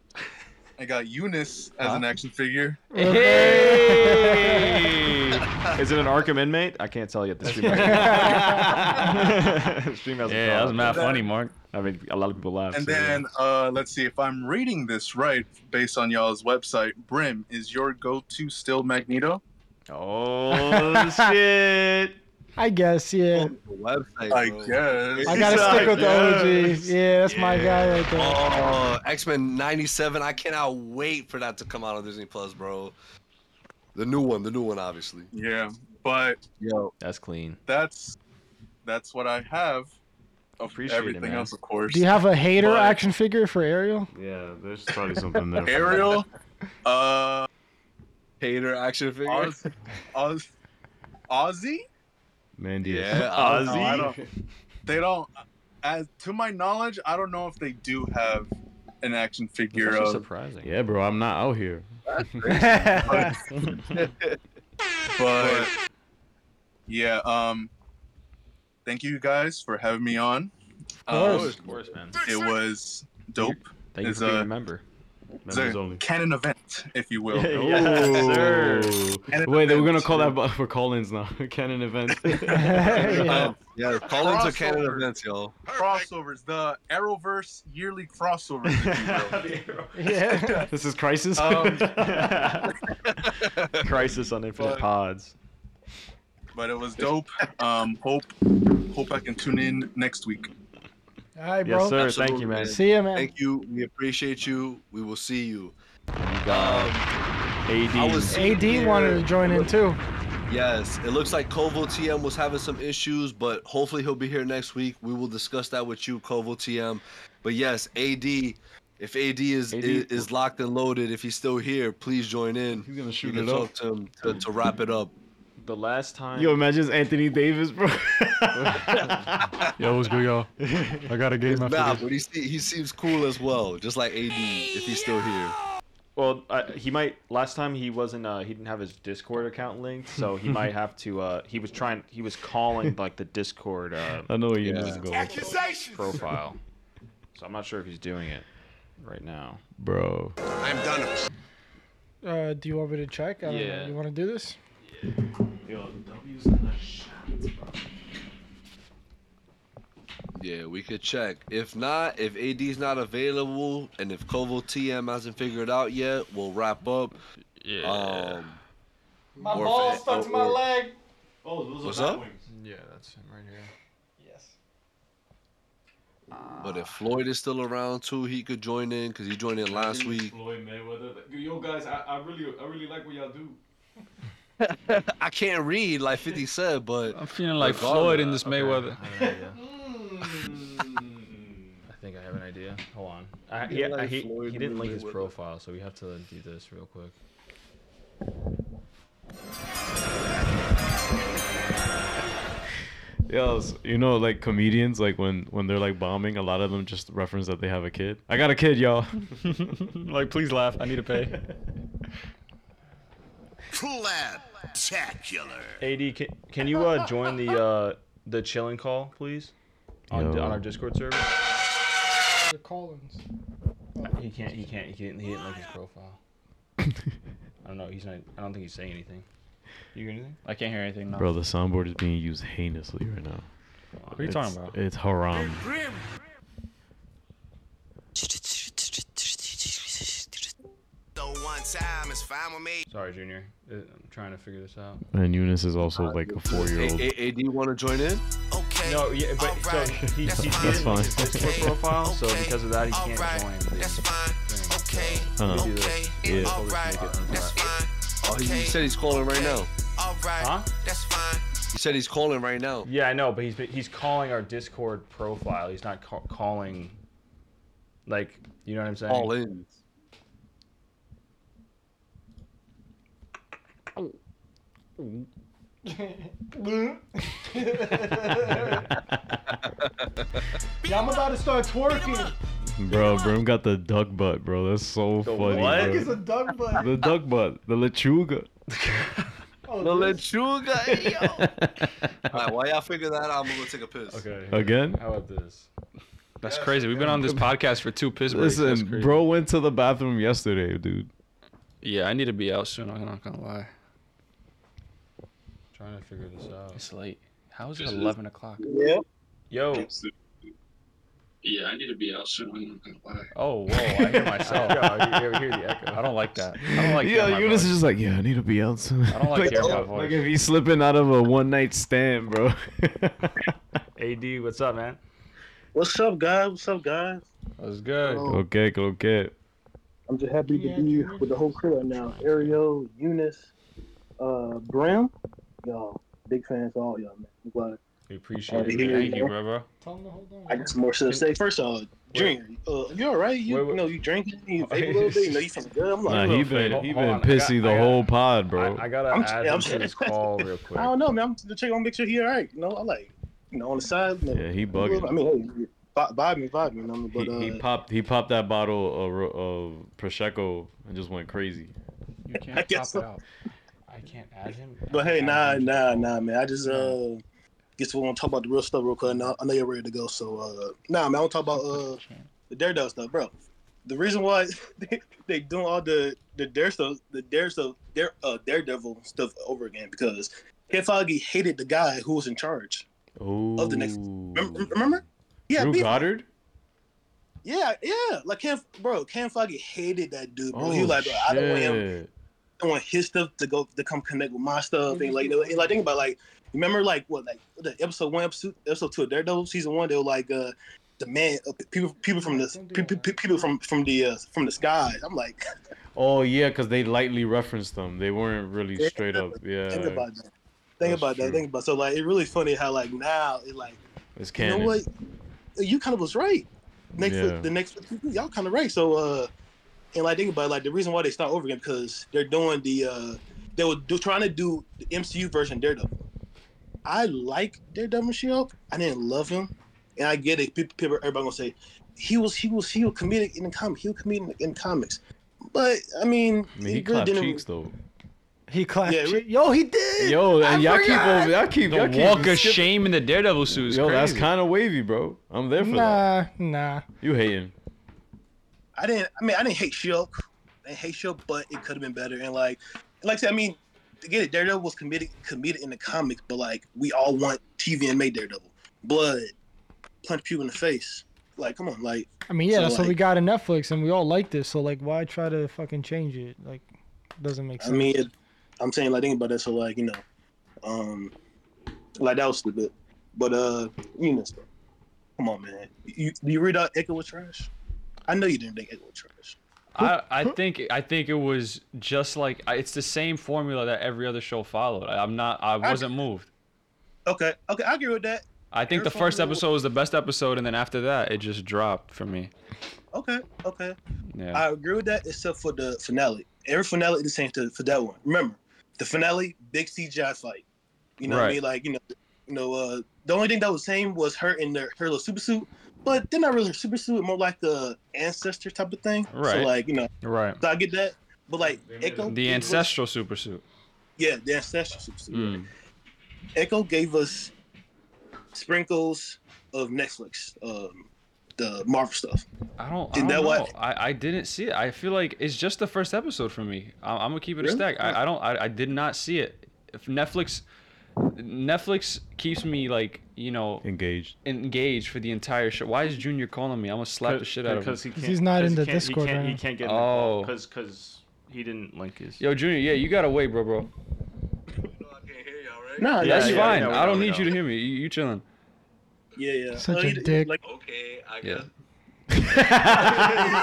[SPEAKER 12] I got Eunice as an action figure.
[SPEAKER 1] Is it an Arkham inmate? I can't tell yet. The stream hasn't stream hasn't
[SPEAKER 10] yeah, that was
[SPEAKER 1] caught
[SPEAKER 10] mad
[SPEAKER 1] up yet.
[SPEAKER 10] funny, Mark.
[SPEAKER 1] I mean, a lot of people laughed.
[SPEAKER 12] And
[SPEAKER 1] so, yeah.
[SPEAKER 12] then uh, let's see if I'm reading this right based on y'all's website. Brim is your go-to still Magneto.
[SPEAKER 1] Oh shit!
[SPEAKER 2] I guess, yeah.
[SPEAKER 6] on the website.
[SPEAKER 12] I
[SPEAKER 6] bro.
[SPEAKER 12] guess.
[SPEAKER 2] I gotta
[SPEAKER 1] Yes,
[SPEAKER 2] stick with
[SPEAKER 1] I
[SPEAKER 2] the OG.
[SPEAKER 1] guess.
[SPEAKER 2] Yeah, that's my guy right there.
[SPEAKER 6] Oh, X Men '97! I cannot wait for that to come out on Disney Plus, bro. The new one, the new one, obviously.
[SPEAKER 12] Yeah, but
[SPEAKER 6] Yo,
[SPEAKER 1] That's clean.
[SPEAKER 12] that's that's what I have. Of
[SPEAKER 1] Appreciate it,
[SPEAKER 12] everything
[SPEAKER 1] man.
[SPEAKER 12] else, of course.
[SPEAKER 2] Do you have a hater
[SPEAKER 12] But-
[SPEAKER 2] action figure for Ariel?
[SPEAKER 10] Yeah, there's probably something there.
[SPEAKER 12] Ariel, uh,
[SPEAKER 6] hater action figure.
[SPEAKER 12] Oz, Oz, Ozzy.
[SPEAKER 10] Mandy.
[SPEAKER 6] Yeah,
[SPEAKER 1] Ozzy.
[SPEAKER 12] Oh, No, I don't. They don't. As to my knowledge, I don't know if they do have an action figure
[SPEAKER 1] That's actually
[SPEAKER 12] of,
[SPEAKER 1] surprising.
[SPEAKER 10] Yeah, bro, I'm not out here.
[SPEAKER 12] but, but yeah. Um, thank you guys for having me on.
[SPEAKER 6] uh,
[SPEAKER 12] Um,
[SPEAKER 1] Of course, of course, man.
[SPEAKER 12] It was dope.
[SPEAKER 1] Thank you
[SPEAKER 12] It's,
[SPEAKER 1] for being
[SPEAKER 12] uh,
[SPEAKER 1] a member.
[SPEAKER 12] It's a
[SPEAKER 3] Members only.
[SPEAKER 12] canon event, if you will.
[SPEAKER 3] Ooh.
[SPEAKER 12] Canon
[SPEAKER 3] Wait, we're gonna
[SPEAKER 12] event.
[SPEAKER 3] call that bu- for call-ins now. Canon event.
[SPEAKER 6] yeah, yeah call into Canon
[SPEAKER 12] Crossover.
[SPEAKER 6] events, y'all.
[SPEAKER 12] crossovers, the Arrowverse yearly crossovers. if you will.
[SPEAKER 2] Yeah.
[SPEAKER 3] This is crisis.
[SPEAKER 12] Um,
[SPEAKER 1] Crisis on Infinite
[SPEAKER 12] But-
[SPEAKER 1] Pods.
[SPEAKER 12] but it was dope. Um, hope hope I can tune in next week.
[SPEAKER 2] All right, bro.
[SPEAKER 1] you, man.
[SPEAKER 2] See ya, man.
[SPEAKER 6] Thank you. We appreciate you. We will see you.
[SPEAKER 1] AD.
[SPEAKER 6] I was sitting
[SPEAKER 2] AD wanted to
[SPEAKER 6] here-
[SPEAKER 2] join in too.
[SPEAKER 6] Yes, it looks like Kovo TM was having some issues, but hopefully he'll be here next week. We will discuss that with you, Kovo TM. But yes, AD, if AD is
[SPEAKER 3] AD
[SPEAKER 6] is, is locked and loaded, if he's still here, please join in. He's gonna
[SPEAKER 3] shoot
[SPEAKER 6] you can
[SPEAKER 3] it up.
[SPEAKER 6] talk to him to, to wrap it up.
[SPEAKER 1] The last time.
[SPEAKER 3] Yo, imagine it's Anthony Davis, bro.
[SPEAKER 8] Yo, what's good, y'all? I got a game after
[SPEAKER 6] Nah,
[SPEAKER 8] this.
[SPEAKER 6] but he se- he seems cool as well, just like AD if he's still here.
[SPEAKER 1] Well, uh, he might. Last time he wasn't. Uh, he didn't have his Discord account linked, so he might have to. Uh, he was trying. He was calling like the Discord. Uh,
[SPEAKER 3] I know where you mean to go.
[SPEAKER 1] Accusations. Profile. So I'm not sure if he's doing it right now.
[SPEAKER 3] bro.
[SPEAKER 13] I'm done.
[SPEAKER 2] Uh, do you want me to check? I don't
[SPEAKER 1] Yeah.
[SPEAKER 2] know. You want to do this?
[SPEAKER 1] Yo,
[SPEAKER 6] Yeah, we could check. If not, if AD's not available, and if Kovo TM hasn't figured out yet, we'll wrap up.
[SPEAKER 8] Yeah.
[SPEAKER 6] Um,
[SPEAKER 2] My
[SPEAKER 6] or if
[SPEAKER 2] ball's
[SPEAKER 6] it-
[SPEAKER 2] stuck to
[SPEAKER 6] or-
[SPEAKER 2] my
[SPEAKER 6] or-
[SPEAKER 2] leg.
[SPEAKER 3] Oh, those
[SPEAKER 6] are What's up?
[SPEAKER 8] Yeah, that's him right here.
[SPEAKER 6] But if Floyd is still around too, he could join in because he joined in last week.
[SPEAKER 3] Floyd Mayweather. Yo, guys, I, I really, I really like what y'all do.
[SPEAKER 6] I can't read like 50 said, but
[SPEAKER 8] I'm feeling like Floyd in this Mayweather.
[SPEAKER 1] Mm.
[SPEAKER 11] I think I have an idea. Hold on.
[SPEAKER 1] I, yeah, I, he, he didn't link his profile.
[SPEAKER 11] profile, so we have to do this real quick.
[SPEAKER 3] Yo, s- you know, like comedians, like when when they're like bombing, a lot of them just reference that they have a kid. I got a kid, y'all.
[SPEAKER 14] like, please laugh. I need to pay.
[SPEAKER 5] Claptacular.
[SPEAKER 1] AD, can, can you uh, join the uh, the chilling call, please, on,
[SPEAKER 3] Yo.
[SPEAKER 1] on our Discord server?
[SPEAKER 2] The Collins.
[SPEAKER 1] He can't. He can't. He didn't. He didn't like his profile. I don't know. He's not. I don't think he's saying anything. You hear anything?
[SPEAKER 11] I can't hear anything. No.
[SPEAKER 3] Bro, the soundboard is being used heinously right now.
[SPEAKER 11] What are you talking
[SPEAKER 3] It's-
[SPEAKER 11] about?
[SPEAKER 3] It's haram.
[SPEAKER 5] So one time is fine with me.
[SPEAKER 11] Sorry, Junior. Uh, I'm trying to figure this out.
[SPEAKER 3] And Eunice is also like a four-year-old.
[SPEAKER 6] A- AD, want to join in?
[SPEAKER 1] No, yeah, but so he, he, he
[SPEAKER 3] That's
[SPEAKER 1] didn't
[SPEAKER 3] fine.
[SPEAKER 1] like his Discord profile, so because of that he can't join. the-
[SPEAKER 6] I
[SPEAKER 1] We
[SPEAKER 6] know.
[SPEAKER 1] do this.
[SPEAKER 6] Yeah.
[SPEAKER 1] We'll just make it unprivate.
[SPEAKER 6] Oh, he, he said he's calling right now.
[SPEAKER 1] Huh?
[SPEAKER 6] He said he's calling right now.
[SPEAKER 1] Yeah, I know, but he's he's calling our Discord profile. He's not ca- calling, like you know what I'm saying.
[SPEAKER 6] All in.
[SPEAKER 2] yeah, I'm about to start twerking.
[SPEAKER 3] Bro, Brim got the duck butt, bro. That's so Oh, funny.
[SPEAKER 2] What?
[SPEAKER 3] bro.
[SPEAKER 2] It's a duck butt.
[SPEAKER 3] The duck butt. The lechuga.
[SPEAKER 2] Oh,
[SPEAKER 6] The
[SPEAKER 2] this-
[SPEAKER 6] lechuga, yo. All right, while y'all figure that out, I'm gonna go take a piss.
[SPEAKER 11] Okay.
[SPEAKER 3] Again?
[SPEAKER 11] How about this?
[SPEAKER 8] That's crazy. We've been on this podcast for two piss breaks. That's
[SPEAKER 3] Listen,
[SPEAKER 8] crazy.
[SPEAKER 3] bro went to the bathroom yesterday, dude.
[SPEAKER 8] Yeah, I need to be out soon. I'm not gonna lie.
[SPEAKER 11] trying to figure this out.
[SPEAKER 8] It's late. How is it
[SPEAKER 11] This is-
[SPEAKER 8] 11 o'clock?
[SPEAKER 11] Yeah. Yo.
[SPEAKER 8] Yeah, I need to be out soon. I'm not gonna lie.
[SPEAKER 11] Oh, whoa! I hear myself.
[SPEAKER 8] Yo,
[SPEAKER 11] I hear, hear the echo. I don't like that. I don't like
[SPEAKER 3] yeah,
[SPEAKER 11] that.
[SPEAKER 3] Eunice is just like, yeah, I need to be out soon.
[SPEAKER 11] I don't like hearing my voice.
[SPEAKER 3] Like if he's slipping out of a one night stand, bro.
[SPEAKER 1] Ad, what's up, man?
[SPEAKER 15] What's up, guys? What's up, guys?
[SPEAKER 11] That's good.
[SPEAKER 3] okay, okay.
[SPEAKER 15] I'm just happy to be with the whole crew right now. Ariel, Eunice, uh, Brim, y'all. Big fans of all y'all, man. I'm glad.
[SPEAKER 11] We
[SPEAKER 15] Glad
[SPEAKER 11] appreciate
[SPEAKER 15] to
[SPEAKER 11] it.
[SPEAKER 15] hear
[SPEAKER 11] man. Thank you,
[SPEAKER 15] y'all.
[SPEAKER 11] bro, bro.
[SPEAKER 2] Tell him to hold on.
[SPEAKER 15] I got some more shit to say. First of all, Junior, uh, you all right? You, you know, you drinking? You vape a little bit? You know, you feeling good? I'm
[SPEAKER 3] Nah,
[SPEAKER 15] like,
[SPEAKER 3] he
[SPEAKER 15] look,
[SPEAKER 3] been
[SPEAKER 15] hold-
[SPEAKER 3] he
[SPEAKER 15] hold
[SPEAKER 3] been
[SPEAKER 15] on. I got-
[SPEAKER 3] pissy the whole pod, bro.
[SPEAKER 1] I gotta
[SPEAKER 15] I'm-
[SPEAKER 1] add
[SPEAKER 15] I'm-
[SPEAKER 1] him to this call real quick.
[SPEAKER 15] I don't know, man. I'm just checking on make sure he all right. You know, I like, you know, on the side. You know,
[SPEAKER 3] Yeah, he
[SPEAKER 15] a little-
[SPEAKER 3] bugging.
[SPEAKER 15] I mean, hey, vibe vibe me, vibe me. You know, what I mean? but,
[SPEAKER 3] he,
[SPEAKER 15] uh,
[SPEAKER 3] he popped he popped that bottle of, ro- of prosecco and just went crazy.
[SPEAKER 11] You can't
[SPEAKER 15] I
[SPEAKER 11] pop
[SPEAKER 15] guess
[SPEAKER 11] it
[SPEAKER 15] so.
[SPEAKER 11] out. I can't add him.
[SPEAKER 15] But hey, nah, nah, nah, man. I just uh, guess we want to talk about the real stuff real quick. And I, I know you're ready to go, so uh, nah, man. I want to talk about uh, the Daredevil stuff, bro. the reason why they, they doing all the the dare stuff, the dare stuff, dare uh, daredevil stuff over again because Ken Foggy hated the guy who was in charge.
[SPEAKER 10] Oh.
[SPEAKER 15] Of the next- Remember? remember? Yeah,
[SPEAKER 10] Drew
[SPEAKER 15] be-
[SPEAKER 10] Goddard?
[SPEAKER 15] yeah, yeah. Like Ken, bro, Ken Foggy hated that dude. Bro. he was like, bro, I don't want him
[SPEAKER 10] Oh, shit.
[SPEAKER 15] I want his stuff to go to come connect with my stuff and like, and like think about like remember like what like the episode one episode episode two of Daredevil season one they were like uh the man uh, people people from the people, people from from the uh, from the skies I'm like
[SPEAKER 10] Oh yeah, because they lightly referenced them. They weren't really straight up.
[SPEAKER 15] think
[SPEAKER 10] Yeah,
[SPEAKER 15] about that think about that think about so like it really funny how like now it like
[SPEAKER 10] it's
[SPEAKER 15] you know
[SPEAKER 10] canon.
[SPEAKER 15] what you kind of was right next
[SPEAKER 10] Yeah.
[SPEAKER 15] the next y'all kind of right so uh and like think about it, like the reason why they start over again because they're doing the uh they were do, trying to do the MCU version of Daredevil I like Daredevil and She-Hulk. I didn't love him, and I get it. People, people everybody gonna say he was he was he was comedic in the comic. He was comedic in comics, but I mean,
[SPEAKER 10] I mean, he clapped cheeks though.
[SPEAKER 2] He clapped.
[SPEAKER 15] Yeah,
[SPEAKER 2] cheek- Yo, he did.
[SPEAKER 10] Yo,
[SPEAKER 2] I
[SPEAKER 10] and y'all keep
[SPEAKER 2] forgot.
[SPEAKER 10] over. Y'all keep.
[SPEAKER 8] The
[SPEAKER 10] y'all keep
[SPEAKER 8] walk of
[SPEAKER 10] skipping-
[SPEAKER 8] shame in the Daredevil suit. Is
[SPEAKER 10] Yo, that's
[SPEAKER 8] crazy.
[SPEAKER 10] kind of wavy, bro. I'm there for that.
[SPEAKER 2] Nah, nah.
[SPEAKER 10] You hating?
[SPEAKER 15] I didn't. I mean, I didn't hate She-Hulk. I didn't hate She-Hulk, but it could have been better. And like, and like I said, I mean, to get it, Daredevil was comedic comedic in the comics, but like, we all want TV and made Daredevil, blood, punch people in the face. Like, come on, like.
[SPEAKER 2] I mean, yeah,
[SPEAKER 15] so,
[SPEAKER 2] that's what
[SPEAKER 15] like,
[SPEAKER 2] we got in Netflix, and we all like this. So like, why try to fucking change it? Like, doesn't make
[SPEAKER 15] I
[SPEAKER 2] sense.
[SPEAKER 15] mean, it, I'm saying like think about that. So like you know, um, like that was stupid. But uh, Eunice, come on, man. You do you read out Echo was trash? I know you didn't think Echo was trash.
[SPEAKER 8] I, I think I think it was just like I- it's the same formula that every other show followed. I, I'm not. I wasn't moved.
[SPEAKER 15] Okay, okay, I agree with that.
[SPEAKER 8] I think
[SPEAKER 15] Your
[SPEAKER 8] the first
[SPEAKER 15] formula-
[SPEAKER 8] episode was the best episode, and then after that, it just dropped for me.
[SPEAKER 15] Okay, okay,
[SPEAKER 8] Yeah.
[SPEAKER 15] I agree with that except for the finale. Every finale is the same to, for that one. Remember, the finale, big CGI fight. You know what I
[SPEAKER 8] Right.
[SPEAKER 15] mean? Like you know, you know. Uh, the only thing that was same was her in their her little super suit, but they're not really her super suit, more like the ancestor type of thing. So
[SPEAKER 8] Right.
[SPEAKER 15] like you know.
[SPEAKER 8] right.
[SPEAKER 15] So I get that. But like Echo,
[SPEAKER 8] The ancestral super suit.
[SPEAKER 15] yeah, the ancestral super suit.
[SPEAKER 8] Mm.
[SPEAKER 15] Echo gave us sprinkles of Netflix, um, the Marvel stuff.
[SPEAKER 8] I don't. I
[SPEAKER 15] Did
[SPEAKER 8] don't
[SPEAKER 15] that
[SPEAKER 8] know.
[SPEAKER 15] what-
[SPEAKER 8] I, I didn't see it. I feel like it's just the first episode for me. I, I'm gonna keep it a
[SPEAKER 15] Really?
[SPEAKER 8] stack. I, I don't. I, I did not see it. If Netflix, Netflix keeps me like you know
[SPEAKER 10] engaged.
[SPEAKER 8] Engaged for the entire show. Why is Junior calling me? I'm gonna slap the shit out of him.
[SPEAKER 1] because he can't.
[SPEAKER 2] He's not in
[SPEAKER 1] he
[SPEAKER 2] the
[SPEAKER 1] can't-
[SPEAKER 2] Discord
[SPEAKER 1] He can't,
[SPEAKER 2] right
[SPEAKER 1] he
[SPEAKER 2] now.
[SPEAKER 1] can't get.
[SPEAKER 8] Oh.
[SPEAKER 1] Oh. Because because he didn't link his.
[SPEAKER 8] Yo, Junior, yeah, you gotta wait, bro, bro.
[SPEAKER 15] No,
[SPEAKER 8] yeah, that's
[SPEAKER 1] yeah, yeah,
[SPEAKER 8] fine.
[SPEAKER 1] we know,
[SPEAKER 8] I don't
[SPEAKER 1] we
[SPEAKER 8] need you to hear me. You, you chilling.
[SPEAKER 15] Yeah, yeah.
[SPEAKER 8] Such
[SPEAKER 15] Uh,
[SPEAKER 8] a
[SPEAKER 15] he-
[SPEAKER 8] dick.
[SPEAKER 15] Like,
[SPEAKER 8] Yeah.
[SPEAKER 15] you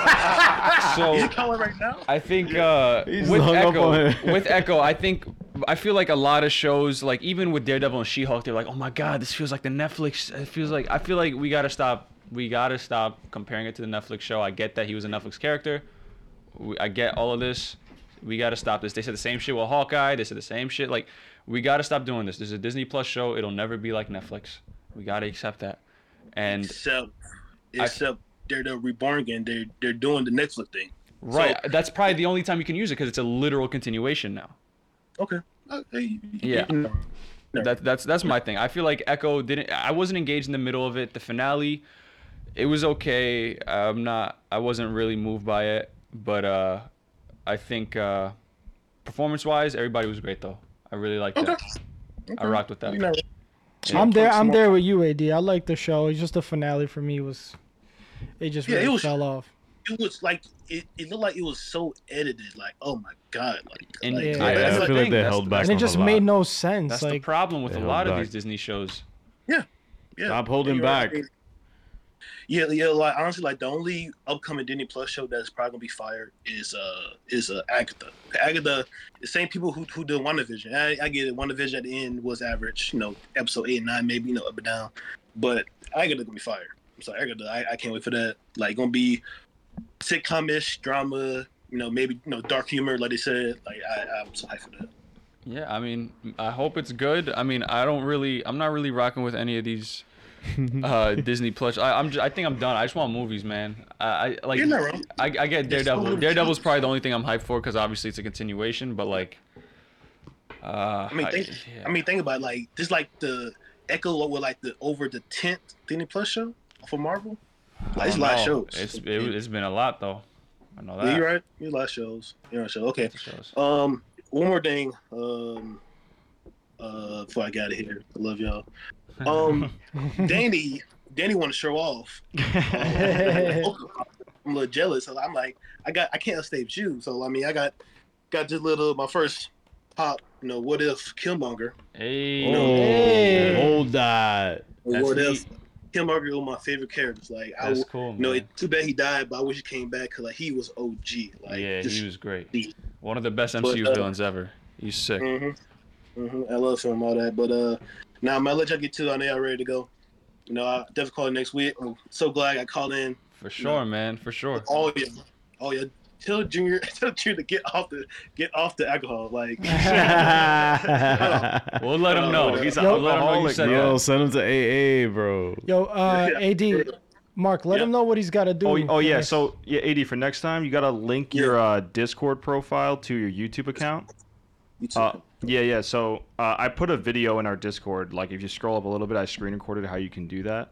[SPEAKER 8] so
[SPEAKER 15] calling right now?
[SPEAKER 8] I think uh,
[SPEAKER 10] He's
[SPEAKER 8] with
[SPEAKER 10] hung up on
[SPEAKER 8] Echo,
[SPEAKER 10] it.
[SPEAKER 8] with Echo, I think I feel like a lot of shows, like even with Daredevil and She-Hulk, they're like, oh my god, this feels like the Netflix. It feels like I feel like we gotta stop. We gotta stop comparing it to the Netflix show. I get that he was a Netflix character. We, I get all of this. We gotta stop this. They said the same shit with Hawkeye. They said the same shit. Like we gotta stop doing this. This is a Disney Plus show. It'll never be like Netflix. We gotta accept that. And
[SPEAKER 15] Except, except they're the reborn again. They're they're doing the Netflix thing.
[SPEAKER 8] Right. That's probably the only time you can use it because it's a literal continuation now.
[SPEAKER 15] Okay. Uh, hey,
[SPEAKER 8] Yeah. That, that's that's my thing. I feel like Echo didn't. I wasn't engaged in the middle of it. The finale, it was okay. I'm not. I wasn't really moved by it. But uh, I think uh, performance-wise, everybody was great though. I really liked that. I rocked with that.
[SPEAKER 15] You're not-
[SPEAKER 2] I'm there. I'm there with you, Ad. I like the show. It's just the finale for me was, it just
[SPEAKER 15] Yeah,
[SPEAKER 2] really
[SPEAKER 15] it was-
[SPEAKER 2] fell off.
[SPEAKER 15] It was like it, it looked like it was so edited. Like oh my god. Like,
[SPEAKER 8] And
[SPEAKER 15] like,
[SPEAKER 8] I- that's
[SPEAKER 10] I
[SPEAKER 8] the
[SPEAKER 10] feel like
[SPEAKER 8] thing,
[SPEAKER 10] they
[SPEAKER 8] that's
[SPEAKER 10] held
[SPEAKER 8] the-
[SPEAKER 10] back.
[SPEAKER 2] and it
[SPEAKER 10] on a
[SPEAKER 2] just
[SPEAKER 10] lot.
[SPEAKER 2] made no sense.
[SPEAKER 8] That's
[SPEAKER 2] like
[SPEAKER 8] the problem with
[SPEAKER 10] They
[SPEAKER 8] a
[SPEAKER 10] held
[SPEAKER 8] lot of
[SPEAKER 10] back.
[SPEAKER 8] these Disney shows.
[SPEAKER 15] yeah.
[SPEAKER 10] Stop holding
[SPEAKER 15] You're
[SPEAKER 10] back.
[SPEAKER 15] right. Yeah, yeah. Like honestly, like the only upcoming Disney Plus show that's probably gonna be fired is uh is uh, Agatha. Agatha, the same people who who did WandaVision. I, I get it. WandaVision at the end was average. You know, episode eight and nine maybe you know up and down, but Agatha gonna be fired. I'm sorry, Agatha. I, I can't wait for that. Like gonna be sitcom ish drama. You know, maybe you know dark humor like they said. Like I, I'm so hyped for that.
[SPEAKER 8] Yeah, I mean, I hope it's good. I mean, I don't really, I'm not really rocking with any of these uh, Disney plush. I, I'm, just, I think I'm done. I just want movies, man. I, I like,
[SPEAKER 15] You're not wrong.
[SPEAKER 8] I, I get
[SPEAKER 15] There's so
[SPEAKER 8] Daredevil.
[SPEAKER 15] many
[SPEAKER 8] Daredevil's
[SPEAKER 15] choices.
[SPEAKER 8] probably the only thing I'm hyped for because obviously it's a continuation. But like, uh,
[SPEAKER 15] I mean,
[SPEAKER 8] I-
[SPEAKER 15] think,
[SPEAKER 8] yeah.
[SPEAKER 15] I mean, think about it, like just like the Echo with like the over the tenth Disney Plus show for Marvel.
[SPEAKER 8] I
[SPEAKER 15] Like, it's a
[SPEAKER 8] don't
[SPEAKER 15] lot of
[SPEAKER 8] know.
[SPEAKER 15] shows.
[SPEAKER 8] It's it, it's been a lot though.
[SPEAKER 1] I know
[SPEAKER 15] Yeah,
[SPEAKER 1] that.
[SPEAKER 15] you're right. You last shows. You're on show. Okay. Um, one more thing. Um, uh, before I get out of here, I love y'all. Um, Danny, Danny want to show off. I'm a little jealous. So I'm like, I got, I can't upstage you. So I mean, I got, got this little my first pop. You know, what if Killmonger?
[SPEAKER 8] Hey.
[SPEAKER 15] Oh, Hey.
[SPEAKER 10] Hold that.
[SPEAKER 15] what if Killmonger was my favorite character? Like, I w-
[SPEAKER 8] That's cool,
[SPEAKER 15] You know,
[SPEAKER 8] man.
[SPEAKER 15] it, too bad he died, but I wish he came back because like he was OG. Like,
[SPEAKER 8] yeah,
[SPEAKER 15] just-
[SPEAKER 8] he was great. One of the best
[SPEAKER 15] But,
[SPEAKER 8] MCU
[SPEAKER 15] uh,
[SPEAKER 8] villains ever. He's sick.
[SPEAKER 15] Mm-hmm. Mm-hmm. I love him, all that. But uh, now I'm gonna let y'all get to. it. I know y'all ready to go. You know, I definitely call it next week. I'm so glad I got called in.
[SPEAKER 8] For sure, man. For sure.
[SPEAKER 15] All you, all you. Tell Junior, tell Junior to get off the get off the alcohol. Like,
[SPEAKER 2] uh,
[SPEAKER 8] we'll let him know. He's
[SPEAKER 2] Yo.
[SPEAKER 8] I'll let him know you said
[SPEAKER 10] Yo,
[SPEAKER 8] that.
[SPEAKER 10] send him to AA, bro.
[SPEAKER 2] Yo, uh, AD, Mark, let him know what he's got to do.
[SPEAKER 1] Oh, oh
[SPEAKER 2] for
[SPEAKER 1] yeah.
[SPEAKER 2] next-
[SPEAKER 1] So yeah, AD for next time, you gotta link your uh, Discord profile to your YouTube account. Uh, yeah, yeah. So uh, I put a video in our Discord. Like if you scroll up a little bit, I screen recorded how you can do that.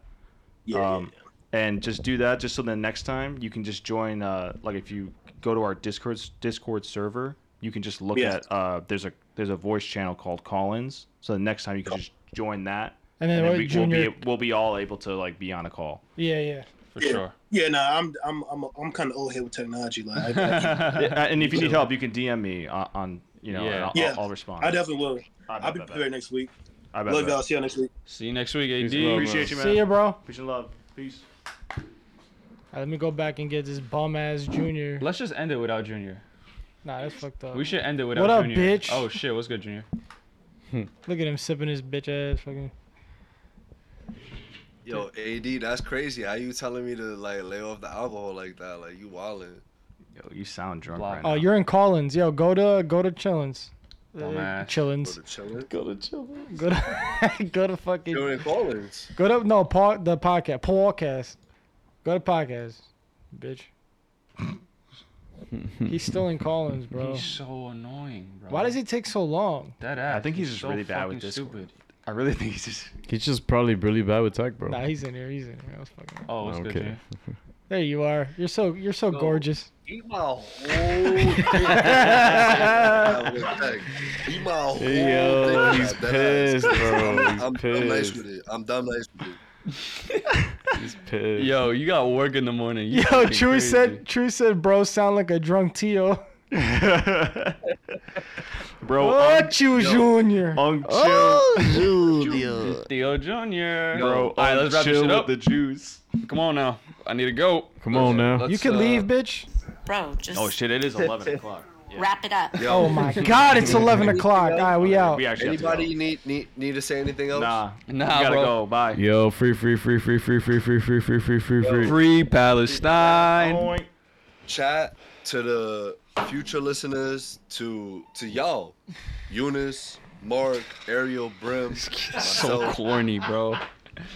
[SPEAKER 15] Yeah,
[SPEAKER 1] um, And just do that, just so then next time you can just join. Uh, like if you go to our Discord Discord server, you can just look
[SPEAKER 15] Yeah.
[SPEAKER 1] at. Uh, there's a there's a voice channel called Collins. So the next time you can just join that.
[SPEAKER 2] And then what,
[SPEAKER 1] we,
[SPEAKER 2] Junior-
[SPEAKER 1] will be, we'll be all able to like be on a call.
[SPEAKER 2] yeah, yeah.
[SPEAKER 1] For
[SPEAKER 15] yeah, yeah, no, I'm I'm I'm I'm kind of old head with technology. Like, I,
[SPEAKER 1] Yeah, and if you need help, you can DM me on, on you know, and I'll, I'll, I'll respond.
[SPEAKER 15] I definitely will.
[SPEAKER 1] bet,
[SPEAKER 15] I'll be
[SPEAKER 1] bet, bet.
[SPEAKER 15] prepared next week.
[SPEAKER 1] I bet,
[SPEAKER 15] Love
[SPEAKER 1] bet.
[SPEAKER 15] y'all. See y'all next week.
[SPEAKER 8] See you next week, AD.
[SPEAKER 1] Appreciate you, man.
[SPEAKER 2] See ya, bro.
[SPEAKER 1] Peace and love. Peace.
[SPEAKER 2] All right, let me go back and get this bum ass Junior.
[SPEAKER 8] Let's just end it without Junior.
[SPEAKER 2] Nah, that's fucked up.
[SPEAKER 8] We should end it without
[SPEAKER 2] What up,
[SPEAKER 8] Junior.
[SPEAKER 2] bitch?
[SPEAKER 8] Oh shit, what's good, Junior?
[SPEAKER 2] Look at him sipping his bitch ass fucking.
[SPEAKER 6] Yo, AD, that's crazy. How you telling me to like lay off the alcohol like that? Like you wildin'.
[SPEAKER 1] Yo, you sound drunk right
[SPEAKER 2] Oh, you're in Collins. Yo, go to go to Chillins. Uh,
[SPEAKER 6] Dumbass.
[SPEAKER 2] Chillins.
[SPEAKER 6] Go to Chillin'.
[SPEAKER 2] Go to go to fucking
[SPEAKER 6] Go to Collins.
[SPEAKER 2] go to no pod, the podcast podcast. Go to podcast, bitch. He's still in Collins, bro.
[SPEAKER 8] He's so annoying, bro.
[SPEAKER 2] Why does he take so long?
[SPEAKER 8] That ass.
[SPEAKER 1] I think he's, just
[SPEAKER 8] so
[SPEAKER 1] really bad
[SPEAKER 8] fucking
[SPEAKER 1] with Discord.
[SPEAKER 8] Stupid.
[SPEAKER 1] I really think he's just.
[SPEAKER 10] He's just probably really bad with tech, bro.
[SPEAKER 2] Nah, he's in here. He's in here. I was fucking.
[SPEAKER 8] Oh, what's good,
[SPEAKER 10] Okay.
[SPEAKER 8] Junior?
[SPEAKER 2] There you are. You're so you're so gorgeous.
[SPEAKER 16] Eat my whole.
[SPEAKER 6] Eat my whole
[SPEAKER 10] Yo,
[SPEAKER 6] thing.
[SPEAKER 10] he's
[SPEAKER 6] That ass.
[SPEAKER 10] pissed, bro.
[SPEAKER 6] I'm,
[SPEAKER 10] He's
[SPEAKER 6] I'm dumb nice
[SPEAKER 10] pissed.
[SPEAKER 6] with it. I'm dumb nice with it.
[SPEAKER 8] Yo, you got work in the morning. You
[SPEAKER 2] Yo,
[SPEAKER 8] fucking
[SPEAKER 2] True
[SPEAKER 8] crazy.
[SPEAKER 2] said True said bro sound like a drunk Tio.
[SPEAKER 1] Bro,
[SPEAKER 2] what you Junior?
[SPEAKER 1] On
[SPEAKER 2] Oh,
[SPEAKER 1] Junior.
[SPEAKER 8] Theo Junior.
[SPEAKER 1] Bro,
[SPEAKER 8] All right, let's wrap this shit
[SPEAKER 1] chill with
[SPEAKER 8] up.
[SPEAKER 1] the juice. uh,
[SPEAKER 8] Come on now. I need to go.
[SPEAKER 10] Come on now.
[SPEAKER 2] you can leave, bitch.
[SPEAKER 17] Bro, just
[SPEAKER 1] Oh shit, it is 11 o'clock.
[SPEAKER 17] wrap it up.
[SPEAKER 2] Oh my God, it's 11 o'clock. All right, we out.
[SPEAKER 1] We actually have to
[SPEAKER 6] Anybody need need need to say anything else?
[SPEAKER 1] Nah,
[SPEAKER 8] Nah,
[SPEAKER 1] we gotta
[SPEAKER 8] bro.
[SPEAKER 1] go. Bye.
[SPEAKER 10] Yo, free, free, free, free, free, free, free, free, free, free, free, free.
[SPEAKER 8] Free
[SPEAKER 1] Oh,
[SPEAKER 8] Palestine.
[SPEAKER 6] Chat to the future listeners, to to y'all, Eunice, Mark, Ariel, Brim,
[SPEAKER 8] So
[SPEAKER 6] myself.
[SPEAKER 8] corny, bro.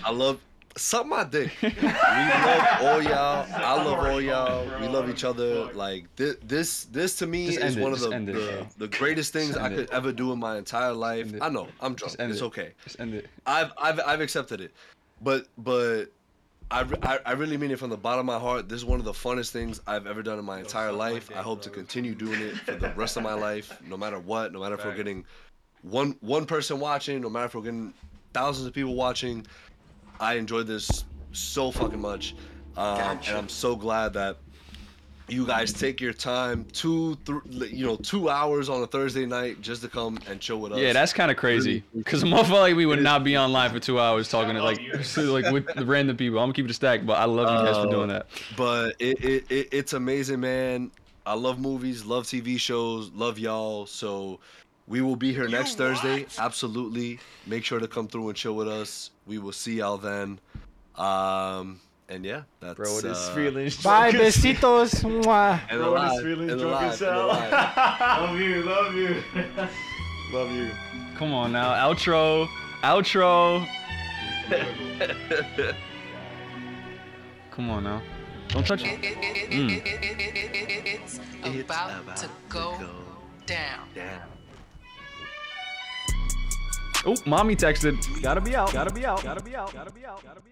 [SPEAKER 6] I love suck my dick. we love all y'all. I love all y'all. We love each other. Like this, this, this to me
[SPEAKER 8] Just
[SPEAKER 6] is
[SPEAKER 8] end it,
[SPEAKER 6] one of
[SPEAKER 8] just
[SPEAKER 6] the
[SPEAKER 8] end it,
[SPEAKER 6] the,
[SPEAKER 8] bro.
[SPEAKER 6] the greatest things
[SPEAKER 8] Just
[SPEAKER 6] I
[SPEAKER 8] end
[SPEAKER 6] could
[SPEAKER 8] it.
[SPEAKER 6] ever do in my entire life. I know I'm drunk.
[SPEAKER 8] Just end
[SPEAKER 6] it's
[SPEAKER 8] it.
[SPEAKER 6] okay.
[SPEAKER 8] Just end it.
[SPEAKER 6] I've I've I've accepted it, but but. I, re- I, I really mean it from the bottom of my heart. This is one of the funnest things I've ever done in my entire life. I hope to continue doing it for the rest of my life, no matter what, no matter if we're
[SPEAKER 8] Facts.
[SPEAKER 6] getting one one person watching, no matter if we're getting thousands of people watching. I enjoyed this so fucking much, um, and I'm so glad that you guys take your time two, thr you know, two hours on a Thursday night just to come and chill with us.
[SPEAKER 8] Yeah, that's kind of crazy. Cause motherfucker, like we would not be online for two hours talking to like like with the random people. I'm gonna keep it a stack, but I love you guys for doing
[SPEAKER 6] Uh,
[SPEAKER 8] that.
[SPEAKER 6] But it, it, it it's amazing, man. I love movies, love TV shows, love y'all. So we will be here next Thursday. Absolutely. Make sure to come through and chill with us. We will see y'all then. Um and yeah, that's
[SPEAKER 8] Bro, it is
[SPEAKER 6] uh,
[SPEAKER 8] feeling
[SPEAKER 2] Bye, besitos. Mwah.
[SPEAKER 6] And alive, and alive, and alive.
[SPEAKER 8] uh,
[SPEAKER 1] love you, love you. love you.
[SPEAKER 8] Come on now, outro, outro. Come on now, don't touch it. Mm.
[SPEAKER 17] It's
[SPEAKER 1] Mm.
[SPEAKER 17] about to go down.
[SPEAKER 8] Oh, mommy texted. Gotta be out. Gotta be out. Gotta be out. Gotta be out. Gotta be out.